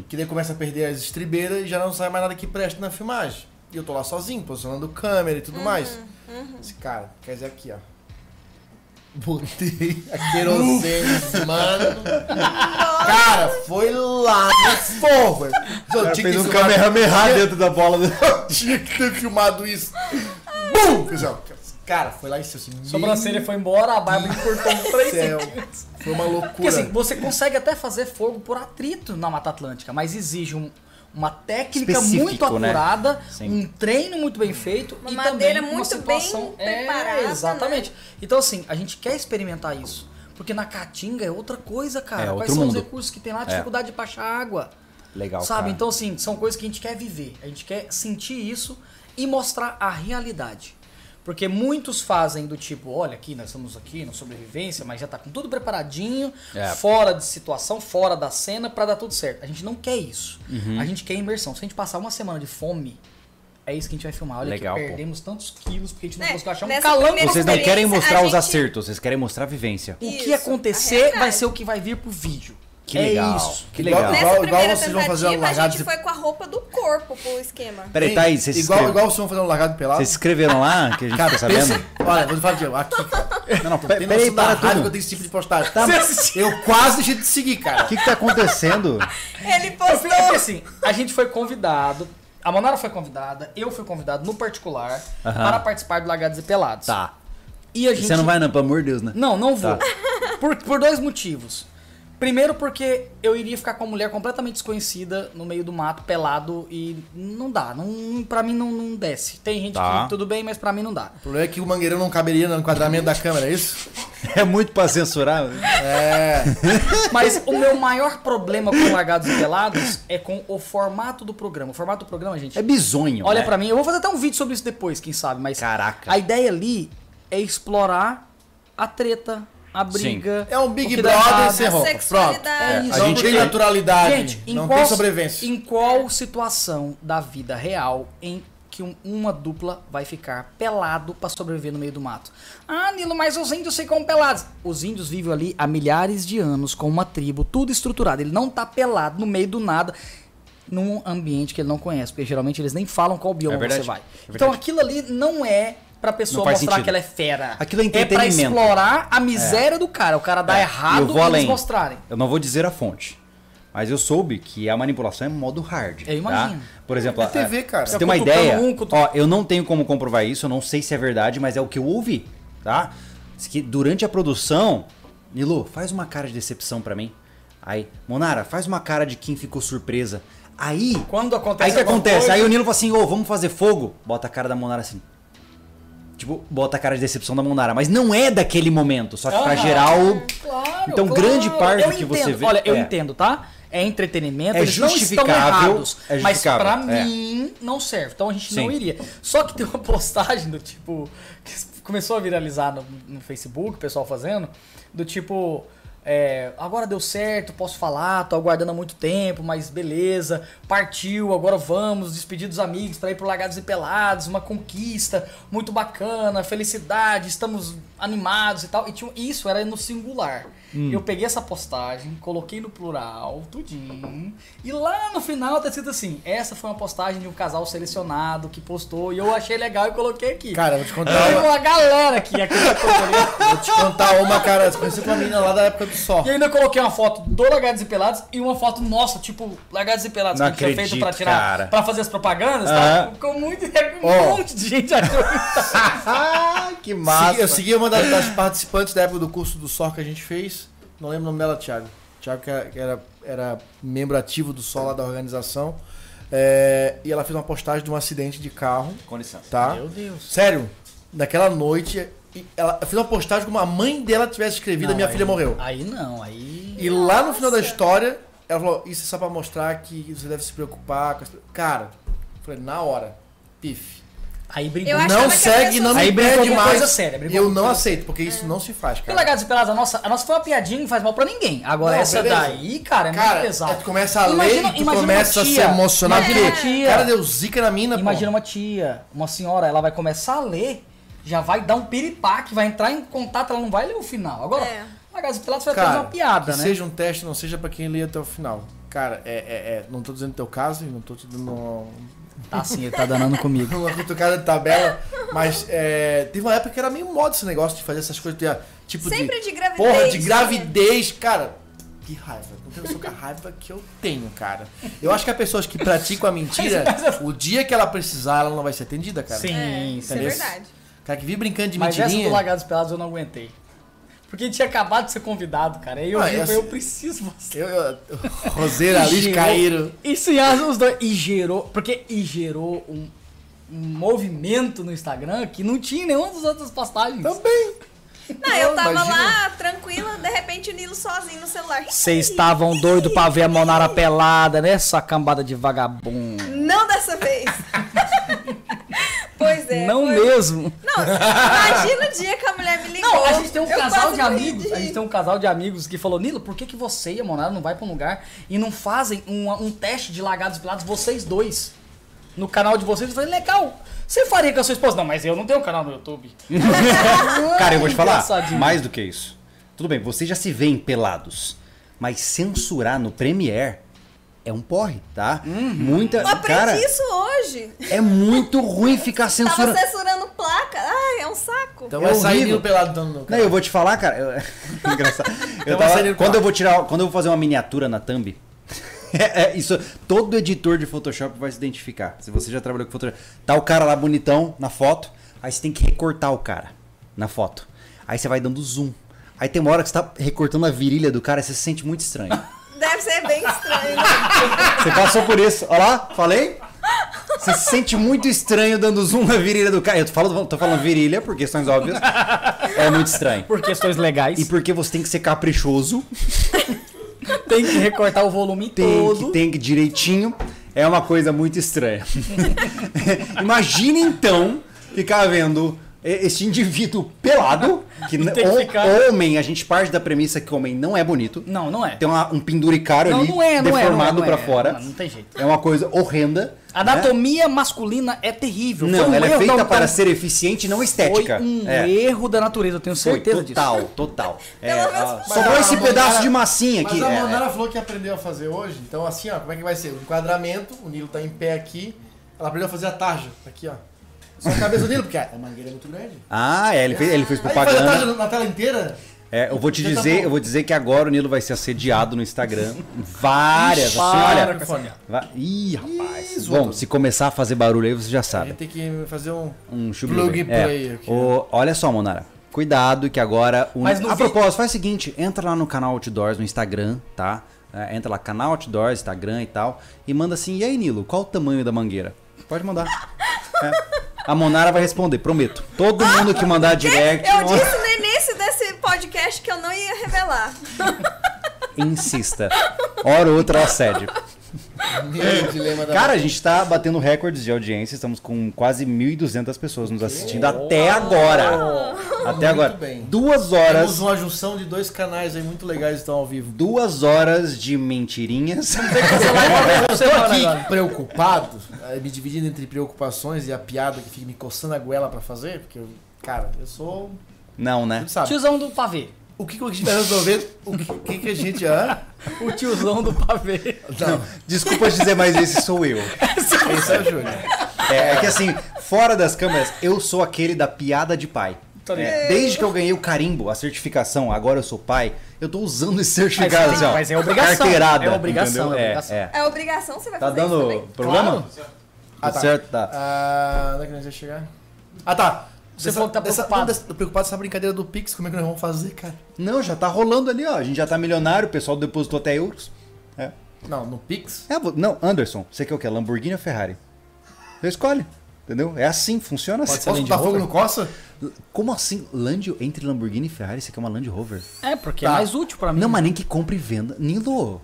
[SPEAKER 2] que daí começa a perder as estribeiras e já não sai mais nada que preste na filmagem. E eu tô lá sozinho, posicionando câmera e tudo mais. Esse cara, quer dizer aqui, ó. Botei a querosene, mano. Cara, foi lá no forro. velho. Eu
[SPEAKER 1] cara
[SPEAKER 2] tinha que
[SPEAKER 1] fez um
[SPEAKER 2] filmar-
[SPEAKER 1] Kamehameha dentro da bola. do-
[SPEAKER 2] Eu tinha que ter filmado isso. Bum! Fiz, ó. Cara, foi lá e disse assim.
[SPEAKER 4] Sobrancelha foi embora, a barba encurtou em três
[SPEAKER 2] céu.
[SPEAKER 4] centímetros.
[SPEAKER 2] Foi uma
[SPEAKER 4] Porque
[SPEAKER 2] loucura.
[SPEAKER 4] assim, você consegue até fazer fogo por atrito na Mata Atlântica, mas exige um- uma técnica
[SPEAKER 1] Específico,
[SPEAKER 4] muito
[SPEAKER 1] né?
[SPEAKER 4] apurada,
[SPEAKER 1] Sim.
[SPEAKER 4] um treino muito bem feito
[SPEAKER 3] Uma
[SPEAKER 4] e
[SPEAKER 3] madeira
[SPEAKER 4] também uma
[SPEAKER 3] muito
[SPEAKER 4] situação
[SPEAKER 3] bem preparada, né?
[SPEAKER 4] É, exatamente. Então assim, a gente quer experimentar isso, porque na Caatinga é outra coisa, cara.
[SPEAKER 1] É,
[SPEAKER 4] Quais
[SPEAKER 1] outro
[SPEAKER 4] são os
[SPEAKER 1] mundo.
[SPEAKER 4] recursos que tem lá, a
[SPEAKER 1] É.
[SPEAKER 4] dificuldade de baixar água.
[SPEAKER 1] Legal,
[SPEAKER 4] Sabe?
[SPEAKER 1] cara.
[SPEAKER 4] Então, assim, são coisas que a gente quer viver. A gente quer sentir isso e mostrar a realidade. Porque muitos fazem do tipo, olha aqui, nós estamos aqui na sobrevivência, mas já tá com tudo preparadinho,
[SPEAKER 1] É.
[SPEAKER 4] fora de situação, fora da cena, pra dar tudo certo. A gente não quer isso.
[SPEAKER 1] Uhum.
[SPEAKER 4] A gente quer imersão. Se a gente passar uma semana de fome, é isso que a gente vai filmar. Olha
[SPEAKER 1] Legal, pô.
[SPEAKER 4] que perdemos tantos quilos porque a gente não
[SPEAKER 3] Né?
[SPEAKER 4] conseguiu achar um
[SPEAKER 3] Nessa
[SPEAKER 4] calão.
[SPEAKER 3] primeira
[SPEAKER 1] Vocês não
[SPEAKER 3] experiência,
[SPEAKER 1] querem mostrar
[SPEAKER 3] a
[SPEAKER 1] os
[SPEAKER 3] gente-
[SPEAKER 1] acertos, vocês querem mostrar a vivência.
[SPEAKER 4] O que
[SPEAKER 3] Isso, a
[SPEAKER 4] acontecer
[SPEAKER 3] realidade.
[SPEAKER 4] vai ser o que vai vir pro vídeo.
[SPEAKER 1] Que legal.
[SPEAKER 4] É isso.
[SPEAKER 1] Que
[SPEAKER 2] Igual-
[SPEAKER 1] legal.
[SPEAKER 3] Nessa
[SPEAKER 2] igual
[SPEAKER 3] primeira
[SPEAKER 2] vocês vão fazer uma
[SPEAKER 3] tentativa, a
[SPEAKER 2] largada
[SPEAKER 3] gente
[SPEAKER 2] de-
[SPEAKER 3] foi com a roupa do corpo pro esquema.
[SPEAKER 1] Peraí, tá aí, vocês se
[SPEAKER 2] igual,
[SPEAKER 1] inscreveram.
[SPEAKER 2] igual vocês vão fazer um largado pelado.
[SPEAKER 1] Vocês escreveram lá que a gente
[SPEAKER 2] Cara,
[SPEAKER 1] tá sabendo?
[SPEAKER 2] pensa- Olha, vou te falar de aqui, cara.
[SPEAKER 1] Não, não,
[SPEAKER 2] Não
[SPEAKER 1] pe-
[SPEAKER 2] tem
[SPEAKER 1] peraí,
[SPEAKER 2] noção da
[SPEAKER 1] para
[SPEAKER 2] raiva que eu
[SPEAKER 1] tudo.
[SPEAKER 2] tenho esse tipo de postagem.
[SPEAKER 1] Tá, mas-
[SPEAKER 2] Eu quase deixei de seguir,
[SPEAKER 1] O
[SPEAKER 2] cara.
[SPEAKER 1] que que tá acontecendo?
[SPEAKER 3] Ele
[SPEAKER 4] Eu
[SPEAKER 3] postou.
[SPEAKER 4] fiquei porque, assim, a gente foi convidado, a Monara foi convidada, eu fui convidado no particular
[SPEAKER 1] Aham.
[SPEAKER 4] para participar do Lagados e Pelados.
[SPEAKER 1] Tá.
[SPEAKER 4] E a gente
[SPEAKER 1] Você não vai não, pelo amor de Deus, né?
[SPEAKER 4] Não, não vou.
[SPEAKER 1] Tá.
[SPEAKER 4] Por, por dois motivos. Primeiro porque eu iria ficar com uma mulher completamente desconhecida no meio do mato, pelado e não dá, não para mim não, não desce. Tem gente
[SPEAKER 1] Tá.
[SPEAKER 4] que tudo bem, mas pra mim não dá.
[SPEAKER 2] O problema é que o mangueirão não caberia no enquadramento da câmera, é isso?
[SPEAKER 1] É muito pra censurar.
[SPEAKER 4] Mas o meu maior problema com Lagados e Pelados é com o formato do programa. O formato do programa, gente,
[SPEAKER 1] É bizonho.
[SPEAKER 4] Olha
[SPEAKER 1] né?
[SPEAKER 4] pra mim, eu vou fazer até um vídeo sobre isso depois, quem sabe, mas
[SPEAKER 1] Caraca.
[SPEAKER 4] a ideia ali é explorar a treta, a briga.
[SPEAKER 2] É um
[SPEAKER 4] o
[SPEAKER 2] Big
[SPEAKER 4] que dá
[SPEAKER 2] Brother
[SPEAKER 4] errado.
[SPEAKER 2] sem roupa. Pronto.
[SPEAKER 3] sexualidade.
[SPEAKER 4] É isso.
[SPEAKER 2] A gente tem naturalidade,
[SPEAKER 4] Gente, em
[SPEAKER 2] não
[SPEAKER 4] qual,
[SPEAKER 2] tem sobrevivência.
[SPEAKER 4] em qual situação da vida real em que um- uma dupla vai ficar pelado pra sobreviver no meio do mato? Ah, Nilo, mas os índios ficam pelados. Os índios vivem ali há milhares de anos com uma tribo, tudo estruturado. Ele não tá pelado no meio do nada. Num ambiente que ele não conhece, porque geralmente eles nem falam qual bioma
[SPEAKER 1] verdade,
[SPEAKER 4] você vai.
[SPEAKER 1] é
[SPEAKER 4] então
[SPEAKER 1] verdade.
[SPEAKER 4] aquilo ali não é pra pessoa
[SPEAKER 1] Não faz
[SPEAKER 4] mostrar
[SPEAKER 1] sentido.
[SPEAKER 4] que ela é fera.
[SPEAKER 1] Aquilo é
[SPEAKER 4] pra
[SPEAKER 1] entretenimento.
[SPEAKER 4] explorar
[SPEAKER 2] É.
[SPEAKER 4] a miséria do cara. O cara dá
[SPEAKER 1] É,
[SPEAKER 4] errado
[SPEAKER 1] eu vou
[SPEAKER 4] e
[SPEAKER 1] além.
[SPEAKER 4] eles mostrarem.
[SPEAKER 1] Eu não vou dizer a fonte. Mas eu soube que a manipulação é modo hard.
[SPEAKER 4] Eu imagino.
[SPEAKER 1] Tá? Por exemplo,
[SPEAKER 2] É
[SPEAKER 1] a-
[SPEAKER 2] TV, cara.
[SPEAKER 1] Pra você
[SPEAKER 4] Fica
[SPEAKER 1] ter uma
[SPEAKER 4] cutucando
[SPEAKER 1] ideia,
[SPEAKER 4] um, cutu-
[SPEAKER 1] ó, eu não tenho como comprovar isso, eu não sei se é verdade, mas é o que eu ouvi, tá? Diz que durante a produção, Nilo, faz uma cara de decepção pra mim. Aí, Monara, faz uma cara de quem ficou surpresa. Aí,
[SPEAKER 4] Quando acontece
[SPEAKER 1] aí que
[SPEAKER 4] alguma
[SPEAKER 1] acontece?
[SPEAKER 4] coisa-
[SPEAKER 1] Aí o Nilo fala assim, ô, vamos fazer fogo? Bota a cara da Monara assim. Tipo, bota a cara de decepção da Monara, mas não é daquele momento, só que pra
[SPEAKER 4] Aham.
[SPEAKER 1] geral...
[SPEAKER 4] Claro,
[SPEAKER 1] Então,
[SPEAKER 4] claro.
[SPEAKER 1] grande parte
[SPEAKER 4] Eu
[SPEAKER 1] que
[SPEAKER 4] entendo.
[SPEAKER 1] você vê-
[SPEAKER 4] Olha, eu
[SPEAKER 1] é.
[SPEAKER 4] entendo, tá? É entretenimento,
[SPEAKER 1] É
[SPEAKER 4] eles não estão
[SPEAKER 1] justificável,
[SPEAKER 4] errados.
[SPEAKER 1] é
[SPEAKER 4] mas pra
[SPEAKER 1] justificável, é.
[SPEAKER 4] mim não serve. Então a gente não
[SPEAKER 1] Sim.
[SPEAKER 4] iria. Só que tem uma postagem do tipo. que começou a viralizar no, no Facebook, o pessoal fazendo. Do tipo. é, agora deu certo, posso falar, tô aguardando há muito tempo, mas beleza, partiu, agora vamos, despedir dos amigos pra ir pro Largados e Pelados, uma conquista muito bacana, felicidade, estamos animados e tal. E tinha- isso era no singular.
[SPEAKER 2] Hum.
[SPEAKER 4] Eu peguei essa postagem, coloquei no plural, tudinho, e lá no final tá escrito assim: essa foi uma postagem de um casal selecionado que postou e eu achei legal e coloquei aqui.
[SPEAKER 2] Cara, eu vou te contar
[SPEAKER 4] Tem
[SPEAKER 2] uma,
[SPEAKER 4] uma galera aqui, tá aqui na Coreia.
[SPEAKER 2] vou te contar uma, cara. Eu conheci uma menina lá da época do sol.
[SPEAKER 4] E ainda eu coloquei uma foto do Largados e Pelados e uma foto nossa, tipo, Largados e Pelados,
[SPEAKER 1] Não
[SPEAKER 4] que a gente tinha
[SPEAKER 1] acredito,
[SPEAKER 4] feito pra tirar,
[SPEAKER 1] cara.
[SPEAKER 4] pra fazer as propagandas,
[SPEAKER 1] Aham.
[SPEAKER 4] tá? Ficou muito, um
[SPEAKER 2] Ó.
[SPEAKER 4] monte de gente achou isso.
[SPEAKER 1] Ah, que
[SPEAKER 2] Segui- eu segui uma das, das participantes da época do curso do SOR que a gente fez. Não lembro o nome dela, Thiago. Thiago que era- que era, era membro ativo do SOR lá da organização. É, e ela fez uma postagem de um acidente de carro,
[SPEAKER 1] Com licença.
[SPEAKER 2] tá?
[SPEAKER 4] Deus.
[SPEAKER 2] Sério, naquela noite, e ela eu fiz uma postagem como a mãe dela tivesse escrevido, a minha filha morreu.
[SPEAKER 4] Aí não, aí.
[SPEAKER 2] E lá no final da história, ela falou, isso é só pra mostrar que você deve se preocupar com as... pe-". Cara, eu falei, na hora, pife.
[SPEAKER 4] Aí
[SPEAKER 3] Eu
[SPEAKER 4] brincou.
[SPEAKER 3] acho-
[SPEAKER 2] Não
[SPEAKER 3] achava que assim. a
[SPEAKER 2] segue,
[SPEAKER 3] pessoa-
[SPEAKER 2] não me
[SPEAKER 4] Aí brincou
[SPEAKER 2] pede
[SPEAKER 4] com
[SPEAKER 2] mais.
[SPEAKER 4] coisa séria, brincou
[SPEAKER 2] eu
[SPEAKER 4] com
[SPEAKER 2] não
[SPEAKER 4] coisa
[SPEAKER 2] aceito, porque isso não se faz,
[SPEAKER 4] E
[SPEAKER 2] cara.
[SPEAKER 4] Largados e Pelados, a nossa, a nossa foi uma piadinha, não faz mal pra ninguém. Agora
[SPEAKER 2] Não,
[SPEAKER 4] essa
[SPEAKER 2] beleza.
[SPEAKER 4] daí, cara, é muito
[SPEAKER 2] Cara,
[SPEAKER 4] pesado.
[SPEAKER 2] tu começa a
[SPEAKER 4] Imagina-
[SPEAKER 2] ler e tu
[SPEAKER 4] imagina
[SPEAKER 2] começa
[SPEAKER 4] uma
[SPEAKER 2] a se
[SPEAKER 4] tia.
[SPEAKER 2] emocionar.
[SPEAKER 4] Imagina
[SPEAKER 2] Porque,
[SPEAKER 4] uma tia.
[SPEAKER 2] cara, deu zica na mina,
[SPEAKER 4] Imagina
[SPEAKER 2] pô.
[SPEAKER 4] uma tia, uma senhora, ela vai começar a ler, já vai dar um piripaque, vai entrar em contato, ela não vai ler o final. Agora,
[SPEAKER 3] É.
[SPEAKER 4] Largados e Pelados foi apenas
[SPEAKER 2] Cara,
[SPEAKER 4] uma piada,
[SPEAKER 2] que
[SPEAKER 4] né?
[SPEAKER 2] seja um teste, não seja pra quem lê até o final. Cara, é, é- é, não tô dizendo teu caso, e não tô te dando uma,
[SPEAKER 4] Tá sim, ele tá danando comigo.
[SPEAKER 2] uma cutucada de tabela, mas é, teve uma época que era meio moda esse negócio de fazer essas coisas, tu ia, tipo
[SPEAKER 3] Sempre
[SPEAKER 2] de...
[SPEAKER 3] de gravidez.
[SPEAKER 2] Porra, de
[SPEAKER 3] né?
[SPEAKER 2] gravidez, cara. Que raiva. Não tem noção que a raiva que eu tenho, cara. Eu acho que as pessoas que praticam a mentira, o dia que ela precisar, ela não vai ser atendida, cara.
[SPEAKER 3] É, isso é
[SPEAKER 2] Entendeu?
[SPEAKER 3] verdade.
[SPEAKER 2] Cara que vive brincando de
[SPEAKER 4] Mas essa do
[SPEAKER 2] mentirinha.
[SPEAKER 4] Lagados e Pelados eu não aguentei. Porque tinha acabado de ser convidado, cara. E eu
[SPEAKER 2] Ah,
[SPEAKER 4] vi, eu
[SPEAKER 2] essa-
[SPEAKER 4] falei, eu preciso você.
[SPEAKER 2] Eu, eu, Roseira,
[SPEAKER 4] E
[SPEAKER 2] Alice
[SPEAKER 4] gerou-
[SPEAKER 2] caíram.
[SPEAKER 4] Isso e as- os dois. E gerou. Porque e gerou um, um movimento no Instagram que não tinha em nenhuma das outras postagens.
[SPEAKER 2] Também.
[SPEAKER 3] Não, eu tava
[SPEAKER 2] imagina.
[SPEAKER 3] lá, tranquila, de repente o Nilo sozinho no celular.
[SPEAKER 4] Vocês estavam doidos pra ver a É Monara pelada, né? Sua cambada de vagabundo.
[SPEAKER 3] Não dessa vez. pois é.
[SPEAKER 4] não
[SPEAKER 3] foi-
[SPEAKER 4] mesmo.
[SPEAKER 3] Não, imagina o dia que a mulher me ligou.
[SPEAKER 4] Não, a gente tem um
[SPEAKER 3] Eu
[SPEAKER 4] casal
[SPEAKER 3] quase
[SPEAKER 4] de
[SPEAKER 3] morri
[SPEAKER 4] amigos. A gente tem um casal de amigos que falou, Nilo, por que, que você e a Monara não vai pra um lugar e não fazem um, um teste de lagados e pelados, vocês dois? No canal de vocês, eu falei, legal. Você faria com a sua esposa? Não, mas eu não tenho um canal no YouTube.
[SPEAKER 1] Cara, eu vou te falar,
[SPEAKER 4] Engraçadinho.
[SPEAKER 1] mais do que isso. Tudo bem, vocês já se veem pelados, mas censurar no Premiere é um porre, tá? Muita.
[SPEAKER 3] Eu aprendi
[SPEAKER 1] Cara,
[SPEAKER 3] isso hoje.
[SPEAKER 1] é muito ruim ficar
[SPEAKER 3] Tava
[SPEAKER 1] censurando.
[SPEAKER 3] censurando placa. Ai, é um saco.
[SPEAKER 2] Então
[SPEAKER 1] É
[SPEAKER 2] vai sair
[SPEAKER 1] horrível.
[SPEAKER 2] Nilo pelado dando no
[SPEAKER 1] Não,
[SPEAKER 2] cara.
[SPEAKER 1] eu vou te falar, cara. Eu... Engraçado. Eu
[SPEAKER 2] Então
[SPEAKER 1] tava-
[SPEAKER 2] você não
[SPEAKER 1] Quando
[SPEAKER 2] fala.
[SPEAKER 1] eu vou tirar. Quando eu vou fazer uma miniatura na thumb. é, é, isso, todo editor de Photoshop vai se identificar. Se você já trabalhou com Photoshop. Tá o cara lá bonitão na foto. Aí você tem que recortar o cara na foto. Aí você vai dando zoom. Aí tem uma hora que você tá recortando a virilha do cara e você se sente muito estranho.
[SPEAKER 3] Deve ser bem estranho. né?
[SPEAKER 1] Você passou por isso. Olha lá, falei? Você se sente muito estranho dando zoom na virilha do cara. Eu tô falando, tô falando virilha por questões óbvias. É muito estranho.
[SPEAKER 4] Por questões legais.
[SPEAKER 1] E porque você tem que ser caprichoso,
[SPEAKER 4] tem que recortar o volume
[SPEAKER 1] tem
[SPEAKER 4] todo.
[SPEAKER 1] que, tem que direitinho, é uma coisa muito estranha. Imagina então ficar vendo e- este indivíduo pelado, que n-
[SPEAKER 4] tem que
[SPEAKER 1] hom-
[SPEAKER 4] ficar-
[SPEAKER 1] homem, a gente parte da premissa que homem não é bonito.
[SPEAKER 4] Não, não é.
[SPEAKER 1] Tem uma- um penduricário
[SPEAKER 4] Não,
[SPEAKER 1] ali
[SPEAKER 4] não é, não é, não é,
[SPEAKER 1] deformado
[SPEAKER 4] não é.
[SPEAKER 1] pra fora.
[SPEAKER 4] Não, não tem jeito.
[SPEAKER 1] É uma coisa horrenda.
[SPEAKER 4] Anatomia masculina é terrível.
[SPEAKER 1] Né?
[SPEAKER 4] Foi
[SPEAKER 1] Não,
[SPEAKER 4] um
[SPEAKER 1] ela é
[SPEAKER 4] erro da
[SPEAKER 1] feita
[SPEAKER 4] humanidade.
[SPEAKER 1] para ser eficiente, não estética.
[SPEAKER 4] Foi um
[SPEAKER 1] é.
[SPEAKER 4] erro da natureza, eu tenho
[SPEAKER 1] Foi,
[SPEAKER 4] certeza disso.
[SPEAKER 1] total, total. É,
[SPEAKER 3] Pelo menos-
[SPEAKER 1] ó,
[SPEAKER 3] Mas
[SPEAKER 1] sobrou
[SPEAKER 2] a
[SPEAKER 1] esse
[SPEAKER 2] Monara-
[SPEAKER 1] pedaço de massinha aqui.
[SPEAKER 2] Mas a
[SPEAKER 1] É, é.
[SPEAKER 2] Monara falou que aprendeu a fazer hoje. Então, assim, ó, como é que vai ser? O enquadramento, o Nilo tá em pé aqui. Ela aprendeu a fazer a tarja. Aqui, ó. Só a cabeça do Nilo, porque a mangueira é muito grande.
[SPEAKER 1] Ah, é, ele fez, ele fez
[SPEAKER 2] Aí faz a
[SPEAKER 1] propaganda.
[SPEAKER 2] tarja na tela inteira.
[SPEAKER 1] É, eu vou te
[SPEAKER 2] Já tá
[SPEAKER 1] dizer,
[SPEAKER 2] bom.
[SPEAKER 1] eu vou dizer que agora o Nilo vai ser assediado no Instagram. Várias, assim,
[SPEAKER 2] Para
[SPEAKER 1] olha.
[SPEAKER 2] com essa-
[SPEAKER 1] Va- Ih, rapaz.
[SPEAKER 2] Ih, zoou
[SPEAKER 1] Bom,
[SPEAKER 2] tudo.
[SPEAKER 1] se começar a fazer barulho aí, você já
[SPEAKER 2] A gente
[SPEAKER 1] sabe.
[SPEAKER 2] tem que fazer um...
[SPEAKER 1] Um
[SPEAKER 2] Plug
[SPEAKER 1] chubiru.
[SPEAKER 2] play aqui.
[SPEAKER 1] O- olha só, Monara. Cuidado que agora. O...
[SPEAKER 4] Mas no
[SPEAKER 1] a
[SPEAKER 4] vi-
[SPEAKER 1] propósito, faz o seguinte: entra lá no canal Outdoors, no Instagram, tá? É, entra lá, canal Outdoors, Instagram e tal. E manda assim: e aí, Nilo, qual o tamanho da mangueira? Pode mandar. É. A Monara vai responder, prometo. Todo mundo que mandar direct.
[SPEAKER 3] Eu disse no início desse podcast que eu não ia revelar.
[SPEAKER 1] Insista. Hora ou outra, assédio.
[SPEAKER 2] Meu um dilema da
[SPEAKER 1] Cara, a gente tá batendo recordes de audiência, estamos com quase 1.200 pessoas nos assistindo até agora. Até agora.
[SPEAKER 2] bem.
[SPEAKER 1] Duas
[SPEAKER 2] Temos
[SPEAKER 1] horas.
[SPEAKER 2] uma junção de dois canais aí muito legais que estão ao vivo.
[SPEAKER 4] um-
[SPEAKER 1] Duas horas de mentirinhas.
[SPEAKER 2] Eu tô
[SPEAKER 4] semana
[SPEAKER 2] aqui
[SPEAKER 4] agora.
[SPEAKER 2] preocupado, eh, me dividindo entre preocupações e a piada que fica me coçando a goela pra fazer, porque, eu- cara, eu sou.
[SPEAKER 1] Não, né?
[SPEAKER 2] Você sabe.
[SPEAKER 4] Tiozão do pavê.
[SPEAKER 2] O que, que a gente vai resolver? O que, que, que a gente. Hã?
[SPEAKER 4] O tiozão do pavê.
[SPEAKER 2] Não,
[SPEAKER 1] Desculpa te dizer, mas esse sou eu.
[SPEAKER 2] esse é o Júnior.
[SPEAKER 1] É, é que assim, fora das câmeras, eu sou aquele da piada de pai.
[SPEAKER 4] Tá ligado.
[SPEAKER 1] É, desde que eu ganhei o carimbo, a certificação, agora eu sou pai, eu tô usando esse
[SPEAKER 4] Mas,
[SPEAKER 1] certificado. assim, ó,
[SPEAKER 4] mas é obrigação.
[SPEAKER 1] Carteirada,
[SPEAKER 4] é obrigação,
[SPEAKER 1] entendeu?
[SPEAKER 4] é obrigação.
[SPEAKER 1] É,
[SPEAKER 3] É obrigação, você vai
[SPEAKER 1] é. Tá
[SPEAKER 3] fazer isso também?
[SPEAKER 1] dando problema?
[SPEAKER 4] Claro.
[SPEAKER 2] Ah,
[SPEAKER 1] Tá
[SPEAKER 2] tá.
[SPEAKER 1] certo, tá.
[SPEAKER 2] Ah, onde é que nós ia chegar? Ah, tá.
[SPEAKER 4] Você falou que tá preocupado.
[SPEAKER 2] não, dessa- tô preocupado com essa brincadeira do Pix, como é que nós vamos fazer, cara?
[SPEAKER 1] Não, já tá rolando ali, ó. A gente já tá milionário, o pessoal depositou até euros. É.
[SPEAKER 2] Não, no Pix?
[SPEAKER 1] É, vo- não, Anderson, você quer o quê? Lamborghini ou Ferrari? Você escolhe, entendeu? É assim, funciona
[SPEAKER 2] Pode
[SPEAKER 1] assim.
[SPEAKER 2] Posso botar fogo no Costa?
[SPEAKER 1] Como assim? Land, entre Lamborghini e Ferrari, você quer uma Land Rover?
[SPEAKER 4] É, porque
[SPEAKER 2] Tá.
[SPEAKER 4] é mais útil pra mim.
[SPEAKER 1] Não, mas nem que compre e venda. Nilo.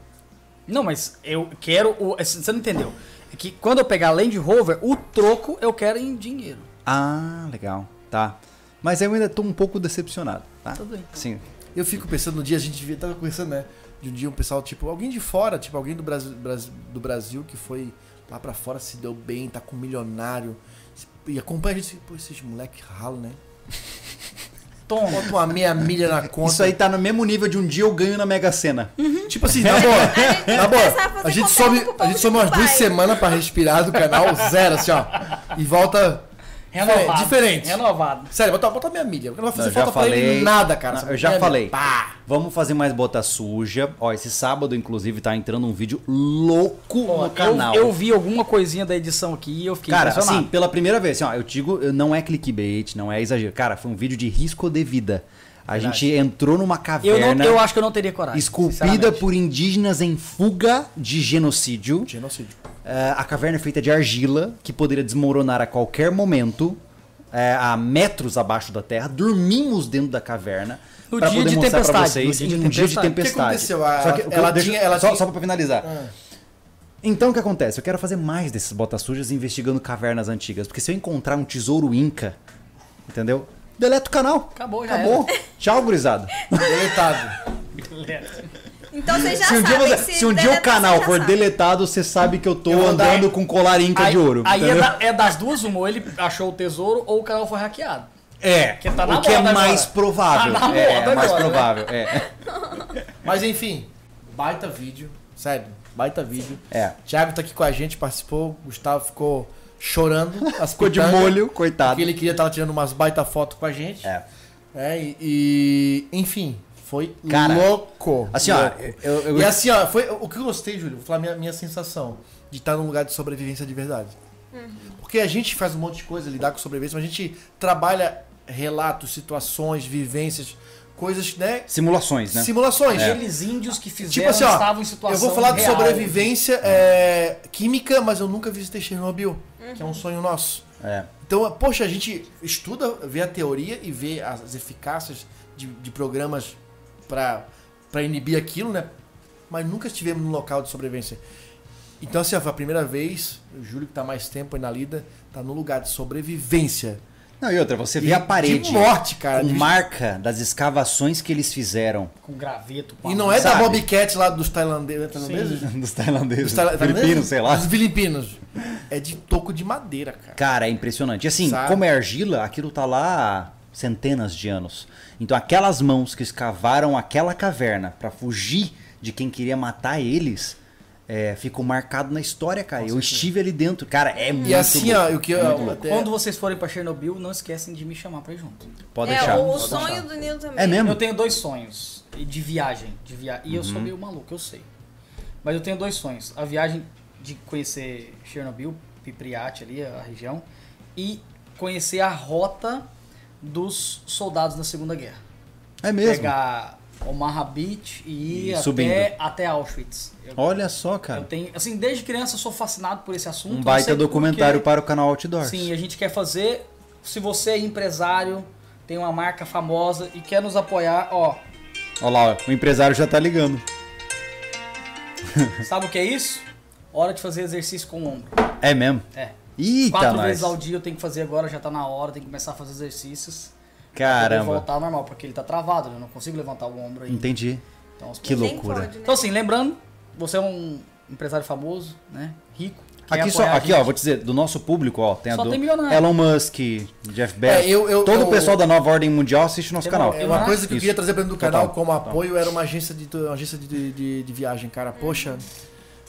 [SPEAKER 4] Não, mas eu quero o. é, Você não entendeu? É que quando eu pegar a Land Rover, o troco eu quero em dinheiro.
[SPEAKER 1] Ah, legal. Tá. Mas eu ainda tô um pouco decepcionado, tá?
[SPEAKER 4] Tudo bem. então.
[SPEAKER 1] Sim.
[SPEAKER 2] Eu fico pensando no dia, a gente devia tava conversando, né? De um dia um pessoal, tipo, alguém de fora, tipo, alguém do Brasil, Bras- do Brasil que foi lá pra fora, se deu bem, tá com um milionário. E acompanha a gente, pô, esses moleque ralo, né?
[SPEAKER 4] Tom,
[SPEAKER 2] Bota uma meia milha na conta.
[SPEAKER 1] Isso aí tá no mesmo nível de um dia eu ganho na Mega Sena.
[SPEAKER 4] Hum.
[SPEAKER 2] Tipo assim, na boa,
[SPEAKER 3] gente
[SPEAKER 2] na
[SPEAKER 3] começava a
[SPEAKER 2] boa,
[SPEAKER 3] fazer
[SPEAKER 2] a gente
[SPEAKER 1] um
[SPEAKER 3] conteúdo
[SPEAKER 2] some,
[SPEAKER 3] pro povo
[SPEAKER 2] a gente
[SPEAKER 3] de
[SPEAKER 2] some umas duas
[SPEAKER 3] Dubai.
[SPEAKER 2] semanas pra respirar do canal, zero, assim, ó. E volta
[SPEAKER 4] renovado.
[SPEAKER 2] É, diferente.
[SPEAKER 4] Renovado.
[SPEAKER 2] Sério, bota, bota minha milha, porque não vai fazer
[SPEAKER 1] Não, eu já
[SPEAKER 2] falta pra
[SPEAKER 1] falei.
[SPEAKER 2] ele nada, cara.
[SPEAKER 1] Não,
[SPEAKER 2] Essa
[SPEAKER 1] eu já
[SPEAKER 2] meia
[SPEAKER 1] falei.
[SPEAKER 2] milha, Pá!
[SPEAKER 1] Vamos fazer mais bota suja. Ó, esse sábado, inclusive, tá entrando um vídeo louco
[SPEAKER 4] Ó,
[SPEAKER 1] no canal.
[SPEAKER 4] Eu, eu vi alguma coisinha da edição aqui e eu fiquei
[SPEAKER 1] Cara,
[SPEAKER 4] impressionado.
[SPEAKER 1] assim, pela primeira vez, assim, ó, eu digo, eu- não é clickbait, não é exagero. Cara, foi um vídeo de risco de vida. A gente entrou numa
[SPEAKER 4] eu, não-
[SPEAKER 1] caverna
[SPEAKER 4] eu acho que eu não teria coragem.
[SPEAKER 1] assim, esculpida
[SPEAKER 4] sinceramente.
[SPEAKER 1] por indígenas em fuga de genocídio.
[SPEAKER 2] Genocídio.
[SPEAKER 1] É, a caverna é feita de argila, que poderia desmoronar a qualquer momento, é, a metros abaixo da terra. Dormimos dentro da caverna.
[SPEAKER 4] No
[SPEAKER 1] pra
[SPEAKER 4] dia
[SPEAKER 1] poder
[SPEAKER 4] de
[SPEAKER 1] mostrar pra
[SPEAKER 4] tempestade,
[SPEAKER 1] vocês,
[SPEAKER 4] no dia de
[SPEAKER 1] num dia de
[SPEAKER 4] tempestade. O que
[SPEAKER 1] tempestade.
[SPEAKER 2] aconteceu? A-
[SPEAKER 1] só que,
[SPEAKER 2] ela
[SPEAKER 1] deixa-
[SPEAKER 2] tinha- ela
[SPEAKER 1] só,
[SPEAKER 2] tinha-
[SPEAKER 1] só pra finalizar. Então o que acontece? Eu quero fazer mais desses botas sujas investigando cavernas antigas. Porque se eu encontrar um tesouro inca, entendeu? Deleta o canal.
[SPEAKER 4] Acabou, já
[SPEAKER 1] Acabou. Tchau, gurizada.
[SPEAKER 2] Deletado.
[SPEAKER 3] Então vocês já
[SPEAKER 1] se um dia,
[SPEAKER 3] sabem.
[SPEAKER 1] você- se um dia o
[SPEAKER 3] deletar,
[SPEAKER 1] canal
[SPEAKER 3] vocês já
[SPEAKER 1] for
[SPEAKER 3] sabem.
[SPEAKER 1] deletado, você sabe que eu tô
[SPEAKER 2] vou dar-
[SPEAKER 1] andando com colar inca
[SPEAKER 4] Aí,
[SPEAKER 1] de ouro.
[SPEAKER 4] aí é,
[SPEAKER 1] entendeu?
[SPEAKER 4] da- é das duas uma, ou ele achou o tesouro ou o canal foi hackeado.
[SPEAKER 1] É,
[SPEAKER 4] Que tá na
[SPEAKER 1] o que é
[SPEAKER 4] moda
[SPEAKER 1] mais
[SPEAKER 4] agora.
[SPEAKER 1] provável.
[SPEAKER 4] Tá na
[SPEAKER 1] é,
[SPEAKER 4] moda
[SPEAKER 1] mais
[SPEAKER 4] agora, né?
[SPEAKER 1] provável. É.
[SPEAKER 2] Mas enfim, baita vídeo. Sério, baita vídeo.
[SPEAKER 1] É.
[SPEAKER 2] Thiago tá aqui com a gente, participou. Gustavo ficou chorando. As
[SPEAKER 1] Ficou de
[SPEAKER 2] pitangas,
[SPEAKER 1] molho, coitado.
[SPEAKER 2] Porque ele queria estar tirando umas baita foto com a gente.
[SPEAKER 1] É.
[SPEAKER 2] É, e, e- Enfim, foi
[SPEAKER 1] Cara,
[SPEAKER 2] louco.
[SPEAKER 1] assim, ó,
[SPEAKER 2] louco.
[SPEAKER 1] eu- eu-
[SPEAKER 2] E assim, ó, foi o que eu gostei, Júlio, vou falar minha, minha sensação de estar num lugar de sobrevivência de verdade.
[SPEAKER 4] Uhum.
[SPEAKER 2] Porque a gente faz um monte de coisa, lidar com sobrevivência, mas a gente trabalha relatos, situações, vivências, coisas, né?
[SPEAKER 1] Simulações, né?
[SPEAKER 2] Simulações.
[SPEAKER 4] Aqueles índios que fizeram
[SPEAKER 2] É. Tipo assim, ó,
[SPEAKER 4] estavam em situação
[SPEAKER 2] eu vou falar de
[SPEAKER 4] real.
[SPEAKER 2] sobrevivência é, química, mas eu nunca visitei Chernobyl, que
[SPEAKER 4] Uhum.
[SPEAKER 2] é um sonho nosso.
[SPEAKER 1] É.
[SPEAKER 2] Então, poxa, a gente estuda, vê a teoria e vê as eficácias de, de programas pra pra inibir aquilo, né? Mas nunca estivemos num local de sobrevivência. Então, assim, ó, foi a primeira vez, o Júlio que tá mais tempo aí na lida, tá num lugar de sobrevivência.
[SPEAKER 1] Não, e outra, você vê
[SPEAKER 2] E
[SPEAKER 1] a parede
[SPEAKER 2] De morte, cara.
[SPEAKER 1] com
[SPEAKER 2] De-
[SPEAKER 1] marca das escavações que eles fizeram
[SPEAKER 4] Com graveto. com
[SPEAKER 2] E
[SPEAKER 4] a
[SPEAKER 2] não
[SPEAKER 4] mão.
[SPEAKER 2] é da
[SPEAKER 1] Sabe?
[SPEAKER 2] Bobcat lá dos é tailandeses. tailandeses?
[SPEAKER 1] dos tailandeses,
[SPEAKER 2] Os tala-
[SPEAKER 1] filipinos,
[SPEAKER 2] tailandeses?
[SPEAKER 1] sei lá.
[SPEAKER 2] Os filipinos. É de toco de madeira, cara.
[SPEAKER 1] Cara, é impressionante. E assim,
[SPEAKER 2] Sabe?
[SPEAKER 1] como é argila, aquilo tá lá há centenas de anos. Então aquelas mãos que escavaram aquela caverna pra fugir de quem queria matar eles, é, ficou marcado na história, cara. Eu estive ali dentro. Cara, é muito
[SPEAKER 2] E assim,
[SPEAKER 1] louco.
[SPEAKER 2] ó, o que eu, até...
[SPEAKER 4] Quando vocês forem pra Chernobyl, não esquecem de me chamar pra ir junto.
[SPEAKER 1] Pode
[SPEAKER 3] É,
[SPEAKER 1] deixar.
[SPEAKER 3] o
[SPEAKER 1] Pode
[SPEAKER 3] sonho
[SPEAKER 1] deixar.
[SPEAKER 3] do Nilo também.
[SPEAKER 1] É mesmo?
[SPEAKER 4] Eu tenho dois sonhos de viagem. De via... E
[SPEAKER 1] Uhum.
[SPEAKER 4] eu sou meio maluco, eu sei. Mas eu tenho dois sonhos. A viagem de conhecer Chernobyl, Pipriate ali, a região. E conhecer a rota dos soldados da Segunda Guerra.
[SPEAKER 1] É mesmo?
[SPEAKER 4] Pegar Omaha Beach e ir
[SPEAKER 1] E
[SPEAKER 4] até,
[SPEAKER 1] subindo.
[SPEAKER 4] até Auschwitz. Eu,
[SPEAKER 1] Olha só, cara.
[SPEAKER 4] eu tenho... Assim, desde criança eu sou fascinado por esse assunto.
[SPEAKER 1] Um
[SPEAKER 4] não
[SPEAKER 1] baita
[SPEAKER 4] sei por
[SPEAKER 1] documentário
[SPEAKER 4] quê.
[SPEAKER 1] para o canal Outdoors.
[SPEAKER 4] Sim, a gente quer fazer. Se você é empresário, tem uma marca famosa e quer nos apoiar, ó.
[SPEAKER 1] Olha lá, ó, o empresário já tá ligando.
[SPEAKER 4] Sabe o que é isso? Hora de fazer exercício com o ombro.
[SPEAKER 1] É mesmo?
[SPEAKER 4] É.
[SPEAKER 1] Eita,
[SPEAKER 4] Quatro
[SPEAKER 1] nós.
[SPEAKER 4] vezes ao dia eu tenho que fazer agora, já tá na hora, tem que começar a fazer exercícios. Pra poder
[SPEAKER 1] Caramba.
[SPEAKER 4] voltar ao normal, porque ele tá travado, né? Eu não consigo levantar o ombro aí.
[SPEAKER 1] Entendi.
[SPEAKER 4] Então, os
[SPEAKER 1] Que
[SPEAKER 4] pontos-
[SPEAKER 3] Nem
[SPEAKER 1] loucura.
[SPEAKER 3] pode, né?
[SPEAKER 4] Então, assim, lembrando, você é um empresário famoso, né? Rico. quer
[SPEAKER 1] Aqui, só,
[SPEAKER 4] apoiar a
[SPEAKER 1] aqui ó,
[SPEAKER 4] gente.
[SPEAKER 1] vou te dizer, do nosso público, ó, tem a
[SPEAKER 4] Só
[SPEAKER 1] do
[SPEAKER 4] tem milionário.
[SPEAKER 1] Elon Musk, Jeff Bezos,
[SPEAKER 2] É, eu- eu-
[SPEAKER 1] todo
[SPEAKER 2] eu-
[SPEAKER 1] o pessoal da nova ordem mundial assiste o nosso
[SPEAKER 4] Eu-
[SPEAKER 1] canal.
[SPEAKER 4] eu-
[SPEAKER 2] É Uma
[SPEAKER 4] acho
[SPEAKER 2] coisa que eu
[SPEAKER 1] isso.
[SPEAKER 2] queria trazer pra dentro do canal
[SPEAKER 1] Total.
[SPEAKER 2] como apoio era uma agência de, uma agência de, de, de viagem, cara. Poxa,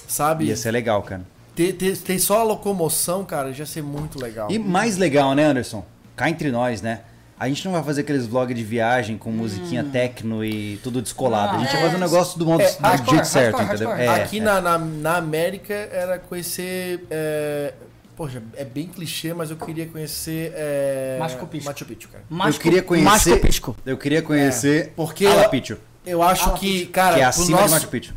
[SPEAKER 2] sabe?
[SPEAKER 1] Ia ser legal, cara.
[SPEAKER 2] Ter, ter- ter só a locomoção, cara, já ia ser muito legal.
[SPEAKER 1] E mais legal, né, Anderson? Cá entre nós, né? A gente não vai fazer aqueles vlogs de viagem com musiquinha techno e tudo descolado. a gente
[SPEAKER 3] Hum. Ah,
[SPEAKER 1] vai fazer um
[SPEAKER 3] é.
[SPEAKER 1] negócio do modo
[SPEAKER 2] É,
[SPEAKER 1] do
[SPEAKER 4] hardcore,
[SPEAKER 1] jeito certo,
[SPEAKER 4] hardcore,
[SPEAKER 1] entendeu?
[SPEAKER 4] hardcore.
[SPEAKER 1] É,
[SPEAKER 2] Aqui
[SPEAKER 1] é.
[SPEAKER 2] Na, na, na América era conhecer. é, poxa, é bem clichê, mas eu queria conhecer. É,
[SPEAKER 4] Machu Picchu.
[SPEAKER 2] Machu Picchu, cara.
[SPEAKER 1] eu queria conhecer.
[SPEAKER 4] Machu Picchu.
[SPEAKER 1] Eu queria conhecer
[SPEAKER 2] É, porque-
[SPEAKER 1] Alapicho,
[SPEAKER 2] Eu acho
[SPEAKER 4] Ah,
[SPEAKER 2] que,
[SPEAKER 4] Picchu.
[SPEAKER 2] cara,
[SPEAKER 1] que é
[SPEAKER 2] pro
[SPEAKER 1] acima
[SPEAKER 2] nosso-
[SPEAKER 1] de Machu Picchu.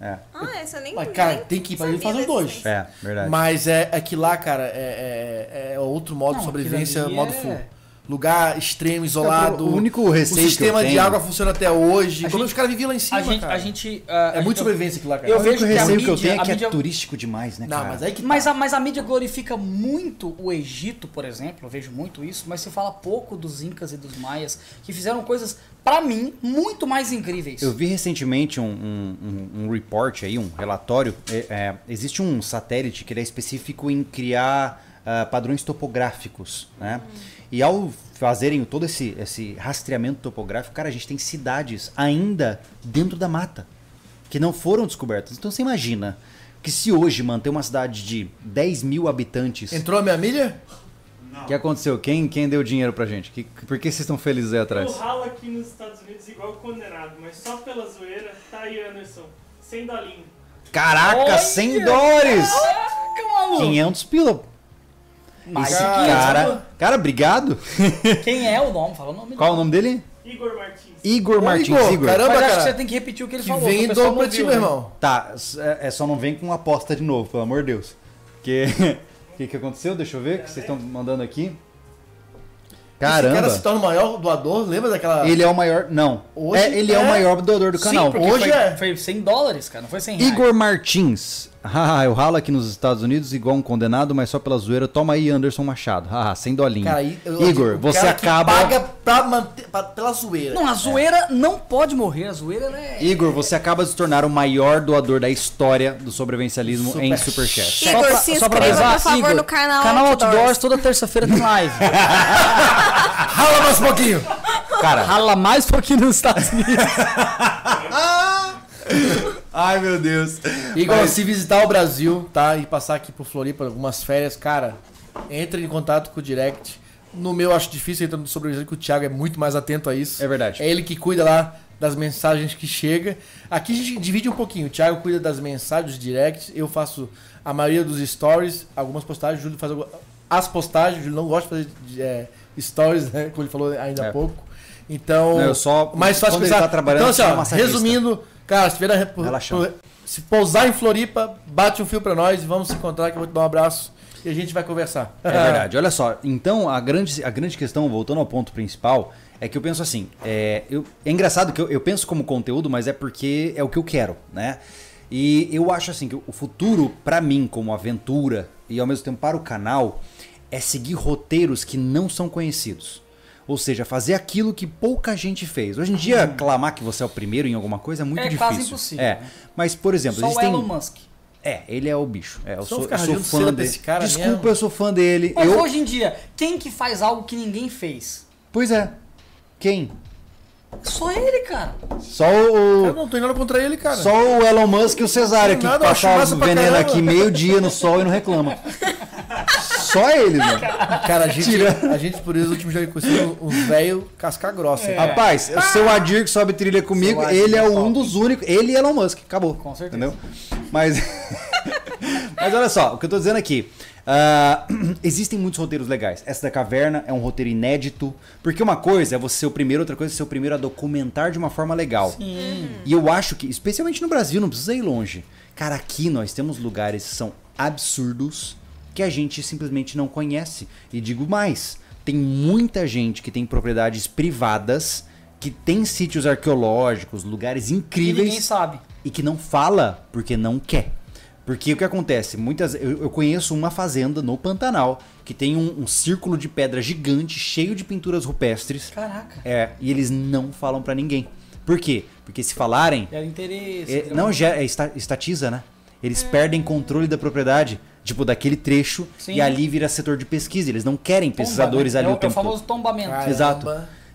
[SPEAKER 1] É,
[SPEAKER 3] Ah, essa eu nem
[SPEAKER 2] Mas, cara,
[SPEAKER 3] nem
[SPEAKER 2] tem que ir pra ele
[SPEAKER 3] sabia
[SPEAKER 2] fazer os
[SPEAKER 3] da
[SPEAKER 2] dois.
[SPEAKER 3] existência.
[SPEAKER 1] é verdade.
[SPEAKER 2] Mas é, é que lá, cara, é, é- é outro modo
[SPEAKER 4] Não,
[SPEAKER 2] de sobrevivência,
[SPEAKER 4] aquilo ali
[SPEAKER 2] modo
[SPEAKER 4] é-
[SPEAKER 2] full. Lugar extremo, isolado.
[SPEAKER 1] o único receio que
[SPEAKER 2] O
[SPEAKER 1] eu
[SPEAKER 2] sistema de
[SPEAKER 1] tenho-
[SPEAKER 2] água funciona até hoje.
[SPEAKER 4] A
[SPEAKER 2] Como
[SPEAKER 4] gente-
[SPEAKER 2] os caras viviam lá em cima,
[SPEAKER 4] A gente,
[SPEAKER 2] cara.
[SPEAKER 4] a gente, ah, a
[SPEAKER 2] é
[SPEAKER 4] gente-
[SPEAKER 2] muito sobrevivência aquilo lá, cara.
[SPEAKER 4] Eu
[SPEAKER 1] o único
[SPEAKER 4] vejo que a
[SPEAKER 1] receio que eu
[SPEAKER 4] mídia-
[SPEAKER 1] tenho é
[SPEAKER 4] a
[SPEAKER 1] que é
[SPEAKER 4] mídia-
[SPEAKER 1] turístico demais, né,
[SPEAKER 2] Não,
[SPEAKER 1] cara?
[SPEAKER 2] mas aí que
[SPEAKER 4] Mas
[SPEAKER 2] tá.
[SPEAKER 4] a, mas a mídia glorifica muito o Egito, por exemplo, eu vejo muito isso, mas se fala pouco dos Incas e dos Maias, que fizeram coisas, pra mim, muito mais incríveis.
[SPEAKER 1] Eu vi recentemente um, um, um- um report aí, um relatório. é, é, existe um satélite que ele é específico em criar ah, padrões topográficos, né? E ao fazerem todo esse, esse rastreamento topográfico, cara, a gente tem cidades ainda dentro da mata que não foram descobertas. Então você imagina que se hoje manter uma cidade de 10 mil habitantes, o
[SPEAKER 2] Entrou a minha milha?
[SPEAKER 1] que aconteceu? Quem, quem deu dinheiro pra gente? Que- por que vocês estão felizes aí
[SPEAKER 6] Eu
[SPEAKER 1] atrás?
[SPEAKER 6] ralo aqui nos Estados Unidos igual condenado, mas só pela zoeira, tá aí Anderson, sem dolinho.
[SPEAKER 1] Caraca,
[SPEAKER 4] Olha!
[SPEAKER 1] 100 dólares!
[SPEAKER 4] Caraca, maluco!
[SPEAKER 1] 500 pila,
[SPEAKER 4] Mas
[SPEAKER 1] Esse
[SPEAKER 4] aqui,
[SPEAKER 1] cara, cara, obrigado.
[SPEAKER 4] quem é o nome? Fala o nome
[SPEAKER 1] Qual o
[SPEAKER 4] dele.
[SPEAKER 1] nome dele?
[SPEAKER 6] Igor Martins.
[SPEAKER 1] Igor
[SPEAKER 2] Ô,
[SPEAKER 1] Martins.
[SPEAKER 2] Igor,
[SPEAKER 1] Igor.
[SPEAKER 2] caramba.
[SPEAKER 4] Mas acho
[SPEAKER 2] cara,
[SPEAKER 4] que você tem que repetir o que ele
[SPEAKER 2] Que
[SPEAKER 4] falou.
[SPEAKER 2] vem
[SPEAKER 4] que
[SPEAKER 2] em
[SPEAKER 4] o pessoal
[SPEAKER 2] dobro pra
[SPEAKER 4] não
[SPEAKER 2] ti,
[SPEAKER 4] viu,
[SPEAKER 2] meu
[SPEAKER 4] né?
[SPEAKER 2] irmão.
[SPEAKER 1] Tá, s- é é só não vem com aposta de novo, pelo amor de Deus. Que que, que aconteceu? Deixa eu ver o que vocês estão mandando aqui.
[SPEAKER 2] Esse
[SPEAKER 1] Caramba.
[SPEAKER 2] cara se torna o maior doador, lembra daquela.
[SPEAKER 1] Ele é o maior, não.
[SPEAKER 2] Hoje
[SPEAKER 1] é, ele é,
[SPEAKER 2] é-
[SPEAKER 1] o maior doador do
[SPEAKER 2] Sim,
[SPEAKER 1] canal.
[SPEAKER 2] porque- é Hoje
[SPEAKER 4] foi,
[SPEAKER 2] é.
[SPEAKER 4] foi 100 dólares, cara, não foi 100 reais.
[SPEAKER 1] Igor Martins. Haha, eu ralo aqui nos Estados Unidos igual um condenado, mas só pela zoeira. Toma aí, Anderson Machado. Haha, sem dolinho.
[SPEAKER 2] Cara, aí- eu-
[SPEAKER 1] Igor,
[SPEAKER 2] o
[SPEAKER 1] você
[SPEAKER 2] cara que
[SPEAKER 1] acaba.
[SPEAKER 2] Paga pra manter, pra- pela zoeira.
[SPEAKER 4] Não, a zoeira não pode morrer, a zoeira ela é...
[SPEAKER 1] Igor, você acaba de se tornar o maior doador da história do sobrevivencialismo em Superchat.
[SPEAKER 3] Igor,
[SPEAKER 4] pra-
[SPEAKER 3] se
[SPEAKER 4] pra
[SPEAKER 3] inscreva,
[SPEAKER 4] avisar,
[SPEAKER 3] por favor, no canal
[SPEAKER 4] Canal Outdoors,
[SPEAKER 3] Outdoors,
[SPEAKER 4] toda terça-feira tem live.
[SPEAKER 2] Rala mais um pouquinho.
[SPEAKER 1] Cara,
[SPEAKER 4] Rala mais um pouquinho nos Estados Unidos.
[SPEAKER 1] ai meu Deus.
[SPEAKER 2] Igor, se visitar o Brasil, tá? E passar aqui pro Floripa algumas férias, cara, entre em contato com o direct. No meu acho difícil entrando no sobrevivente, que o Thiago é muito mais atento a isso.
[SPEAKER 1] É verdade.
[SPEAKER 2] É ele que cuida lá das mensagens que chega. Aqui a gente divide um pouquinho. O Thiago cuida das mensagens dos directs, eu faço a maioria dos stories, algumas postagens, o Júlio faz algumas- as postagens, o Júlio não gosta de fazer é, stories, né? Como ele falou ainda
[SPEAKER 1] É.
[SPEAKER 2] há pouco. Então,
[SPEAKER 1] Não, eu só-
[SPEAKER 2] mais fácil
[SPEAKER 1] quando ele
[SPEAKER 2] pensar.
[SPEAKER 1] tá trabalhando,
[SPEAKER 2] então, assim,
[SPEAKER 1] eu sou
[SPEAKER 2] ó,
[SPEAKER 1] massagista.
[SPEAKER 2] resumindo, cara, se tiver na, repu-
[SPEAKER 1] Relaxando.
[SPEAKER 2] se pousar em Floripa, bate um fio pra nós e vamos se encontrar que eu vou te dar um abraço e a gente vai conversar.
[SPEAKER 1] É
[SPEAKER 4] Ah.
[SPEAKER 1] verdade. Olha só, então a grande, a grande questão, voltando ao ponto principal, é que eu penso assim: é, eu- é engraçado que eu, eu penso como conteúdo, mas é porque é o que eu quero, né? E eu acho assim que o futuro, pra mim, como aventura e ao mesmo tempo para o canal, é seguir roteiros que não são conhecidos. Ou seja, fazer aquilo que pouca gente fez. Hoje em dia, clamar que você é o primeiro em alguma coisa é muito
[SPEAKER 4] Uhum. É
[SPEAKER 1] difícil.
[SPEAKER 4] quase impossível,
[SPEAKER 1] É.
[SPEAKER 4] né?
[SPEAKER 1] Mas, por exemplo,
[SPEAKER 4] Só o
[SPEAKER 1] existem.
[SPEAKER 4] Elon Musk.
[SPEAKER 1] É, ele é o bicho. É, eu
[SPEAKER 2] Só
[SPEAKER 1] sou,
[SPEAKER 2] ficar
[SPEAKER 1] eu sou
[SPEAKER 2] rajando
[SPEAKER 1] fã
[SPEAKER 2] cera
[SPEAKER 1] dele.
[SPEAKER 2] desse cara
[SPEAKER 1] Desculpa,
[SPEAKER 2] mesmo.
[SPEAKER 1] eu sou fã dele.
[SPEAKER 4] é Mas
[SPEAKER 1] eu...
[SPEAKER 4] hoje em dia, quem que faz algo que ninguém fez?
[SPEAKER 1] Pois é. Quem?
[SPEAKER 4] Só ele, cara.
[SPEAKER 1] Só o.
[SPEAKER 2] Eu não tenho nada contra ele, cara.
[SPEAKER 1] Só o Elon Musk e o Cesário que
[SPEAKER 2] Não, não, acho
[SPEAKER 1] passam
[SPEAKER 2] massa pra
[SPEAKER 1] veneno
[SPEAKER 2] caramba.
[SPEAKER 1] aqui meio-dia no sol e não reclama. Só eles, mano.
[SPEAKER 2] Cara, a gente, a gente por isso, no último jogo que conseguiu um velho casca grossa. cara.
[SPEAKER 1] Rapaz, o seu Adir que sobe trilha comigo,
[SPEAKER 4] Seu Adir
[SPEAKER 1] ele é
[SPEAKER 4] sobe.
[SPEAKER 1] um dos únicos. Ele e Elon Musk, acabou.
[SPEAKER 4] Com certeza.
[SPEAKER 1] Mas. Mas olha só, o que eu tô dizendo aqui. ah, existem muitos roteiros legais. Essa da caverna é um roteiro inédito. Porque uma coisa é você ser o primeiro, outra coisa é ser o primeiro a documentar de uma forma legal. E eu acho que, especialmente no Brasil, não precisa ir longe. Cara, aqui nós temos lugares que são absurdos que a gente simplesmente não conhece. E digo mais, tem muita gente que tem propriedades privadas, que tem sítios arqueológicos, lugares
[SPEAKER 4] E
[SPEAKER 1] incríveis
[SPEAKER 4] ninguém sabe.
[SPEAKER 1] e que não fala porque não quer. Porque o que acontece? Muitas, eu, eu conheço uma fazenda no Pantanal que tem um, um círculo de pedra gigante cheio de pinturas rupestres.
[SPEAKER 4] Caraca.
[SPEAKER 1] É, e eles não falam pra ninguém. Por quê? Porque se falarem,
[SPEAKER 4] Era interesse.
[SPEAKER 1] é,
[SPEAKER 4] era-
[SPEAKER 1] não gera, é esta- estatiza, né? Eles
[SPEAKER 4] É.
[SPEAKER 1] perdem controle da propriedade, tipo daquele trecho,
[SPEAKER 4] Sim.
[SPEAKER 1] e ali vira setor de pesquisa. Eles não querem
[SPEAKER 4] Tomba,
[SPEAKER 1] pesquisadores
[SPEAKER 4] né?
[SPEAKER 1] ali
[SPEAKER 4] é,
[SPEAKER 1] o,
[SPEAKER 4] o- é
[SPEAKER 1] tempo
[SPEAKER 4] o famoso tombamento.
[SPEAKER 2] Caramba.
[SPEAKER 1] Exato.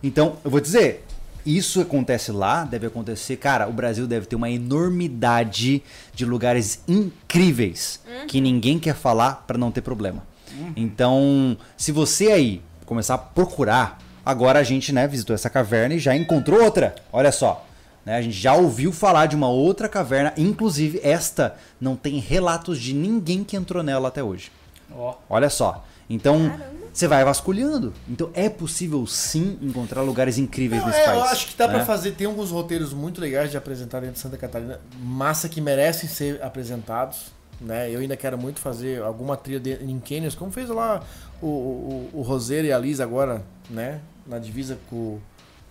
[SPEAKER 1] Então, eu vou dizer, isso acontece lá, deve acontecer. Cara, o Brasil deve ter uma enormidade de lugares incríveis que ninguém quer falar pra não ter problema. Então, se você aí começar a procurar, agora a gente, né, visitou essa caverna e já encontrou outra. Olha só. né, a gente já ouviu falar de uma outra caverna, inclusive esta não tem relatos de ninguém que entrou nela até hoje.
[SPEAKER 4] Ó.
[SPEAKER 1] Olha só. Então,
[SPEAKER 3] Caramba.
[SPEAKER 1] você vai vasculhando. Então, é possível sim encontrar lugares incríveis
[SPEAKER 2] Não,
[SPEAKER 1] nesse
[SPEAKER 2] é,
[SPEAKER 1] país.
[SPEAKER 2] eu acho que dá
[SPEAKER 1] né?
[SPEAKER 2] pra fazer. Tem alguns roteiros muito legais de apresentar dentro de Santa Catarina, massa que merecem ser apresentados. Né? Eu ainda quero muito fazer alguma trilha de- em Canyons, como fez lá o, o, o Roseiro e a Liz agora, né? Na divisa com,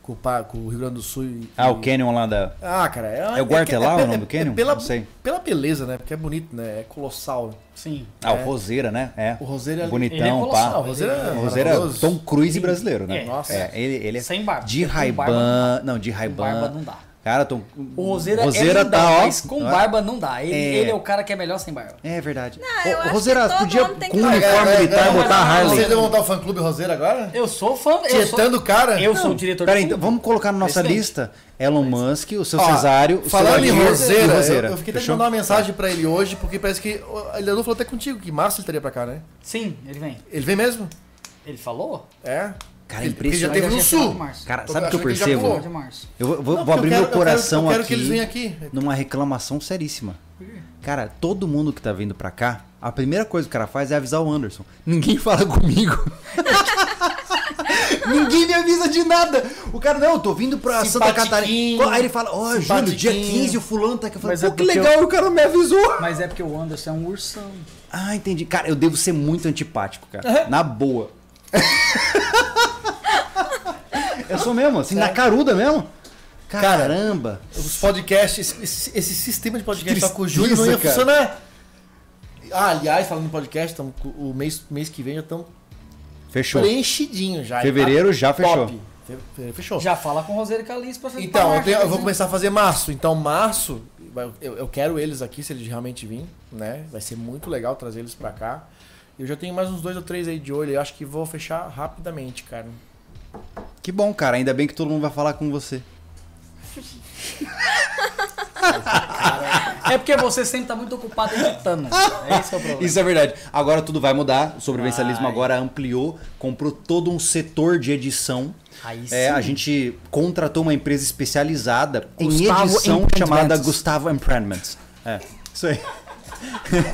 [SPEAKER 2] com, o Pa- com o Rio Grande do Sul. E,
[SPEAKER 1] Ah, o
[SPEAKER 2] e-
[SPEAKER 1] Canyon lá da...
[SPEAKER 2] Ah, cara. É,
[SPEAKER 1] É o Guartelá
[SPEAKER 2] é-
[SPEAKER 1] o nome do
[SPEAKER 2] é- é
[SPEAKER 1] cânion?
[SPEAKER 2] pela,
[SPEAKER 1] Não sei.
[SPEAKER 2] Pela beleza, né? Porque é bonito, né? É colossal.
[SPEAKER 4] Sim.
[SPEAKER 1] Ah,
[SPEAKER 2] É.
[SPEAKER 1] o Roseira, né? É.
[SPEAKER 2] O Roseiro e a Liz.
[SPEAKER 4] Ele é
[SPEAKER 1] Bonitão,
[SPEAKER 4] colossal,
[SPEAKER 2] Ah, o
[SPEAKER 1] pá.
[SPEAKER 2] Roseiro é
[SPEAKER 1] O Roseiro é
[SPEAKER 2] maravilhoso.
[SPEAKER 1] Tom Cruise brasileiro, né?
[SPEAKER 4] É.
[SPEAKER 2] Nossa.
[SPEAKER 1] É, ele, ele é
[SPEAKER 4] Sem barba.
[SPEAKER 1] de
[SPEAKER 4] Porque com
[SPEAKER 1] ray
[SPEAKER 4] barba não
[SPEAKER 1] Não, de ray
[SPEAKER 4] Com barba não dá.
[SPEAKER 1] Cara, Tom...
[SPEAKER 4] O Roseira, é
[SPEAKER 1] Roseira
[SPEAKER 4] lindão,
[SPEAKER 1] tá, ó...
[SPEAKER 4] mas com barba não dá. Ele
[SPEAKER 1] É.
[SPEAKER 4] ele é o cara que é melhor sem barba.
[SPEAKER 1] É verdade.
[SPEAKER 3] eu
[SPEAKER 1] Ô,
[SPEAKER 3] acho
[SPEAKER 1] Roseira,
[SPEAKER 3] que todo
[SPEAKER 1] podia
[SPEAKER 3] homem tem
[SPEAKER 1] com
[SPEAKER 3] que-
[SPEAKER 1] uniforme
[SPEAKER 2] É, é, é,
[SPEAKER 1] militar
[SPEAKER 2] não,
[SPEAKER 1] botar a
[SPEAKER 4] não, não,
[SPEAKER 1] Harley.
[SPEAKER 2] Vocês vão montar o fã-clube Roseiro agora?
[SPEAKER 4] Eu sou fã. Eu sou,
[SPEAKER 2] Tietando o cara?
[SPEAKER 4] eu sou o diretor "Hum,
[SPEAKER 1] Pera
[SPEAKER 4] do
[SPEAKER 1] aí, então,
[SPEAKER 4] filme.
[SPEAKER 1] vamos colocar na nossa
[SPEAKER 4] Excelente.
[SPEAKER 1] lista Elon Musk, o seu
[SPEAKER 2] Ó,
[SPEAKER 1] Cesário, o seu
[SPEAKER 2] Falando em
[SPEAKER 1] Aguirre e o
[SPEAKER 2] Roseira,
[SPEAKER 1] Roseira.
[SPEAKER 2] Eu, eu fiquei até de
[SPEAKER 1] Fechou?
[SPEAKER 2] mandar uma mensagem pra ele hoje, porque parece que. ó, Ele não falou até contigo, que março ele estaria pra cá, né?
[SPEAKER 4] Sim, ele vem.
[SPEAKER 2] Ele vem mesmo?
[SPEAKER 4] Ele falou?
[SPEAKER 2] É?
[SPEAKER 1] Cara,
[SPEAKER 2] Ele- ele já
[SPEAKER 1] impressionante.
[SPEAKER 2] teve
[SPEAKER 4] Ele
[SPEAKER 2] no
[SPEAKER 4] é final
[SPEAKER 2] sul.
[SPEAKER 4] de março.
[SPEAKER 1] Cara,
[SPEAKER 2] Tô
[SPEAKER 1] sabe o que eu
[SPEAKER 2] achando que ele já
[SPEAKER 1] percebo?
[SPEAKER 2] pulou.
[SPEAKER 4] Final de março.
[SPEAKER 1] Eu vou, vou-
[SPEAKER 2] Não,
[SPEAKER 1] vou
[SPEAKER 2] porque
[SPEAKER 1] abrir
[SPEAKER 2] eu quero-
[SPEAKER 1] meu
[SPEAKER 2] eu quero-
[SPEAKER 1] coração
[SPEAKER 2] eu quero
[SPEAKER 1] aqui,
[SPEAKER 2] que eles venham aqui.
[SPEAKER 1] numa reclamação seríssima. Cara, todo mundo que tá vindo pra cá, a primeira coisa que o cara faz é avisar o Anderson. Ninguém fala comigo. Ninguém me avisa de nada. O cara, não, eu tô vindo pra Santa
[SPEAKER 2] Simpatiquinho.
[SPEAKER 1] Catarina. Aí ele fala, ó, Júlio, dia
[SPEAKER 2] Simpatiquinho.
[SPEAKER 1] 15 o fulano tá aqui. Eu falo,
[SPEAKER 4] Mas
[SPEAKER 1] pô,
[SPEAKER 4] é
[SPEAKER 1] que
[SPEAKER 4] porque
[SPEAKER 1] legal, o cara não me avisou.
[SPEAKER 4] Mas é porque o Anderson é um ursão.
[SPEAKER 1] Ah, entendi. Cara, eu devo ser muito antipático, cara. Na boa. eu sou mesmo, assim, na caruda mesmo. Caramba.
[SPEAKER 2] Os podcasts, esse, esse sistema de podcast
[SPEAKER 1] Que
[SPEAKER 2] só com o Júlio não ia
[SPEAKER 1] tristeza,
[SPEAKER 2] funcionar. Ah, aliás, falando em podcast, tamo com- o mês, mês que vem já estamos
[SPEAKER 1] Fechou.
[SPEAKER 2] preenchidinho já.
[SPEAKER 1] Fevereiro
[SPEAKER 2] Tá
[SPEAKER 1] já fechou.
[SPEAKER 2] top. Fevereiro fechou.
[SPEAKER 4] Já fala com o Roseiro Calice pra pra
[SPEAKER 2] Então, eu,
[SPEAKER 4] marca,
[SPEAKER 2] tenho- eu
[SPEAKER 4] mas
[SPEAKER 2] vou
[SPEAKER 4] é-
[SPEAKER 2] começar a fazer março. Então, março, vai- eu, eu quero eles aqui, se eles realmente virem, né? Vai ser muito legal trazer eles pra cá. Eu já tenho mais uns dois ou três aí de olho. Eu acho que vou fechar rapidamente, cara.
[SPEAKER 1] Que bom, cara. Ainda bem que todo mundo vai falar com você.
[SPEAKER 4] É porque você sempre tá muito ocupado editando. É esse que é o problema.
[SPEAKER 1] Isso é verdade. Agora tudo vai mudar. O sobrevivencialismo
[SPEAKER 4] Vai.
[SPEAKER 1] agora ampliou, comprou todo um setor de edição.
[SPEAKER 4] Aí
[SPEAKER 1] É,
[SPEAKER 4] sim.
[SPEAKER 1] a gente contratou uma empresa especializada em
[SPEAKER 4] Gustavo
[SPEAKER 1] edição
[SPEAKER 4] Imprintments.
[SPEAKER 1] chamada Gustavo Imprintments. É, isso aí.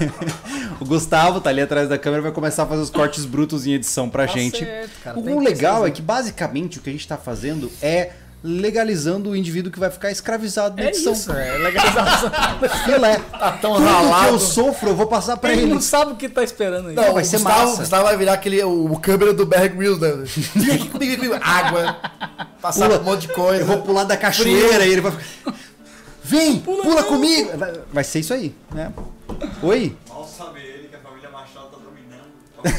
[SPEAKER 1] o Gustavo tá ali atrás da câmera vai começar a fazer os cortes brutos em edição pra
[SPEAKER 4] Tá
[SPEAKER 1] gente.
[SPEAKER 4] certo, cara, tem
[SPEAKER 1] o
[SPEAKER 4] que
[SPEAKER 1] legal
[SPEAKER 4] fazer.
[SPEAKER 1] é que basicamente o que a gente tá fazendo é legalizando o indivíduo que vai ficar escravizado na
[SPEAKER 4] É
[SPEAKER 1] edição.
[SPEAKER 4] isso, é legalização.
[SPEAKER 1] Filé.
[SPEAKER 2] Tá tão
[SPEAKER 1] Tudo que
[SPEAKER 2] ralado.
[SPEAKER 1] eu sofro, eu vou passar pra
[SPEAKER 4] ele
[SPEAKER 1] ele.
[SPEAKER 4] não sabe o que tá esperando aí.
[SPEAKER 1] Não, vai ser
[SPEAKER 2] Gustavo,
[SPEAKER 1] massa.
[SPEAKER 2] Gustavo vai virar aquele, o, o câmera do Berg Grylls, né? Vem aqui comigo, vem comigo. Água. Passar
[SPEAKER 1] Pula.
[SPEAKER 2] um monte de coisa.
[SPEAKER 1] Eu vou pular da cachoeira e ele vai. ficar, Vem, pula, comigo! Vai, vai ser isso aí, né? Oi?
[SPEAKER 5] Mal sabe ele que a família Machado tá dominando.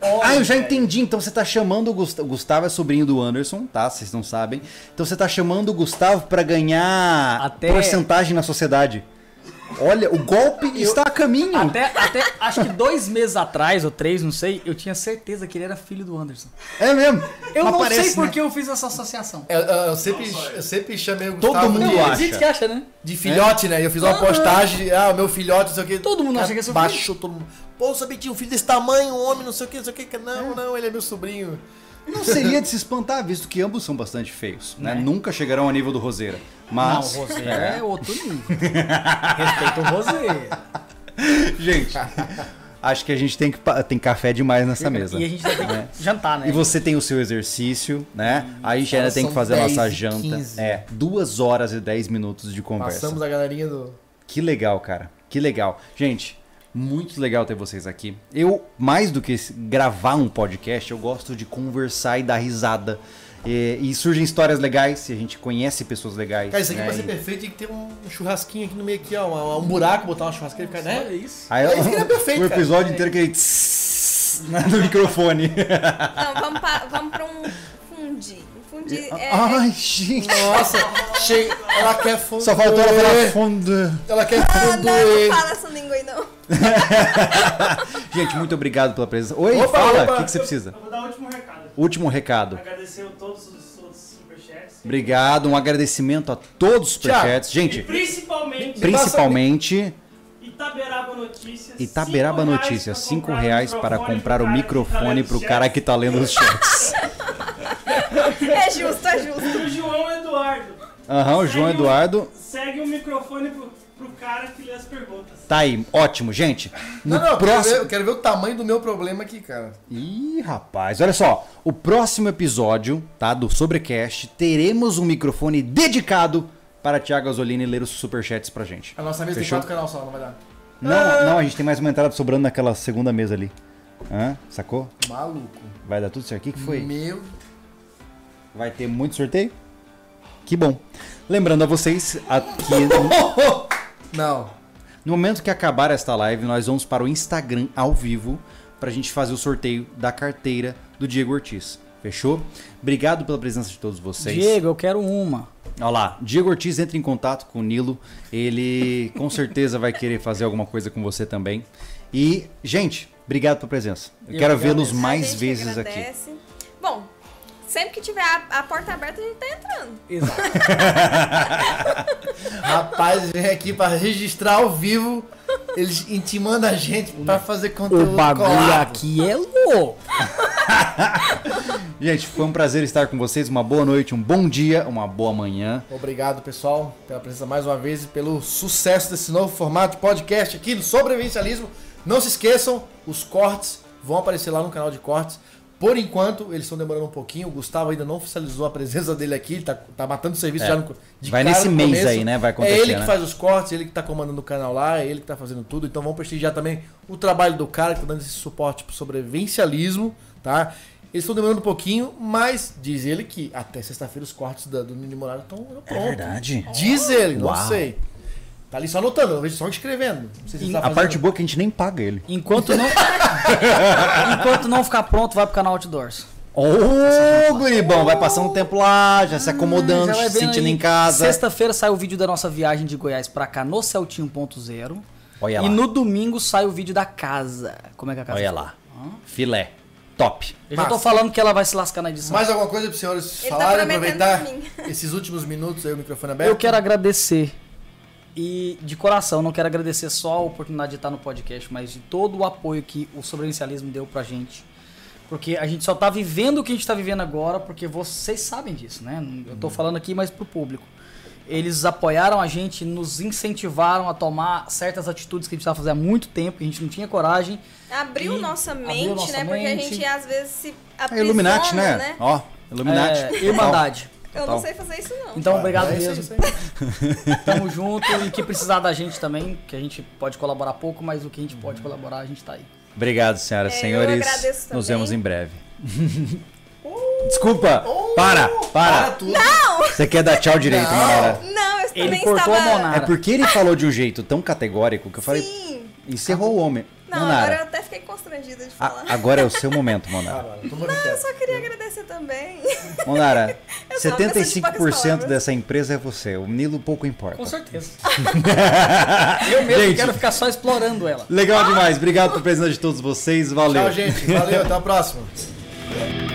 [SPEAKER 1] ah, eu já entendi. Então você tá chamando o Gustavo. Gustavo é sobrinho do Anderson, tá? Vocês não sabem. Então você tá chamando o Gustavo pra ganhar
[SPEAKER 4] Até-
[SPEAKER 1] porcentagem na sociedade. Olha, o golpe está a caminho.
[SPEAKER 4] Até, até acho que dois meses atrás, ou três, não sei, eu tinha certeza que ele era filho do Anderson.
[SPEAKER 1] É mesmo.
[SPEAKER 4] Eu não
[SPEAKER 1] Aparece,
[SPEAKER 4] sei por
[SPEAKER 1] né? É,
[SPEAKER 4] que eu fiz essa associação.
[SPEAKER 2] Eu, eu- eu sempre, eu sempre chamei o
[SPEAKER 1] Todo
[SPEAKER 2] Gustavo
[SPEAKER 1] mundo
[SPEAKER 2] de,
[SPEAKER 1] acha.
[SPEAKER 4] Tem gente que acha, né?
[SPEAKER 2] de filhote, né? Eu fiz uma postagem, ah, o meu filhote, não sei o que.
[SPEAKER 4] Todo mundo
[SPEAKER 1] tá
[SPEAKER 4] acha que é seu filho.
[SPEAKER 2] Baixou todo mundo. Pô, eu sabia que tinha um filho desse tamanho, um homem, não sei o que, não sei o que. Não, não, ele é meu sobrinho.
[SPEAKER 1] Não seria de se espantar, visto que ambos são bastante feios, né? Nunca chegarão ao nível do Roseira.
[SPEAKER 4] Não, o
[SPEAKER 1] Mas.
[SPEAKER 4] Roseiro é outro nível. Respeita o Roseiro.
[SPEAKER 1] Gente, acho que a gente tem, que, pa- tem café demais nessa mesa.
[SPEAKER 4] E a gente vai ter que jantar, né?
[SPEAKER 1] E você tem o seu exercício, né? Aí já ainda
[SPEAKER 2] Cara,
[SPEAKER 1] tem que
[SPEAKER 2] Hum, são
[SPEAKER 1] fazer a nossa
[SPEAKER 2] 10 e
[SPEAKER 1] janta.
[SPEAKER 2] 15.
[SPEAKER 1] É, duas horas e dez minutos de conversa.
[SPEAKER 2] Passamos a galerinha do.
[SPEAKER 1] Que legal, cara. Que legal. Gente, muito legal ter vocês aqui. Eu, mais do que esse- gravar um podcast, eu gosto de conversar e dar risada. E, e surgem histórias legais, se a gente conhece pessoas legais.
[SPEAKER 2] Cara, isso aqui
[SPEAKER 1] né?
[SPEAKER 2] pra ser
[SPEAKER 1] E-
[SPEAKER 2] perfeito tem que ter um churrasquinho aqui no meio aqui, ó. Um, um buraco, botar uma churrasqueira e ficar, né?
[SPEAKER 4] Olha isso.
[SPEAKER 1] Aí,
[SPEAKER 2] isso que era perfeito,
[SPEAKER 1] o
[SPEAKER 2] cara.
[SPEAKER 1] episódio inteiro que ele tss, né, no microfone.
[SPEAKER 3] Não, vamos para vamos pra um fundi. Um fundi
[SPEAKER 2] Ah,
[SPEAKER 3] é,
[SPEAKER 1] Ai, gente.
[SPEAKER 2] Nossa, cheio. Ela quer fundo.
[SPEAKER 1] Só faltou ela falar fundo.
[SPEAKER 2] Ela quer
[SPEAKER 3] Ah,
[SPEAKER 2] fundo.
[SPEAKER 3] não, não fala essa língua aí, não.
[SPEAKER 1] Gente, muito obrigado pela presença. Oi,
[SPEAKER 2] Opa,
[SPEAKER 1] fala,
[SPEAKER 2] opa.
[SPEAKER 1] o que, que você precisa?
[SPEAKER 6] Eu vou dar o último recado.
[SPEAKER 1] Último recado.
[SPEAKER 6] Agradecer a todos os outros superchats.
[SPEAKER 1] Obrigado, um agradecimento a todos os
[SPEAKER 2] Tchau.
[SPEAKER 1] superchats.
[SPEAKER 6] E
[SPEAKER 1] Gente,
[SPEAKER 6] principalmente
[SPEAKER 1] principalmente
[SPEAKER 6] Itaberaba Notícias.
[SPEAKER 1] Itaberaba
[SPEAKER 6] cinco reais
[SPEAKER 1] Notícias,
[SPEAKER 6] pra
[SPEAKER 1] 5
[SPEAKER 6] comprar
[SPEAKER 1] reais
[SPEAKER 6] um
[SPEAKER 1] para comprar o
[SPEAKER 6] pro cara que tá
[SPEAKER 1] microfone
[SPEAKER 6] lendo
[SPEAKER 1] pro
[SPEAKER 6] chat.
[SPEAKER 1] cara que tá lendo os chats.
[SPEAKER 3] É justo, é justo.
[SPEAKER 6] E o João Eduardo.
[SPEAKER 1] Aham, o João
[SPEAKER 6] Segue o-
[SPEAKER 1] Eduardo.
[SPEAKER 6] Segue o microfone pro, pro cara que lê as perguntas.
[SPEAKER 1] Tá aí, ótimo, gente. No
[SPEAKER 2] Não, não, eu quero,
[SPEAKER 1] próximo.
[SPEAKER 2] ver, eu quero ver o tamanho do meu problema aqui, cara.
[SPEAKER 1] Ih, rapaz, olha só. O próximo episódio, tá, do Sobrecast, teremos um microfone dedicado para Thiago Azzolini ler os superchats pra gente.
[SPEAKER 2] A nossa mesa
[SPEAKER 1] Fechou?
[SPEAKER 2] tem quatro canal só, não vai dar. Ah!
[SPEAKER 1] Não, não, a gente tem mais uma entrada sobrando naquela segunda mesa ali. Hã? Sacou?
[SPEAKER 2] Maluco.
[SPEAKER 1] Vai dar tudo certo. O que, que foi?
[SPEAKER 2] Meu.
[SPEAKER 1] Vai ter muito sorteio? Que bom. Lembrando a vocês, aqui
[SPEAKER 2] Não.
[SPEAKER 1] No momento que acabar esta live, nós vamos para o Instagram ao vivo para a gente fazer o sorteio da carteira do Diego Ortiz. Fechou? Obrigado pela presença de todos vocês.
[SPEAKER 4] Diego, eu quero uma.
[SPEAKER 1] Olha lá, Diego Ortiz entra em contato com o Nilo. Ele com certeza vai querer fazer alguma coisa com você também. E, gente, obrigado pela presença. Eu,
[SPEAKER 4] Eu
[SPEAKER 1] quero
[SPEAKER 4] que
[SPEAKER 1] vê-los
[SPEAKER 4] agradeço.
[SPEAKER 1] mais
[SPEAKER 3] A gente
[SPEAKER 1] vezes aqui.
[SPEAKER 3] agradece. Bom, sempre que tiver a, a porta aberta, a gente tá entrando.
[SPEAKER 4] Exato.
[SPEAKER 2] Rapaz, vem aqui pra registrar ao vivo. Eles intimando a gente pra fazer conteúdo.
[SPEAKER 4] o bagulho
[SPEAKER 2] colado.
[SPEAKER 4] aqui é louco.
[SPEAKER 1] Gente, foi um prazer estar com vocês. Uma boa noite, um bom dia, uma boa manhã.
[SPEAKER 2] Obrigado, pessoal, pela presença mais uma vez e pelo sucesso desse novo formato de podcast aqui do Sobrevivencialismo. Não se esqueçam, os cortes vão aparecer lá no canal de cortes. Por enquanto, eles estão demorando um pouquinho. O Gustavo ainda não oficializou a presença dele aqui, ele tá, tá matando o serviço já no, de
[SPEAKER 1] É. Vai
[SPEAKER 2] cara
[SPEAKER 1] nesse
[SPEAKER 2] no
[SPEAKER 1] mês aí, né? Vai acontecer,
[SPEAKER 2] É ele que
[SPEAKER 1] né?
[SPEAKER 2] faz os cortes, ele que tá comandando o canal lá, é ele que tá fazendo tudo. Então vamos prestigiar também o trabalho do cara que tá dando esse suporte pro sobrevivencialismo, tá? Eles estão demorando um pouquinho, mas diz ele que até sexta-feira os cortes da- do mínimo horário estão prontos. Diz ele, não
[SPEAKER 1] É Uau.
[SPEAKER 2] sei. Tá ali só anotando, eu vejo só escrevendo. Não sei se ele tá
[SPEAKER 1] A
[SPEAKER 2] fazendo-
[SPEAKER 1] parte boa é que a gente nem paga ele.
[SPEAKER 4] Enquanto não, enquanto não ficar pronto, vai pro canal Outdoors.
[SPEAKER 1] Ô, Guribão, vai passar um tempo lá, Ah, já um se acomodando,
[SPEAKER 4] Já vai
[SPEAKER 1] se
[SPEAKER 4] vendo
[SPEAKER 1] sentindo
[SPEAKER 4] aí.
[SPEAKER 1] em casa.
[SPEAKER 4] Sexta-feira sai o vídeo da nossa viagem de Goiás pra cá no Celtinho 1.0.
[SPEAKER 1] Olha
[SPEAKER 4] E
[SPEAKER 1] lá.
[SPEAKER 4] no domingo sai o vídeo da casa. Como é que é a casa?
[SPEAKER 1] Olha lá. Filé. Top.
[SPEAKER 4] Eu já tô
[SPEAKER 2] Massa.
[SPEAKER 4] falando que ela vai se lascar na edição.
[SPEAKER 2] Mais alguma coisa pros senhores
[SPEAKER 3] Ele tá
[SPEAKER 2] falarem,
[SPEAKER 3] prometendo
[SPEAKER 2] aproveitar
[SPEAKER 3] pra mim.
[SPEAKER 2] esses últimos minutos aí, o microfone aberto?
[SPEAKER 4] Eu quero agradecer. E de coração, não quero agradecer só a oportunidade de estar no podcast, mas de todo o apoio que o sobrevivencialismo deu pra gente. Porque a gente só tá vivendo o que a gente tá vivendo agora, porque vocês sabem disso, né? Eu tô falando aqui, mas pro público. Eles apoiaram a gente, nos incentivaram a tomar certas atitudes que a gente precisava fazer há muito tempo, que a gente não tinha coragem.
[SPEAKER 3] Abriu
[SPEAKER 4] E
[SPEAKER 3] nossa
[SPEAKER 4] abriu
[SPEAKER 3] mente,
[SPEAKER 4] nossa
[SPEAKER 3] né? Porque a
[SPEAKER 4] mente.
[SPEAKER 3] gente às vezes se
[SPEAKER 1] É
[SPEAKER 3] aprisiona,
[SPEAKER 1] Illuminati, né?
[SPEAKER 3] né?
[SPEAKER 1] Ó, Illuminati. Então,
[SPEAKER 4] É,
[SPEAKER 1] Total.
[SPEAKER 4] Irmandade.
[SPEAKER 3] Eu
[SPEAKER 1] Total.
[SPEAKER 3] não sei fazer isso, não.
[SPEAKER 4] Então, obrigado
[SPEAKER 2] É isso aí,
[SPEAKER 4] mesmo.
[SPEAKER 2] isso aí.
[SPEAKER 4] Tamo junto e que precisar da gente também, que a gente pode colaborar pouco, mas o que a gente pode colaborar, a gente tá aí.
[SPEAKER 1] Obrigado, senhoras e
[SPEAKER 3] É, eu agradeço
[SPEAKER 1] senhores.
[SPEAKER 3] também. Uh!
[SPEAKER 1] Nos vemos em breve. Desculpa. Para,
[SPEAKER 2] Para
[SPEAKER 1] para.
[SPEAKER 2] tudo.
[SPEAKER 1] Você quer dar tchau direito,
[SPEAKER 2] Não.
[SPEAKER 1] galera?
[SPEAKER 3] Não, eu
[SPEAKER 4] Ele
[SPEAKER 3] também
[SPEAKER 4] cortou a
[SPEAKER 3] estava...
[SPEAKER 4] Monarca.
[SPEAKER 1] É
[SPEAKER 4] Para.
[SPEAKER 1] porque ele falou de um jeito tão categórico que eu falei.
[SPEAKER 3] Sim.
[SPEAKER 1] Encerrou o homem.
[SPEAKER 3] Não,
[SPEAKER 1] Monara.
[SPEAKER 3] agora eu até fiquei constrangida de falar.
[SPEAKER 1] a- agora é o seu momento, Monara.
[SPEAKER 2] Caralho, toma aqui,
[SPEAKER 3] Eu só queria agradecer também.
[SPEAKER 1] Monara,
[SPEAKER 3] Eu sou uma pessoa de poucas
[SPEAKER 1] 75%
[SPEAKER 3] palavras.
[SPEAKER 1] dessa empresa é você. O Nilo pouco importa.
[SPEAKER 4] Com certeza. eu mesmo
[SPEAKER 1] Gente.
[SPEAKER 4] quero ficar só explorando ela.
[SPEAKER 1] Legal demais. Obrigado pela presença de todos vocês. Valeu.
[SPEAKER 2] Tchau, gente. Valeu, até a próxima.